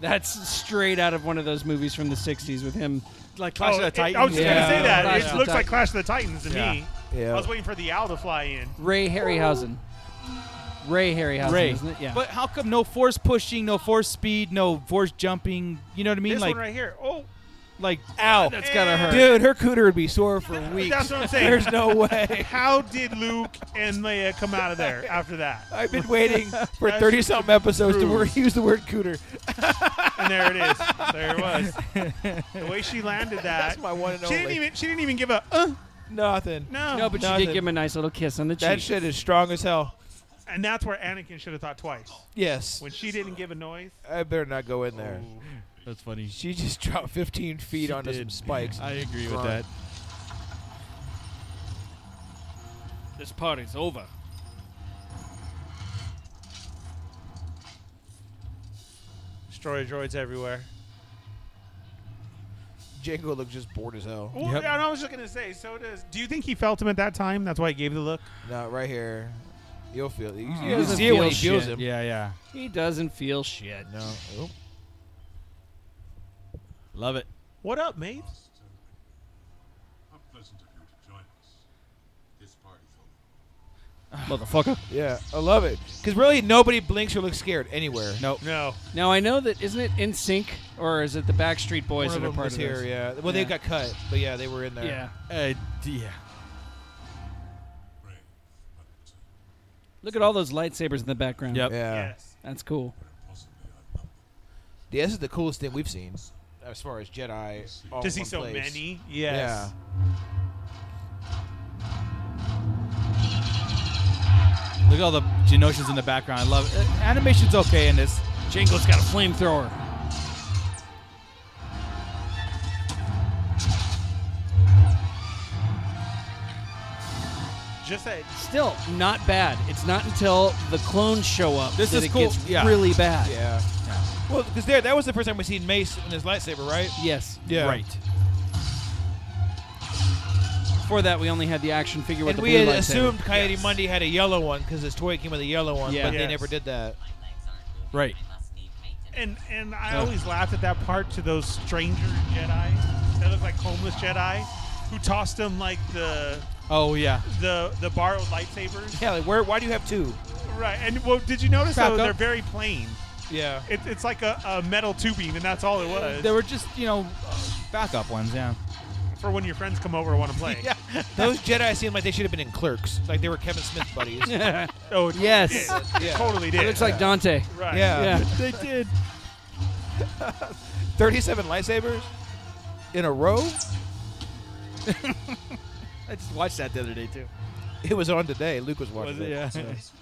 Speaker 11: That's straight out of one of those movies from the 60s with him.
Speaker 8: like Clash
Speaker 10: Oh,
Speaker 8: of the
Speaker 10: it-
Speaker 8: Titans.
Speaker 10: I was just
Speaker 9: Yeah.
Speaker 10: gonna say that.
Speaker 11: Clash of
Speaker 10: it
Speaker 11: the
Speaker 10: looks like
Speaker 11: Titans.
Speaker 10: Clash of the Titans to me.
Speaker 9: Yeah.
Speaker 10: I was waiting for the owl to fly in.
Speaker 11: Ray Harryhausen. Ray Harryhausen,
Speaker 8: Ray.
Speaker 11: isn't it? Yeah.
Speaker 8: But how come no force pushing, no force speed, no force jumping? You know what I mean?
Speaker 10: This
Speaker 8: like,
Speaker 10: one right here. Oh,
Speaker 8: like
Speaker 9: Ow.
Speaker 11: that's gotta hurt.
Speaker 9: Dude, her cooter would be sore for weeks.
Speaker 10: that's what I'm saying.
Speaker 9: There's no way.
Speaker 10: How did Luke and Leia come out of there after that?
Speaker 9: I've been waiting for
Speaker 10: That's
Speaker 9: 30 something episodes to wor-
Speaker 10: true.
Speaker 9: use the word cooter.
Speaker 10: And there it is. There it was. The way she landed that.
Speaker 9: That's my one and
Speaker 10: she didn't
Speaker 9: only.
Speaker 10: even. She didn't even give a. Uh,
Speaker 9: Nothing.
Speaker 10: no.
Speaker 11: no, but she
Speaker 9: Nothing.
Speaker 11: did give him a nice little kiss on the cheek.
Speaker 9: That shit is strong as hell.
Speaker 10: And that's where Anakin should have thought twice.
Speaker 9: Yes.
Speaker 10: When she didn't give a noise.
Speaker 9: I better not go in there.
Speaker 8: Oh. that's funny.
Speaker 9: She just dropped 15 feet
Speaker 8: She
Speaker 9: onto
Speaker 8: did.
Speaker 9: some spikes.
Speaker 8: I agree with
Speaker 9: Right.
Speaker 8: that.
Speaker 11: This party's over.
Speaker 10: Destroyer droids everywhere.
Speaker 9: Django looks just bored as hell.
Speaker 10: Well,
Speaker 8: Yep.
Speaker 10: and I was just gonna say. So does. Do you think he felt him at that time? That's why he gave the look.
Speaker 9: No, right here. You'll feel it.
Speaker 8: Mm.
Speaker 9: You, you
Speaker 8: He
Speaker 9: can
Speaker 11: doesn't
Speaker 9: see it when
Speaker 11: feel
Speaker 9: he feels
Speaker 11: shit.
Speaker 9: him.
Speaker 8: Yeah, yeah.
Speaker 11: He doesn't feel shit.
Speaker 9: No. Oh.
Speaker 8: Love it.
Speaker 10: What up, mate?
Speaker 14: How pleasant of you to join us. This party, though.
Speaker 11: Motherfucker.
Speaker 9: Yeah, I love it. Because really, nobody blinks or looks scared anywhere.
Speaker 8: Nope.
Speaker 10: No.
Speaker 11: Now I know that isn't it in sync or is it the Backstreet Boys
Speaker 9: One of
Speaker 11: that are
Speaker 9: them
Speaker 11: part
Speaker 9: was
Speaker 11: of
Speaker 9: here,
Speaker 11: this?
Speaker 9: yeah. Well, they
Speaker 11: Yeah.
Speaker 9: got cut, but yeah, they were in there.
Speaker 11: Yeah.
Speaker 8: Uh, d- yeah.
Speaker 14: Brave, but
Speaker 11: Look at all those lightsabers in the background.
Speaker 8: Yep.
Speaker 9: Yeah.
Speaker 10: Yes.
Speaker 11: That's cool.
Speaker 14: possibly I love
Speaker 9: Yeah, this is the coolest thing we've seen as far as Jedi. all
Speaker 10: To
Speaker 9: in
Speaker 10: see
Speaker 9: one
Speaker 10: so
Speaker 9: place.
Speaker 10: many.
Speaker 9: Yeah.
Speaker 10: Yes.
Speaker 8: Look at all the Genosians in the background. I love it. Uh, animation's okay in this.
Speaker 11: Jingo's got a flamethrower.
Speaker 10: Just that.
Speaker 11: Still not bad. It's not until the clones show up
Speaker 8: This
Speaker 11: that
Speaker 8: is
Speaker 11: it
Speaker 8: cool.
Speaker 11: gets
Speaker 8: Yeah.
Speaker 11: really bad.
Speaker 9: Yeah. Well, because there, that was the first time we seen Mace in his lightsaber, right?
Speaker 11: Yes.
Speaker 9: Yeah.
Speaker 8: Right.
Speaker 11: Before that, we only had the action figure with
Speaker 9: And
Speaker 11: the
Speaker 9: we
Speaker 11: blue
Speaker 9: had
Speaker 11: lightsaber.
Speaker 9: assumed Coyote
Speaker 10: Yes.
Speaker 9: Monday had a yellow one because his toy came with a yellow one,
Speaker 11: Yeah.
Speaker 9: but they
Speaker 10: Yes.
Speaker 9: never did that.
Speaker 8: Right.
Speaker 10: And and I
Speaker 8: Oh.
Speaker 10: always laughed at that part to those stranger Jedi that look like homeless Jedi who tossed him like the
Speaker 8: Oh yeah.
Speaker 10: the the borrowed lightsabers.
Speaker 9: Yeah, like where? Why do you have two?
Speaker 10: Right. And well, did you notice
Speaker 8: Crap,
Speaker 10: though
Speaker 8: go-
Speaker 10: they're very plain.
Speaker 9: Yeah.
Speaker 10: It, it's like a, a metal tubing, and that's all it was
Speaker 8: They were just you know backup ones. Yeah.
Speaker 10: for when your friends come over and want to play.
Speaker 9: Yeah. Those Jedi seem like they should have been in Clerks, like they were Kevin Smith buddies. yeah.
Speaker 10: Oh it
Speaker 11: Yes.
Speaker 10: did. It
Speaker 9: Yeah.
Speaker 10: Totally did.
Speaker 11: It looks like Dante.
Speaker 10: right.
Speaker 11: Yeah.
Speaker 9: they did. Thirty-seven lightsabers in a row.
Speaker 8: I just watched that the other day too.
Speaker 9: It was on today. Luke was watching
Speaker 8: Was it? Yeah.
Speaker 9: so.
Speaker 15: Noise!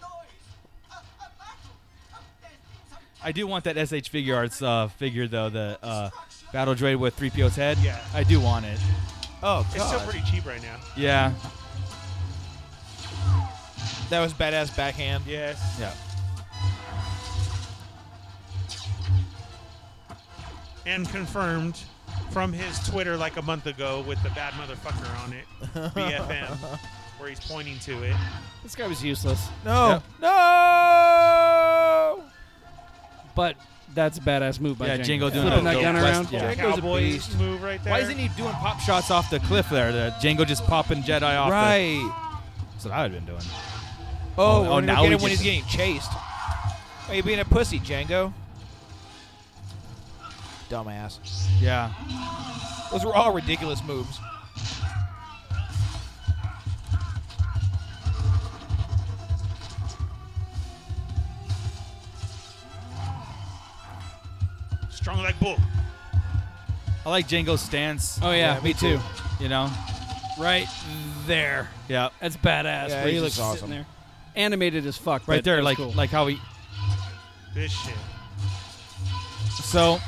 Speaker 15: A, a battle!
Speaker 8: I do want that SH Figure Arts uh, figure though, the uh, Battle Droid with 3PO's head.
Speaker 10: Yeah.
Speaker 8: I do want it.
Speaker 9: Oh,
Speaker 10: it's still
Speaker 9: God.
Speaker 10: pretty cheap right now.
Speaker 8: Yeah.
Speaker 9: That was badass backhand.
Speaker 10: Yes.
Speaker 8: Yeah.
Speaker 10: And confirmed from his Twitter like a month ago with the bad motherfucker on it, BFM, where he's pointing to it.
Speaker 11: This guy was useless.
Speaker 9: No.
Speaker 11: No. But that's a badass move by
Speaker 8: yeah,
Speaker 11: Django.
Speaker 8: Django doing
Speaker 11: Flipping
Speaker 8: the
Speaker 11: that
Speaker 8: the
Speaker 11: gun
Speaker 8: West-
Speaker 11: around.
Speaker 8: yeah.
Speaker 10: Django's a Oh, Cowboy beast. move right
Speaker 8: Why
Speaker 10: there.
Speaker 8: isn't he doing pop shots off the cliff there? The Django just popping Jedi off. the-
Speaker 9: Right.
Speaker 8: That's what I would have been doing.
Speaker 9: Oh,
Speaker 8: Oh,
Speaker 9: oh
Speaker 8: now
Speaker 9: now get
Speaker 8: we
Speaker 9: him when he's
Speaker 8: just-
Speaker 9: getting chased. Are you being a pussy, Django? Dumbass.
Speaker 8: Yeah.
Speaker 9: Those were all ridiculous moves.
Speaker 10: Strong like bull.
Speaker 8: I like Django's stance.
Speaker 11: Oh yeah, me too.
Speaker 8: You know.
Speaker 11: Right there.
Speaker 8: Yeah.
Speaker 11: That's badass.
Speaker 8: Yeah,
Speaker 11: where
Speaker 8: he
Speaker 11: he's
Speaker 8: looks
Speaker 11: just sitting
Speaker 8: awesome.
Speaker 11: There. Animated as fuck.
Speaker 8: Right
Speaker 11: but
Speaker 8: there,
Speaker 11: that's
Speaker 8: like
Speaker 11: cool.
Speaker 8: like how he.
Speaker 10: This shit.
Speaker 8: So.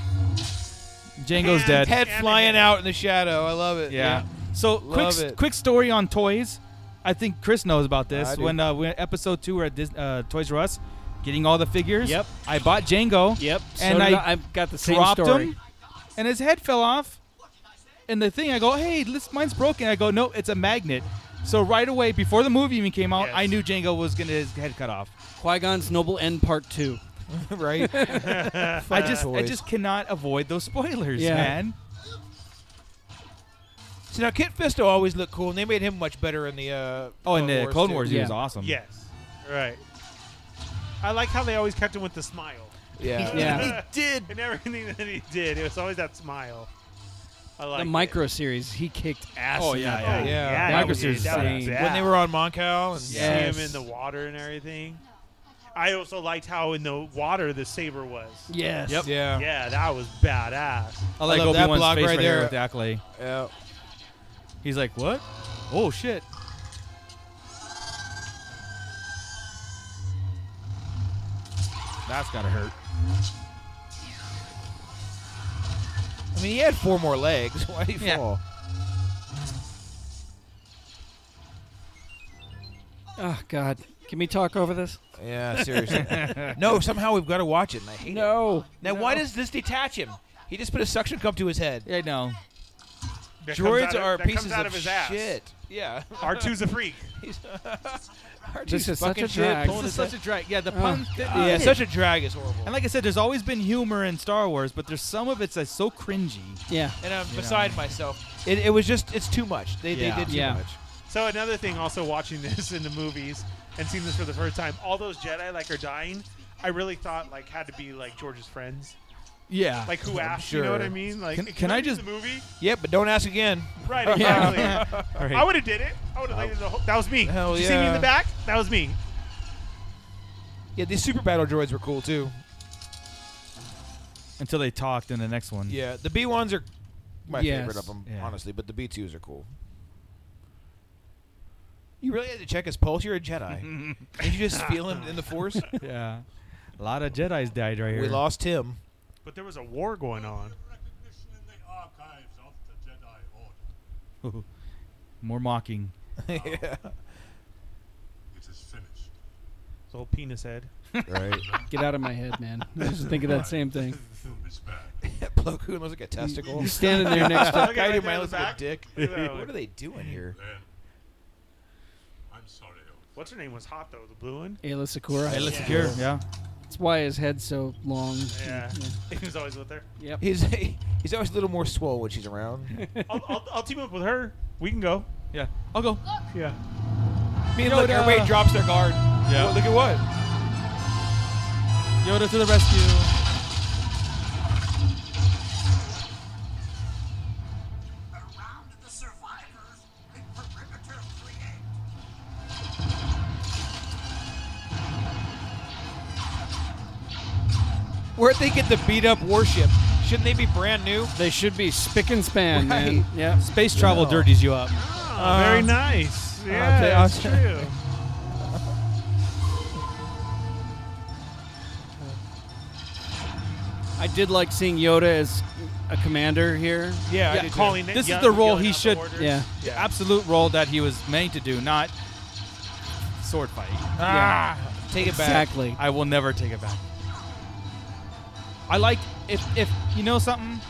Speaker 8: Django's dead.
Speaker 9: Hand- Head flying out in the shadow. I love it.
Speaker 8: Yeah. So quick,
Speaker 9: Love
Speaker 8: s-
Speaker 9: it.
Speaker 8: quick story on toys. I think Chris knows about
Speaker 9: I
Speaker 8: this.
Speaker 9: do.
Speaker 8: When uh, we episode two, we're at Dis- uh, Toys R Us, getting all the figures.
Speaker 11: Yep.
Speaker 8: I bought Django.
Speaker 11: Yep.
Speaker 8: And
Speaker 11: So did
Speaker 8: I,
Speaker 11: I. I've got the same
Speaker 8: dropped
Speaker 11: story.
Speaker 8: him, and his head fell off. And the thing, I go, hey, this mine's broken. I go, no, it's a magnet. So right away, before the movie even came out, I knew Django was gonna his head cut off.
Speaker 11: Qui Gon's Noble End Part Two.
Speaker 9: right.
Speaker 8: I just, I just cannot avoid those spoilers,
Speaker 11: Yeah.
Speaker 8: man.
Speaker 9: So now Kit Fisto always looked cool, and they made him much better in the. Uh,
Speaker 8: Oh, in the Clone Wars,
Speaker 9: too.
Speaker 8: he was awesome.
Speaker 10: Yes. Right. I like how they always kept him with the smile.
Speaker 9: Yeah.
Speaker 11: Yeah.
Speaker 10: he did. And everything that he did, it was always that smile. I like
Speaker 11: the micro series, he kicked ass.
Speaker 8: Oh,
Speaker 11: in
Speaker 8: yeah,
Speaker 11: that
Speaker 8: yeah,
Speaker 11: thing.
Speaker 10: Yeah,
Speaker 8: yeah,
Speaker 10: that
Speaker 8: Microsoft's
Speaker 10: was, that was
Speaker 8: insane.
Speaker 10: bad.
Speaker 9: When they were on Moncal, and
Speaker 10: see
Speaker 11: Yes.
Speaker 10: him in the water and everything. I also liked how in the water the saber was.
Speaker 11: Yes.
Speaker 8: Yep.
Speaker 9: yeah,
Speaker 10: Yeah, that was badass.
Speaker 8: I like
Speaker 9: love that
Speaker 8: Obi Wan's
Speaker 9: block
Speaker 8: face
Speaker 9: right
Speaker 8: right, there
Speaker 9: there.
Speaker 8: with Ackley.
Speaker 9: yeah.
Speaker 8: He's like, what? Oh shit. That's gotta hurt.
Speaker 9: I mean, he had four more legs. Why did he
Speaker 8: Yeah.
Speaker 9: fall?
Speaker 11: Oh God. Can we talk over this?
Speaker 9: Yeah, seriously. no, somehow we've got to watch it, and I hate it.
Speaker 11: No.
Speaker 9: Now, why does this detach him? He just put a suction cup to his head.
Speaker 8: Yeah, no.
Speaker 10: That comes
Speaker 9: Droids
Speaker 10: out of-
Speaker 9: are
Speaker 10: that comes
Speaker 9: pieces
Speaker 10: out
Speaker 9: of,
Speaker 10: of his ass.
Speaker 9: shit. Yeah.
Speaker 10: R2's a freak.
Speaker 9: He's- R2's
Speaker 11: This is such
Speaker 9: fucking
Speaker 11: a
Speaker 9: shit,
Speaker 11: drag.
Speaker 9: pulling
Speaker 8: This is
Speaker 9: his
Speaker 8: such a drag. Yeah, the
Speaker 11: Oh,
Speaker 8: pun. th-
Speaker 9: head- Yeah, such a drag is horrible.
Speaker 8: and like I said, there's always been humor in Star Wars, but there's some of it's that's so cringy.
Speaker 11: Yeah.
Speaker 9: And I'm
Speaker 8: You
Speaker 9: beside myself. It, it was just, it's too much. They,
Speaker 8: Yeah.
Speaker 9: they did too
Speaker 11: Yeah.
Speaker 9: much.
Speaker 10: So another thing, also watching this in the movies and seeing this for the first time, all those Jedi like are dying. I really thought like had to be like George's friends,
Speaker 8: Yeah.
Speaker 10: like who
Speaker 9: I'm
Speaker 10: asked. You know what I
Speaker 9: sure.
Speaker 10: mean? Like,
Speaker 8: Can-
Speaker 10: it
Speaker 8: can I
Speaker 10: could've
Speaker 8: just-
Speaker 10: been the movie?
Speaker 9: Yep, but don't ask again.
Speaker 10: Right, exactly. I would have did it. I would have laid it. The whole, that was me.
Speaker 9: Hell
Speaker 10: Did you see me in
Speaker 9: yeah.
Speaker 10: the back? That was me.
Speaker 9: Yeah, these super battle droids were cool too.
Speaker 8: Until they talked in the next one.
Speaker 9: Yeah, the B ones are my
Speaker 11: Yes.
Speaker 9: favorite of them,
Speaker 8: Yeah.
Speaker 9: honestly. But the B twos are cool. You really had to check his pulse. You're a Jedi. Did you just feel him in the Force?
Speaker 8: Yeah. A lot of Jedi's died right here.
Speaker 9: we lost him.
Speaker 10: But there was a war going on.
Speaker 14: Recognition in the archives of the Jedi Order.
Speaker 8: More mocking.
Speaker 9: yeah.
Speaker 14: It is finished.
Speaker 10: His whole penis head.
Speaker 9: Right.
Speaker 11: Get out of my head, man. I was just thinking that same thing.
Speaker 14: Whom is back?
Speaker 9: Plo Koon looks like a testicle.
Speaker 11: You're standing there next to.
Speaker 10: Look at
Speaker 9: Guy
Speaker 10: right
Speaker 9: who
Speaker 10: there in
Speaker 9: might look
Speaker 10: the
Speaker 9: like
Speaker 10: back.
Speaker 9: a dick.
Speaker 10: Look at that
Speaker 9: what
Speaker 10: one.
Speaker 9: are they doing here?
Speaker 14: Then. I'm sorry, old.
Speaker 10: What's her name was hot though, the blue one.
Speaker 11: Ayla Sakura.
Speaker 8: Hey, let's
Speaker 10: Yeah.
Speaker 8: secure. Yeah.
Speaker 11: That's why his head's so long.
Speaker 10: Yeah, he was always with her.
Speaker 11: Yep.
Speaker 9: He's he's always a little more swole when she's around.
Speaker 10: I'll, I'll, I'll team up with her. We can go.
Speaker 8: Yeah. I'll go.
Speaker 10: Yeah.
Speaker 9: Me
Speaker 8: and Yoda.
Speaker 9: everybody drops their guard.
Speaker 8: Yeah.
Speaker 9: Well, look at what.
Speaker 8: Yoda to the rescue.
Speaker 3: Around the survivors in Perimeter 3A.
Speaker 9: Where'd they get the beat up warship? Shouldn't they be brand new?
Speaker 11: They should be spick and span, man.
Speaker 9: Right.
Speaker 11: Yeah.
Speaker 8: Space travel dirties you up.
Speaker 10: Oh, very nice.
Speaker 9: Uh, I'll
Speaker 10: Yeah,
Speaker 9: tell- I'll
Speaker 10: that's
Speaker 9: tell-
Speaker 10: true.
Speaker 11: I did like seeing Yoda as a commander here.
Speaker 10: Yeah, I did too. calling it
Speaker 8: This
Speaker 10: young-
Speaker 8: is the role
Speaker 10: yelling
Speaker 8: he
Speaker 10: out the
Speaker 8: should.
Speaker 10: orders.
Speaker 11: Yeah.
Speaker 8: the absolute role that he was made to do, not sword fight.
Speaker 9: Ah, take it back.
Speaker 11: Exactly.
Speaker 8: I will never take it back. I like if if you know something.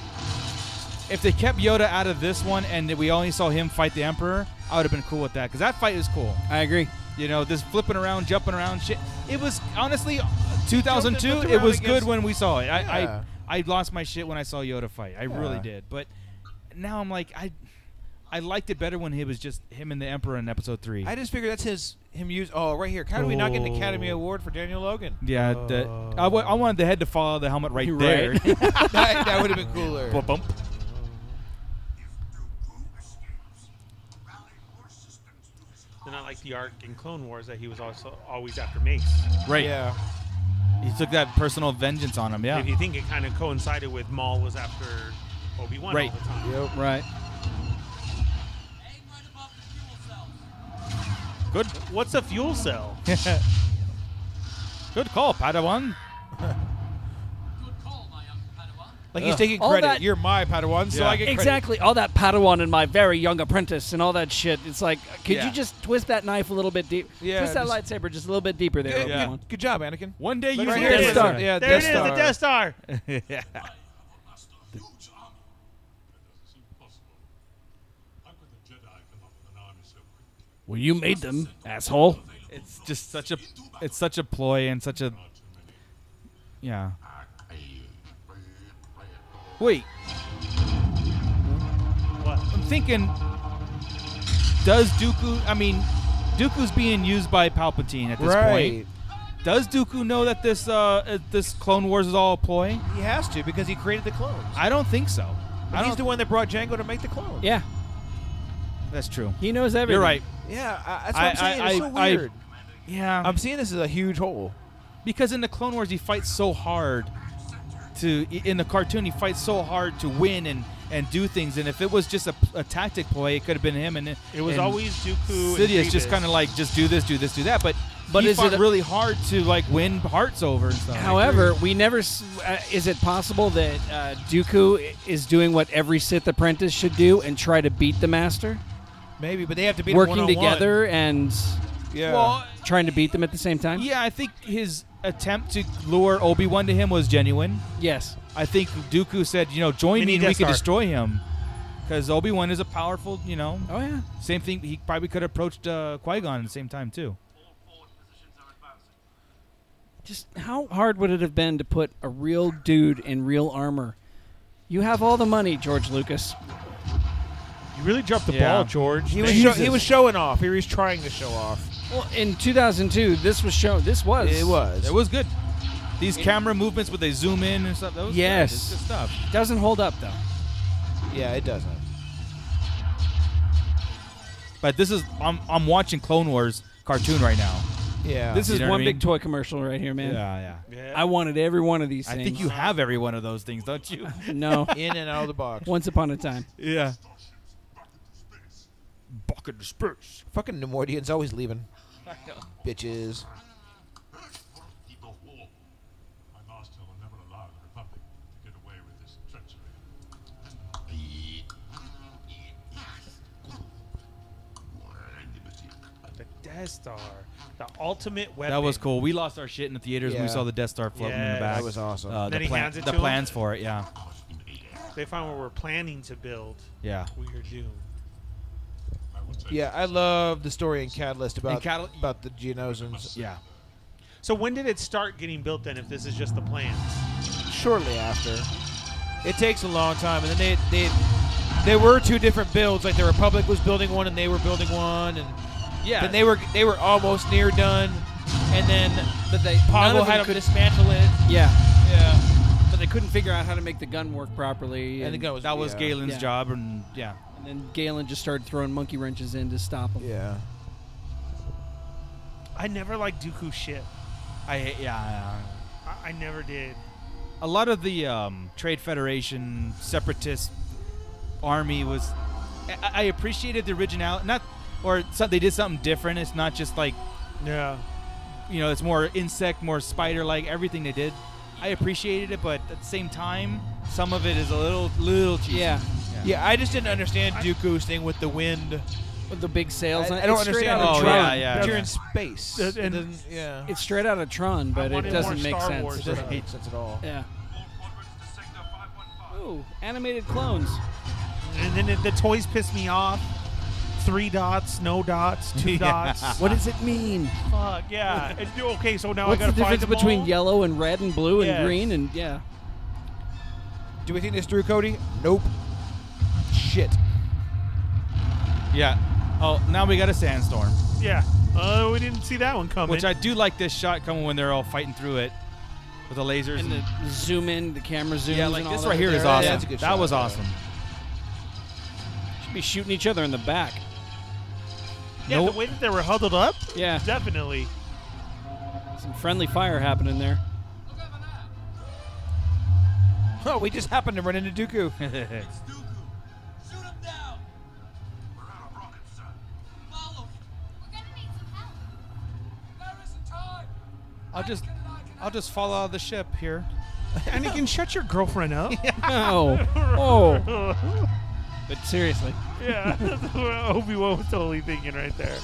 Speaker 8: If they kept Yoda out of this one and we only saw him fight the Emperor, I would have been cool with that because that fight is cool.
Speaker 11: I agree.
Speaker 8: You know, this flipping around, jumping around shit. It was honestly
Speaker 9: Jumped
Speaker 8: 2002.
Speaker 9: around
Speaker 8: It was
Speaker 9: against-
Speaker 8: good when we saw it. I,
Speaker 9: Yeah.
Speaker 8: I I lost my shit when I saw Yoda fight. I really
Speaker 9: Yeah.
Speaker 8: did. But now I'm like I I liked it better when it was just him and the Emperor in Episode Three.
Speaker 9: I just figured that's his him use. Oh, right here. How did we not get an Academy
Speaker 8: Oh.
Speaker 9: Award for Daniel Logan?
Speaker 8: yeah, the, I, w- I wanted the head to fall out of the helmet right
Speaker 9: You're
Speaker 8: there.
Speaker 9: right. That- that would've been cooler.
Speaker 8: Bump, bump.
Speaker 10: And I like the arc in Clone Wars that he was also always after Mace.
Speaker 8: Right. He took that personal vengeance on him. Yeah.
Speaker 10: If you think it kind of coincided with Maul was after Obi Wan
Speaker 8: Right.
Speaker 10: all the time.
Speaker 11: Right.
Speaker 8: Good.
Speaker 10: What's a fuel cell?
Speaker 8: Good call, Padawan.
Speaker 9: Like he's taking
Speaker 11: All
Speaker 9: credit.
Speaker 11: that-
Speaker 9: You're my Padawan, so I get credit.
Speaker 11: exactly all that Padawan and my very young apprentice and all that shit. It's like, could
Speaker 9: Yeah.
Speaker 11: you just twist that knife a little bit deep?
Speaker 9: Yeah,
Speaker 11: twist that
Speaker 9: just-
Speaker 11: lightsaber just a little bit deeper there.
Speaker 9: Good,
Speaker 11: Obi-Wan.
Speaker 9: good, good job, Anakin.
Speaker 8: One day
Speaker 9: Look
Speaker 8: you
Speaker 9: right
Speaker 8: will be
Speaker 9: here. Death
Speaker 8: the
Speaker 9: Star.
Speaker 8: Star.
Speaker 9: Yeah,
Speaker 10: there
Speaker 9: Death
Speaker 10: it is,
Speaker 9: Star.
Speaker 10: the Death Star.
Speaker 8: yeah.
Speaker 11: Well, you made them, asshole.
Speaker 8: It's just such a it's such a ploy and such a yeah. Wait.
Speaker 10: What?
Speaker 8: I'm thinking does Dooku I mean Dooku's being used by Palpatine at this
Speaker 9: Right.
Speaker 8: point. Does Dooku know that this uh, uh, this Clone Wars is all a ploy?
Speaker 9: He has to because he created the clones.
Speaker 8: I don't think so. I
Speaker 9: But he's
Speaker 8: don't,
Speaker 9: the one that brought Django to make the clones.
Speaker 11: Yeah,
Speaker 8: that's true.
Speaker 11: He knows everything.
Speaker 8: You're right.
Speaker 9: Yeah, I, that's what I, am saying. it's so
Speaker 8: I- I-
Speaker 9: weird.
Speaker 8: yeah.
Speaker 9: I'm seeing this as a huge hole.
Speaker 8: because in the Clone Wars he fights so hard to in the cartoon he fights so hard to win and and do things and if it was just a, a tactic play it could have been him and
Speaker 10: It was
Speaker 8: and
Speaker 10: always Dooku and
Speaker 8: Sidious just
Speaker 10: Grievous.
Speaker 8: kind of like just do this do this do that but
Speaker 11: But
Speaker 8: but he
Speaker 11: is
Speaker 8: fought
Speaker 11: it a-
Speaker 8: really hard to like win hearts over and stuff
Speaker 11: However, we never. s- Uh, is it possible that uh, Dooku i- is doing what every Sith apprentice should do and try to beat the master,
Speaker 9: Maybe, but they have to be
Speaker 11: working together and
Speaker 9: Yeah.
Speaker 8: Well,
Speaker 11: trying to beat them at the same time?
Speaker 8: yeah I think his attempt to lure Obi Wan to him was genuine
Speaker 11: Yes.
Speaker 8: I think Dooku said you know join
Speaker 10: Mini
Speaker 8: me and we
Speaker 10: Death
Speaker 8: could
Speaker 10: Star.
Speaker 8: destroy him because Obi Wan is a powerful you know
Speaker 11: Oh yeah.
Speaker 8: same thing he probably could have approached uh, Qui Gon at the same time too.
Speaker 11: Just how hard would it have been to put a real dude in real armor? You have all the money, George Lucas.
Speaker 10: You really dropped the
Speaker 8: Yeah.
Speaker 10: ball, George.
Speaker 9: He was, show, he was showing off. He was trying to show off.
Speaker 11: Well, in 2002, this was shown. This was.
Speaker 9: It was.
Speaker 8: It was good. These camera movements where they zoom in and stuff. That was
Speaker 11: Yes.
Speaker 8: good. It's good stuff.
Speaker 11: Doesn't hold up though.
Speaker 9: Yeah, it doesn't.
Speaker 8: But this is I'm I'm watching Clone Wars cartoon right now.
Speaker 9: Yeah.
Speaker 11: This
Speaker 8: You
Speaker 11: is
Speaker 8: know what
Speaker 11: one
Speaker 8: I
Speaker 11: big
Speaker 8: mean?
Speaker 11: toy commercial right here, man.
Speaker 8: Yeah, yeah.
Speaker 10: Yeah.
Speaker 11: I wanted every one of these
Speaker 8: I
Speaker 11: things.
Speaker 8: think you have every one of those things, don't you?
Speaker 11: No.
Speaker 9: in and out of the box.
Speaker 11: Once upon a time.
Speaker 8: yeah. Bucket disperse.
Speaker 9: Fucking Nemoidians always leaving. Bitches.
Speaker 14: My master will never allow the Republic to get away with this treachery.
Speaker 10: The Death Star, the ultimate weapon.
Speaker 8: That was cool. We lost our shit in the theaters when we
Speaker 9: Yeah.
Speaker 8: saw the Death Star floating in the
Speaker 10: Yes.
Speaker 8: back.
Speaker 10: That
Speaker 9: was awesome.
Speaker 8: Uh,
Speaker 10: Then
Speaker 8: the
Speaker 10: he
Speaker 8: plan-
Speaker 10: hands it
Speaker 8: the
Speaker 10: to him?
Speaker 8: plans for it, yeah.
Speaker 10: They found what we're planning to build.
Speaker 8: Yeah.
Speaker 10: We are doomed.
Speaker 9: Yeah, I love the story in Catalyst about
Speaker 8: Catal-
Speaker 9: about the Geonosians.
Speaker 8: Yeah.
Speaker 10: So when did it start getting built then? If this is just the plans,
Speaker 9: Shortly after, it takes a long time, and then they they they were two different builds. Like the Republic was building one, and they were building one, and
Speaker 8: Yeah.
Speaker 9: then they were they were almost near done, and then
Speaker 11: But they
Speaker 9: Pongo had them dismantle it.
Speaker 11: Yeah.
Speaker 9: Yeah,
Speaker 11: But they couldn't figure out how to make the gun work properly.
Speaker 9: and the gun was
Speaker 8: that was
Speaker 9: yeah.
Speaker 8: Galen's
Speaker 11: Yeah.
Speaker 8: job and yeah.
Speaker 11: And then Galen just started throwing monkey wrenches in to stop him.
Speaker 9: Yeah,
Speaker 10: I never liked Dooku shit.
Speaker 8: I yeah, yeah.
Speaker 10: I, I never did.
Speaker 8: a lot of the um, Trade Federation separatist army was. I, I appreciated the originality, not or so they did something different. It's not just like
Speaker 10: Yeah.
Speaker 8: you know, it's more insect, more spider-like. Everything they did, I appreciated it, but at the same time, some of it is a little little cheesy.
Speaker 11: Yeah.
Speaker 9: Yeah. I just didn't understand Dooku's thing with the wind.
Speaker 11: With the big sails.
Speaker 9: I,
Speaker 11: on
Speaker 9: I don't
Speaker 11: it's straight
Speaker 9: understand.
Speaker 11: out of
Speaker 9: the
Speaker 11: Tron.
Speaker 9: drone, but You're in space.
Speaker 11: It
Speaker 9: And
Speaker 11: doesn't-
Speaker 9: yeah.
Speaker 11: It's straight out of Tron, but it
Speaker 9: wanted
Speaker 11: doesn't
Speaker 9: more
Speaker 11: make
Speaker 9: Star
Speaker 11: sense.
Speaker 9: Wars
Speaker 11: It doesn't
Speaker 9: stuff.
Speaker 11: make
Speaker 9: sense at all.
Speaker 11: Yeah. Ooh, animated clones.
Speaker 10: And then it, the toys piss me off. Three dots, no dots, two
Speaker 11: Yeah.
Speaker 10: dots.
Speaker 11: What does it mean?
Speaker 10: Fuck yeah. And, okay, so now
Speaker 11: What's
Speaker 10: I
Speaker 11: the
Speaker 10: gotta find
Speaker 11: difference
Speaker 10: them
Speaker 11: between
Speaker 10: all?
Speaker 11: yellow and red and blue and
Speaker 10: Yes.
Speaker 11: green and yeah?
Speaker 9: Do we think this through, Cody? Nope. Shit.
Speaker 8: Yeah. Oh, now we got a sandstorm.
Speaker 10: Yeah. Oh, we didn't see that one coming.
Speaker 8: Which I do like this shot coming when they're all fighting through it with the lasers
Speaker 11: And
Speaker 8: and,
Speaker 11: the zoom in, the camera zooms.
Speaker 8: yeah, like
Speaker 11: and all
Speaker 8: this
Speaker 11: that
Speaker 8: right here is
Speaker 11: there.
Speaker 8: awesome.
Speaker 11: Yeah.
Speaker 8: that was awesome.
Speaker 11: Should be shooting each other in the back.
Speaker 10: yeah,
Speaker 11: Nope.
Speaker 10: the way that they were huddled up.
Speaker 11: Yeah.
Speaker 10: Definitely.
Speaker 11: Some friendly fire happening there.
Speaker 9: Oh, we just happened to run into Dooku.
Speaker 8: I'll just I'll just fall out of the ship here.
Speaker 10: And you can shut your girlfriend up.
Speaker 11: Oh. Oh. But seriously.
Speaker 10: Yeah, that's what Obi Wan was totally thinking right there.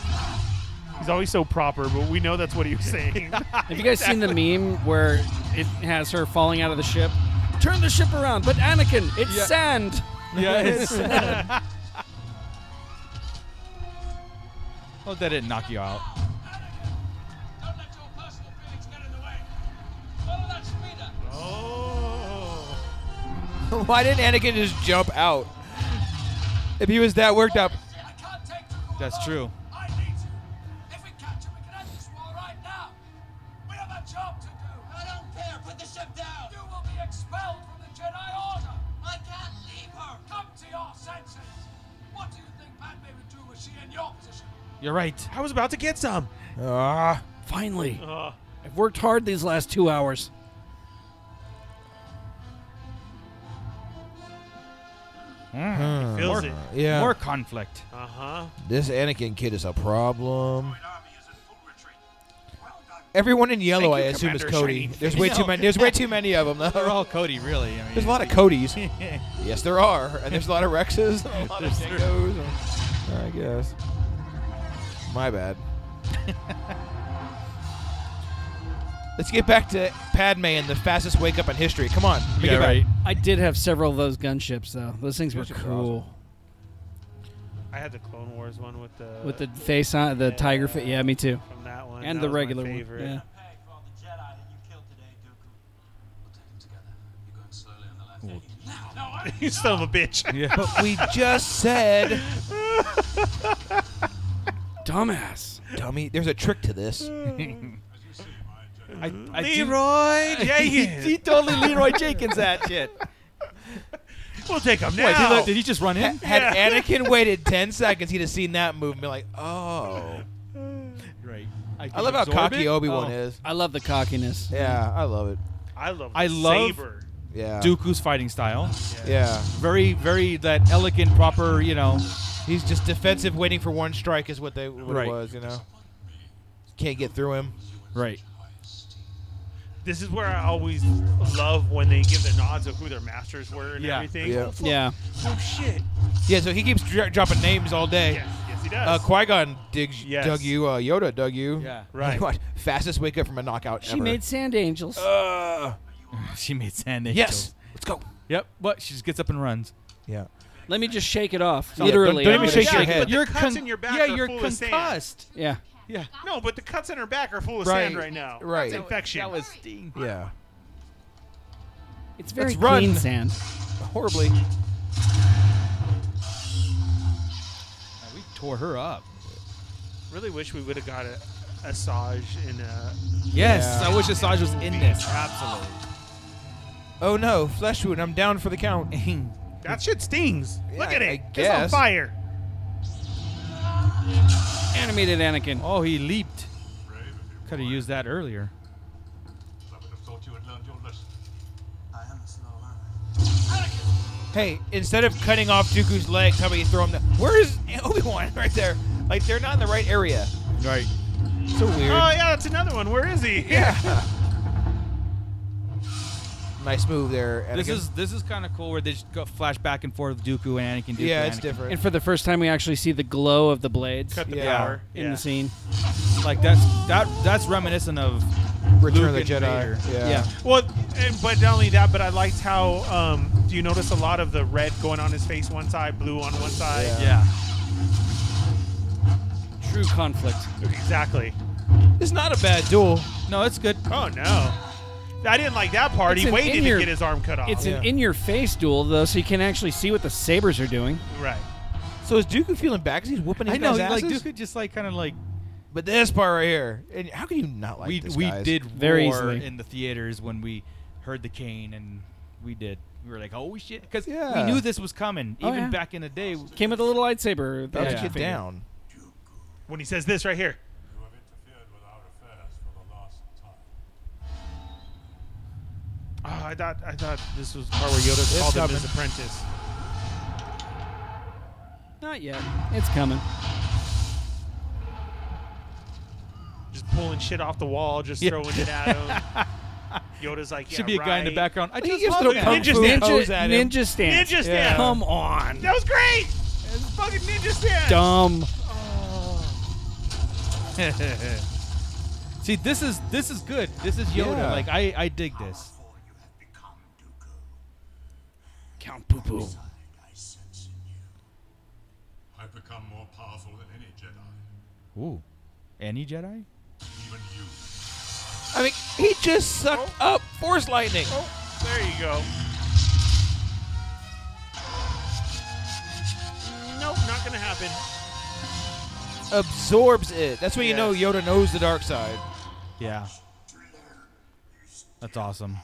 Speaker 10: He's always so proper, but we know that's what he was saying.
Speaker 11: Have you guys seen the meme where it has her falling out of the ship? Turn the ship around, but Anakin, it's
Speaker 8: Yeah.
Speaker 11: sand.
Speaker 8: Yeah, it's sand. Oh, that didn't knock you out.
Speaker 10: Oh.
Speaker 9: Why didn't Anakin just jump out? If he was that worked up.
Speaker 8: That's true. You're right.
Speaker 10: I was about to get some.
Speaker 9: Ah.
Speaker 11: Finally.
Speaker 10: Ugh.
Speaker 11: I've worked hard these last two hours.
Speaker 9: Hmm.
Speaker 8: feels
Speaker 9: More-
Speaker 8: it.
Speaker 9: Yeah.
Speaker 8: More conflict.
Speaker 10: Uh huh.
Speaker 9: This Anakin kid is a problem. Everyone in yellow,
Speaker 8: Thank
Speaker 9: I
Speaker 8: you,
Speaker 9: assume, is
Speaker 8: Commander
Speaker 9: Cody.
Speaker 8: Shiny
Speaker 9: There's
Speaker 8: Face.
Speaker 9: way too many. There's way too many of them. Though.
Speaker 8: They're all Cody, really. I mean,
Speaker 9: There's a lot of Codys. yes, there are, and there's a lot of Rexes. and a lot of Dinkos. and- I guess. My bad. Let's get back to Padme and the fastest wake up in history. Come on, we get back.
Speaker 11: I did have several of those gunships though. Those things were cool.
Speaker 10: I had the Clone Wars one with the
Speaker 11: With the face on the tiger face. Yeah, me too.
Speaker 10: From that one,
Speaker 11: And
Speaker 10: that
Speaker 11: the
Speaker 10: was my
Speaker 11: regular one.
Speaker 10: favorite.
Speaker 11: Yeah.
Speaker 10: You son of a bitch.
Speaker 8: Yeah.
Speaker 9: But we just said,
Speaker 11: Dumbass.
Speaker 9: dummy. There's a trick to this.
Speaker 8: I, I
Speaker 9: Leroy
Speaker 8: do,
Speaker 9: Jenkins.
Speaker 8: he, he totally Leroy Jenkins that shit.
Speaker 10: We'll take him
Speaker 8: Wait, did,
Speaker 10: now.
Speaker 8: he, did he just run in?
Speaker 9: Had Anakin waited ten seconds, he'd have seen that move and be like, "Oh."
Speaker 8: Right.
Speaker 9: I love how cocky Obi Wan
Speaker 8: Oh.
Speaker 9: is.
Speaker 11: I love the cockiness.
Speaker 9: Yeah, I love it.
Speaker 10: I love.
Speaker 8: I love
Speaker 10: Saber.
Speaker 9: Yeah.
Speaker 8: Dooku's fighting style.
Speaker 9: Yeah.
Speaker 8: Very, very that elegant, proper. You know.
Speaker 9: He's just defensive, waiting for one strike is what they what
Speaker 8: Right.
Speaker 9: it was, you know. Can't get through him.
Speaker 8: Right.
Speaker 10: This is where I always love when they give the nods of who their masters were and
Speaker 8: Yeah.
Speaker 10: everything.
Speaker 9: Yeah.
Speaker 10: Oh, fuck.
Speaker 11: Yeah.
Speaker 10: Oh shit.
Speaker 9: Yeah, so he keeps dro- dropping names all day.
Speaker 10: Yes, yes he
Speaker 9: Uh,
Speaker 10: does.
Speaker 9: Qui Gon digs
Speaker 10: Yes.
Speaker 9: dug you. Uh, Yoda dug you.
Speaker 8: Yeah.
Speaker 10: Right.
Speaker 9: What? Fastest wake up from a knockout
Speaker 11: She
Speaker 9: ever.
Speaker 11: made sand angels.
Speaker 9: Uh,
Speaker 8: she made sand angels.
Speaker 9: yes. Let's go.
Speaker 8: Yep. What? She just gets up and runs.
Speaker 9: Yeah.
Speaker 11: Let me just shake it off.
Speaker 9: Yeah,
Speaker 11: Literally.
Speaker 9: don't-
Speaker 11: I'm
Speaker 9: don't even
Speaker 11: gonna
Speaker 9: shake your head.
Speaker 10: But the
Speaker 8: you're
Speaker 10: cuts
Speaker 8: con-
Speaker 10: in your back
Speaker 8: yeah,
Speaker 10: are
Speaker 8: you're
Speaker 10: full of sand.
Speaker 8: concussed.
Speaker 11: Yeah.
Speaker 8: Yeah.
Speaker 10: No, but the cuts in her back are full of sand
Speaker 9: Right.
Speaker 10: right now.
Speaker 9: Right.
Speaker 10: It's
Speaker 9: That was-
Speaker 10: infection.
Speaker 8: That was sting.
Speaker 9: Yeah.
Speaker 11: It's very
Speaker 9: Let's run.
Speaker 11: clean sand.
Speaker 9: Horribly.
Speaker 8: We tore her up.
Speaker 10: really wish we would have got a Asajj in a.
Speaker 8: Yes.
Speaker 9: Yeah.
Speaker 8: I wish Asajj was in this. Absolutely.
Speaker 9: Oh no, flesh wound. I'm down for the count.
Speaker 10: That shit stings. Look
Speaker 9: Yeah,
Speaker 10: at
Speaker 9: I
Speaker 10: it. It's on
Speaker 9: guess.
Speaker 10: fire.
Speaker 11: Animated Anakin.
Speaker 8: oh, he leaped.
Speaker 14: Brave if you
Speaker 8: Could have used that earlier.
Speaker 14: I would have thought you had learned your lesson.
Speaker 9: Hey, instead of cutting off Dooku's legs, how about you throw him? Down? Where is Obi Wan? Right there. Like they're not in the right area.
Speaker 8: Right.
Speaker 9: So weird.
Speaker 10: Uh, Oh yeah, that's another one. Where is he?
Speaker 9: yeah. Nice move there.
Speaker 8: This
Speaker 9: Anakin.
Speaker 8: is this is kind of cool where they just go flash back and forth with Dooku and Anakin. Dooku
Speaker 9: Yeah,
Speaker 8: and
Speaker 9: it's
Speaker 8: Anakin.
Speaker 9: different.
Speaker 11: And for the first time, we actually see the glow of the blades.
Speaker 8: Cut the Yeah. power.
Speaker 11: in
Speaker 8: Yeah.
Speaker 11: the scene.
Speaker 8: Like that's that that's reminiscent of
Speaker 9: Return
Speaker 8: Luke
Speaker 9: of the
Speaker 8: and
Speaker 9: Jedi.
Speaker 8: Vader.
Speaker 9: Yeah.
Speaker 10: Well, and, but not only that, but I liked how. Um, do you notice a lot of the red going on his face one side, blue on one side?
Speaker 8: Yeah.
Speaker 11: True conflict.
Speaker 10: Exactly.
Speaker 9: It's not a bad duel.
Speaker 8: No, it's good.
Speaker 10: Oh no, I didn't like that part.
Speaker 11: It's
Speaker 10: he
Speaker 11: an
Speaker 10: waited
Speaker 11: in-your-
Speaker 10: to get his arm cut off.
Speaker 11: It's an in-your-face duel, though, so you can actually see what the sabers are doing.
Speaker 10: right.
Speaker 9: So is Dooku feeling back? 'cause He's whooping his
Speaker 8: I know,
Speaker 9: guys'
Speaker 8: like
Speaker 9: asses?
Speaker 8: Dooku just like kind of like
Speaker 9: But this part right here, and how can you not like
Speaker 8: we
Speaker 9: this?
Speaker 8: we
Speaker 9: guys?
Speaker 8: did roar in the theaters when we heard the cane and we did we were like oh shit because
Speaker 9: Yeah.
Speaker 8: we knew this was coming
Speaker 11: Oh,
Speaker 8: even
Speaker 11: yeah.
Speaker 8: back in the day
Speaker 11: Came with a little lightsaber.
Speaker 9: About
Speaker 11: Yeah.
Speaker 9: to get down.
Speaker 10: When he says this right here. Oh, I thought I thought this was the part where Yoda
Speaker 9: It's
Speaker 10: called
Speaker 9: coming.
Speaker 10: him his apprentice.
Speaker 11: Not yet. It's coming.
Speaker 10: Just pulling shit off the wall, just
Speaker 8: Yeah.
Speaker 10: throwing it at him. Yoda's like, yeah,
Speaker 8: should be a guy in the
Speaker 10: right.
Speaker 8: background I
Speaker 10: He
Speaker 8: just
Speaker 10: gives
Speaker 8: love
Speaker 10: little
Speaker 8: that.
Speaker 10: kung fu Ninja- pose
Speaker 11: at him. ninja stance.
Speaker 10: Ninja
Speaker 11: Yeah.
Speaker 10: stance.
Speaker 11: Come on.
Speaker 10: That was great. It's fucking ninja stance.
Speaker 11: Dumb.
Speaker 8: see this is this is good this is Yoda
Speaker 9: Yeah.
Speaker 8: like I I dig this
Speaker 11: Count Poo Poo.
Speaker 14: I sense in you. I've become more powerful than any Jedi,
Speaker 8: ooh any Jedi
Speaker 14: even you.
Speaker 9: I mean, he just sucked up Force Lightning.
Speaker 10: Oh, there you go. Nope, not gonna happen.
Speaker 9: Absorbs it. That's when you know
Speaker 10: Yes.
Speaker 9: Yoda knows the dark side.
Speaker 8: yeah that's awesome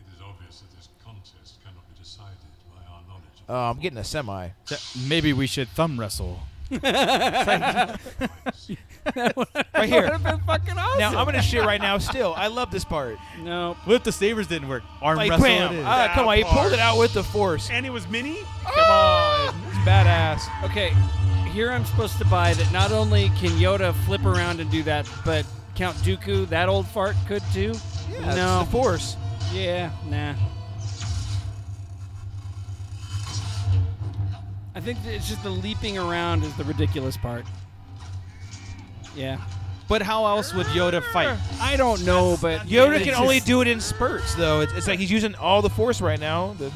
Speaker 14: It is obvious that this contest cannot be decided by our knowledge of
Speaker 9: Oh, I'm getting a semi.
Speaker 8: maybe we should thumb wrestle
Speaker 9: Right here.
Speaker 11: Would've been fucking awesome.
Speaker 9: Now I'm gonna shit right now. Still, I love this part.
Speaker 11: No.
Speaker 8: what if the sabers didn't work arm
Speaker 9: Like,
Speaker 8: wrestle
Speaker 9: bam!
Speaker 8: it is.
Speaker 9: Ah, come on, he pulled it out with the force.
Speaker 10: And it was mini.
Speaker 9: Come on, it's badass.
Speaker 11: Ah! Okay, here I'm supposed to buy that not only can Yoda flip around and do that, but Count Dooku, that old fart, could too.
Speaker 9: Yeah, it's
Speaker 11: no.
Speaker 9: the force.
Speaker 11: Yeah, nah. I think that it's just the leaping around is the ridiculous part. Yeah.
Speaker 8: but how else would Yoda fight
Speaker 11: I don't know, but
Speaker 9: Yoda
Speaker 11: it's
Speaker 9: can only
Speaker 11: just
Speaker 9: do it in spurts, though. It's, it's like he's using all the force right now. The,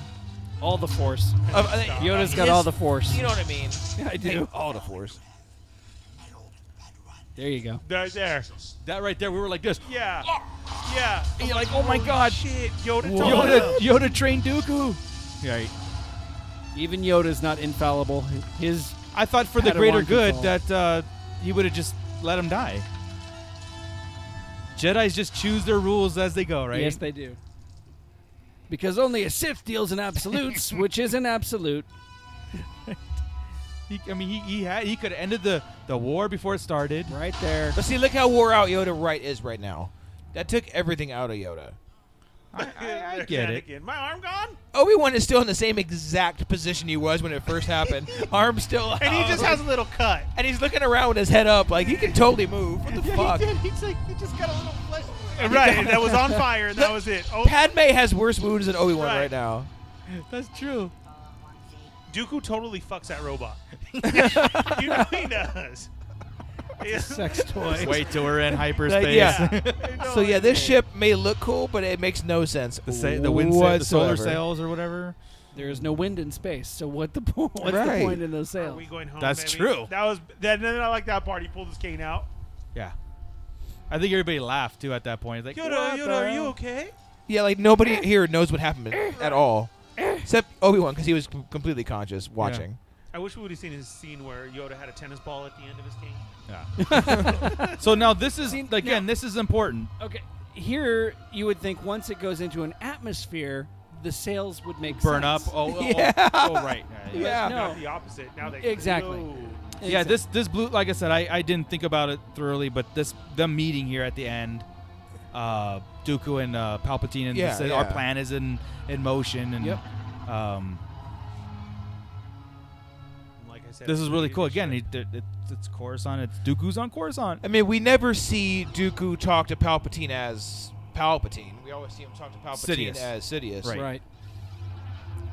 Speaker 11: all the force.
Speaker 9: of- I think-
Speaker 11: Yoda's got
Speaker 9: his-
Speaker 11: all the force.
Speaker 9: You know what I mean?
Speaker 11: Yeah, I do.
Speaker 9: All the force.
Speaker 11: There you go.
Speaker 10: Right there.
Speaker 8: that right there we were like this
Speaker 10: Yeah. Yeah.
Speaker 8: You're like, oh my god,
Speaker 10: Shit, Yoda. told him.
Speaker 8: Yoda, Yoda trained Dooku. Right.
Speaker 11: Even Yoda's not infallible. His
Speaker 8: I thought for the
Speaker 11: Padawan
Speaker 8: greater good
Speaker 11: control.
Speaker 8: that uh, he would have just let him die. Jedi's just choose their rules as they go, right?
Speaker 11: Yes, they do. Because only a Sith deals in absolutes, which is an absolute.
Speaker 8: He, I mean, he he, had, he could have ended the, the war before it started.
Speaker 11: Right there.
Speaker 9: But see, look how wore out Yoda right is right now. That took everything out of Yoda.
Speaker 8: I, I
Speaker 10: There's
Speaker 8: get it.
Speaker 10: Anakin. My arm gone?
Speaker 9: Obi Wan is still in the same exact position he was when it first happened. Arm still,
Speaker 10: And
Speaker 8: Oh.
Speaker 10: he just
Speaker 9: out.
Speaker 10: has a little cut.
Speaker 9: and he's looking around with his head up, like he can totally move. What the fuck?
Speaker 8: He's like, he just got a little flesh.
Speaker 10: Right, that was on fire, and that was it. Oh,
Speaker 9: Padme has worse wounds than Obi Wan right.
Speaker 10: Right.
Speaker 9: now.
Speaker 8: That's true.
Speaker 10: Dooku totally fucks that robot. you know he does. Yeah.
Speaker 11: Sex toy.
Speaker 8: Wait till we're in hyperspace.
Speaker 9: Like, yeah.
Speaker 10: You know
Speaker 9: so yeah,
Speaker 10: it.
Speaker 9: this ship may look cool, but it makes no sense.
Speaker 8: the, sa- the wind, sa- the solar
Speaker 9: whatsoever.
Speaker 8: sails or whatever.
Speaker 11: There is no wind in space, so what the po- what's
Speaker 9: Right.
Speaker 11: the point in those
Speaker 10: Are
Speaker 11: sails?
Speaker 10: we going home?
Speaker 8: That's
Speaker 10: baby?
Speaker 8: true.
Speaker 10: That was. That, then I like that part. He pulled his cane out.
Speaker 8: Yeah. I think everybody laughed too at that point. Like,
Speaker 10: Yoda,
Speaker 8: what
Speaker 10: Yoda,
Speaker 8: the
Speaker 10: are
Speaker 8: hell?
Speaker 10: you okay?
Speaker 9: Yeah, like nobody here knows what happened at all, except Obi Wan because he was com- completely conscious watching.
Speaker 10: I wish we would have seen his scene where Yoda had a tennis ball at the end of his cane.
Speaker 8: Yeah. so now this is
Speaker 11: See,
Speaker 8: again,
Speaker 11: now-
Speaker 8: this is important.
Speaker 11: Okay, here you would think once it goes into an atmosphere, the sails would make
Speaker 8: Burn up.
Speaker 11: sense.
Speaker 8: Oh, oh,
Speaker 9: Yeah.
Speaker 8: oh, oh, right. Yeah, yeah.
Speaker 9: Yeah.
Speaker 10: Now
Speaker 11: No.
Speaker 10: the opposite. Now they
Speaker 11: Exactly.
Speaker 10: Whoa.
Speaker 8: Yeah, this this blue. Like I said, I, I didn't think about it thoroughly, but this the meeting here at the end, uh, Dooku and uh, Palpatine, and
Speaker 9: Yeah,
Speaker 8: this, our
Speaker 9: yeah.
Speaker 8: plan is in in motion, and
Speaker 11: Yep.
Speaker 8: um,
Speaker 10: Like I said,
Speaker 8: this is
Speaker 10: we
Speaker 8: really
Speaker 10: needed
Speaker 8: cool.
Speaker 10: to
Speaker 8: Again,
Speaker 10: show-
Speaker 8: it, it, it's- it's Coruscant. It's Dooku's on Coruscant.
Speaker 9: I mean, we never see Dooku talk to Palpatine as Palpatine. We always see him talk to Palpatine
Speaker 8: Sidious.
Speaker 9: as Sidious.
Speaker 8: Right.
Speaker 11: Right.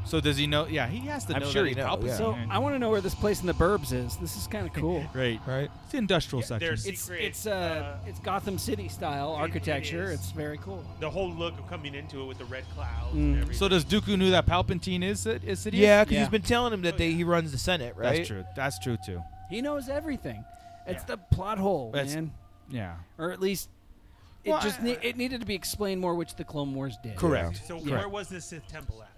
Speaker 8: So does he know? Yeah, he has
Speaker 9: to I'm know sure that he he's knows, Palpatine. yeah.
Speaker 11: So I want to know where this place in the burbs is. This is kind of cool.
Speaker 8: Right,
Speaker 9: right.
Speaker 8: It's the industrial
Speaker 11: Yeah,
Speaker 8: section.
Speaker 10: there's-
Speaker 11: It's
Speaker 10: Secret,
Speaker 11: it's uh, it's Gotham City style architecture.
Speaker 10: is.
Speaker 11: it's very cool.
Speaker 10: The whole look of coming into it with the red clouds
Speaker 8: Mm.
Speaker 10: and everything.
Speaker 8: So does Dooku knew that Palpatine is Sid- is Sidious?
Speaker 9: Yeah, because he's been telling him that they, he runs the Senate, right?
Speaker 8: Oh, That's true. That's true too.
Speaker 11: He knows everything. It's the plot hole,
Speaker 8: That's-
Speaker 11: man.
Speaker 8: Yeah.
Speaker 11: Or at least it
Speaker 10: Well,
Speaker 11: just ne- it needed to be explained more, which the Clone Wars did.
Speaker 9: Correct.
Speaker 10: So
Speaker 11: Yeah.
Speaker 10: where was the Sith temple at?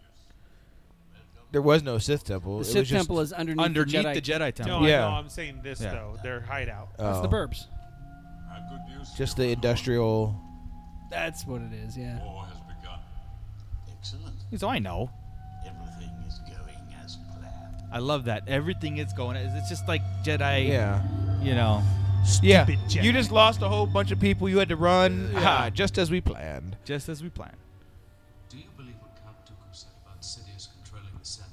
Speaker 9: There was no Sith temple.
Speaker 11: The
Speaker 9: It was
Speaker 11: Sith
Speaker 9: just-
Speaker 11: temple is underneath,
Speaker 8: underneath
Speaker 11: the Jedi,
Speaker 8: the Jedi
Speaker 10: No, I
Speaker 9: Yeah.
Speaker 10: know. I'm saying this
Speaker 9: Yeah.
Speaker 10: though. Their hideout.
Speaker 11: It's the
Speaker 9: Oh.
Speaker 11: Burbs.
Speaker 9: Just the industrial.
Speaker 11: That's what it is. Yeah.
Speaker 16: War has begun.
Speaker 14: Excellent.
Speaker 8: So I know.
Speaker 14: Everything is going as planned.
Speaker 8: I love that. Everything is going. It's just like Jedi.
Speaker 9: Yeah.
Speaker 8: You know.
Speaker 9: yeah.
Speaker 8: Jedi.
Speaker 9: You just lost a whole bunch of people. You had to run.
Speaker 8: Yeah.
Speaker 9: Ha, just as we planned.
Speaker 8: Just as we planned.
Speaker 12: Do you believe what Count Dooku said about Sidious controlling the Senate?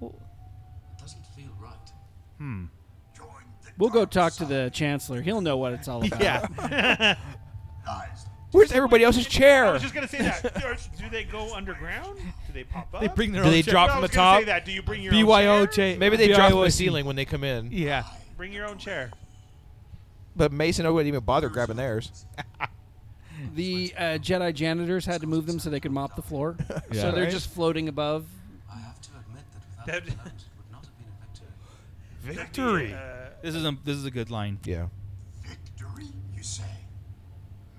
Speaker 12: It doesn't feel right.
Speaker 8: Hmm.
Speaker 11: We'll go talk to the Chancellor. He'll know what it's all about.
Speaker 8: Yeah.
Speaker 14: Lies.
Speaker 9: Where's everybody else's chair?
Speaker 10: I was just gonna say that. Are- Do they go underground? Do they pop up?
Speaker 8: They bring their
Speaker 9: Do
Speaker 8: own.
Speaker 9: they
Speaker 8: chair.
Speaker 9: drop
Speaker 10: I
Speaker 9: from
Speaker 10: was
Speaker 9: the
Speaker 10: gonna
Speaker 9: top?
Speaker 10: say that. Do you bring your own
Speaker 8: BYO
Speaker 10: chair?
Speaker 8: chair?
Speaker 9: Maybe they drop from the
Speaker 8: BYOC.
Speaker 9: ceiling when they come in.
Speaker 8: Yeah.
Speaker 10: Bring your own chair.
Speaker 9: But Mason wouldn't even bother grabbing theirs.
Speaker 11: The uh, Jedi janitors had to move them so they could mop the floor.
Speaker 9: Yeah.
Speaker 11: So they're
Speaker 9: Right.
Speaker 11: just floating above.
Speaker 12: I have to admit that without
Speaker 10: That-
Speaker 12: the clones, it would not have been a victory.
Speaker 10: Victory. Uh,
Speaker 8: This is a this is a good line.
Speaker 9: Yeah.
Speaker 14: Victory, you say?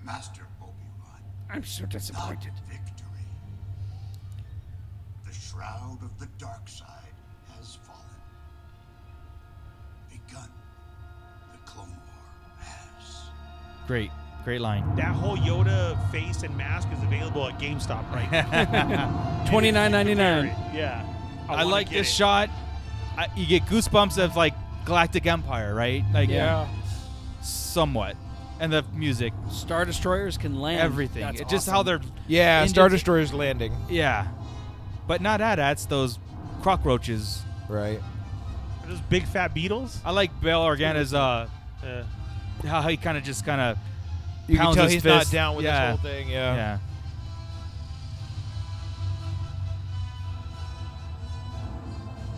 Speaker 14: Master Obi-Wan.
Speaker 11: I'm so disappointed.
Speaker 14: Not victory. The shroud of the dark side has fallen. Begun. The Clone War has.
Speaker 8: Great. Great line.
Speaker 10: that whole Yoda face and mask is available at GameStop right now.
Speaker 11: Twenty nine ninety nine.
Speaker 10: yeah.
Speaker 8: I,
Speaker 10: wanna
Speaker 8: like
Speaker 10: get
Speaker 8: this
Speaker 10: it.
Speaker 8: shot. I, you get goosebumps of like Galactic Empire, right? Like
Speaker 11: Yeah.
Speaker 8: somewhat, and the music,
Speaker 11: Star destroyers can land.
Speaker 8: everything.
Speaker 11: That's
Speaker 8: It's just how
Speaker 11: awesome.
Speaker 8: they're
Speaker 9: Yeah.
Speaker 8: ended-
Speaker 9: Star Destroyer's landing.
Speaker 8: Yeah, but not AT-ATs. Those cockroaches.
Speaker 9: Right.
Speaker 10: Are those big fat beetles.
Speaker 8: I like Bail Organa's uh,
Speaker 10: Uh,
Speaker 8: how he kind of just kind of.
Speaker 9: You can
Speaker 8: pounds
Speaker 9: tell
Speaker 8: his
Speaker 9: he's
Speaker 8: fist.
Speaker 9: not down with
Speaker 8: Yeah.
Speaker 9: this whole thing. Yeah.
Speaker 8: Yeah.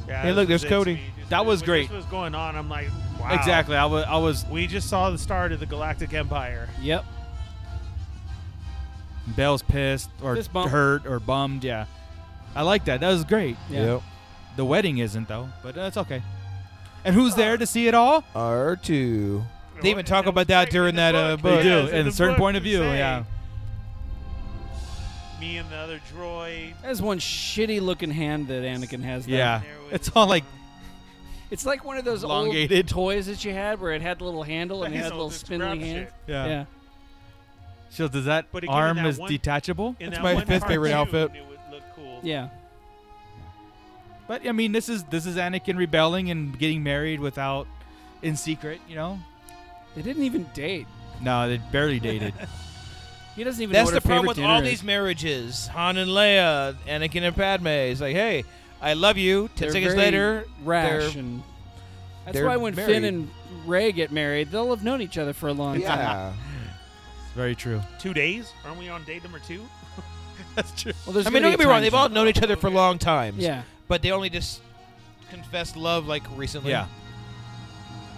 Speaker 10: yeah,
Speaker 9: Hey,
Speaker 10: this was
Speaker 9: look, there's
Speaker 10: it
Speaker 9: Cody.
Speaker 10: to me. Just
Speaker 8: That
Speaker 10: when-
Speaker 8: was
Speaker 10: when
Speaker 8: great.
Speaker 10: This was going on. I'm like, wow.
Speaker 8: Exactly. I was. I was.
Speaker 10: We just saw the start of the Galactic Empire.
Speaker 11: Yep.
Speaker 8: Bell's pissed or
Speaker 11: Fist bump.
Speaker 8: hurt or bummed. Yeah. I like that. That was great.
Speaker 11: Yeah.
Speaker 9: Yep.
Speaker 8: The wedding isn't though, but that's okay. And who's there to see it all?
Speaker 9: R two. They even
Speaker 10: And
Speaker 9: talk
Speaker 10: that was
Speaker 9: about that
Speaker 10: great
Speaker 9: during
Speaker 10: in the
Speaker 9: that uh,
Speaker 10: book.
Speaker 9: book.
Speaker 8: They do,
Speaker 10: Yes,
Speaker 8: in a
Speaker 10: the
Speaker 8: certain
Speaker 10: book
Speaker 8: point of
Speaker 10: you
Speaker 8: view,
Speaker 10: say,
Speaker 8: yeah.
Speaker 10: Me and the other droid.
Speaker 11: That's one shitty looking hand that Anakin has. There.
Speaker 8: Yeah.
Speaker 10: There was-
Speaker 8: It's all like
Speaker 11: It's like one of those
Speaker 8: Elongated.
Speaker 11: old toys that you had where it had the little handle and it
Speaker 10: His
Speaker 11: had a
Speaker 10: old
Speaker 11: little spindly
Speaker 10: scrap
Speaker 11: hand.
Speaker 10: shit.
Speaker 8: Yeah.
Speaker 11: Yeah.
Speaker 8: So does that
Speaker 10: But again, in
Speaker 8: arm
Speaker 10: that
Speaker 8: is
Speaker 10: one-
Speaker 8: detachable?
Speaker 10: In
Speaker 9: That's
Speaker 10: that
Speaker 9: my
Speaker 10: one
Speaker 9: fifth favorite
Speaker 10: cartoon,
Speaker 9: outfit.
Speaker 10: It would look cool.
Speaker 11: Yeah.
Speaker 8: But I mean, this is this is Anakin rebelling and getting married without in secret. You know?
Speaker 11: They didn't even date.
Speaker 8: No, they barely dated.
Speaker 11: He doesn't even
Speaker 9: That's
Speaker 11: know what
Speaker 9: the
Speaker 11: her
Speaker 9: problem
Speaker 11: favorite
Speaker 9: with
Speaker 11: dinner
Speaker 9: all
Speaker 11: is.
Speaker 9: these marriages. Han and Leia, Anakin and Padme. It's like, hey, I love you. 10
Speaker 11: They're
Speaker 9: seconds
Speaker 11: very
Speaker 9: later,
Speaker 11: rash
Speaker 9: they're-
Speaker 11: and that's
Speaker 9: they're
Speaker 11: why when
Speaker 9: married.
Speaker 11: Finn and Ray get married, they'll have known each other for a long time.
Speaker 9: yeah.
Speaker 8: It's very true.
Speaker 10: Two days? Aren't we on day number two?
Speaker 8: That's true.
Speaker 11: Well, there's
Speaker 9: I mean,
Speaker 11: gonna be a
Speaker 9: don't get me wrong.
Speaker 11: time
Speaker 9: They've all
Speaker 11: jump.
Speaker 9: known each other for long times.
Speaker 11: Yeah.
Speaker 9: But they only just confessed love like recently.
Speaker 8: Yeah.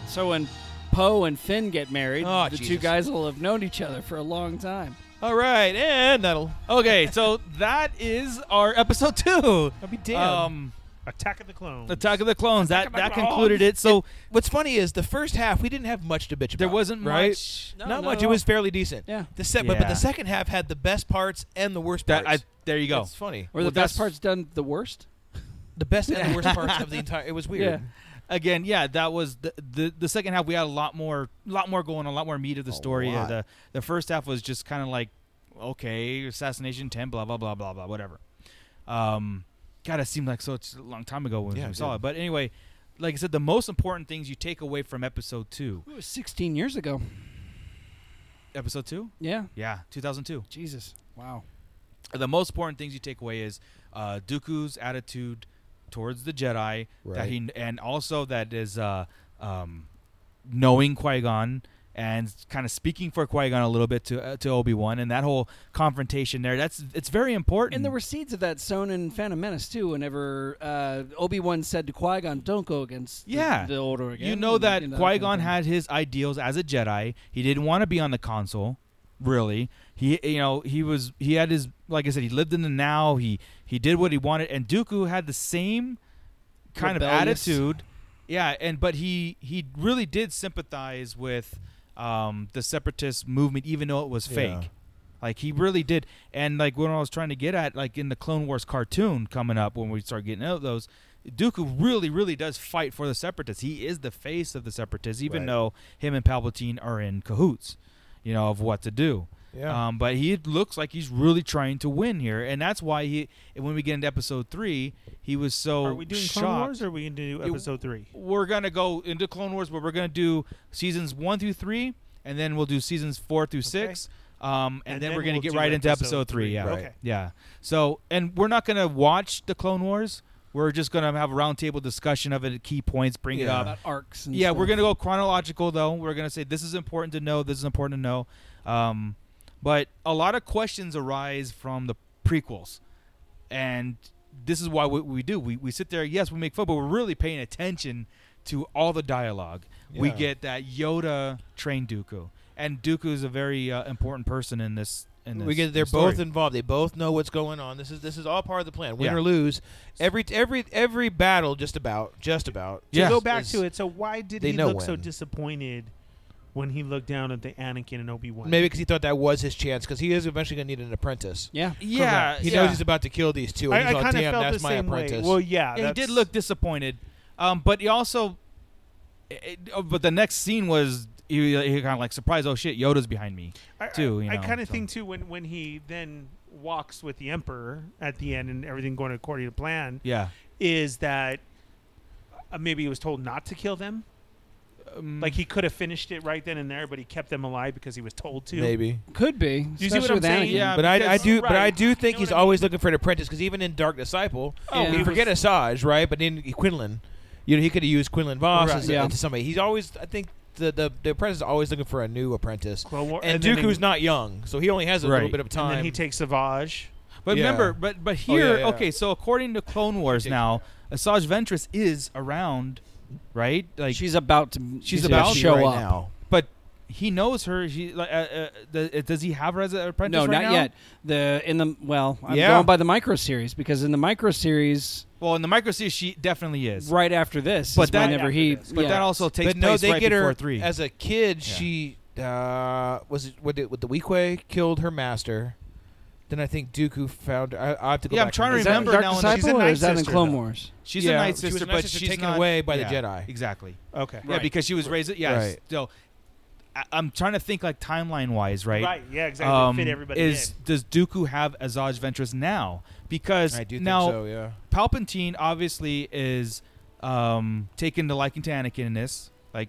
Speaker 11: So when Poe and Finn get married,
Speaker 9: Oh,
Speaker 11: the two
Speaker 9: Jesus.
Speaker 11: guys will have known each other for a long time.
Speaker 9: All right, and that'll.
Speaker 8: Okay, so that is our episode two.
Speaker 9: I'll be damned.
Speaker 8: Um,
Speaker 10: Attack of the Clones.
Speaker 8: Attack of the Clones. That
Speaker 10: Attack
Speaker 8: that
Speaker 10: of the Clones.
Speaker 8: concluded it. So
Speaker 9: What's funny is the first half we didn't have much to bitch about.
Speaker 8: there wasn't
Speaker 9: right?
Speaker 8: much.
Speaker 11: No,
Speaker 9: not
Speaker 11: not
Speaker 9: much.
Speaker 11: at
Speaker 9: It was
Speaker 11: all.
Speaker 9: fairly decent.
Speaker 11: Yeah.
Speaker 9: The set, but, but
Speaker 8: Yeah.
Speaker 9: the second half had the best parts and the worst
Speaker 8: That I.
Speaker 9: parts.
Speaker 8: There you go.
Speaker 9: It's funny.
Speaker 11: Or
Speaker 8: Well,
Speaker 11: the best
Speaker 8: that's-
Speaker 11: part's done the worst.
Speaker 9: The best and the worst parts of the entire. It was weird.
Speaker 8: Again, yeah, that was the, the the second half. We had a lot more, lot more going, on, a lot more meat of the
Speaker 9: A
Speaker 8: story. Uh,
Speaker 9: lot.
Speaker 8: the the first half was just kind of like, okay, assassination ten, blah blah blah blah blah, whatever. Um, God, it seemed like so it's a long time ago when
Speaker 9: Yeah,
Speaker 8: we
Speaker 9: it
Speaker 8: saw
Speaker 9: did.
Speaker 8: it. But anyway, like I said, the most important things you take away from episode two.
Speaker 11: It was 16 years ago.
Speaker 8: Episode two?
Speaker 11: Yeah.
Speaker 8: Yeah, two thousand two.
Speaker 11: Jesus. Wow.
Speaker 8: the most important things you take away is uh, Dooku's attitude towards the Jedi that
Speaker 9: Right.
Speaker 8: he and also that is uh, um, knowing Qui Gon and kind of speaking for Qui Gon a little bit to uh, to Obi Wan, and that whole confrontation there. That's it's very important.
Speaker 11: And there were seeds of that sown in Phantom Menace too. Whenever uh, Obi Wan said to Qui Gon, "Don't go against the-
Speaker 8: yeah.
Speaker 11: the, older again,"
Speaker 8: You know that
Speaker 11: you know,
Speaker 8: Qui Gon
Speaker 11: kind of
Speaker 8: had his ideals as a Jedi. He didn't want to be on the console, really. He, you know, he was he had his like I said, he lived in the now. He he did what he wanted, and Dooku had the same kind
Speaker 11: Rebellious.
Speaker 8: of attitude. Yeah, and but he he really did sympathize with um, the separatist movement, even though it was
Speaker 9: Yeah.
Speaker 8: fake. Like he really did, and like what I was trying to get at, like in the Clone Wars cartoon coming up, when we start getting out those, Dooku really, really does fight for the Separatists. He is the face of the Separatists, even
Speaker 9: Right.
Speaker 8: though him and Palpatine are in cahoots, you know, of what to do.
Speaker 9: Yeah.
Speaker 8: Um, but he looks like he's really trying to win here, and that's why he. and When we get into episode three, he was so
Speaker 10: Are we doing
Speaker 8: shocked.
Speaker 10: Clone Wars or are we going to do
Speaker 8: It-
Speaker 10: episode three?
Speaker 8: We're gonna go into Clone Wars, but we're gonna do seasons one through three, and then we'll do seasons four through six. Um, and,
Speaker 10: And
Speaker 8: then,
Speaker 10: then
Speaker 8: we're gonna
Speaker 10: we'll
Speaker 8: get
Speaker 10: do
Speaker 8: right into
Speaker 10: episode
Speaker 8: episode three.
Speaker 10: three.
Speaker 8: Yeah,
Speaker 10: Right. Okay.
Speaker 8: yeah. So, and we're not gonna watch the Clone Wars. We're just gonna have a roundtable discussion of it, at key points, bring it
Speaker 9: Yeah.
Speaker 8: up.
Speaker 11: About arcs and
Speaker 8: yeah, we're
Speaker 11: stuff.
Speaker 8: gonna go chronological though. We're gonna say this is important to know. This is important to know. Um, but a lot of questions arise from the prequels and this is why what we do we, we sit there yes we make fun but we're really paying attention to all the dialogue we
Speaker 9: Yeah.
Speaker 8: get that yoda trained dooku and dooku is a very uh, important person in this in this
Speaker 9: we get they're
Speaker 8: story.
Speaker 9: both involved. They both know what's going on. This is this is all part of the plan. Win
Speaker 8: Yeah.
Speaker 9: or lose, every every every battle, just about just about.
Speaker 10: To
Speaker 9: is-
Speaker 10: go back
Speaker 9: is-
Speaker 10: to it, so why did
Speaker 9: they
Speaker 10: he
Speaker 9: know
Speaker 10: look so
Speaker 9: when.
Speaker 10: disappointed when he looked down at the Anakin and Obi Wan?
Speaker 9: Maybe because he thought that was his chance, because he is eventually going to need an apprentice.
Speaker 11: Yeah.
Speaker 8: yeah
Speaker 9: he
Speaker 8: yeah.
Speaker 9: knows he's about to kill these two, and
Speaker 10: Uh, I-
Speaker 9: he's
Speaker 10: I
Speaker 9: like,
Speaker 10: kinda
Speaker 9: "Damn,
Speaker 10: felt
Speaker 9: that's
Speaker 10: the
Speaker 9: my
Speaker 10: same way."
Speaker 9: apprentice."
Speaker 10: Well, yeah,
Speaker 8: Yeah, he did
Speaker 10: that's-
Speaker 8: look disappointed um, but he also it, it- oh, but the next scene was he, he kind of like surprised oh shit yoda's behind me
Speaker 10: I,
Speaker 8: too
Speaker 10: I,
Speaker 8: you
Speaker 10: I
Speaker 8: know,
Speaker 10: kind of
Speaker 8: so.
Speaker 10: think too when when he then walks with the Emperor at the end and everything going according to plan.
Speaker 8: Yeah.
Speaker 10: is that uh, maybe he was told not to kill them?
Speaker 8: Um,
Speaker 10: like he could have finished it right then and there, but he kept them alive because he was told to.
Speaker 9: Maybe.
Speaker 11: could be.
Speaker 10: see
Speaker 11: especially
Speaker 10: what I'm
Speaker 11: with
Speaker 10: saying?
Speaker 11: Anakin.
Speaker 10: Yeah,
Speaker 9: But I, I
Speaker 10: Because-
Speaker 9: do, but I
Speaker 10: right.
Speaker 9: do think
Speaker 10: You know
Speaker 9: he's
Speaker 10: what I
Speaker 9: always looking for an apprentice because even in Dark Disciple,
Speaker 10: Oh,
Speaker 9: oh,
Speaker 11: he
Speaker 9: we forget Asajj, right? But then Quinlan, you know, he could have used Quinlan Voss
Speaker 11: Right.
Speaker 9: as, a-
Speaker 11: Yeah.
Speaker 9: as somebody. He's always, I think, the, the the apprentice is always looking for a new apprentice.
Speaker 10: Clone War-
Speaker 9: and,
Speaker 10: and then
Speaker 9: Dooku's
Speaker 10: he-
Speaker 9: not young, so he only has a
Speaker 8: Right.
Speaker 9: little bit of time.
Speaker 10: And then he takes Savage.
Speaker 8: But
Speaker 9: Yeah.
Speaker 8: remember, but but
Speaker 9: Oh, yeah,
Speaker 8: here,
Speaker 9: yeah.
Speaker 8: okay, so according to Clone Wars now, Asajj Ventress is around, right? Like
Speaker 11: she's about to.
Speaker 8: she's
Speaker 11: to
Speaker 8: about
Speaker 11: show
Speaker 9: right
Speaker 11: up.
Speaker 9: now.
Speaker 8: but he knows her. She like, uh, uh, the, uh, does he have her as an apprentice?
Speaker 11: No,
Speaker 8: right
Speaker 11: not
Speaker 8: now?
Speaker 11: yet. The in the well, I'm
Speaker 9: Yeah.
Speaker 11: going by the micro series because in the micro series,
Speaker 8: Well, in the micro series, she definitely is.
Speaker 11: right after this,
Speaker 8: But
Speaker 11: is
Speaker 8: that-
Speaker 11: whenever
Speaker 8: Right
Speaker 11: he,
Speaker 8: after this. But
Speaker 11: yeah.
Speaker 8: that also takes
Speaker 9: but no,
Speaker 8: place
Speaker 9: they
Speaker 8: right
Speaker 9: get
Speaker 8: before
Speaker 9: her
Speaker 8: three.
Speaker 9: as a kid.
Speaker 8: Yeah.
Speaker 9: She uh, was it with the, with the Weequay killed her master. Then I think Dooku found. I, I have to go.
Speaker 8: Yeah, I'm
Speaker 9: back and
Speaker 8: trying to
Speaker 9: read
Speaker 11: is
Speaker 9: that.
Speaker 11: that in
Speaker 8: remember
Speaker 11: Dark
Speaker 8: now in the-
Speaker 11: Disciple
Speaker 10: she's a
Speaker 11: or
Speaker 10: Night
Speaker 11: is that in
Speaker 10: Sister,
Speaker 11: Clone
Speaker 10: though.
Speaker 11: Wars?
Speaker 8: she's
Speaker 9: Yeah,
Speaker 8: a night
Speaker 9: she was
Speaker 8: sister,
Speaker 9: a Night
Speaker 8: but
Speaker 9: Sister
Speaker 8: she's
Speaker 9: taken
Speaker 8: not-
Speaker 9: away by the
Speaker 8: yeah,
Speaker 9: Jedi.
Speaker 8: Exactly.
Speaker 10: Okay.
Speaker 8: Yeah, because she was raised. Yeah.
Speaker 9: Right.
Speaker 8: So I, I'm trying to think like timeline wise, right? Um,
Speaker 10: Right, Um, yeah, exactly. Fit everybody
Speaker 8: is
Speaker 10: in.
Speaker 8: does Dooku have Azaj Ventress now? Because
Speaker 9: I do think
Speaker 8: now
Speaker 9: so, yeah.
Speaker 8: Palpatine obviously is um, taken to liking to Anakin in this, like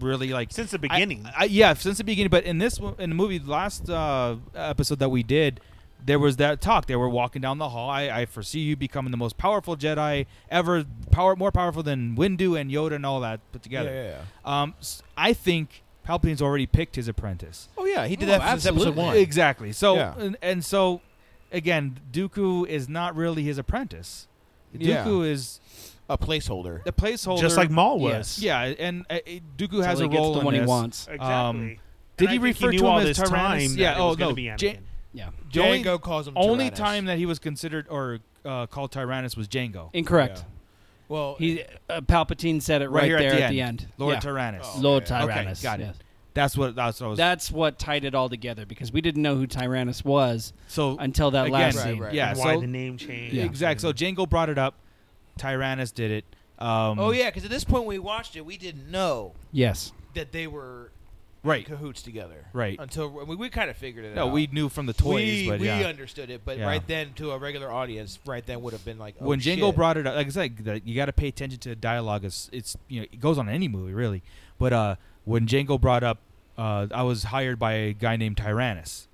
Speaker 8: really like
Speaker 10: Since the
Speaker 8: I-
Speaker 10: beginning.
Speaker 8: I, yeah, since the beginning. But in this one- in the movie last uh, episode that we did, there was that talk. They were walking down the hall. I, I foresee you becoming the most powerful Jedi ever, power more powerful than Windu and Yoda and all that put together.
Speaker 9: Yeah, yeah,
Speaker 8: Um, s- I think Palpatine's already picked his apprentice.
Speaker 9: Oh yeah, he did
Speaker 11: Oh,
Speaker 9: that for this episode
Speaker 11: absolutely.
Speaker 9: one.
Speaker 8: Exactly. So
Speaker 9: Yeah.
Speaker 8: and, and so again, Dooku is not really his apprentice.
Speaker 9: Yeah.
Speaker 8: Dooku is
Speaker 9: A placeholder.
Speaker 8: the placeholder,
Speaker 10: Just like Maul was.
Speaker 11: Yes.
Speaker 8: Yeah, and uh, uh, Dooku
Speaker 11: Until
Speaker 8: has
Speaker 11: he
Speaker 8: a
Speaker 11: gets
Speaker 8: role
Speaker 11: the
Speaker 8: in
Speaker 11: one he
Speaker 8: this.
Speaker 11: wants.
Speaker 10: Exactly.
Speaker 8: Um,
Speaker 10: And
Speaker 8: did
Speaker 10: I
Speaker 8: he
Speaker 10: think
Speaker 8: refer
Speaker 10: knew
Speaker 8: to
Speaker 10: all
Speaker 8: him
Speaker 10: this
Speaker 8: as Tyrannus?
Speaker 10: Time
Speaker 8: yeah.
Speaker 10: that it
Speaker 8: oh
Speaker 10: was gonna
Speaker 8: no.
Speaker 10: Be
Speaker 8: Jan-
Speaker 10: Anakin.
Speaker 11: Yeah,
Speaker 8: the only-
Speaker 9: Jango calls him
Speaker 8: Only
Speaker 9: Tyrannus.
Speaker 8: time that he was considered or uh, called Tyrannus was Django.
Speaker 11: incorrect.
Speaker 9: Yeah. Well,
Speaker 11: He uh, Palpatine said it
Speaker 8: Right
Speaker 11: right,
Speaker 8: here at
Speaker 11: there
Speaker 8: the
Speaker 11: at the
Speaker 8: end.
Speaker 11: end.
Speaker 8: Lord
Speaker 11: Yeah.
Speaker 8: Tyrannus. Oh,
Speaker 11: Lord
Speaker 9: okay.
Speaker 8: Okay,
Speaker 11: Tyrannus.
Speaker 8: got it.
Speaker 11: yes.
Speaker 8: That's what. That's what I was.
Speaker 11: That's what tied it all together because we didn't know who Tyrannus was
Speaker 8: so
Speaker 11: until that
Speaker 8: again,
Speaker 11: uh, last
Speaker 9: Right,
Speaker 11: scene.
Speaker 9: right.
Speaker 8: Yeah.
Speaker 10: And why
Speaker 8: so
Speaker 10: the name changed?
Speaker 11: Yeah.
Speaker 8: exactly. So Django brought it up. Tyrannus did it. Um,
Speaker 9: oh yeah, because at this point when we watched it, we didn't know
Speaker 11: Yes.
Speaker 9: that they were
Speaker 8: Right.
Speaker 9: cahoots together.
Speaker 8: Right.
Speaker 9: Until I mean, we kind of figured it
Speaker 8: No,
Speaker 9: out.
Speaker 8: we knew from the toys,
Speaker 9: we,
Speaker 8: but
Speaker 9: we
Speaker 8: yeah.
Speaker 9: understood it, but
Speaker 8: Yeah.
Speaker 9: right then to a regular audience, right then would have been like oh,
Speaker 8: when Django
Speaker 9: shit.
Speaker 8: brought it up, like I said, that you got to pay attention to the dialogue. It's, it's you know it goes on in any movie really, but uh, when Django brought up, uh, I was hired by a guy named Tyrannus,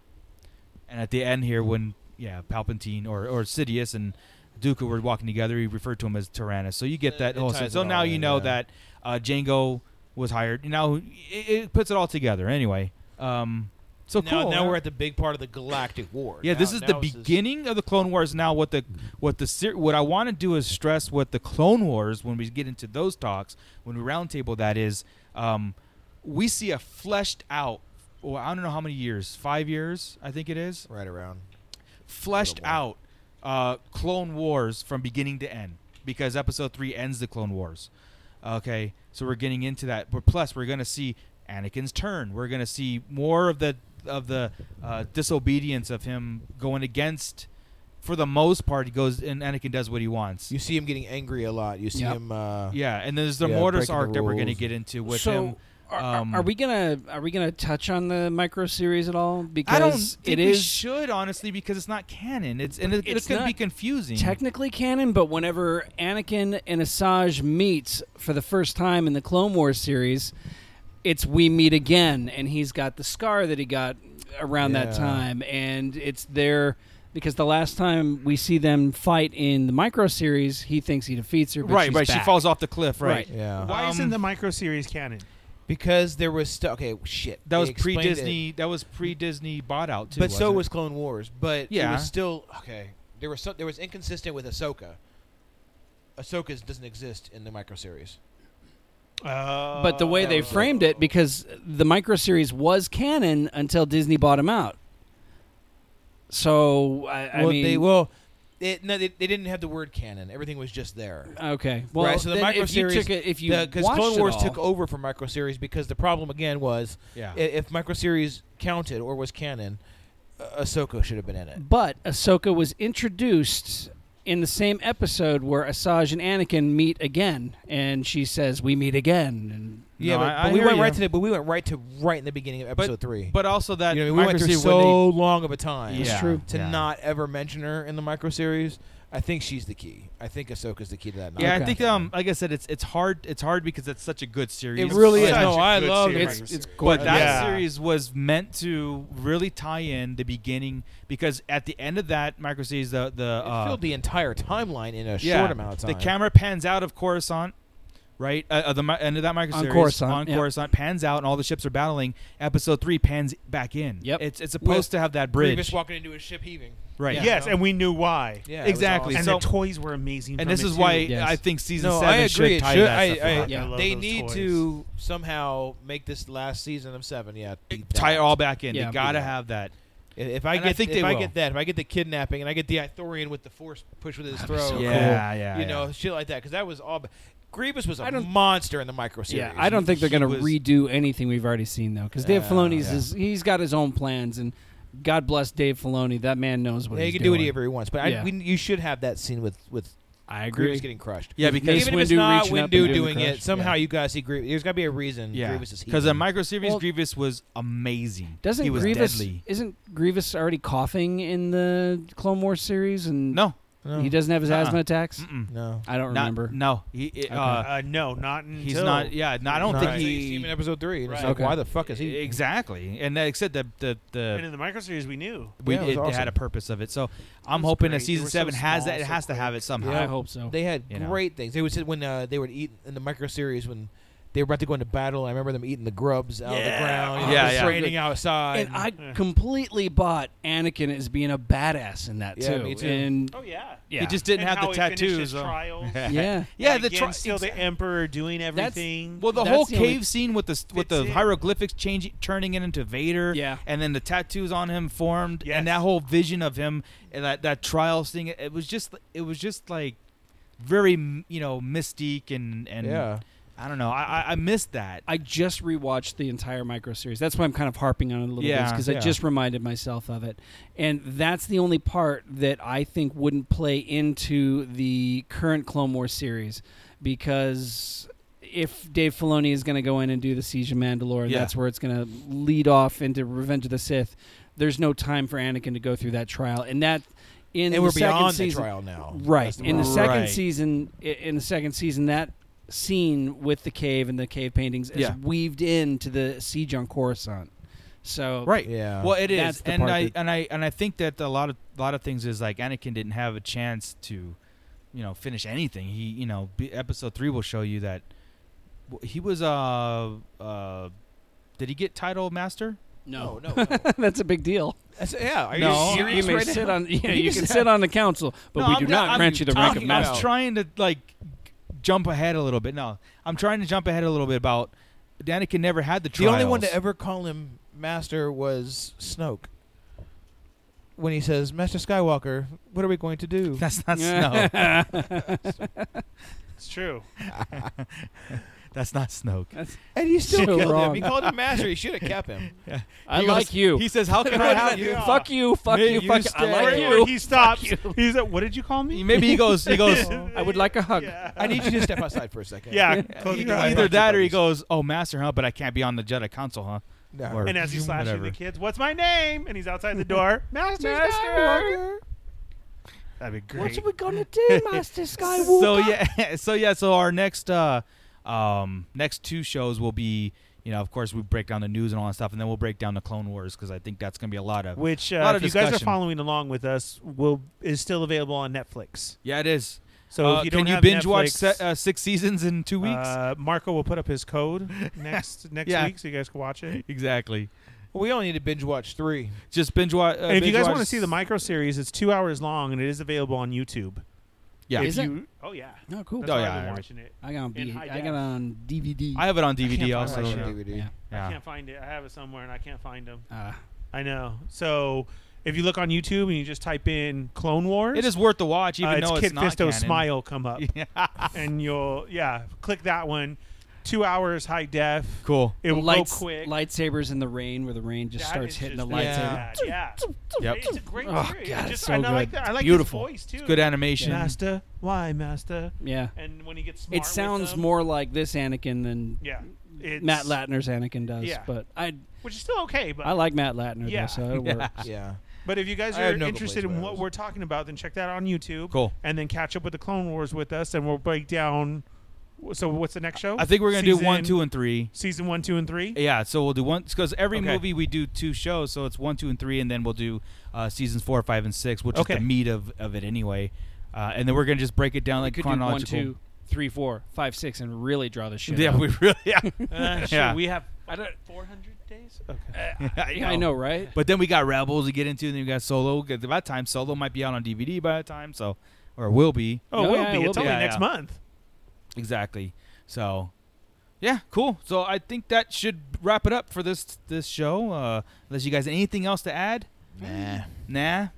Speaker 8: and at the end here, when yeah Palpatine or or Sidious and Dooku were walking together, he referred to him as Tyrannus. So you get
Speaker 9: Uh, It-
Speaker 8: that
Speaker 9: it
Speaker 8: whole
Speaker 9: ties
Speaker 8: sense.
Speaker 9: it
Speaker 8: So now
Speaker 9: all
Speaker 8: you
Speaker 9: in,
Speaker 8: know
Speaker 9: yeah.
Speaker 8: that uh, Django was hired. Now it, it puts it all together. Anyway, um, so
Speaker 9: now,
Speaker 8: cool.
Speaker 9: Now we're at the big part of the Galactic War.
Speaker 8: Yeah,
Speaker 9: Now-
Speaker 8: this is the
Speaker 9: now it's this-
Speaker 8: beginning of the Clone Wars. Now, what the what the ser- what I want to do is stress what the Clone Wars when we get into those talks when we roundtable that is, um, we see a fleshed out. Well, I don't know how many years, five years, I think it is,
Speaker 9: right around
Speaker 8: fleshed out uh, Clone Wars from beginning to end because Episode Three ends the Clone Wars. Okay, so we're getting into that. But plus, we're gonna see Anakin's turn. We're gonna see more of the of the uh, disobedience of him going against. For the most part, he goes and Anakin does what he wants.
Speaker 9: You see him getting angry a lot. You see
Speaker 11: Yep.
Speaker 9: him. Uh,
Speaker 8: yeah, and there's the
Speaker 9: yeah,
Speaker 8: Mortis
Speaker 9: breaking the
Speaker 8: arc that we're gonna
Speaker 9: rules.
Speaker 8: get into with
Speaker 11: so
Speaker 8: him.
Speaker 11: Are, are-
Speaker 8: um,
Speaker 11: are we gonna are we gonna touch on the micro series at all? Because
Speaker 8: I don't think
Speaker 11: it
Speaker 8: we
Speaker 11: is
Speaker 8: should honestly because it's not canon. It's and it,
Speaker 11: It's
Speaker 8: it's, gonna
Speaker 11: not
Speaker 8: be confusing.
Speaker 11: technically canon, but whenever Anakin and Asajj meet for the first time in the Clone Wars series, it's we meet again, and he's got the scar that he got around that
Speaker 9: Yeah.
Speaker 11: time, and it's there because the last time we see them fight in the micro series, he thinks he defeats her, but
Speaker 8: right,
Speaker 11: she's
Speaker 8: right. She
Speaker 11: back.
Speaker 8: falls off the cliff. Right.
Speaker 11: Right.
Speaker 9: Yeah.
Speaker 10: Why isn't
Speaker 8: Um,
Speaker 10: the micro series canon?
Speaker 9: Because there was stuff. Okay, shit.
Speaker 8: That
Speaker 9: they
Speaker 8: was pre
Speaker 9: explained it.
Speaker 8: Disney. That was pre Disney bought out too.
Speaker 9: But so
Speaker 8: wasn't
Speaker 9: was Clone Wars. But yeah, it
Speaker 8: Yeah.
Speaker 9: was still okay. There was so, there was inconsistent with Ahsoka. Ahsoka's doesn't exist in the micro series.
Speaker 10: Uh,
Speaker 11: But the way
Speaker 9: that
Speaker 11: they
Speaker 9: was it.
Speaker 11: framed it, because the micro series was canon until Disney bought him out. So I, I
Speaker 9: well,
Speaker 11: mean,
Speaker 9: they well, it, no, they, they didn't have the word canon. Everything was just there.
Speaker 11: okay. Well,
Speaker 9: right, so the
Speaker 11: then
Speaker 9: micro
Speaker 11: if
Speaker 9: series,
Speaker 11: you took it, if you
Speaker 9: because
Speaker 11: watched
Speaker 9: Clone
Speaker 11: it
Speaker 9: Wars
Speaker 11: all-
Speaker 9: took over for micro series because the problem again was
Speaker 8: Yeah.
Speaker 9: i- if micro series counted or was canon, uh, Ahsoka should have been in it.
Speaker 11: But Ahsoka was introduced in the same episode where Asajj and Anakin meet again, and she says, "We meet again." And
Speaker 9: Yeah,
Speaker 8: No,
Speaker 9: but,
Speaker 8: I-
Speaker 9: but
Speaker 8: I
Speaker 9: we
Speaker 8: hear
Speaker 9: went right
Speaker 8: ya.
Speaker 9: to the, but we went right to right in the beginning of
Speaker 8: But-
Speaker 9: episode three.
Speaker 8: But also that
Speaker 9: You know, we went through
Speaker 8: micro-series
Speaker 9: so
Speaker 8: when they-
Speaker 9: long of a time.
Speaker 8: That's Yeah.
Speaker 11: true.
Speaker 9: To
Speaker 8: Yeah.
Speaker 9: not ever mention her in the micro series, I think she's the key. I think Ahsoka's the key to that. not
Speaker 8: Yeah,
Speaker 9: being
Speaker 8: I think
Speaker 9: canon.
Speaker 8: um, like I said, it's it's hard. It's hard because it's such a good series.
Speaker 9: it really is.
Speaker 10: such
Speaker 9: No,
Speaker 10: a
Speaker 9: I
Speaker 10: good
Speaker 9: love
Speaker 10: series.
Speaker 9: it.
Speaker 11: It's, it's
Speaker 8: But
Speaker 11: gorgeous.
Speaker 8: that
Speaker 10: Yeah.
Speaker 8: series was meant to really tie in the beginning because at the end of that micro series, the the
Speaker 9: it
Speaker 8: uh,
Speaker 9: filled the entire timeline in a
Speaker 8: yeah,
Speaker 9: short amount of time.
Speaker 8: the camera pans out of Coruscant. Right uh, uh, the mi- end of that micro
Speaker 11: On
Speaker 8: series
Speaker 11: Coruscant,
Speaker 8: on
Speaker 11: yeah.
Speaker 8: Coruscant pans out and all the ships are battling. Episode three pans back in.
Speaker 11: Yep.
Speaker 8: it's it's supposed to have that bridge,
Speaker 9: Grievous walking into a ship heaving.
Speaker 8: right?
Speaker 11: Yeah.
Speaker 10: yes, and we knew why.
Speaker 9: Yeah, it was
Speaker 8: exactly.
Speaker 9: awesome.
Speaker 10: And
Speaker 8: so,
Speaker 10: the toys were amazing.
Speaker 8: and
Speaker 10: from
Speaker 8: this
Speaker 10: it
Speaker 8: is
Speaker 10: too.
Speaker 8: why
Speaker 11: Yes.
Speaker 8: I think season
Speaker 9: No,
Speaker 8: seven
Speaker 9: I agree.
Speaker 8: should
Speaker 9: It
Speaker 8: tie
Speaker 9: should.
Speaker 8: that
Speaker 9: I,
Speaker 8: stuff
Speaker 9: I,
Speaker 8: up.
Speaker 11: Yeah. I
Speaker 10: love
Speaker 9: They
Speaker 10: those
Speaker 9: need
Speaker 10: toys.
Speaker 9: to somehow make this last season of seven. Yeah, be
Speaker 8: tie it
Speaker 9: that.
Speaker 8: all back in.
Speaker 11: Yeah.
Speaker 8: They gotta
Speaker 9: Yeah.
Speaker 8: have that.
Speaker 9: I- If I
Speaker 8: And
Speaker 9: get,
Speaker 8: I think
Speaker 9: if
Speaker 8: they
Speaker 9: I
Speaker 8: will.
Speaker 9: get that, if I get the kidnapping, and I get the Ithorian with the force push with his throat,
Speaker 11: so
Speaker 8: Yeah, cool. yeah,
Speaker 9: you
Speaker 8: yeah.
Speaker 9: know, shit like that. Because that was all. b- Grievous was
Speaker 11: I
Speaker 9: a
Speaker 11: don't-
Speaker 9: monster in the micro series.
Speaker 11: Yeah, I don't think they're
Speaker 8: He
Speaker 11: going to
Speaker 8: was-
Speaker 11: redo anything we've already seen though, because Dave
Speaker 9: Yeah,
Speaker 11: Filoni's
Speaker 9: yeah.
Speaker 11: is he's got his own plans, and God bless Dave Filoni, that man knows what
Speaker 9: Yeah, he
Speaker 11: he's
Speaker 9: can do
Speaker 11: doing.
Speaker 9: whatever he wants, but I,
Speaker 11: Yeah.
Speaker 9: we, you should have that scene with with
Speaker 11: I
Speaker 9: Grievous
Speaker 11: agree.
Speaker 9: getting crushed.
Speaker 8: Yeah, because
Speaker 9: even if it's
Speaker 11: Windu
Speaker 9: not
Speaker 11: reaching up and
Speaker 9: Windu
Speaker 11: doing the
Speaker 9: doing it,
Speaker 11: crush,
Speaker 9: somehow
Speaker 11: yeah.
Speaker 9: you guys see Grievous. There's got to be a reason.
Speaker 8: Yeah,
Speaker 9: Grievous is
Speaker 8: because
Speaker 9: healing.
Speaker 8: in micro series,
Speaker 11: Well-
Speaker 8: Grievous was amazing.
Speaker 11: Doesn't
Speaker 8: he was
Speaker 11: Grievous
Speaker 8: deadly?
Speaker 11: isn't Grievous already coughing in the Clone Wars series and
Speaker 8: No,
Speaker 9: no,
Speaker 11: he doesn't have his
Speaker 8: Uh-uh.
Speaker 11: asthma attacks?
Speaker 8: mm-mm.
Speaker 9: no.
Speaker 11: I don't
Speaker 8: Not-
Speaker 11: remember.
Speaker 8: No, he. it, uh,
Speaker 10: Uh, no, not until
Speaker 8: he's not. Yeah, no, I don't
Speaker 9: Not
Speaker 8: think
Speaker 9: until you see him in
Speaker 8: he.
Speaker 9: episode three. and it's
Speaker 10: Right.
Speaker 9: like,
Speaker 11: Okay.
Speaker 9: Why the fuck is he?
Speaker 8: Exactly, and that, except the the
Speaker 10: And
Speaker 8: the
Speaker 10: in the micro series, we knew.
Speaker 8: we
Speaker 9: Yeah, it
Speaker 8: it,
Speaker 9: was
Speaker 8: it had
Speaker 9: awesome.
Speaker 8: a purpose of it. So I'm
Speaker 10: was
Speaker 8: hoping
Speaker 10: great.
Speaker 8: that
Speaker 10: They
Speaker 8: season
Speaker 10: were so
Speaker 8: seven has
Speaker 10: small,
Speaker 8: that. It
Speaker 10: so
Speaker 8: has to have it somehow.
Speaker 11: I hope so.
Speaker 9: They had
Speaker 8: You know.
Speaker 9: great things. They would sit when uh, they would eat in the micro series when they were about to go into battle. I remember them eating the grubs out of the
Speaker 10: Yeah.
Speaker 9: ground.
Speaker 8: Yeah,
Speaker 9: it's
Speaker 8: yeah.
Speaker 9: raining outside.
Speaker 11: and I
Speaker 10: Yeah.
Speaker 11: completely bought Anakin as being a badass in that
Speaker 9: Yeah,
Speaker 11: too.
Speaker 9: me too.
Speaker 11: And
Speaker 10: Oh yeah.
Speaker 11: yeah,
Speaker 8: He just didn't
Speaker 10: And
Speaker 8: have
Speaker 10: how
Speaker 8: the
Speaker 10: he finished his
Speaker 8: tattoos. though.
Speaker 10: trials.
Speaker 11: yeah,
Speaker 8: yeah.
Speaker 10: And
Speaker 8: The
Speaker 10: again,
Speaker 8: tri-
Speaker 10: still the emperor doing everything.
Speaker 8: Well, the
Speaker 11: That's
Speaker 8: whole
Speaker 11: the only-
Speaker 8: cave scene with the s- with
Speaker 10: Fits
Speaker 8: the
Speaker 10: in.
Speaker 8: hieroglyphics changing, turning it into Vader,
Speaker 11: Yeah.
Speaker 8: and then the tattoos on him formed,
Speaker 10: Yes.
Speaker 8: and that whole vision of him, and that that trial thing. It was just, it was just like very, m- you know, mystique and and
Speaker 9: Yeah.
Speaker 8: I don't know. I I, I missed that.
Speaker 11: I just rewatched the entire micro series. That's why I'm kind of harping on it a little bit
Speaker 8: Yeah,
Speaker 11: because
Speaker 8: yeah.
Speaker 11: I just reminded myself of it. And that's the only part that I think wouldn't play into the current Clone Wars series because if Dave Filoni is going to go in and do the Siege of Mandalore,
Speaker 8: Yeah.
Speaker 11: that's where it's going to lead off into Revenge of the Sith. There's no time for Anakin to go through that trial, and that in
Speaker 9: and
Speaker 11: the
Speaker 9: we're
Speaker 11: second
Speaker 9: beyond
Speaker 11: season,
Speaker 9: the trial now. That's
Speaker 11: Right. In the second
Speaker 8: Right.
Speaker 11: season, i- in the second season, that scene with the cave and the cave paintings is
Speaker 8: Yeah.
Speaker 11: weaved into the siege on Coruscant. So
Speaker 8: Right.
Speaker 9: Yeah.
Speaker 8: Well, it
Speaker 11: That's
Speaker 8: is,
Speaker 11: the
Speaker 8: and
Speaker 11: part
Speaker 8: I
Speaker 11: that-
Speaker 8: and I and I think that a lot of a lot of things is like Anakin didn't have a chance to, you know, finish anything. He, you know, be, episode three will show you that he was uh uh did he get title master?
Speaker 11: No,
Speaker 9: no, no.
Speaker 11: that's a big deal.
Speaker 9: That's, yeah, are
Speaker 11: no,
Speaker 9: you serious
Speaker 11: you may
Speaker 9: right
Speaker 11: sit
Speaker 9: now?
Speaker 11: on. Yeah, you can sit on the council, but
Speaker 8: No,
Speaker 11: we
Speaker 8: I'm
Speaker 11: do
Speaker 8: not-
Speaker 11: not
Speaker 8: I'm
Speaker 11: grant you the rank of
Speaker 8: talking- I was
Speaker 11: master.
Speaker 8: trying to like jump ahead a little bit. No, I'm trying to jump ahead a little bit about Anakin never had the
Speaker 9: The
Speaker 8: trials.
Speaker 9: only one to ever call him master was Snoke. When he says, "Master Skywalker, what are we going to do?"
Speaker 8: That's not Snoke.
Speaker 10: It's true.
Speaker 8: That's not Snoke.
Speaker 11: That's-
Speaker 9: and he still
Speaker 11: So
Speaker 9: killed him.
Speaker 11: wrong.
Speaker 9: He called him master. He should have kept him.
Speaker 8: Yeah.
Speaker 11: I
Speaker 8: He
Speaker 11: like
Speaker 8: goes-
Speaker 11: you.
Speaker 8: He says, "How can I have you?"
Speaker 11: Fuck you. Fuck
Speaker 8: May
Speaker 11: you.
Speaker 8: you
Speaker 11: Fuck you.
Speaker 8: stay.
Speaker 11: I like
Speaker 10: Where-
Speaker 11: you.
Speaker 10: where he stops. He's like, "What did you call me?"
Speaker 8: Maybe he goes. He goes.
Speaker 11: I would like a hug.
Speaker 10: Yeah.
Speaker 9: I need you to step outside for a second.
Speaker 10: Yeah, close your eyes.
Speaker 8: Either that, or he goes, "Oh, master, huh?" But I can't be on the Jedi Council, huh?
Speaker 9: No.
Speaker 8: Or
Speaker 10: And as he's slashing
Speaker 8: whatever.
Speaker 10: the kids, "What's my name?" and he's outside the door, Master Skywalker.
Speaker 9: Skywalker.
Speaker 10: That'd be
Speaker 11: What
Speaker 10: great.
Speaker 11: are we gonna do, Master Skywalker?
Speaker 8: So yeah, so yeah, so our next uh, um, next two shows will be, you know, of course we break down the news and all that stuff, and then we'll break down the Clone Wars because I think that's gonna be a lot of
Speaker 10: Which,
Speaker 8: a
Speaker 10: uh,
Speaker 8: lot
Speaker 10: if
Speaker 8: of
Speaker 10: you guys are
Speaker 8: discussion.
Speaker 10: following along with us, will is still available on Netflix.
Speaker 8: Yeah, it is.
Speaker 10: So
Speaker 8: Uh,
Speaker 10: if you
Speaker 8: can
Speaker 10: don't
Speaker 8: you
Speaker 10: have
Speaker 8: binge
Speaker 10: Netflix,
Speaker 8: watch se- uh, six seasons in two weeks?
Speaker 10: Uh, Marco will put up his code next next
Speaker 8: Yeah.
Speaker 10: week, so you guys can watch it.
Speaker 8: exactly.
Speaker 9: Well, we only need to binge watch three.
Speaker 8: Just binge watch. Uh,
Speaker 10: And if you
Speaker 8: binge
Speaker 10: guys
Speaker 8: watch-
Speaker 10: want to see the micro series, it's two hours long and it is available on YouTube.
Speaker 8: yeah,
Speaker 11: Is
Speaker 10: If
Speaker 11: it?
Speaker 10: you- Oh yeah.
Speaker 11: Oh, cool.
Speaker 10: That's
Speaker 8: Oh,
Speaker 10: why
Speaker 8: yeah,
Speaker 10: I've
Speaker 8: I
Speaker 10: been
Speaker 8: re-
Speaker 10: watching it.
Speaker 11: I got on
Speaker 10: In
Speaker 11: B-
Speaker 10: high
Speaker 11: I
Speaker 10: def.
Speaker 11: got on DVD.
Speaker 8: I have it on
Speaker 9: I
Speaker 8: DVD
Speaker 9: can't
Speaker 8: also.
Speaker 9: find my
Speaker 8: Yeah.
Speaker 9: DVD.
Speaker 11: yeah.
Speaker 10: I
Speaker 8: Yeah.
Speaker 10: can't find it. I have it somewhere and I can't find them.
Speaker 11: Uh,
Speaker 10: I know. So if you look on YouTube and you just type in Clone Wars,
Speaker 8: It is worth the watch, even
Speaker 10: uh, it's
Speaker 8: though
Speaker 10: Kid
Speaker 8: it's not
Speaker 10: Fisto
Speaker 8: canon.
Speaker 10: smile come up, and you'll yeah click that one. Two hours high def.
Speaker 8: Cool.
Speaker 10: It will
Speaker 11: lights,
Speaker 10: go quick.
Speaker 11: Lightsabers in the rain, where the rain just
Speaker 10: That
Speaker 11: starts
Speaker 10: is
Speaker 11: hitting
Speaker 10: just
Speaker 11: the lightsaber.
Speaker 10: bad. Yeah.
Speaker 8: Yep.
Speaker 10: It's a great
Speaker 11: Oh,
Speaker 10: series.
Speaker 11: God,
Speaker 10: Just-
Speaker 11: it's so
Speaker 10: and I like
Speaker 11: good.
Speaker 10: that. I like his
Speaker 8: Beautiful.
Speaker 10: voice too.
Speaker 8: Good animation.
Speaker 10: Master, why master?
Speaker 11: Yeah.
Speaker 10: And when he gets smart
Speaker 11: It
Speaker 10: with
Speaker 11: sounds
Speaker 10: them-
Speaker 11: more like this Anakin than
Speaker 10: Yeah. It's,
Speaker 11: Matt Latner's Anakin does.
Speaker 10: Yeah.
Speaker 11: But I
Speaker 10: which is still okay, but
Speaker 11: I like Matt Latner
Speaker 10: Yeah.
Speaker 11: though, so it works.
Speaker 9: Yeah.
Speaker 10: But if you guys
Speaker 9: I
Speaker 10: are
Speaker 9: have no
Speaker 10: interested in
Speaker 9: complaints about
Speaker 10: what
Speaker 9: those.
Speaker 10: we're talking about, then check that on YouTube.
Speaker 8: Cool.
Speaker 10: And then catch up with the Clone Wars with us, and we'll break down. So what's the next show?
Speaker 8: I think we're gonna do one,
Speaker 10: Season-
Speaker 8: two, and three.
Speaker 10: season one, two, and three.
Speaker 8: Yeah, so we'll do one because every
Speaker 10: Okay.
Speaker 8: movie we do two shows, so it's one, two, and three, and then we'll do uh, seasons four, five, and six, which
Speaker 10: Okay.
Speaker 8: is the meat of, of it anyway. Uh, and then we're gonna just break it down
Speaker 11: We
Speaker 8: like
Speaker 11: could do one,
Speaker 8: chronological.
Speaker 11: two, three, four, five, six, and really draw the shit.
Speaker 8: yeah,
Speaker 11: out.
Speaker 8: we really yeah.
Speaker 10: Uh,
Speaker 8: Yeah.
Speaker 10: Sure, we have. I don't. Four hundred days. Okay.
Speaker 11: yeah, I know, right?
Speaker 8: But then we got Rebels to get into, and then we got Solo. 'cause By the time Solo might be out on DVD by the time, so or will be
Speaker 10: Oh,
Speaker 11: No,
Speaker 10: will
Speaker 11: yeah,
Speaker 10: be.
Speaker 11: it will
Speaker 10: It's
Speaker 11: be.
Speaker 10: only
Speaker 8: Yeah,
Speaker 10: next
Speaker 8: yeah.
Speaker 10: month.
Speaker 8: exactly. So yeah, cool. So I think that should wrap it up for this this show. Uh, unless you guys anything else to add?
Speaker 9: Nah,
Speaker 8: Nah.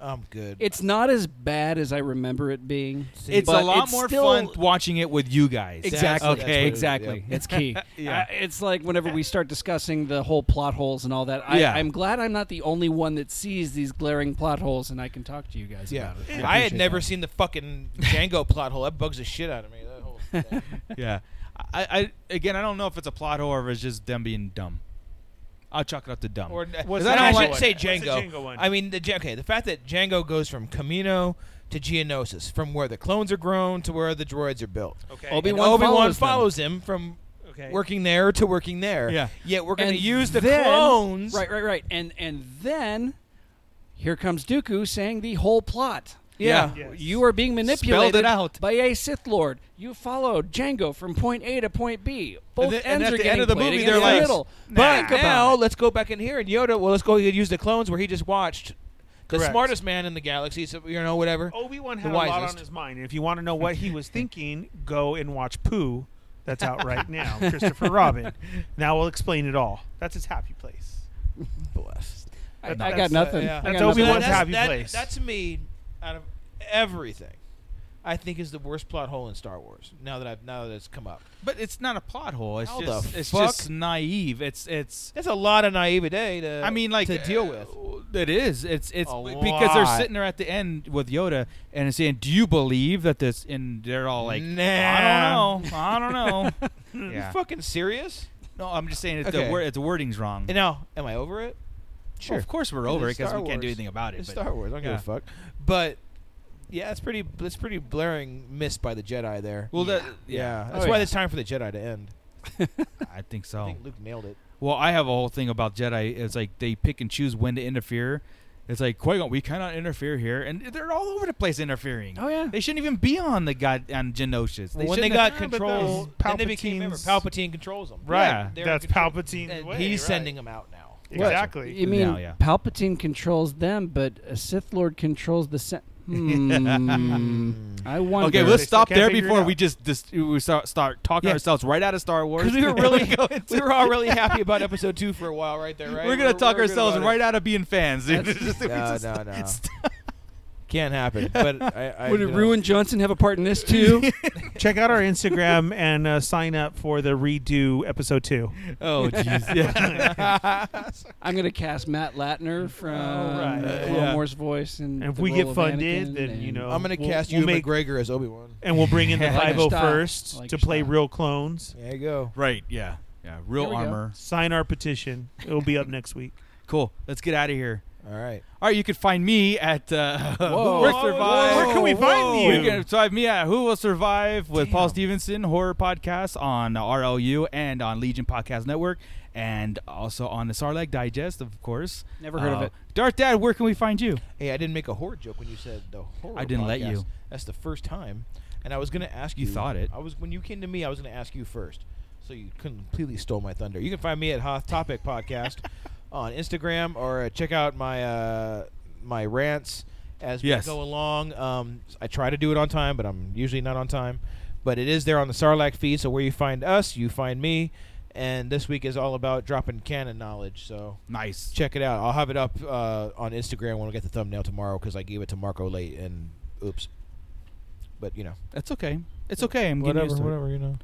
Speaker 9: I'm good.
Speaker 11: It's not as bad as I remember it being.
Speaker 8: It's
Speaker 11: but
Speaker 8: a lot
Speaker 11: it's
Speaker 8: more
Speaker 11: still-
Speaker 8: fun watching it with you guys.
Speaker 11: Exactly.
Speaker 9: That's what it
Speaker 8: Okay.
Speaker 9: is,
Speaker 11: Exactly.
Speaker 9: yeah.
Speaker 11: It's key.
Speaker 8: Yeah.
Speaker 11: I- it's like whenever we start discussing the whole plot holes and all that. I,
Speaker 8: Yeah.
Speaker 11: I'm glad I'm not the only one that sees these glaring plot holes, and I can talk to you guys
Speaker 9: yeah.
Speaker 11: about it.
Speaker 9: I, had never seen the fucking Django plot hole. That bugs the shit out of me. That whole thing.
Speaker 8: yeah. I, I again, I don't know if it's a plot hole or if it's just them being dumb. I'll chalk it up to dumb.
Speaker 9: Or
Speaker 10: What's
Speaker 9: no,
Speaker 10: the
Speaker 9: I
Speaker 10: Django
Speaker 9: shouldn't
Speaker 10: one?
Speaker 9: say
Speaker 10: What's the
Speaker 9: Django.
Speaker 10: Django one?
Speaker 9: I mean the Dja- okay, the fact that Django goes from Camino to Geonosis, from where the clones are grown to where the droids are built.
Speaker 10: Okay.
Speaker 11: Obi-
Speaker 9: And
Speaker 11: Obi-Wan
Speaker 9: Obi-Wan
Speaker 11: follows them.
Speaker 9: follows him from
Speaker 10: Okay.
Speaker 9: working there to working there.
Speaker 8: Yeah.
Speaker 9: Yet we're going
Speaker 11: And
Speaker 9: to use the
Speaker 11: then-
Speaker 9: clones.
Speaker 11: Right, right, right. And and then here comes Dooku saying the whole plot.
Speaker 9: Yeah.
Speaker 10: Yeah. Yes.
Speaker 11: You are being manipulated
Speaker 8: out.
Speaker 11: by a Sith Lord. You followed Django from point A to point B. Both
Speaker 8: then-
Speaker 11: ends
Speaker 8: and at the
Speaker 11: are getting
Speaker 8: end of the
Speaker 11: played
Speaker 8: movie,
Speaker 11: against
Speaker 8: they're like,
Speaker 11: the middle.
Speaker 9: But
Speaker 11: Think
Speaker 9: now
Speaker 11: about it.
Speaker 9: let's go back in here and Yoda. Well, let's go use the clones where he just watched the
Speaker 10: Correct.
Speaker 9: smartest man in the galaxy. So you know whatever.
Speaker 8: Oh,
Speaker 10: Obi Wan
Speaker 9: The
Speaker 10: had a lot on
Speaker 9: wisest.
Speaker 10: his mind. And if you want to know what he was thinking, go and watch Pooh. That's out right now. Christopher Robin. Now we'll explain it all. That's his happy place.
Speaker 9: Bless.
Speaker 11: I, I
Speaker 10: That's-
Speaker 11: got nothing.
Speaker 9: yeah.
Speaker 11: I
Speaker 10: That's
Speaker 11: got nothing.
Speaker 10: Obi-Wan's
Speaker 9: that's-
Speaker 10: happy
Speaker 9: that,
Speaker 10: place.
Speaker 9: That to me, out of everything, I think is the worst plot hole in Star Wars. Now that I've now that it's come up,
Speaker 8: But it's not a plot hole. It's
Speaker 9: How the
Speaker 8: just it's
Speaker 9: fuck?
Speaker 8: just naive. It's it's.
Speaker 9: that's a lot of naivete to.
Speaker 8: I mean, like
Speaker 9: to deal with.
Speaker 8: uh, It is. It's it's
Speaker 9: A
Speaker 8: because they're
Speaker 9: lot.
Speaker 8: sitting there at the end with Yoda and it's saying, "Do you believe that this?" And they're all like,
Speaker 9: Nah.
Speaker 8: "I don't know. I don't know."
Speaker 9: You
Speaker 8: yeah.
Speaker 9: fucking serious?
Speaker 8: No, I'm just saying it's the
Speaker 9: Okay.
Speaker 8: word, the wording's wrong.
Speaker 9: And now, am I over it? Sure.
Speaker 8: of course we're
Speaker 9: Because
Speaker 8: over it
Speaker 9: it's
Speaker 8: because
Speaker 9: Star
Speaker 8: we can't do
Speaker 9: Wars.
Speaker 8: anything about it.
Speaker 9: It's
Speaker 8: but-
Speaker 9: Star Wars. I don't
Speaker 8: yeah.
Speaker 9: give a fuck. But yeah, it's pretty. It's pretty blaring miss by the Jedi there.
Speaker 8: Well, that
Speaker 9: yeah,
Speaker 8: yeah, Oh.
Speaker 9: that's
Speaker 11: Oh,
Speaker 9: why
Speaker 11: yeah.
Speaker 9: it's time for the Jedi to end.
Speaker 8: I think so.
Speaker 9: I think Luke nailed it.
Speaker 8: Well, I have a whole thing about Jedi. It's like they pick and choose when to interfere, It's like Qui Gon, we cannot interfere here, and they're all over the place interfering.
Speaker 11: Oh yeah,
Speaker 8: they shouldn't even be on the god on Geonosis.
Speaker 9: They well, when they got have, control, then they became member. Palpatine controls them.
Speaker 10: Right, yeah, that's Palpatine. Way,
Speaker 9: he's
Speaker 10: right.
Speaker 9: sending them out now.
Speaker 10: Exactly.
Speaker 11: You mean no, yeah. Palpatine controls them, but a Sith Lord controls the. Se- hmm. I wonder.
Speaker 8: Okay, let's stop there before we just dis- we start, start talking yeah. ourselves right out of Star Wars.
Speaker 9: Because we were really we were all really happy about Episode Two for a while, right there. Right,
Speaker 8: we're gonna we're, talk we're ourselves right it. out of being fans. Dude.
Speaker 9: Just, no, just, no, no, no. Can't happen. But I, I,
Speaker 11: would Rue and Johnson have a part in this too?
Speaker 10: Check out our Instagram and uh, sign up for the redo Episode Two.
Speaker 8: Oh jeez. Yeah.
Speaker 11: I'm gonna cast Matt Latner from oh, right. uh, Clone yeah. Wars voice, and,
Speaker 10: and if we get funded, then you know
Speaker 9: I'm gonna
Speaker 10: we'll,
Speaker 9: cast
Speaker 10: we'll
Speaker 9: you make, McGregor as Obi Wan,
Speaker 10: and we'll bring in the 501st like to play style. real clones.
Speaker 9: There you go.
Speaker 8: Right? Yeah. Yeah. Real armor. Go.
Speaker 10: Sign our petition. It'll be up next week.
Speaker 8: Cool. Let's get out of here.
Speaker 9: All right.
Speaker 8: All right. You can find me at uh, Who Will Survive.
Speaker 10: Where can we find Whoa. you?
Speaker 8: You can find me at Who Will Survive with Damn. Paul Stevenson Horror Podcast on RLU and on Legion Podcast Network, and also on the Sarlacc Digest, of course.
Speaker 11: Never heard uh, of it.
Speaker 8: Darth Dad, where can we find you?
Speaker 9: Hey, I didn't make a horror joke when you said the horror.
Speaker 8: I didn't
Speaker 9: podcast.
Speaker 8: let you.
Speaker 9: That's the first time, and I was gonna ask you.
Speaker 8: You thought it.
Speaker 9: I was when you came to me. I was gonna ask you first, so you completely stole my thunder. You can find me at Hoth Topic Podcast. on Instagram or uh, check out my uh, my rants as
Speaker 8: yes.
Speaker 9: we go along. Um, I try to do it on time, but I'm usually not on time. But it is there on the Sarlacc feed, so where you find us, you find me. And this week is all about dropping canon knowledge. So
Speaker 8: nice,
Speaker 9: check it out. I'll have it up uh, on Instagram when we get the thumbnail tomorrow because I gave it to Marco late and oops. But you know,
Speaker 8: that's okay. It's okay. I'm
Speaker 9: whatever,
Speaker 8: getting
Speaker 9: whatever you know.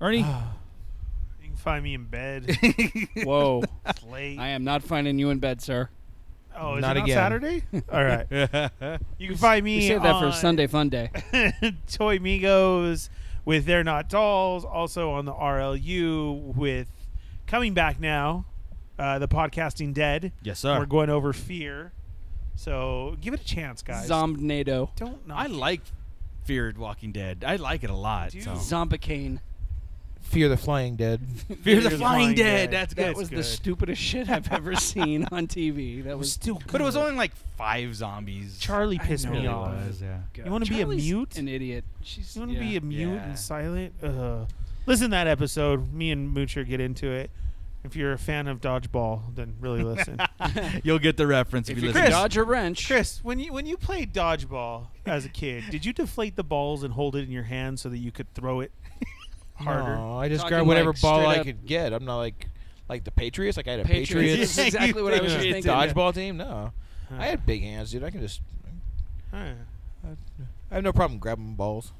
Speaker 8: Ernie.
Speaker 10: find me in bed.
Speaker 11: Whoa.
Speaker 10: It's late.
Speaker 11: I am not finding you in bed, sir.
Speaker 10: Oh,
Speaker 9: not
Speaker 10: it
Speaker 9: again.
Speaker 10: Saturday? All right. you can find me.
Speaker 11: We saved that for Sunday Fun Day.
Speaker 10: Toy Migos with They're Not Dolls. Also on the RLU with Coming Back Now, uh, The Podcasting Dead.
Speaker 8: Yes, sir.
Speaker 10: We're going over Fear. So give it a chance, guys.
Speaker 11: Zombnado.
Speaker 10: Don't know.
Speaker 8: I like Feared Walking Dead. I like it a lot.
Speaker 11: Dude. So. Zombicane.
Speaker 9: Fear the Flying Dead.
Speaker 8: Fear, Fear the, the, Flying, flying dead. dead. That's
Speaker 11: that
Speaker 8: good.
Speaker 11: was
Speaker 8: good.
Speaker 11: the stupidest shit I've ever seen on TV. That was
Speaker 9: still, good.
Speaker 8: but it was only like five zombies.
Speaker 10: Charlie pissed me off. Was,
Speaker 8: yeah.
Speaker 10: You want to be a mute?
Speaker 11: An idiot. She's,
Speaker 10: you want to yeah. be a mute yeah. and silent? Uh, listen to that episode. Me and Moocher get into it. If you're a fan of dodgeball, then really listen.
Speaker 8: You'll get the reference if,
Speaker 11: if
Speaker 8: you
Speaker 11: Chris,
Speaker 8: listen.
Speaker 11: Dodge a wrench,
Speaker 10: Chris. When you when you played dodgeball as a kid, did you deflate the balls and hold it in your hand so that you could throw it? harder.
Speaker 9: No, I just Talking grabbed whatever like ball I could get. I'm not like like the Patriots. Like I had a Patriots,
Speaker 11: Patriots. exactly what I was thinking.
Speaker 9: Dodgeball team. No, huh. I had big hands, dude. I can just. Huh. I have no problem grabbing balls.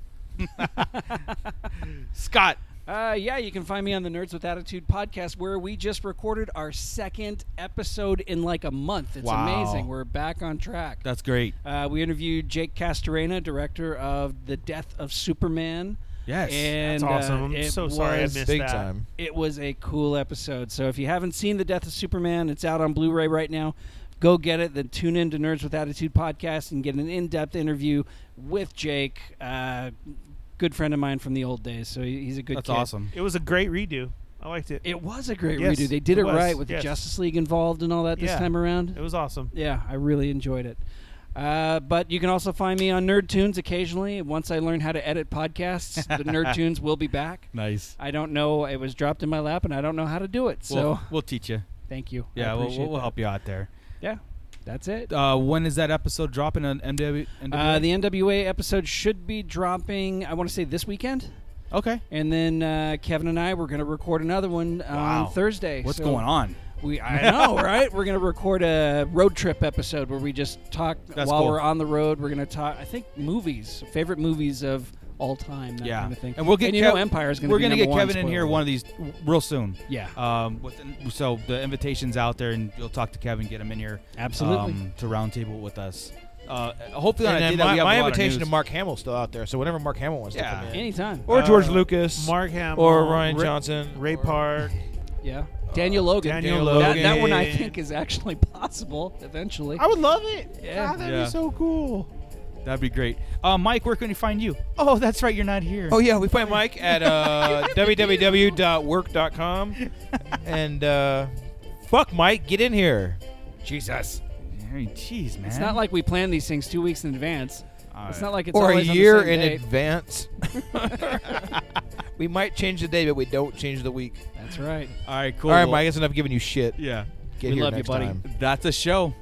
Speaker 8: Scott.
Speaker 11: Uh, yeah, you can find me on the Nerds with Attitude podcast, where we just recorded our second episode in like a month. It's
Speaker 8: wow.
Speaker 11: amazing. We're back on track.
Speaker 8: That's great.
Speaker 11: Uh, we interviewed Jake Castorena, director of The Death of Superman.
Speaker 8: Yes,
Speaker 10: that's
Speaker 11: and,
Speaker 10: awesome. Uh, I'm so sorry I missed
Speaker 9: big
Speaker 10: that.
Speaker 9: Time.
Speaker 11: It was a cool episode. So if you haven't seen The Death of Superman, it's out on Blu-ray right now. Go get it. Then tune in to Nerds with Attitude podcast and get an in-depth interview with Jake, uh, good friend of mine from the old days. So he's a good.
Speaker 8: That's
Speaker 11: kid.
Speaker 8: awesome.
Speaker 10: It was a great redo. I liked it.
Speaker 11: It was a great
Speaker 10: yes,
Speaker 11: redo. They did it,
Speaker 10: it
Speaker 11: right with
Speaker 10: yes.
Speaker 11: the Justice League involved and all that this
Speaker 10: yeah,
Speaker 11: time around.
Speaker 10: It was awesome.
Speaker 11: Yeah, I really enjoyed it. Uh, but you can also find me on Nerd Tunes occasionally. Once I learn how to edit podcasts, the Nerd Tunes will be back.
Speaker 8: Nice.
Speaker 11: I don't know. It was dropped in my lap, and I don't know how to do it. So
Speaker 8: we'll, we'll teach you.
Speaker 11: Thank you.
Speaker 8: Yeah, we'll, we'll
Speaker 11: that.
Speaker 8: help you out there.
Speaker 11: Yeah. That's it.
Speaker 8: Uh, when is that episode dropping on MW, NWA?
Speaker 11: Uh, the NWA episode should be dropping, I want to say this weekend.
Speaker 8: Okay.
Speaker 11: And then uh, Kevin and I, we're going to record another one
Speaker 8: wow.
Speaker 11: on Thursday.
Speaker 8: What's
Speaker 11: so
Speaker 8: going on?
Speaker 11: We I know, right? We're gonna record a road trip episode where we just talk
Speaker 8: That's
Speaker 11: while
Speaker 8: cool.
Speaker 11: we're on the road. We're gonna talk. I think movies, favorite movies of all time. That
Speaker 8: yeah,
Speaker 11: kind of thing.
Speaker 8: and we'll get
Speaker 11: and you
Speaker 8: Kev-
Speaker 11: know Empire's gonna.
Speaker 8: We're
Speaker 11: be
Speaker 8: gonna
Speaker 11: number
Speaker 8: get
Speaker 11: one,
Speaker 8: Kevin in
Speaker 11: spoiler
Speaker 8: here
Speaker 11: alert.
Speaker 8: one of these real soon.
Speaker 11: Yeah.
Speaker 8: Um, with the- so the invitation's out there, and you'll talk to Kevin, get him in here.
Speaker 11: Absolutely.
Speaker 8: Um, to roundtable with us. Uh, hopefully, on
Speaker 9: And
Speaker 8: a
Speaker 9: then
Speaker 8: day that
Speaker 9: my,
Speaker 8: we have
Speaker 9: my
Speaker 8: a lot of
Speaker 9: invitation
Speaker 8: news.
Speaker 9: to Mark Hamill still out there. So whenever Mark Hamill wants
Speaker 8: Yeah.
Speaker 9: to come in,
Speaker 11: Anytime.
Speaker 9: or George
Speaker 10: Uh,
Speaker 9: Lucas,
Speaker 10: Mark Hamill,
Speaker 9: or Ryan
Speaker 10: Ray-
Speaker 9: Johnson,
Speaker 10: Ray
Speaker 9: or-
Speaker 10: Park.
Speaker 11: yeah. Daniel Logan. That,
Speaker 9: Daniel Logan.
Speaker 11: that one I think is actually possible eventually.
Speaker 10: I would love it.
Speaker 11: Yeah.
Speaker 10: God, that'd
Speaker 8: Yeah.
Speaker 10: be so cool.
Speaker 8: That'd be great. Uh, Mike, where can we find you? Oh, that's right, you're not here.
Speaker 9: Oh yeah, we find Mike at uh, www.work.com, and uh, fuck Mike, get in here.
Speaker 8: Jesus.
Speaker 5: I mean, jeez, man.
Speaker 11: It's not like we plan these things two weeks in advance. All it's right. not like it's
Speaker 9: or a year in
Speaker 11: date.
Speaker 9: advance. we might change the day, but we don't change the week.
Speaker 11: That's right.
Speaker 5: All right, cool.
Speaker 9: All right,
Speaker 5: well,
Speaker 9: Mike. That's enough giving you shit.
Speaker 5: Yeah.
Speaker 9: Get
Speaker 11: We
Speaker 9: here
Speaker 11: love you,
Speaker 9: next
Speaker 11: buddy.
Speaker 9: time.
Speaker 5: That's a show.